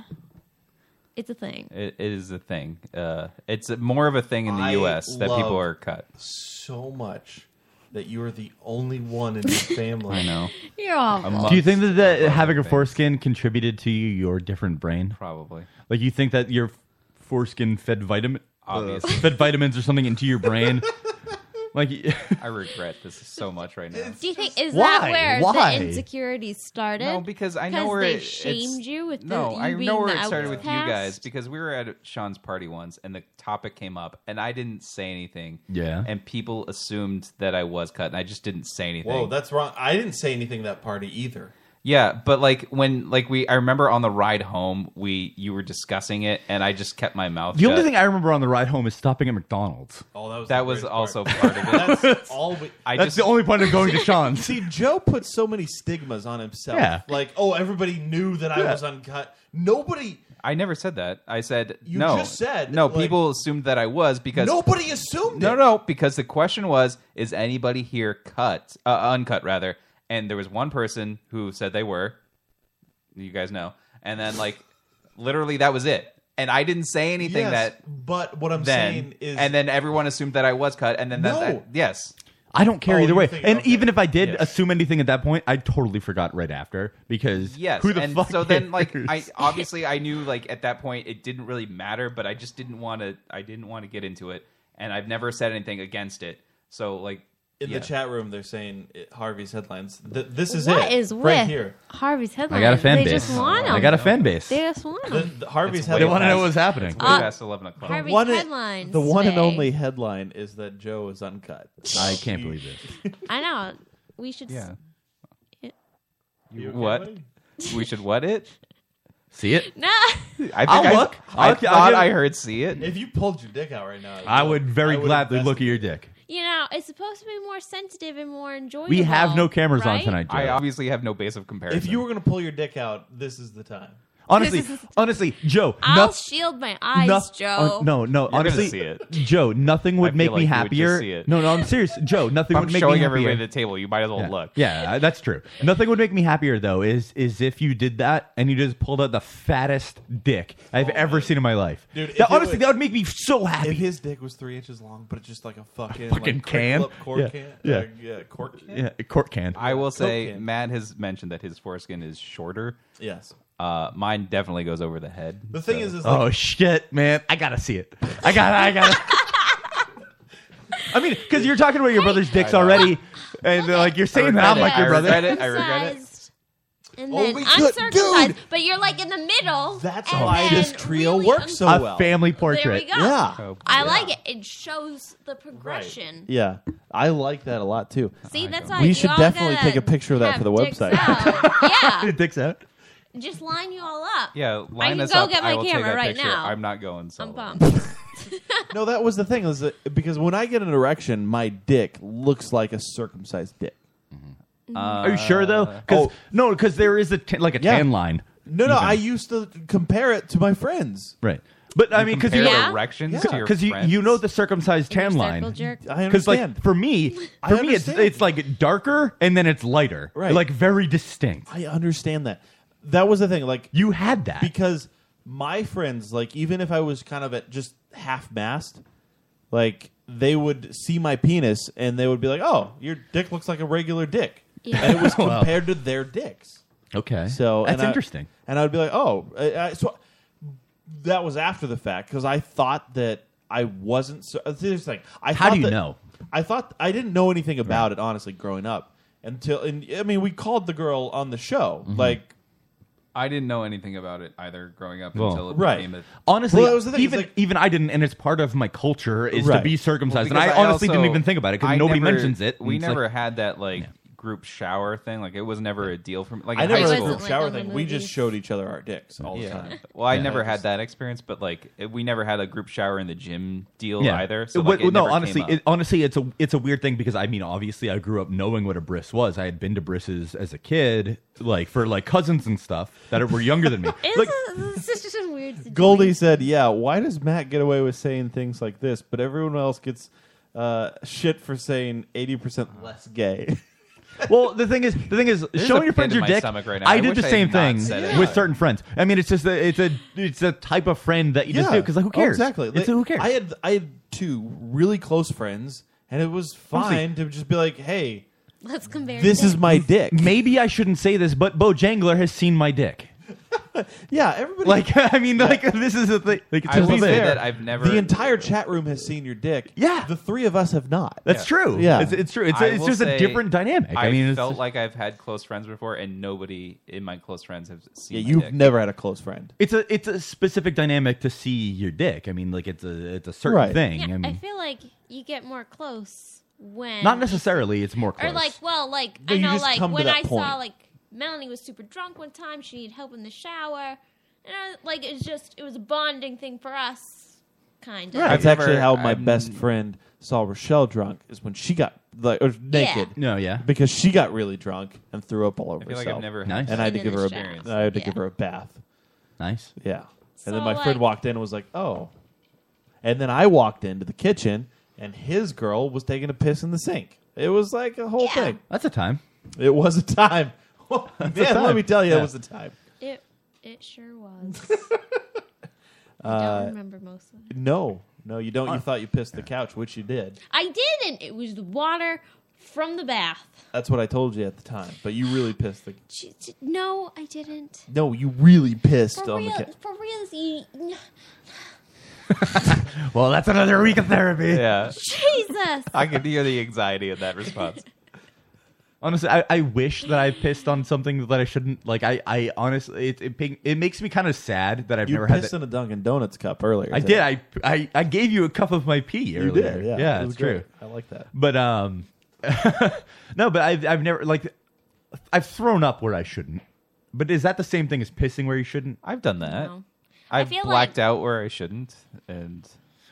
S12: it's a thing.
S11: It, it is a thing. Uh, it's more of a thing in the
S9: I
S11: U.S. that
S9: love
S11: people are cut.
S9: so much that you are the only
S11: [laughs]
S9: one in this family.
S11: I know.
S12: You're awful.
S10: Do you think that, that having a foreskin contributed to you your different brain?
S11: Probably.
S10: Like you think that your foreskin fed vitamin, uh,
S11: Obviously.
S10: fed vitamins or something into your
S11: [laughs]
S10: brain. like [laughs]
S11: I regret this so much right now.
S12: Do you think is
S10: Why?
S12: that where
S10: Why?
S12: the insecurities started?
S11: No, because I know where
S12: they
S11: it,
S12: shamed
S11: it's,
S12: you with the,
S11: no.
S12: you
S11: I
S12: being
S11: know where
S12: the
S11: it started with you
S12: outcast?
S11: guys because we were at Sean's party once and the topic came up and I didn't say anything.
S10: Yeah.
S11: and people assumed that I was cut and I just didn't say anything.
S9: Whoa, that's wrong. I didn't say anything that party either.
S11: Yeah, but like when like we I remember on the ride home we you were discussing it and I just kept my mouth
S10: the only
S11: shut.
S10: thing I remember on the ride home is stopping at McDonald's.
S9: Oh, that was
S11: that was also part of it.
S9: That's all we.
S11: I
S10: That's
S11: just
S10: the only point of going to Sean's.
S9: See, Joe put so many stigmas on himself.
S11: Yeah.
S9: Like, oh, everybody knew that I
S11: Yeah.
S9: was uncut. Nobody,
S11: I never said that. I said
S9: You
S11: no.
S9: just said,
S11: no.
S9: like-
S11: people assumed that I was because
S9: nobody assumed
S11: No,
S9: it.
S11: no, because the question was, is anybody here cut, uh, uncut rather? And there was one person who said they were. You guys know, and then like, literally, that was it. And I didn't say anything
S9: Yes,
S11: that.
S9: But what I'm
S11: then,
S9: saying is,
S11: and then everyone assumed that I was cut, and then that,
S9: No.
S11: that- yes,
S10: I don't care
S28: Oh,
S10: either
S28: you
S10: way.
S28: think-
S10: and
S28: okay.
S10: even if I did
S28: Yes.
S10: assume anything at that point, I totally forgot right after because
S11: Yes,
S10: who the
S11: and
S10: fuck
S11: so then like
S10: cares? [laughs]
S11: I obviously I knew like at that point it didn't really matter, but I just didn't want to I didn't want to get into it, and I've never said anything against it. So like
S9: In the chat room, they're saying it, Harvey's headlines. Th- this is
S12: What
S9: it.
S12: is
S9: right
S12: with
S9: here.
S12: Harvey's headlines?
S28: fan
S12: they
S28: base.
S12: Just want 'em.
S28: I got a fan base.
S12: They just want 'em.
S9: The, the Harvey's
S28: It's way
S9: headlines.
S28: They wanna know past- what's happening.
S11: it's way past 11 o'clock.
S9: The
S12: Uh, Harvey's
S9: one-
S12: headlines
S9: The one and
S12: today.
S9: only headline is that Joe is uncut.
S28: I can't believe this.
S12: I know. We should. s-
S11: You what? [laughs] we should what it?
S28: See it?
S12: No.
S11: [laughs] I think
S28: I'll
S11: I,
S28: look.
S11: I
S28: I'll- I'll
S11: thought
S28: give-
S11: I heard see it.
S9: If you pulled your dick out right now,
S10: I would very gladly look at your dick.
S12: You know, it's supposed to be more sensitive and more enjoyable.
S10: [laughs] We have no cameras on
S12: right?
S10: tonight, Joe.
S11: I uh, obviously have no base of comparison.
S9: If you were going to pull your dick out, this is the time.
S10: Honestly, [laughs] honestly, Joe.
S12: I'll
S10: noth-
S12: shield my eyes,
S10: noth-
S12: Joe.
S10: uh, no, no.
S11: You're gonna
S10: honestly,
S11: see it.
S10: Joe, nothing would
S11: I
S10: make
S11: feel
S10: me
S11: like you would just
S10: happier.
S11: see it.
S10: No, no, I'm serious.
S11: [laughs]
S10: Joe, nothing
S11: I'm
S10: would make
S11: showing
S10: me happier.
S11: everybody at the table. You might as well
S10: yeah.
S11: look.
S10: Yeah, uh, that's true. Nothing would make me happier though is is if you did that and you just pulled out the fattest dick
S11: Oh,
S10: I've ever seen in my life.
S9: Dude, if
S10: that,
S9: it
S10: honestly,
S9: was-
S10: that would make me so happy.
S9: If his dick was three inches long, but it's just like a fucking,
S10: fucking
S9: like,
S10: can?
S9: quick flip cork
S10: Yeah.
S9: can,
S10: Yeah.
S9: uh, yeah, cork can.
S10: Yeah, court can.
S11: I will say,
S9: Coke can.
S11: Matt has mentioned that his foreskin is shorter.
S9: Yes.
S11: Uh, mine definitely goes over the head.
S9: The thing is, is
S10: oh
S9: like-
S10: shit, man! I gotta see it. I got. I got. I mean, because you're talking about your brother's dicks
S11: I know.
S10: already, and uh, like you're saying that I'm
S11: regret
S10: like
S11: it.
S10: your
S11: I
S10: brother.
S11: regret it. I regret it.
S12: And
S9: Oh,
S12: then
S9: we could-
S12: uncircumcised, but you're like in the middle. That's and
S9: why
S12: then
S9: this trio
S12: really
S9: works so
S10: A
S9: well.
S10: family
S12: There we
S10: portrait.
S12: go. I like it. It shows the progression.
S9: Yeah, I like that a lot too.
S12: See, that's why
S9: we
S12: you
S9: should
S12: all
S9: definitely
S12: gotta
S9: take a picture of that for the
S12: have dicks
S9: website.
S10: [laughs]
S12: out. yeah, [laughs]
S10: dicks out.
S12: just line you all up.
S11: Yeah,
S12: I
S11: line
S12: can
S11: us
S12: go
S11: up.
S12: get
S11: I
S12: my
S11: will take
S12: camera
S11: that
S12: right
S11: picture.
S12: now.
S11: I'm not going
S12: I'm
S11: solo.
S12: bummed. [laughs]
S9: No, that was the thing is that, because when I get an erection, my dick looks like a circumcised dick.
S12: Mm-hmm.
S10: Are you sure though? Because no, because there is a t- like a
S9: Yeah.
S10: tan line.
S9: No, no,
S10: Even.
S9: I used to compare it to my friends.
S10: Right. But I mean, because you
S9: compare
S10: know,
S9: erections
S10: yeah.
S9: to your
S10: 'cause you, you know the circumcised tan line.
S9: circle jerk. I
S10: like
S9: understand.
S10: for me,
S9: I
S10: for me, it's
S9: understand.
S10: it's like darker and then it's lighter.
S9: Right.
S10: Like very distinct.
S9: I understand that. That was the thing. Like
S10: you had that
S9: because my friends, like even if I was kind of at just half mast, like they would see my penis and they would be like, "Oh, your dick looks like a regular dick,"
S10: Yeah.
S9: and it
S10: [laughs]
S9: was
S10: Wow.
S9: compared to their dicks.
S10: Okay.
S9: So
S10: that's
S9: and I-
S10: interesting.
S9: and I would be like, "Oh, I, I, so that was after the fact because I thought that I wasn't." So, this is the thing. I
S10: How do
S9: thought
S10: you
S9: that-
S10: know?
S9: I thought I didn't know anything about it honestly growing up until and I mean we called the girl on the show
S10: Mm-hmm.
S9: like
S11: I didn't know anything about it either growing up
S10: Well,
S11: until it became a.
S10: honestly,
S9: Well, that was the thing,
S10: even
S9: it's
S10: even I didn't, and it's part of my culture is to
S11: Right.
S10: be circumcised, and
S11: Well,
S10: I,
S11: because
S10: honestly
S11: also-
S10: didn't even think about it
S11: I
S10: because nobody
S11: never-
S10: mentions it. and
S11: We
S10: it's like-
S11: never had that like group shower thing. Like it was never a deal for me. Like
S9: I
S11: in
S9: never
S11: high
S9: had a
S11: school.
S9: group shower thing. We just showed each other our dicks all the
S11: Yeah.
S9: time.
S11: Well, I
S9: Yeah.
S11: never
S9: Like,
S11: had that experience, but like it- we never had a group shower in the gym deal
S10: Yeah.
S11: either. So
S10: It-
S11: like,
S10: well,
S11: it
S10: no,
S11: never came
S10: honestly,
S11: up.
S10: it, honestly, it's a it's a weird thing because I mean, obviously, I grew up knowing what a bris was. I had been to brises as a kid, like for like cousins and stuff that were younger
S9: [laughs]
S10: than me.
S12: It's,
S10: like,
S12: it's just a weird. situation.
S9: Goldie said, "Yeah, why does Matt get away with saying things like this, but everyone else gets uh, shit for saying eighty percent less gay?"
S10: [laughs] well, the thing is, the thing is,
S9: There's
S10: showing
S9: a
S10: your friends
S9: pit in
S10: your
S9: my
S10: dick.
S9: stomach right now.
S10: I
S9: I
S10: did
S9: wish
S10: the
S9: I
S10: same
S9: had not
S10: thing
S9: said it.
S10: with certain friends. I mean, it's just a, it's a it's a type of friend that you just do because like, who
S9: Oh,
S10: cares?
S9: exactly.
S10: It's
S9: Like,
S10: who cares.
S9: I had I had two really close friends, and it was fine to just be like, "Hey,
S12: Let's compare.
S9: This is my dick.
S10: Maybe I shouldn't say this, but Bo Jangler has seen my dick.
S9: yeah, everybody."
S10: Like,
S9: [laughs]
S10: I mean, like this is a thing. Like, it's
S11: I
S10: a
S11: will
S10: thing.
S11: say that I've never.
S9: the entire chat room has seen your dick. Yeah, the three of us have not.
S10: That's true.
S9: Yeah,
S10: It's- it's true. It's a-
S11: I
S10: it's
S11: will
S10: just a
S11: say
S10: different dynamic. I mean, it's
S11: felt
S10: just-
S11: like I've had close friends before, and nobody in my close friends have seen.
S9: yeah.
S11: my
S9: You've
S11: dick.
S9: never had a close friend.
S10: It's a it's a specific dynamic to see your dick. I mean, like it's a it's a certain
S9: Right.
S10: thing.
S12: Yeah,
S10: I mean,
S12: I feel like you get more close when
S10: not necessarily. It's more close.
S12: Or like, well, like
S10: No,
S12: I
S10: you
S12: know,
S10: just
S12: like
S10: come to
S12: when
S10: that
S12: I saw
S10: point.
S12: like Melanie was super drunk one time, she needed help in the shower, and I, like it's just it was a bonding thing for us, kind of.
S9: That's actually how
S10: um,
S9: my best friend saw Rochelle drunk is when she got like or naked.
S10: No, yeah,
S9: because she got really drunk and threw up all over
S11: feel like I've
S9: herself.
S11: never had Nice.
S9: And I had to
S11: Been
S9: give
S11: in
S9: her
S11: the
S9: a
S11: shower.
S9: I had to
S11: Yeah.
S9: give her a bath.
S10: Nice.
S9: Yeah,
S11: So,
S9: and then my
S11: like-
S9: friend walked in and was like, "Oh," and then I walked into the kitchen and his girl was taking a piss in the sink. It was like a whole thing.
S10: That's a time.
S9: It was a time. [laughs] Man,
S10: a time.
S9: let me tell you,
S10: Yeah.
S9: it was a time.
S12: It it sure was.
S9: I
S12: don't remember most of
S9: it. No, no, you don't. You thought you pissed the couch, which you did.
S12: I didn't. It was the water from the bath.
S9: That's what I told you at the time, but you really pissed the.
S12: [sighs] She- she- No, I didn't.
S9: No, you really pissed
S12: For
S9: on
S12: real,
S9: the cat.
S12: for real. you-
S10: Well, that's another week of therapy.
S12: [laughs]
S11: Yeah.
S12: Jesus.
S11: I could hear the anxiety in that response.
S10: [laughs] Honestly, I, I wish that I pissed on something that I shouldn't. Like, I, I honestly, it, it, ping- it makes me kind of sad that I've
S9: you
S10: never had
S9: pissed
S10: that.
S9: in a Dunkin' Donuts cup earlier.
S10: I did. I, I I gave you a cup of my pee
S9: You
S10: earlier.
S9: did, yeah. It was
S10: it's true.
S9: great. I like that.
S10: But um, [laughs] no, but I've I've never like I've thrown up where I shouldn't. But is that the same thing as pissing where you shouldn't?
S11: I've done that.
S12: No. I
S11: I've
S12: feel
S11: blacked out where I shouldn't, and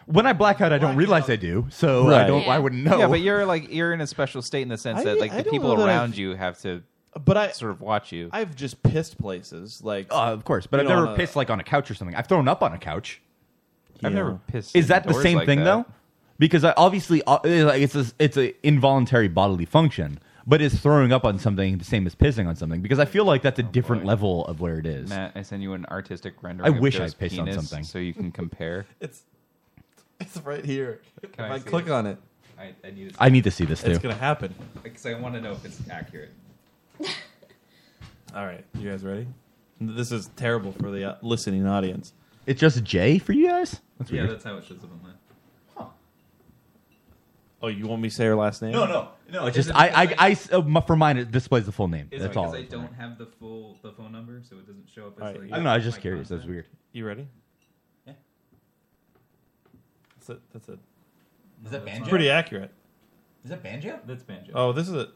S10: When I black out, I don't realize I do.
S9: Oh,
S10: So I don't. I wouldn't know.
S11: Yeah, but you're like you're in a special state in the sense
S9: I-
S11: that like
S9: I
S11: the
S9: don't
S11: people
S9: know that
S11: around
S9: I've-
S11: you have to,
S9: but I
S11: sort of watch you.
S9: I've just pissed places like.
S10: Uh, of course, but
S9: you
S10: I've
S9: know,
S10: never
S9: on a-
S10: pissed like on a couch or something. I've thrown up on a couch.
S11: I've Yeah. never pissed
S10: Is that the
S11: indoors
S10: same
S11: like
S10: thing
S11: that.
S10: though? Because I obviously uh, like it's a, it's an involuntary bodily function. But is throwing up on something the same as pissing on something? Because I feel like that's a different level of where it is.
S11: Oh, Matt, I send you an artistic rendering.
S10: I
S11: of
S10: wish I
S11: Joe's
S10: pissed on
S11: penis
S10: something.
S11: so you can
S9: [laughs]
S11: compare.
S9: [laughs] It's right here. If
S11: I
S9: I,
S11: see
S9: click
S11: it?
S9: on it.
S11: I, I need.
S10: I need to see this,
S9: It's
S10: too.
S9: gonna happen.
S11: Because I want to know if it's accurate.
S9: All right, you guys ready? This is terrible for the uh, listening audience.
S10: It's just J for you guys. That's
S11: yeah,
S10: weird.
S11: that's how it shows up online.
S9: Oh, you want me to say her last name?
S11: No, no, no,
S10: It's just
S11: is it
S10: I, I, I, uh, my- for mine it displays the full name.
S11: Is it
S10: that's
S11: because
S10: all.
S11: I don't have the full the phone number, so it doesn't show up? As,
S9: All right,
S11: like, uh,
S10: I don't know. I was just
S11: my
S10: curious. That's
S11: contact?
S10: weird.
S9: You ready?
S11: Yeah.
S9: That's it. That's it.
S11: Is that
S9: It's
S11: banjo?
S9: Pretty accurate.
S11: Is that banjo? That's banjo.
S9: Oh, this is a.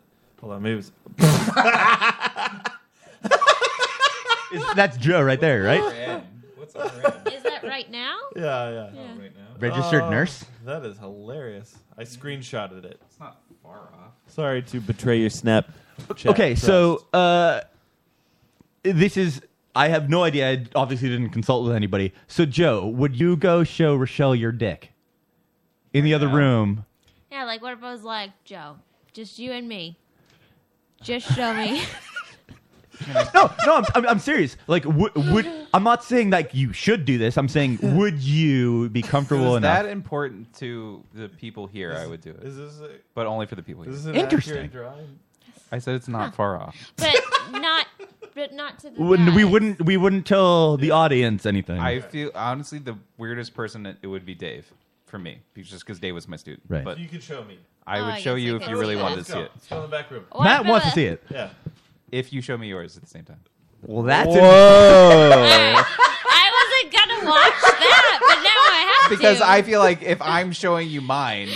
S9: Hold on,
S11: [laughs]
S9: maybe it's. [laughs]
S10: Is- that's Joe right there, right?
S12: [laughs]
S11: What's on red?
S12: Is that right now?
S9: Yeah, yeah.
S12: Yeah.
S11: right now.
S10: Registered
S9: Oh,
S10: nurse?
S9: That is hilarious. I screenshotted it.
S11: It's not far off.
S9: Sorry to betray your snap. chat
S10: okay, so uh, this is. I have no idea. I obviously didn't consult with anybody. So Joe, would you go show Rochelle your dick in the other room?
S12: Yeah, like what if I was like, Joe, just you and me. Just show me.
S10: no, no, I'm, I'm, I'm serious. Like, would, would I'm not saying like you should do this. I'm saying would you be
S11: If it
S10: comfortable
S11: was
S10: enough?
S11: that important to the people here, I would do it.
S9: Is this a,
S11: but only for the people here.
S9: is this an
S10: Interesting.
S9: accurate drawing?
S11: I said it's not far off.
S12: but not but not to the
S10: Wouldn't- we
S12: guy.
S10: wouldn't we wouldn't tell the audience anything.
S11: I feel honestly the weirdest person it- it would be Dave for me, be- just because Dave was my student.
S10: Right.
S11: But
S9: You could show me.
S11: I
S12: Oh,
S11: would
S12: I
S11: show
S12: guess
S11: you
S12: I
S11: if
S12: could
S11: you
S12: see
S11: really
S12: that.
S11: wanted to
S12: Let's
S11: see it.
S9: Let's go in the back room.
S12: Or
S10: Matt
S12: if it
S10: wants
S12: was-
S10: to see it.
S9: Yeah.
S11: If you show me yours at the same time,
S10: Well, that's
S12: [laughs]
S11: [laughs]
S12: I wasn't gonna watch that, but now I have
S11: because
S12: to.
S11: I feel like if I'm showing you [laughs] mine,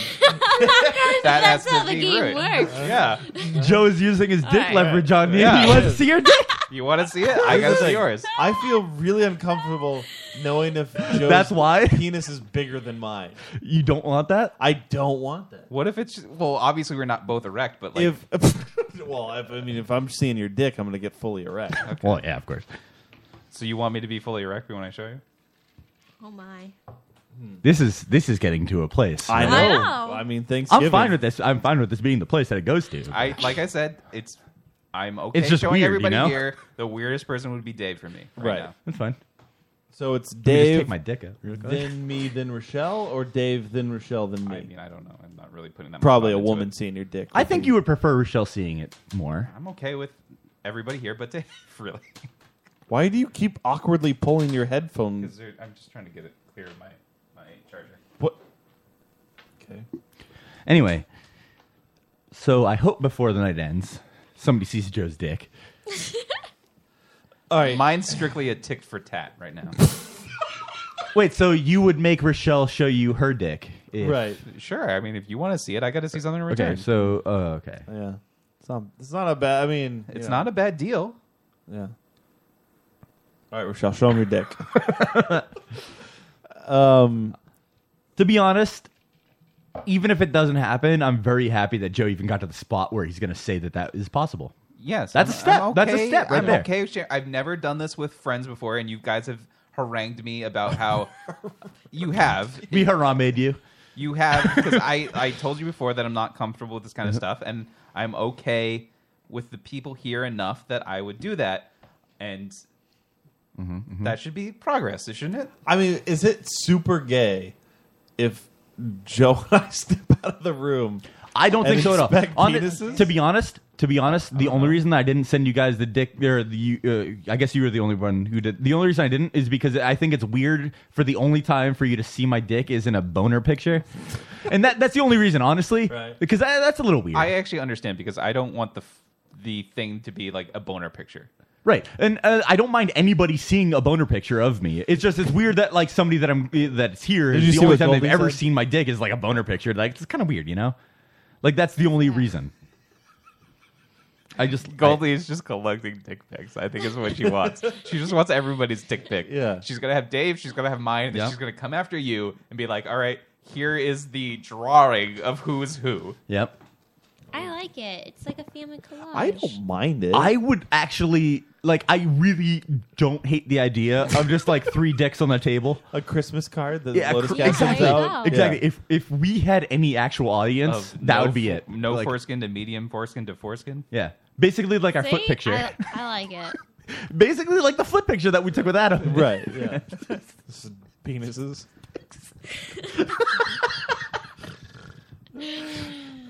S11: that has
S12: that's how
S11: to
S12: the
S11: be
S12: game
S11: rude.
S12: works.
S11: Yeah,
S10: Joe's using his dick
S12: Alright.
S10: leverage on me.
S11: Yeah.
S10: He wants to see your dick.
S11: you want to see it? I
S9: This
S11: gotta
S9: is
S11: see
S9: like-
S11: yours.
S9: I feel really uncomfortable
S11: [laughs]
S9: knowing if Joe's
S10: That's why?
S9: penis is bigger than mine.
S10: You don't want that?
S9: I don't want that.
S11: What if it's well? Obviously, we're not both erect, but like
S9: if well, if, [laughs] I mean, if I'm seeing your dick, I'm gonna get fully erect.
S10: Well, yeah, of course.
S11: So you want me to be fully erect when I show you?
S12: Oh my.
S10: This is this is getting to a place.
S9: I know.
S12: I
S9: I
S12: know.
S9: mean, Thanksgiving.
S10: I'm fine with this. I'm fine with this being the place that it goes to.
S11: I like I said, it's I'm okay
S10: It's just
S11: showing
S10: weird, you
S11: everybody
S10: know?
S11: here. The weirdest person would be Dave for me right,
S9: Right.
S11: now.
S10: That's fine.
S9: So it's
S10: Let me
S9: Dave,
S10: just take my dick out. Real quick.
S9: then me, then Rochelle, or Dave, then Rochelle, then me.
S11: I mean, I don't know. I'm not really putting that. much
S9: Probably
S11: thought
S9: a
S11: into
S9: woman
S11: it.
S9: seeing your dick.
S10: I think you would prefer Rochelle seeing it more.
S11: I'm okay with everybody here, but Dave, [laughs] really,
S9: Why do you keep awkwardly pulling your headphones?
S11: because I'm just trying to get it clear of my my charger.
S9: What? Okay.
S10: Anyway, so I hope before the night ends, somebody sees Joe's dick.
S9: All right.
S11: Mine's strictly a tick for tat right
S9: [laughs]
S11: now.
S10: Wait, so you would make Rochelle show you her dick? if-
S9: right.
S11: sure. I mean, if you want to see it, I got to see something in return.
S10: Okay. So, uh, okay.
S9: Yeah. It's not. It's not a bad. I mean,
S11: it's
S9: you know,
S11: not a bad deal.
S9: Yeah. All right, Rochelle, show him
S10: [laughs]
S9: your dick. um.
S10: to be honest, even if it doesn't happen, I'm very happy that Joe even got to the spot where he's going to say that that is possible.
S11: Yes,
S10: That's a
S11: I'm-
S10: step.
S11: I'm okay.
S10: That's a step right
S11: I'm
S10: there.
S11: okay. with share- I've never done this with friends before, and you guys have harangued me about how you have,
S10: We harambeed you.
S11: you have, because I I told you before that I'm not comfortable with this
S10: Uh-huh.
S11: kind of stuff, and I'm okay with the people here enough that I would do that, and
S10: Mm-hmm,
S11: that should be progress, shouldn't it?
S9: I mean, [laughs] is it super gay if Joe and I step out of the room?
S10: I don't
S3: And
S10: think so at all.
S3: expect
S10: On the-
S3: penises? Uh-huh.
S10: to be honest, to be honest, the only reason I didn't send you guys the dick there, the uh, I guess you were the only one who did. The only reason I didn't is because I think it's weird for the only time for you to see my dick is in a boner picture, and that that's the only reason, honestly,
S11: Right.
S10: because I, that's a little weird.
S11: I actually understand because I don't want the f- the thing to be like a boner picture.
S10: Right, and uh, I don't mind anybody seeing a boner picture of me. It's just it's weird that like somebody that I'm eh, that's here
S3: Did
S10: is
S3: you
S10: the
S3: see
S10: only
S3: what
S10: time they've
S3: Goldie
S10: ever
S3: said?
S10: seen my dick is like a boner picture. Like it's kind of weird, you know. Like that's the only reason. I just
S11: Goldie is just collecting dick pics. I think is what she wants. she just wants everybody's dick pic.
S9: Yeah.
S11: She's gonna have Dave. She's gonna have mine. And then
S9: Yeah.
S11: she's gonna come after you and be like, "All right, here is the drawing of who's who."
S10: Yep.
S12: I like it. It's like a family collage.
S9: mind it.
S10: I would actually like. I really don't hate the idea of just like three dicks on the table.
S9: A Christmas card that
S10: yeah,
S9: Lotus
S10: cr-
S9: Cast
S10: exactly.
S9: sends out?
S10: Exactly.
S9: Yeah.
S10: If if we had any actual audience,
S11: Of
S10: that
S11: no
S10: would be
S11: f-
S10: it.
S11: No
S10: Like,
S11: foreskin to medium foreskin to foreskin.
S10: Yeah. Basically, like our
S12: See?
S10: foot picture.
S12: I, I like it.
S10: [laughs] Basically, like the foot picture that we took with Adam.
S9: Right.
S10: [laughs]
S9: Yeah. This is penises.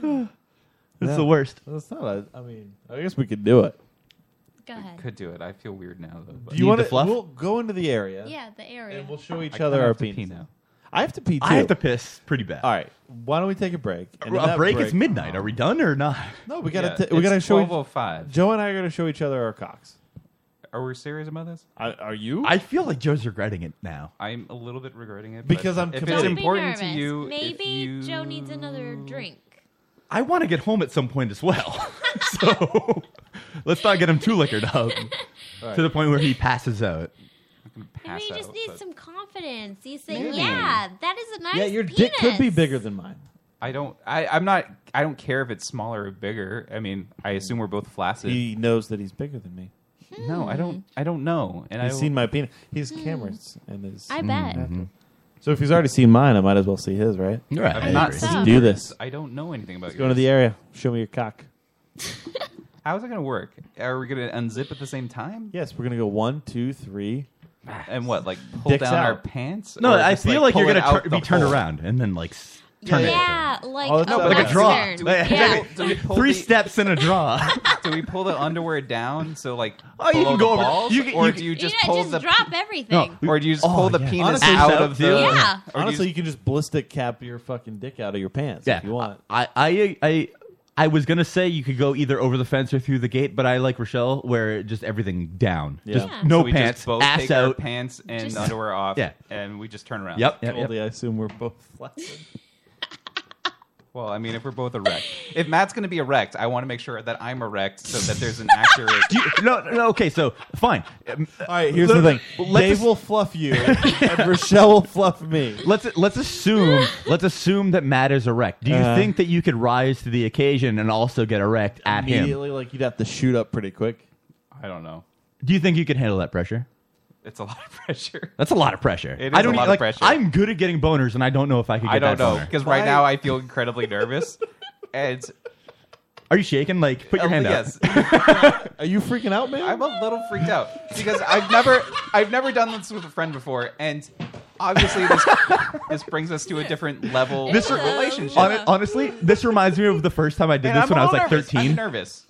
S10: It's the worst.
S9: That's not. A, I mean, I guess we could do it.
S12: Go ahead.
S11: Could do it. I feel weird now though. but-
S9: Do you want to? We'll go into the area.
S12: Yeah, the area.
S9: And we'll show
S11: I
S9: each
S11: kinda
S9: other our
S11: have to pee
S9: penises.
S11: now.
S9: I have to pee too.
S10: I have to piss pretty bad.
S9: All right. Why don't we take a break? And in
S10: a
S9: that
S10: break, It's midnight. Are we done or not?
S9: No, we gotta.
S11: Yeah,
S9: t- we
S11: it's
S9: gotta show. each-
S11: 12:05.
S9: Joe and I are gonna show each other our cocks.
S11: Are we serious about this?
S9: are you?
S10: I feel like Joe's regretting it now.
S11: I'm a little bit regretting it
S10: Because
S11: but
S10: I'm
S11: If it's
S10: committed.
S12: Don't be
S11: important to
S12: nervous.
S11: you, if
S12: Maybe
S11: you-
S12: Joe needs another drink.
S10: I want to get home at some point as well. [laughs] so let's not get him too liquored
S11: [laughs]
S10: up
S12: right.
S10: to the point where he passes out.
S12: Maybe he just needs some confidence. He's saying,
S9: Maybe.
S12: "Yeah, that is a nice penis."
S9: bigger than mine.
S11: I don't. I, I'm not. I don't care if it's smaller or bigger. I mean, I assume we're both flaccid.
S9: He knows that he's bigger than me.
S11: No, I don't. I don't know. And
S9: he's
S11: I
S9: seen my penis. He has cameras and his.
S12: I bet. Mhm.
S9: Mm-hmm. So if he's already seen mine, I might as well see his, right?
S11: You're right. I've not
S9: Let's
S11: seen
S9: do
S11: yours.
S9: this.
S11: I don't know anything about
S9: Let's Go into the
S11: yours.
S9: area. Show me your cock.
S11: How is it going to work? Are we going to unzip at the same time?
S9: Yes, we're gonna go one, two, three.
S11: Ah, And what? Like pull
S9: Dicks
S11: down
S9: out.
S11: our pants?
S10: No,
S11: Or
S10: I
S11: just,
S10: feel
S11: like,
S10: like, you're
S11: pull it
S10: gonna
S11: out
S10: tur-
S11: the
S10: be turned
S11: hole?
S10: around and then like s- turn
S12: Yeah, like
S10: it
S12: a
S10: no, Oh, [laughs] like a draw.
S12: western.
S10: Yeah,
S12: Yeah.
S10: exactly. Three steps in a draw.
S11: [laughs] Do we pull the underwear down? So like,
S10: [laughs] Oh, you
S11: below
S10: can go
S11: the
S10: over-
S11: balls,
S10: you can-
S11: or
S10: you
S11: do
S10: can-
S11: you just
S12: yeah,
S11: pull
S12: just
S11: the?
S12: drop everything.
S11: or do you
S9: Oh,
S11: just pull the penis out of the?
S12: Yeah.
S11: or do you
S9: Honestly, you can just ballistic cap your fucking dick out of your pants if you want.
S10: I, I, I, I was gonna say you could go either over the fence or through the gate, but I like Rochelle where just everything down, just
S11: So
S10: no
S11: we just
S10: pants,
S11: both
S10: ass
S11: take our
S10: out,
S11: pants and
S10: Just-
S11: underwear off.
S10: Yeah.
S11: and we just turn around.
S10: Yep, yep,
S9: Goldie, I assume we're both flaccid.
S11: Well, I mean, if we're both erect, if Matt's going to be erect, I want to make sure that I'm erect so that
S10: [laughs]
S11: there's an accurate.
S10: no, no, okay, so fine. All
S9: right,
S10: [laughs]
S9: here's the thing. Dave will
S11: [laughs]
S9: fluff you, and Rochelle will fluff me.
S10: Let's let's assume let's assume that Matt is erect. Do you
S9: Uh-huh.
S10: think that you could rise to the occasion and also get erect at him?
S9: Immediately, like you'd have to shoot up pretty quick.
S11: I don't know.
S10: Do you think you could handle that pressure?
S11: It's a lot of [laughs] pressure.
S10: That's a lot of pressure.
S11: It is
S10: I don't e-
S11: a lot
S10: like,
S11: of pressure.
S10: I'm good at getting boners, and I don't know if I could. Get
S11: I don't
S10: that
S11: know
S10: boner.
S11: because right now I feel incredibly nervous. And
S10: Are you shaking? Like, put your [laughs] hand
S11: Oh, yes.
S10: out. [laughs]
S9: Are you freaking out, man?
S11: I'm a little freaked out
S9: [laughs]
S11: because I've never, I've never done this with a friend before, and
S10: [laughs]
S11: obviously this, this brings us to a different level
S10: This
S11: of
S10: re-
S11: relationship.
S10: hon- honestly, this reminds me of the first time I did this
S11: And I'm
S10: when
S11: a
S10: I was
S11: little
S10: like
S11: nervous.
S10: 13.
S11: I'm nervous.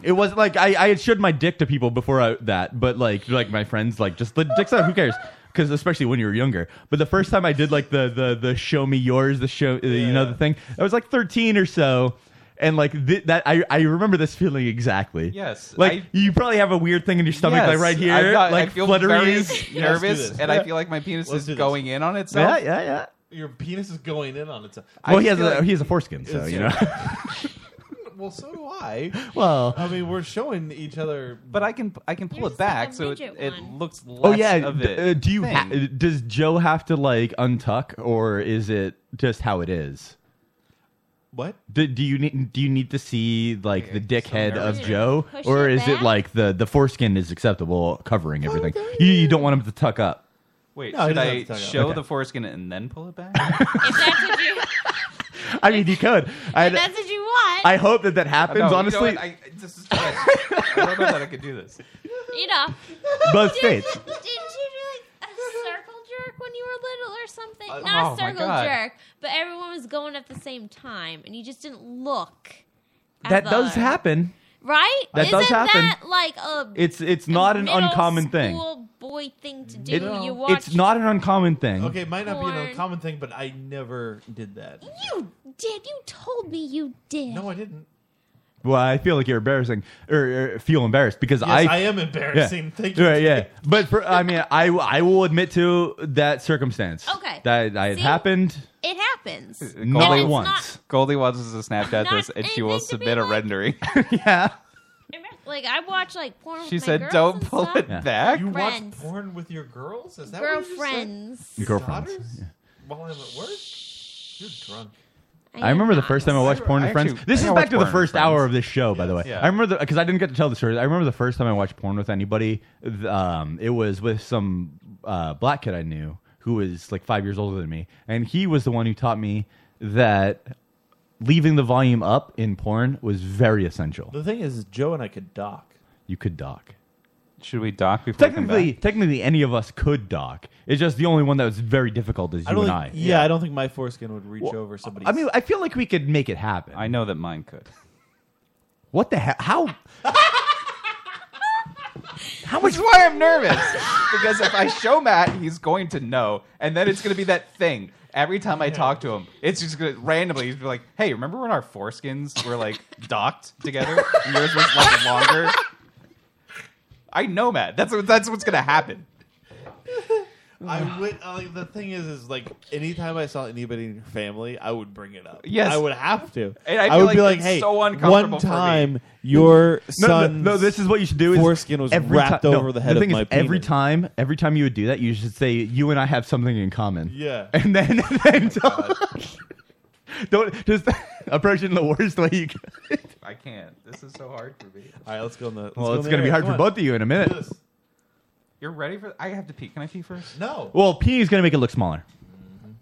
S10: It was like I, I had showed my dick to people before I, that, but like like my friends like just the dicks out. Who cares? Because especially when you were younger. But the first time I did like the the the show me yours, the show you know the thing. I was like thirteen or so, and like th- that I I remember this feeling exactly.
S11: Yes,
S10: like
S11: I-
S10: you probably have a weird thing in your stomach,
S11: Yes,
S10: like right here,
S11: I've got-
S10: like
S11: I feel [laughs]
S10: flutteries.
S11: very nervous, and I feel like my penis is going in on itself.
S10: Yeah, yeah, yeah.
S9: Your penis is going in on itself.
S10: Well,
S9: I
S10: he has a,
S9: feel like-
S10: he has a foreskin, so
S9: It's-
S10: you know.
S9: [laughs] well, so do
S10: [laughs]
S9: I.
S10: Well-
S9: I mean, we're showing each other,
S11: but I can I can pull it back so it, it looks less
S10: Oh yeah.
S11: of
S10: d-
S11: it.
S10: uh, do you
S11: thing.
S10: ha- does Joe have to like untuck or is it just how it is?
S9: What?
S10: Do, do you need do you need to see like the dickhead
S3: nervous
S10: of
S3: right
S10: Joe
S3: now. Push
S10: or
S3: it
S10: is
S3: back?
S10: it like the the foreskin is acceptable covering everything? You, you don't want him to tuck up.
S11: Wait,
S10: No, he
S11: should
S10: doesn't
S11: I
S10: have to talk about it.
S11: show
S10: Okay.
S11: the foreskin and then pull it back? [laughs]
S10: I mean,
S12: [laughs]
S10: you could. I
S12: That's what you want.
S10: I hope that that happens.
S11: No, you know
S10: honestly,
S11: what? I, this is too much. I don't know that I could do
S12: [laughs]
S11: this.
S12: You know.
S10: Both
S12: Did-
S10: states.
S12: Did you do like a circle jerk when you were little or something?
S11: Uh,
S12: Not
S11: oh my
S12: a circle
S11: God.
S12: jerk, but everyone was going at the same time, and you just didn't look. at
S10: That
S12: the-
S10: does happen.
S12: right?
S10: That
S12: Isn't
S10: does happen.
S12: that like a?
S10: It's it's not an
S12: middle
S10: uncommon thing.
S12: School boy thing to do.
S10: It-
S12: you watch.
S10: it's not an uncommon thing.
S9: Okay, it might not be an
S12: Porn.
S9: uncommon thing, but I never did that.
S12: You did. You told me you did. No,
S9: I didn't.
S10: Well, I feel like you're embarrassing or, or feel embarrassed because
S9: Yes,
S10: I
S9: I am embarrassing.
S10: Yeah.
S9: Thank you,
S10: Right, yeah. But for, I mean, I I will admit to that circumstance.
S12: Okay.
S10: That I it
S12: See?
S10: happened.
S12: It happens.
S10: Not
S12: And it's
S10: Uh, once.
S11: Goldie watches a Snapchat this, and she will submit a
S10: [laughs]
S11: rendering. [laughs]
S12: not- like I watch like porn.
S11: she
S12: with my
S11: said,
S12: girls
S11: "Don't
S12: and
S11: pull
S12: stuff.
S11: it back."
S9: You watch
S12: Friends.
S9: porn with your girls? Is that
S12: Girlfriends.
S9: What you just said? Your
S10: Girlfriends,
S9: daughters? While I'm at work? You're drunk.
S10: I remember the first time I watched porn with friends. this is back to the first hour of this show, by the way.
S9: Yeah.
S10: I remember because I didn't get to tell the story. I remember the first time I watched porn with anybody. th- Um, it was with some uh, black kid I knew who was like five years older than me, and he was the one who taught me that leaving the volume up in porn was very essential.
S9: The thing is, Joe and I could dock.
S10: You could dock.
S11: Should we dock before we come
S10: technically? Technically, any of us could dock. It's just the only one that was very difficult is
S9: I
S10: you
S9: don't
S10: and
S9: think,
S10: I.
S9: Yeah, I don't think my foreskin would reach over somebody's.
S10: I mean, I feel like we could make it happen.
S11: I know that mine could.
S10: What the hell? How? How
S11: much? This is why I'm nervous because if I show Matt, he's going to know, and then it's going to be that thing. Every time I talk to him, it's just going to randomly he's gonna be like, "Hey, remember when our foreskins were like docked together? And yours was like longer." I know, Matt. That's what, that's what's going to happen.
S9: I would. I, Like, the thing is, is like anytime I saw anybody in your family, I would bring it up.
S29: Yes.
S9: I would have to.
S29: And I
S9: would
S29: feel
S9: be
S29: like
S9: like,
S29: it's
S9: "Hey,
S29: so
S9: one
S29: uncomfortable for me."
S9: time your
S10: [laughs] No, no,
S9: son's
S10: no, this is what you should do. Is
S9: foreskin was
S10: every
S9: wrapped
S10: ti- no,
S9: over the head
S10: thing
S9: of my
S10: is, every
S9: penis."
S10: time, every time you would do that, you should say, "You and I have something in common."
S9: Yeah.
S10: and then, [laughs] and then
S29: Oh
S10: [laughs] don't, don't just [laughs] approach it in the worst way you can.
S11: I can't. This is so hard for me.
S9: All right, let's go on the.
S10: Well, it's gonna be hard for both of you in a minute.
S11: You're ready for? I have to pee. Can I pee first?
S9: No.
S10: Well, peeing is gonna make it look smaller.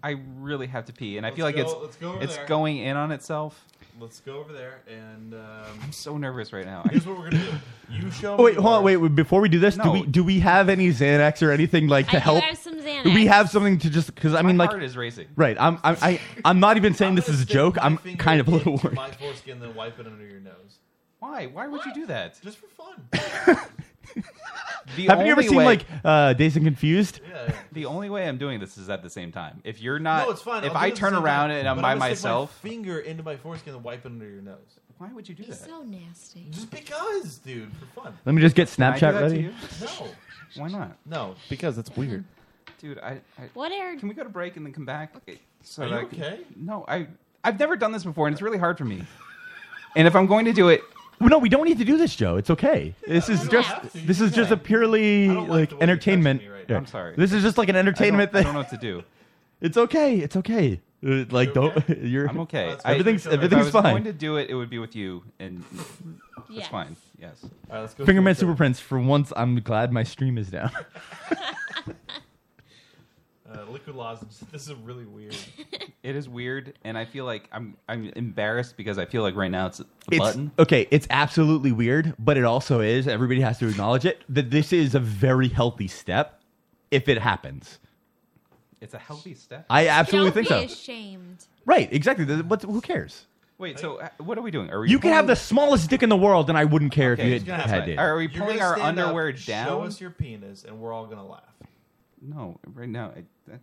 S11: I really have to pee, and I feel like
S9: Let's go-
S11: it's
S9: let's go over
S11: it's
S9: there.
S11: going in on itself.
S9: Let's go over there and. Um,
S11: I'm so nervous right now.
S9: Here's what we're gonna do.
S11: [laughs]
S9: You show.
S10: Oh, wait,
S9: me
S10: hold on. Wait, wait, before we do this, do
S9: No.
S10: we do we have any Xanax or anything like to
S9: I do
S10: help?
S9: have some
S10: Do We
S9: Xanax.
S10: have something to just because I mean, like,
S9: heart is racing.
S10: Right. I'm I'm I, I'm not even saying this is a joke. I'm
S9: finger
S10: kind of a little
S9: into
S10: worried.
S9: My foreskin, then wipe it under your nose.
S11: Why? Why would you do that?
S9: Just for
S11: [laughs]
S9: fun.
S11: The
S10: Haven't you ever
S11: only
S10: seen
S11: way-
S10: like uh, Days and Confused?
S11: The only way I'm doing this is at the same time. If you're not,
S9: no, it's fine.
S11: Uh, If
S9: I'll do it
S11: I
S9: at the
S11: turn
S9: same
S11: around
S9: time,
S11: and I'm
S9: but
S11: by
S9: I'm gonna stick
S11: myself,
S9: my finger into my foreskin and wipe it under your nose.
S11: Why would you do
S12: He's so nasty.
S9: Just because, [laughs] dude, for fun.
S10: Let me just get
S11: Can I do
S10: Snapchat
S11: that to
S10: ready.
S9: [laughs]
S11: you?
S9: No.
S11: Why not?
S9: No, because it's
S11: [laughs]
S9: weird.
S11: dude, I, I
S12: what are?
S11: Can we go to break and then come back? So
S9: Are
S11: that
S9: you
S11: I can-
S9: okay?
S11: No, I I've never done this before, and it's really hard for me. And if I'm going to do it,
S10: no, we don't need to do this, Joe. It's okay. This is just this is just a purely like entertainment.
S11: now. I'm sorry.
S10: This is just like an entertainment
S11: I
S10: thing.
S11: don't know what to do.
S10: It's okay. It's okay. Uh, Like don't. [laughs] You're
S11: I'm okay. I-
S10: Everything's
S11: if I
S10: everything's
S11: was
S10: fine.
S11: going to do it, it would be with you, and that's
S12: Yes.
S11: fine. Yes.
S9: All right, let's go.
S10: Fingerman Super Prince. For once, I'm glad my stream is
S11: [laughs]
S10: down.
S9: Uh, liquid lozenges. [laughs] This is really weird.
S11: It is weird, and I feel like I'm I'm embarrassed because I feel like right now it's a
S10: It's,
S11: button.
S10: Okay, it's absolutely weird, but it also is. Everybody has to acknowledge it that this is a very healthy step if it happens.
S11: It's a healthy step.
S10: I absolutely
S12: Don't
S10: think
S12: be
S10: so.
S12: ashamed.
S10: Right, exactly. Th- What, who cares?
S11: Wait, so uh, what are we doing? Are we
S10: You could
S11: pulling-
S10: have the smallest dick in the world, and I wouldn't care
S11: Okay,
S10: if you had,
S11: that's
S10: had
S11: fine.
S10: it.
S11: Are we
S9: You're
S11: pulling
S9: gonna
S11: our
S9: stand up,
S11: underwear
S9: Show
S11: down?
S9: us your penis, and we're all gonna laugh.
S11: No, right now I, that,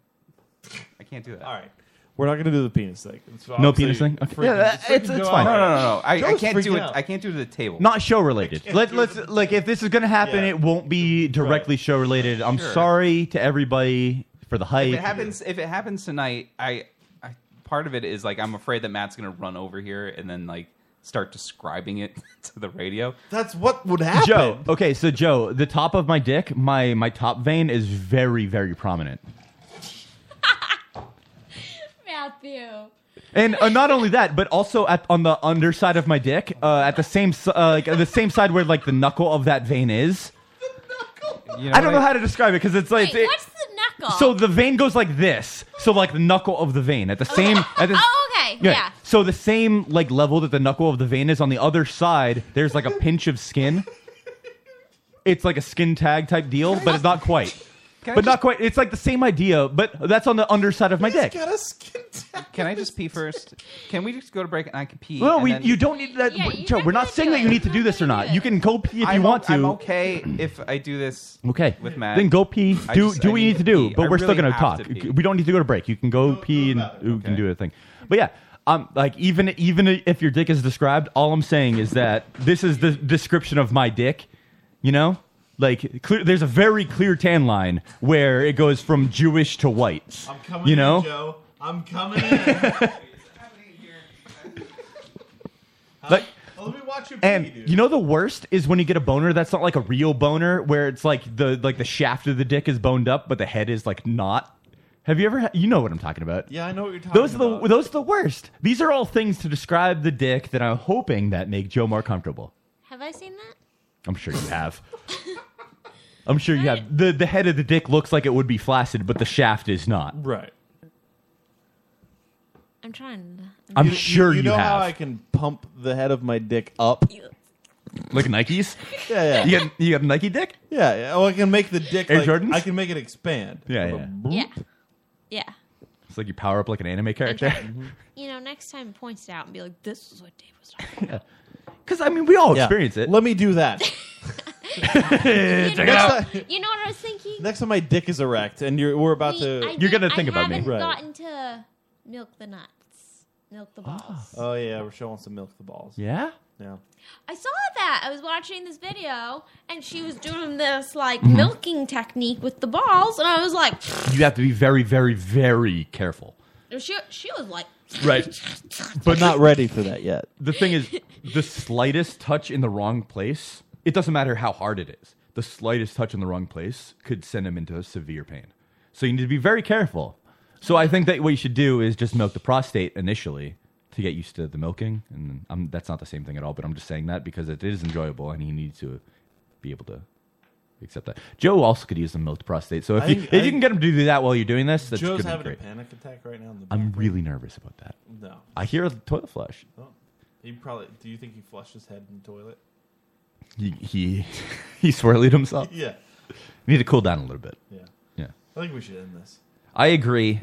S11: I can't do that. All
S9: right. We're not gonna do the penis thing. It's
S10: No penis thing? Okay. Yeah, that- it's- it's fine.
S11: No, no, no, no. I, I
S10: Joe's
S11: can't do
S10: freaking
S11: it.
S10: out.
S11: I can't do it at the table.
S10: Not show related.
S11: [laughs] can't
S10: Let,
S11: do
S10: let's like if this is gonna happen, it won't be directly show related. I'm
S11: Sure.
S10: sorry to everybody for the hype.
S11: If it happens, if it happens tonight, I, I part of it is like I'm afraid that Matt's gonna run over here and then like start describing it [laughs] to the radio.
S9: That's what would happen.
S10: Joe. Okay, so Joe, the top of my dick, my my top vein is very very prominent.
S12: Matthew.
S10: And uh, not only that, but also at on the underside of my dick, uh, at the same s- uh, like the same side where like the knuckle of that vein is. I don't know how to describe it because it's like
S12: Wait,
S10: it-
S12: what's the knuckle?
S10: so the vein goes like this. So like the knuckle of the vein at the same. At the,
S12: Oh, okay, yeah.
S10: So the same like level that the knuckle of the vein is on the other side. There's [laughs] like a pinch of skin. It's like a skin tag type deal, but it's not quite.
S11: Can I
S10: but
S11: just-
S10: not quite. It's like the same idea, but that's on the underside of my dick.
S11: Can I just pee first? Can we just go to break and I can pee?
S10: Well,
S11: and
S10: we,
S11: then-
S10: you don't need that. Joe, we're not saying that you need to do this or not. You can go pee if you
S11: I'm o-
S10: want to.
S11: I'm okay if I do this.
S10: Okay.
S11: With Matt.
S10: Then go pee.
S11: I
S10: do
S11: just-
S10: do
S11: I
S10: what you need to do,
S11: pee.
S10: but
S11: I
S10: we're still
S11: really
S10: going to
S11: have
S10: talk.
S11: pee.
S10: we don't need to go to break. You can go pee and you can do a thing. But yeah, um, like even even if your dick is described, all I'm saying is that this is the description of my dick. You know, like clear, there's a very clear tan line where it goes from Jewish to white.
S9: I'm coming
S10: you know,
S9: in, Joe. I'm
S10: [laughs]
S9: coming in.
S10: like.
S9: Well, let me watch you pee,
S10: And
S9: dude.
S10: you know the worst is when you get a boner that's not like a real boner where it's like the like the shaft of the dick is boned up but the head is like not. Have you ever ha- you know what I'm talking about?
S9: Yeah, I know what you're talking
S10: Those are the those are the worst. These are all things to describe the dick that I'm hoping that make Joe more comfortable.
S12: Have I seen that?
S10: I'm sure you have. I'm sure you have. The the head of the dick looks like it would be flaccid but the shaft is not.
S9: Right.
S12: I'm trying. To,
S10: I'm sure you
S9: know how
S10: have.
S9: I can pump the head of my dick up.
S10: Like Nikes?
S9: Yeah, yeah.
S10: You got you got a Nike dick?
S9: Yeah, yeah. Oh, I can make the dick.
S10: Air
S9: like-
S10: Jordans?
S9: I can make it expand.
S10: Yeah, yeah.
S12: yeah, yeah.
S10: It's like you power up like an anime character. [laughs]
S12: You know, next time point it out and be like, "This is what Dave was talking."
S10: Because I mean, we all
S9: experience it. Let me
S10: [laughs]
S9: do that.
S12: Check
S9: it out.
S12: about." you know what I was thinking?
S9: Next time my dick is erect and you're we're about
S12: We-
S9: to,
S12: I did- I haven't gotten to milk the nuts, milk the balls.
S10: Ah.
S9: Oh yeah, Rochelle wants to milk the balls.
S10: Yeah.
S9: Yeah.
S12: I saw that. I was watching this video, and she was doing this like
S10: Mhm.
S12: milking technique with the balls, and I was like,
S10: You have to be very, very, very careful.
S12: she she was like,
S10: Right.
S9: But not ready for that yet.
S10: The thing is, the slightest touch in the wrong place, it doesn't matter how hard it is, the slightest touch in the wrong place could send him into severe pain. So you need to be very careful. So I think that what you should do is just milk the prostate initially to get used to the milking. And i that's not the same thing at all, but I'm just saying that because it is enjoyable and you need to be able to accept that. Joe also could use the milked prostate. So if,
S9: I
S10: you,
S9: think-
S10: if
S9: I
S10: you can get him to do that while you're doing this, that's
S9: Joe's
S10: gonna be
S9: having
S10: great.
S9: a panic attack right now. In the
S10: I'm
S9: bathroom.
S10: really nervous about that.
S9: No.
S10: I hear a toilet flush.
S9: Oh. He probably. Do you think he flushed his head in the toilet?
S10: He he, [laughs] he swirlied himself.
S9: [laughs] Yeah.
S10: We need to cool down a little bit.
S9: Yeah.
S10: Yeah.
S9: I think we should end this.
S10: I agree.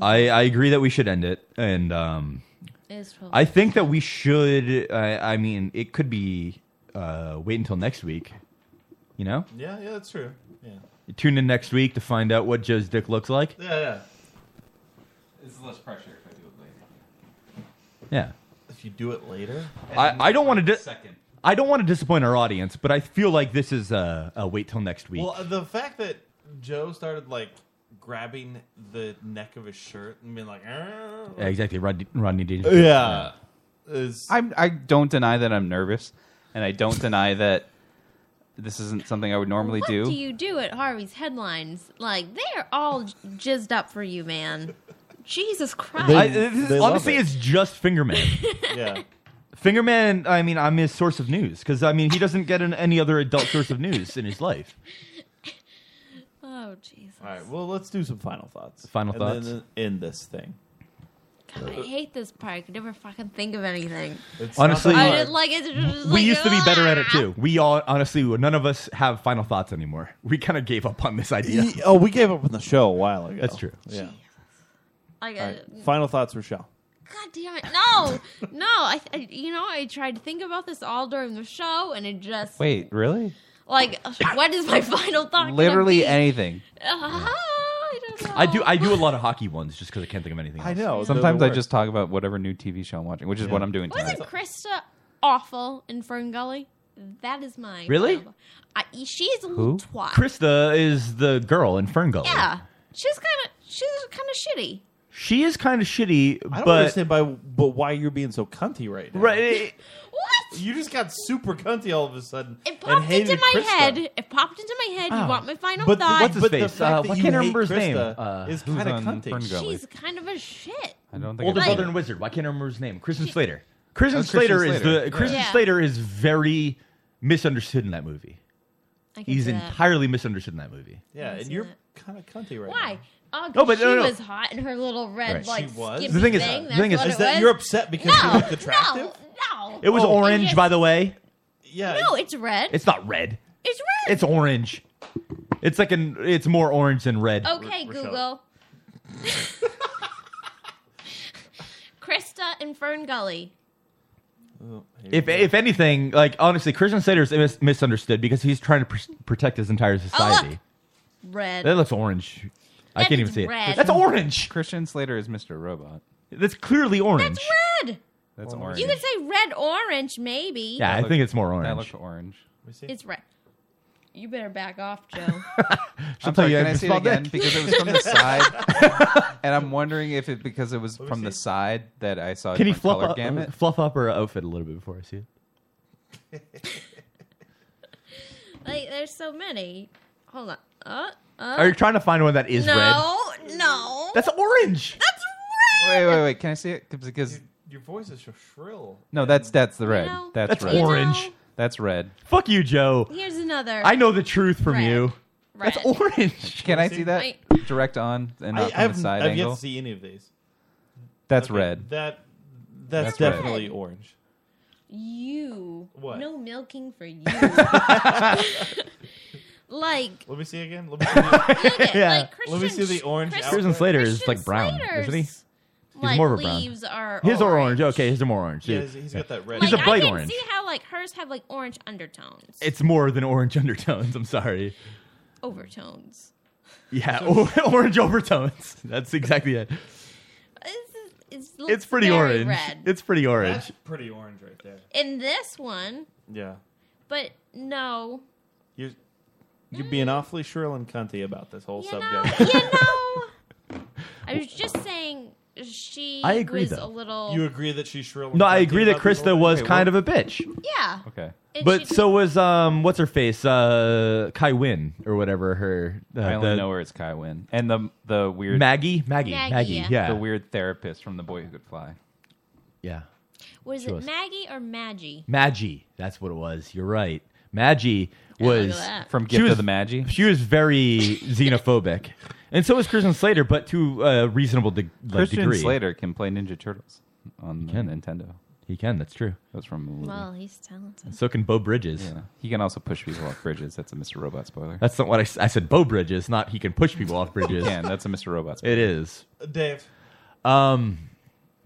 S10: I, I agree that we should end it, and um,
S12: It is twelve.
S10: I think that we should. I, I mean, it could be uh, wait until next week. You know,
S9: Yeah, yeah, that's true. Yeah.
S10: tune in next week to find out what Joe's dick looks like.
S9: Yeah, yeah.
S11: It's less pressure if I do it later.
S10: Yeah.
S9: If you do it later.
S10: I, I don't want to. Di-
S11: Second.
S10: I don't want to disappoint our audience, but I feel like this is a, a wait till next week.
S9: Well, uh, the fact that Joe started like grabbing the neck of his shirt and being like, "Arr,"
S10: Yeah, exactly, Rodney, Rodney Dangerfield.
S9: yeah,
S11: I'm, I don't deny that I'm nervous, and I don't deny that this isn't something I would normally
S12: What
S11: do.
S12: do you do at Harvey's headlines? Like they're all j- jizzed up for you, man. Jesus Christ!
S10: I, this is- honestly, it's just
S12: [laughs]
S10: Fingerman.
S9: yeah.
S10: Fingerman, I mean, I'm his source of news because I mean, he doesn't get an, any other adult source of news in his life.
S12: oh Jesus!
S9: All right, well, let's do some final thoughts.
S10: Final
S9: And then
S10: thoughts?
S9: end this thing.
S12: I hate this part. I can never fucking think of anything.
S9: It's
S10: Honestly,
S12: I didn't like it. Just
S10: we
S12: like,
S10: used to be
S12: "Ah!"
S10: better at it too. We all honestly, none of us have final thoughts anymore. We kind of gave up on this idea.
S9: Ye- Oh, we gave up on the show a while ago.
S10: That's true.
S9: Yeah.
S12: Like,
S9: All
S12: uh,
S9: right. Final thoughts, Rochelle.
S12: God damn it! No, no. I, I, you know, I tried to think about this all during the show, and it just
S11: Wait, really?
S12: like, [laughs] what is my final thought? gonna
S11: Literally
S12: be? [laughs]
S11: anything.
S12: Ah, I don't know.
S10: I do. I do a lot of hockey ones just because I can't think of anything. Else.
S12: I know,
S11: Sometimes
S12: the
S11: I
S12: worst.
S11: just talk about whatever new TV show I'm watching, which is
S10: Yeah.
S11: what I'm doing tonight.
S12: Wasn't Krista awful in Fern Gully? That is my
S10: Really?
S12: final- I, she's a little twat.
S10: Krista is the girl in Ferngully.
S12: Yeah, she's kind of she's kind of shitty.
S10: She is kind of shitty,
S9: I don't
S10: but
S9: understand by but why you're being so cunty right now.
S10: Right.
S12: [laughs] what?
S9: You just got super cunty all of a sudden.
S12: It
S9: and
S12: popped
S9: hated
S12: into my
S9: Krista.
S12: head. It popped into my head.
S9: Oh.
S12: You want my final
S9: But the-
S12: thought?
S9: what's his
S12: But
S9: face?
S10: Face, uh,
S9: that
S10: I
S9: you
S10: can't
S9: hate
S10: remember his name.
S9: Krista
S10: Uh,
S9: is Who's kinda on cunty. Ferngully?
S12: She's kind of a shit.
S11: I don't
S10: older
S12: Like,
S10: brother and wizard. Why can't I remember his name? Kristen Slater. Kristen
S11: Oh, Christian
S10: Slater is
S11: Slater.
S10: the
S11: Yeah.
S10: Kristen
S12: Yeah.
S10: Slater is very misunderstood in that movie.
S12: I can
S10: He's
S12: see that.
S10: entirely misunderstood in that movie.
S9: Yeah, and you're kind of cunty right
S12: Why? Oh,
S10: No,
S12: 'cause
S10: but
S12: she
S10: no, no, no.
S12: was hot in her little red
S10: Right.
S12: like
S10: She was?
S12: skimpy
S10: The thing is-
S12: thing.
S10: the
S12: That's
S10: thing is-
S12: what
S10: is
S12: it
S10: that
S12: was.
S10: you're upset because she
S12: No,
S10: looked
S9: attractive?
S12: No, no.
S10: It was
S12: Oh,
S10: orange,
S12: yes.
S10: by the way.
S9: Yeah.
S12: No, it's red.
S10: It's not red.
S12: It's
S10: It's orange. It's like an. It's more orange than red.
S12: Okay,
S10: [laughs]
S12: Google. Krista and Fern Gully.
S10: If if anything, like honestly, Christian Slater is mis- misunderstood because he's trying to pr- protect his entire society.
S12: Oh, Red.
S10: that looks orange. I
S12: That
S10: can't
S12: is
S10: even see it.
S12: red.
S10: That's orange.
S11: Christian Slater is Mr. Robot.
S10: That's clearly orange.
S12: That's red.
S11: That's orange.
S12: You could say red orange, maybe.
S10: Yeah, I think it's more orange.
S11: That looks orange.
S12: It's red. You better back off,
S11: [laughs]
S12: Joe.
S11: I'm
S10: tell
S11: sorry,
S10: you
S11: can I
S10: every
S11: see it
S10: small
S11: again?
S10: dick.
S11: [laughs] Because it was
S10: [laughs]
S11: from
S12: [laughs]
S11: the side, and I'm wondering if it because it was
S10: me
S11: from the
S10: see.
S11: side that I
S9: Oh,
S11: saw. a
S10: Can you
S11: different
S10: fluff
S11: color
S10: up, [laughs]
S11: gamut?
S10: fluff up her outfit a little bit before I see it?
S12: like, there's so many. Hold on. Uh, uh.
S10: Are you trying to find one that is
S12: no,
S10: red?
S12: No, no.
S10: That's orange.
S12: Oh. That's
S11: Wait, wait, wait. Can I see it? 'Cause- Because
S9: Your voice is so shrill.
S11: no, that's that's the red.
S12: No.
S11: That's,
S10: That's
S11: red.
S10: orange.
S11: That's red.
S10: Fuck you, Joe.
S12: Here's another.
S10: I know the truth from you.
S12: Red.
S10: That's orange.
S11: Can I see that direct on and not
S9: I, I
S11: from the
S9: haven't,
S11: side
S9: I've yet
S11: angle?
S9: to see any of these.
S11: That's
S9: Okay,
S11: red.
S9: That that's,
S11: That's red.
S9: definitely orange.
S12: You.
S9: What?
S12: No milking for
S10: [laughs]
S12: you. [laughs] like.
S9: Let me see again. Let me see the,
S12: [laughs]
S10: [laughs]
S12: Look at, Yeah. like,
S9: Let me see
S12: Christian-
S9: the orange.
S12: Christian-
S9: outfit.
S10: Kristen Slater is like brown,
S12: Slater's,
S10: isn't he? He's
S12: like,
S10: more of a brown.
S12: leaves are
S10: His are orange. Okay, his are more orange.
S9: Yeah,
S10: Yeah,
S9: he's- he's got that red.
S10: He's
S12: like,
S10: a
S12: I
S10: bright
S12: can
S10: orange.
S12: see how like hers have like orange undertones,
S10: It's more than orange [laughs] undertones. I'm sorry.
S12: overtones.
S10: Yeah, [laughs] orange overtones. [laughs] That's exactly it.
S12: It's,
S10: It's pretty
S12: very
S10: orange.
S12: Red.
S10: It's pretty orange.
S9: That's pretty orange right there.
S12: In this one,
S9: Yeah.
S12: but no,
S9: You're you're being awfully shrill and cunty about this whole subject.
S12: Mm. you
S9: [laughs]
S12: know. I was just saying she
S10: I agree,
S12: was
S10: though.
S12: a little.
S9: You agree that she's shrill?
S10: No, I agree that Krista was kind of a bitch.
S12: yeah.
S11: Okay.
S12: And
S10: But
S12: she-
S10: so was um, what's her face, uh, Kai Wynn or whatever her. Uh,
S11: I only
S10: the-
S11: know where it's Kai Wynn. And the the weird
S10: Maggie? Maggie,
S12: Maggie, Maggie, yeah.
S10: yeah.
S11: The weird therapist from The Boy Who Could Fly.
S10: Yeah,
S12: was
S10: she
S12: it
S10: was.
S12: Maggie or Maggie?
S10: Maggie. That's what it was. You're right. Maggie
S12: look
S10: was
S12: at that.
S11: From
S10: she
S11: Gift of
S10: was-
S11: the Magi?
S10: She was very [laughs] xenophobic, and so was Kristen Slater, but to a reasonable de- like,
S11: Christian
S10: degree.
S11: Slater can play Ninja Turtles on the
S10: can.
S11: Nintendo.
S10: He can. That's true.
S11: That's from the movie.
S12: Well, he's talented.
S10: So can Bo Oh, Bridges.
S11: yeah. He can also push people off bridges. That's a Mr. Robot spoiler.
S10: That's not what I, s- I said. Bo Bridges, not he can push people off
S11: [laughs]
S10: bridges.
S11: He can. That's a Mr. Robot spoiler.
S10: It is.
S9: Dave.
S10: Um,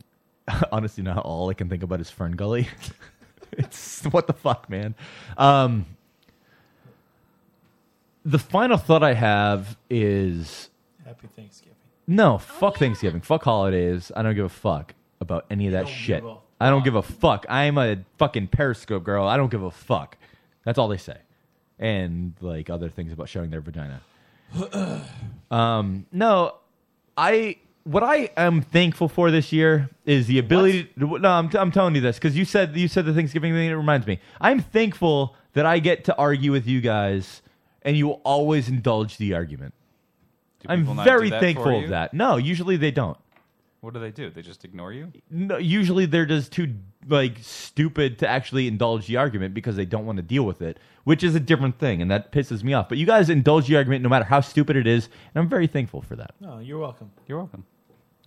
S10: [laughs] honestly, now all I can think about is Fern Gully. [laughs] it's what the fuck, man. Um, the final thought I have is
S9: Happy Thanksgiving.
S10: no, fuck Thanksgiving, fuck holidays. I don't give a fuck about any of that shit.
S9: give a
S10: I don't give a fuck. I'm a fucking Periscope girl. I don't give a fuck. That's all they say, and like other things about showing their vagina. Um, no, I what I am thankful for this year is the ability. To, no, I'm, I'm telling you this because you said you said the Thanksgiving thing. It reminds me. I'm thankful that I get to argue with you guys, and you always indulge the argument.
S11: people
S10: I'm
S11: not
S10: very
S11: do that for
S10: thankful
S11: you?
S10: of that. No, usually they don't.
S11: What do they do? They just ignore you?
S10: No, usually they're just too like stupid to actually indulge the argument because they don't want to deal with it, which is a different thing, and that pisses me off. But you guys indulge the argument no matter how stupid it is, and I'm very thankful for that.
S9: No, you're welcome.
S11: You're welcome.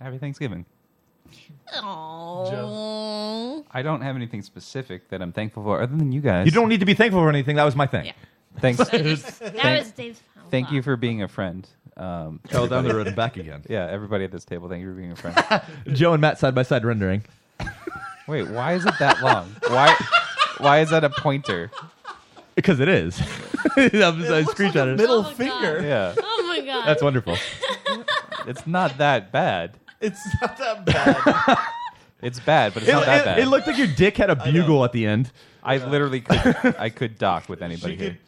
S11: Happy Thanksgiving.
S12: Oh,
S11: I don't have anything specific that I'm thankful for other than you guys.
S10: You don't need to be thankful for anything. That was my thing.
S11: Thanks.
S10: That was-
S12: [laughs] that
S11: Thank-
S12: was Dave's.
S11: Thank you for being a friend. Um,
S10: Travel down the
S11: everybody-
S10: road and back again.
S11: [laughs] Yeah, everybody at this table, thank you for being a friend.
S10: [laughs] Joe and Matt side by side rendering.
S11: Wait, why is it that long? Why? Why is that a pointer?
S10: Because it is. [laughs] I'm just, I screenshot it.
S9: middle finger.
S11: Yeah,
S12: Oh my god.
S10: That's wonderful.
S11: it's not that bad.
S9: It's not
S10: [laughs]
S9: that bad.
S11: It's bad, but it's
S10: It,
S11: not that
S10: it-
S11: bad.
S10: it looked like your dick had a bugle at the end.
S11: I literally could. I could dock with anybody
S9: she
S11: here.
S9: could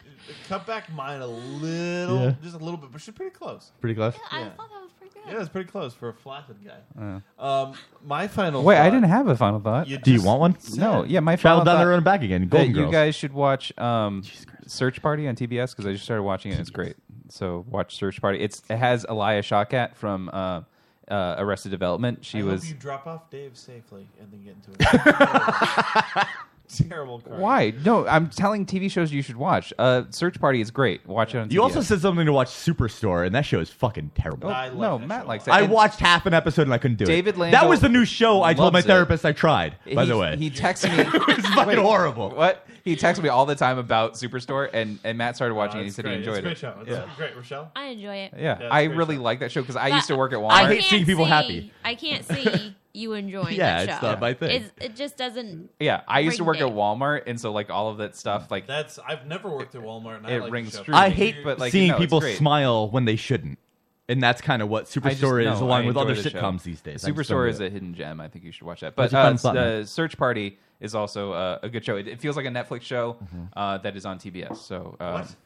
S9: cut back mine a little,
S10: Yeah.
S9: just a little bit, but she's pretty close.
S10: Pretty close.
S9: I thought
S12: that was pretty good.
S9: Yeah, it's pretty close for a flaccid guy.
S11: Yeah.
S10: Oh.
S9: Um, my final.
S11: Wait, I
S9: thought-
S11: didn't have a final thought.
S9: You
S10: Do you
S9: just
S10: want one?
S9: said-
S11: No, yeah, my
S10: Travel
S11: final
S10: down the
S11: thought-
S10: road and back again.
S11: that
S10: Golden
S11: you
S10: Girls.
S11: guys should watch um, Search Party on TBS because I just started watching it. It's great. So watch Search Party. It's it has Elia Shawkat from uh, uh, Arrested Development. She
S9: I hope
S10: [laughs]
S11: was
S9: you drop off Dave safely and then get into it. terrible card.
S11: Why? No, I'm telling TV shows you should watch. Uh, Search Party is great. Watch it on.
S10: You
S11: TBS.
S10: also said something to watch Superstore, and that show is fucking terrible.
S11: I Oh, no, Matt likes it.
S10: I
S11: And
S10: watched half an episode and I couldn't do it.
S11: David Landau
S10: That was the new show. I told my
S11: loves it.
S10: therapist I tried. By
S11: he-
S10: the way,
S11: he texted me.
S10: [laughs] it's fucking horrible.
S11: What? He texted me all the time about Superstore, and, and Matt started watching, it and he
S9: Uh, It's
S11: said
S9: great.
S11: he enjoyed
S9: it's a
S11: it.
S9: great show. It's
S11: yeah.
S9: great, Rochelle.
S12: I enjoy it.
S11: Yeah. I really like that show because I used to work at Walmart.
S12: can't see- I can't
S9: [laughs]
S12: see you enjoying
S11: Yeah,
S12: that
S11: it's
S12: show.
S11: not my thing.
S12: It's- it just
S9: Mm.
S12: doesn't.
S11: Yeah, I used to
S12: ring
S11: work at
S12: big.
S11: Walmart, and so like all of that stuff, like
S9: that's I've never worked at Walmart. And I
S11: it
S9: like
S11: rings
S9: the show.
S11: true.
S10: I hate
S11: but like
S10: seeing
S11: no, it's
S10: people
S11: great.
S10: smile when they shouldn't, and that's kind of what
S11: I just-
S10: Superstore is,
S11: no,
S10: along
S11: I
S10: with
S11: enjoy
S10: other
S11: the show.
S10: sitcoms these days. I just don't
S11: Superstore
S10: do
S11: is
S10: it.
S11: a hidden gem. I think you should watch that.
S10: It's
S11: But
S10: a fun
S11: uh,
S10: fun.
S11: the Search Party is also uh, a good show. It, it feels like a Netflix show
S10: Mm-hmm.
S11: uh, that is on TBS. So uh,
S10: What?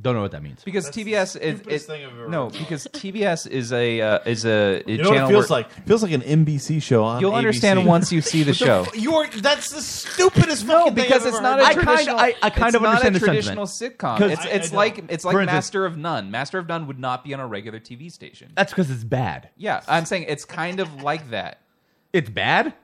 S10: Don't know what that means.
S11: Because
S9: That's the
S11: TBS is
S9: stupidest
S11: it-
S9: thing I've ever
S11: no,
S9: heard in my
S11: because TBS is a uh, is a, a
S9: You know what
S11: channel
S9: it feels
S11: where-
S9: like? It feels like an NBC show on
S11: You'll understand
S9: ABC.
S11: once you
S9: [laughs]
S11: see the show.
S30: You're that's the stupidest no, thing
S11: because
S30: I've
S11: it's
S30: ever
S11: not
S30: heard.
S11: a
S30: I kind-
S11: traditional.
S30: I- I kind
S11: it's
S30: of
S11: not
S30: understand
S11: a
S30: the
S11: traditional
S30: sentiment.
S11: sitcom.
S10: 'Cause-
S11: It's
S10: I-
S11: it's
S10: I
S11: like
S10: don't.
S11: it's
S10: For
S11: like
S10: instance-
S11: Master of None. Master of None would not be on a regular TV station.
S10: That's because it's bad.
S11: Yeah, I'm saying it's kind of like that.
S10: It's bad.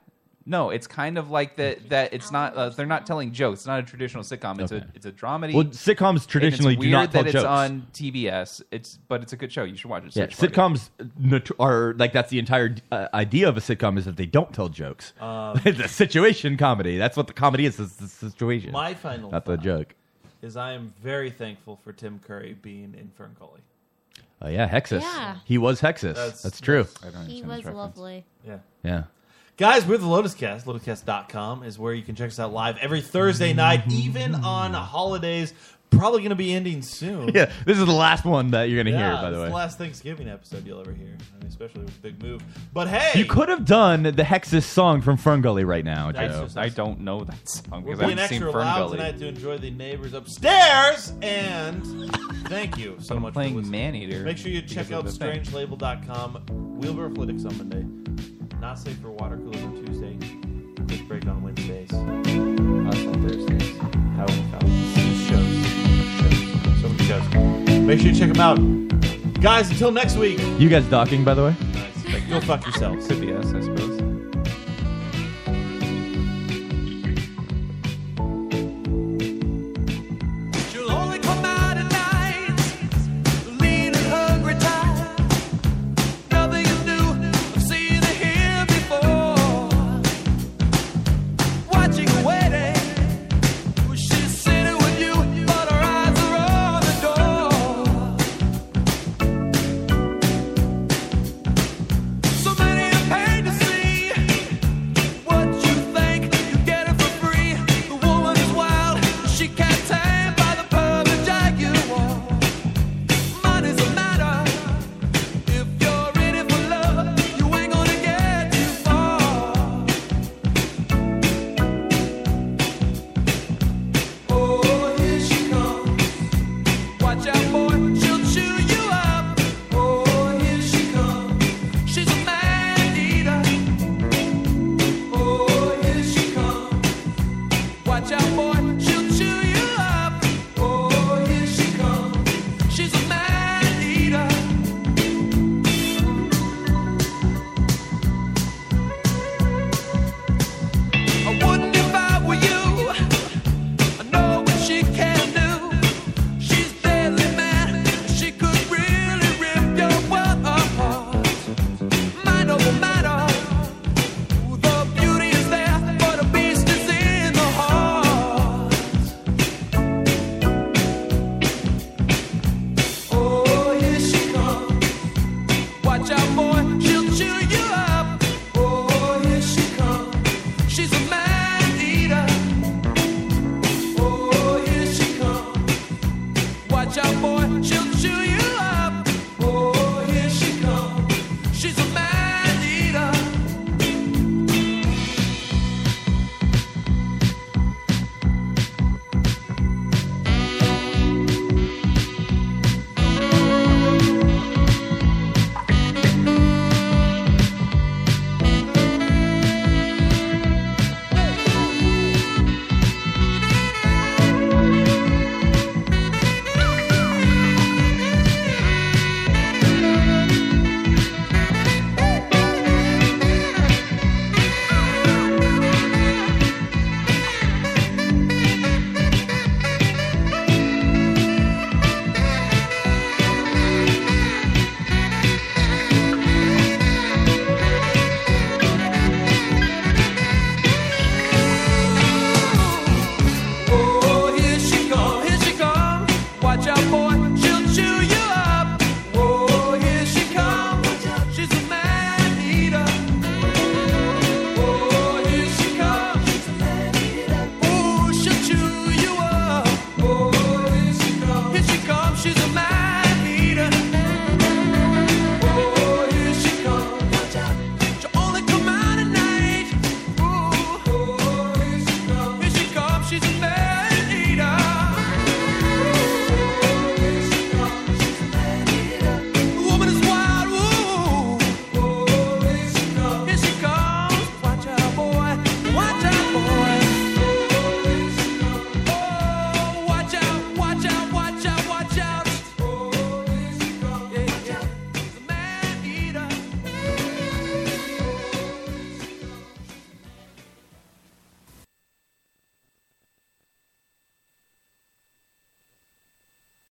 S11: No, it's kind of like that. That it's not. Uh, they're not telling jokes. It's not a traditional sitcom. It's a it's a dramedy.
S10: Well, sitcoms
S11: And it's
S10: traditionally do
S11: weird
S10: not tell
S11: that
S10: jokes.
S11: It's on TBS. It's but it's a good show. You should watch it.
S10: Yeah,
S11: Search Party.
S10: sitcoms nat- are like that's the entire uh, idea of a sitcom is that they don't tell jokes.
S9: Um,
S10: [laughs] it's a situation comedy. That's what the comedy is. It's the situation.
S9: My final
S10: not the
S9: thought.
S10: joke.
S9: Is I am very thankful for Tim Curry being in Ferngully.
S10: Oh yeah, Hexus.
S9: Yeah.
S10: He was Hexus. That's,
S9: That's-
S10: true.
S9: I don't
S12: He was lovely.
S9: Yeah.
S10: Yeah. [laughs]
S9: Guys, we're the Lotus Cast. LotusCast.com is where you can check us out live every Thursday night, even on holidays. Probably going to be ending soon.
S10: Yeah. This is the last one that you're gonna
S9: Yeah,
S10: hear. By
S9: this
S10: the
S9: is
S10: way,
S9: last Thanksgiving episode you'll ever hear, I mean, especially with the big move. But hey,
S10: you could have done the Hexus song from Ferngully right now,
S9: That's
S10: Joe.
S9: just- I
S11: don't know that song
S9: we're being extra loud tonight to enjoy the neighbors upstairs. And thank you so much.
S11: playing
S9: for listening.
S11: Maneater
S9: Make sure you
S11: because
S9: check
S11: of
S9: out
S11: the thing.
S9: strangelabel.com. Wheelbarrow Politics on Monday. Not safe for water coolers on Tuesday. Big break on Wednesdays. Us on Thursdays. How we found shows. Shows. So many shows. Make sure you check them out. Guys, until next week.
S10: You guys docking, by the way?
S9: Go fuck yourselves.
S11: Could be us, I suppose.
S4: Oh, Oh, Oh, Oh, Oh, Oh, Oh, Oh, Oh, Oh, Oh, Oh, Oh,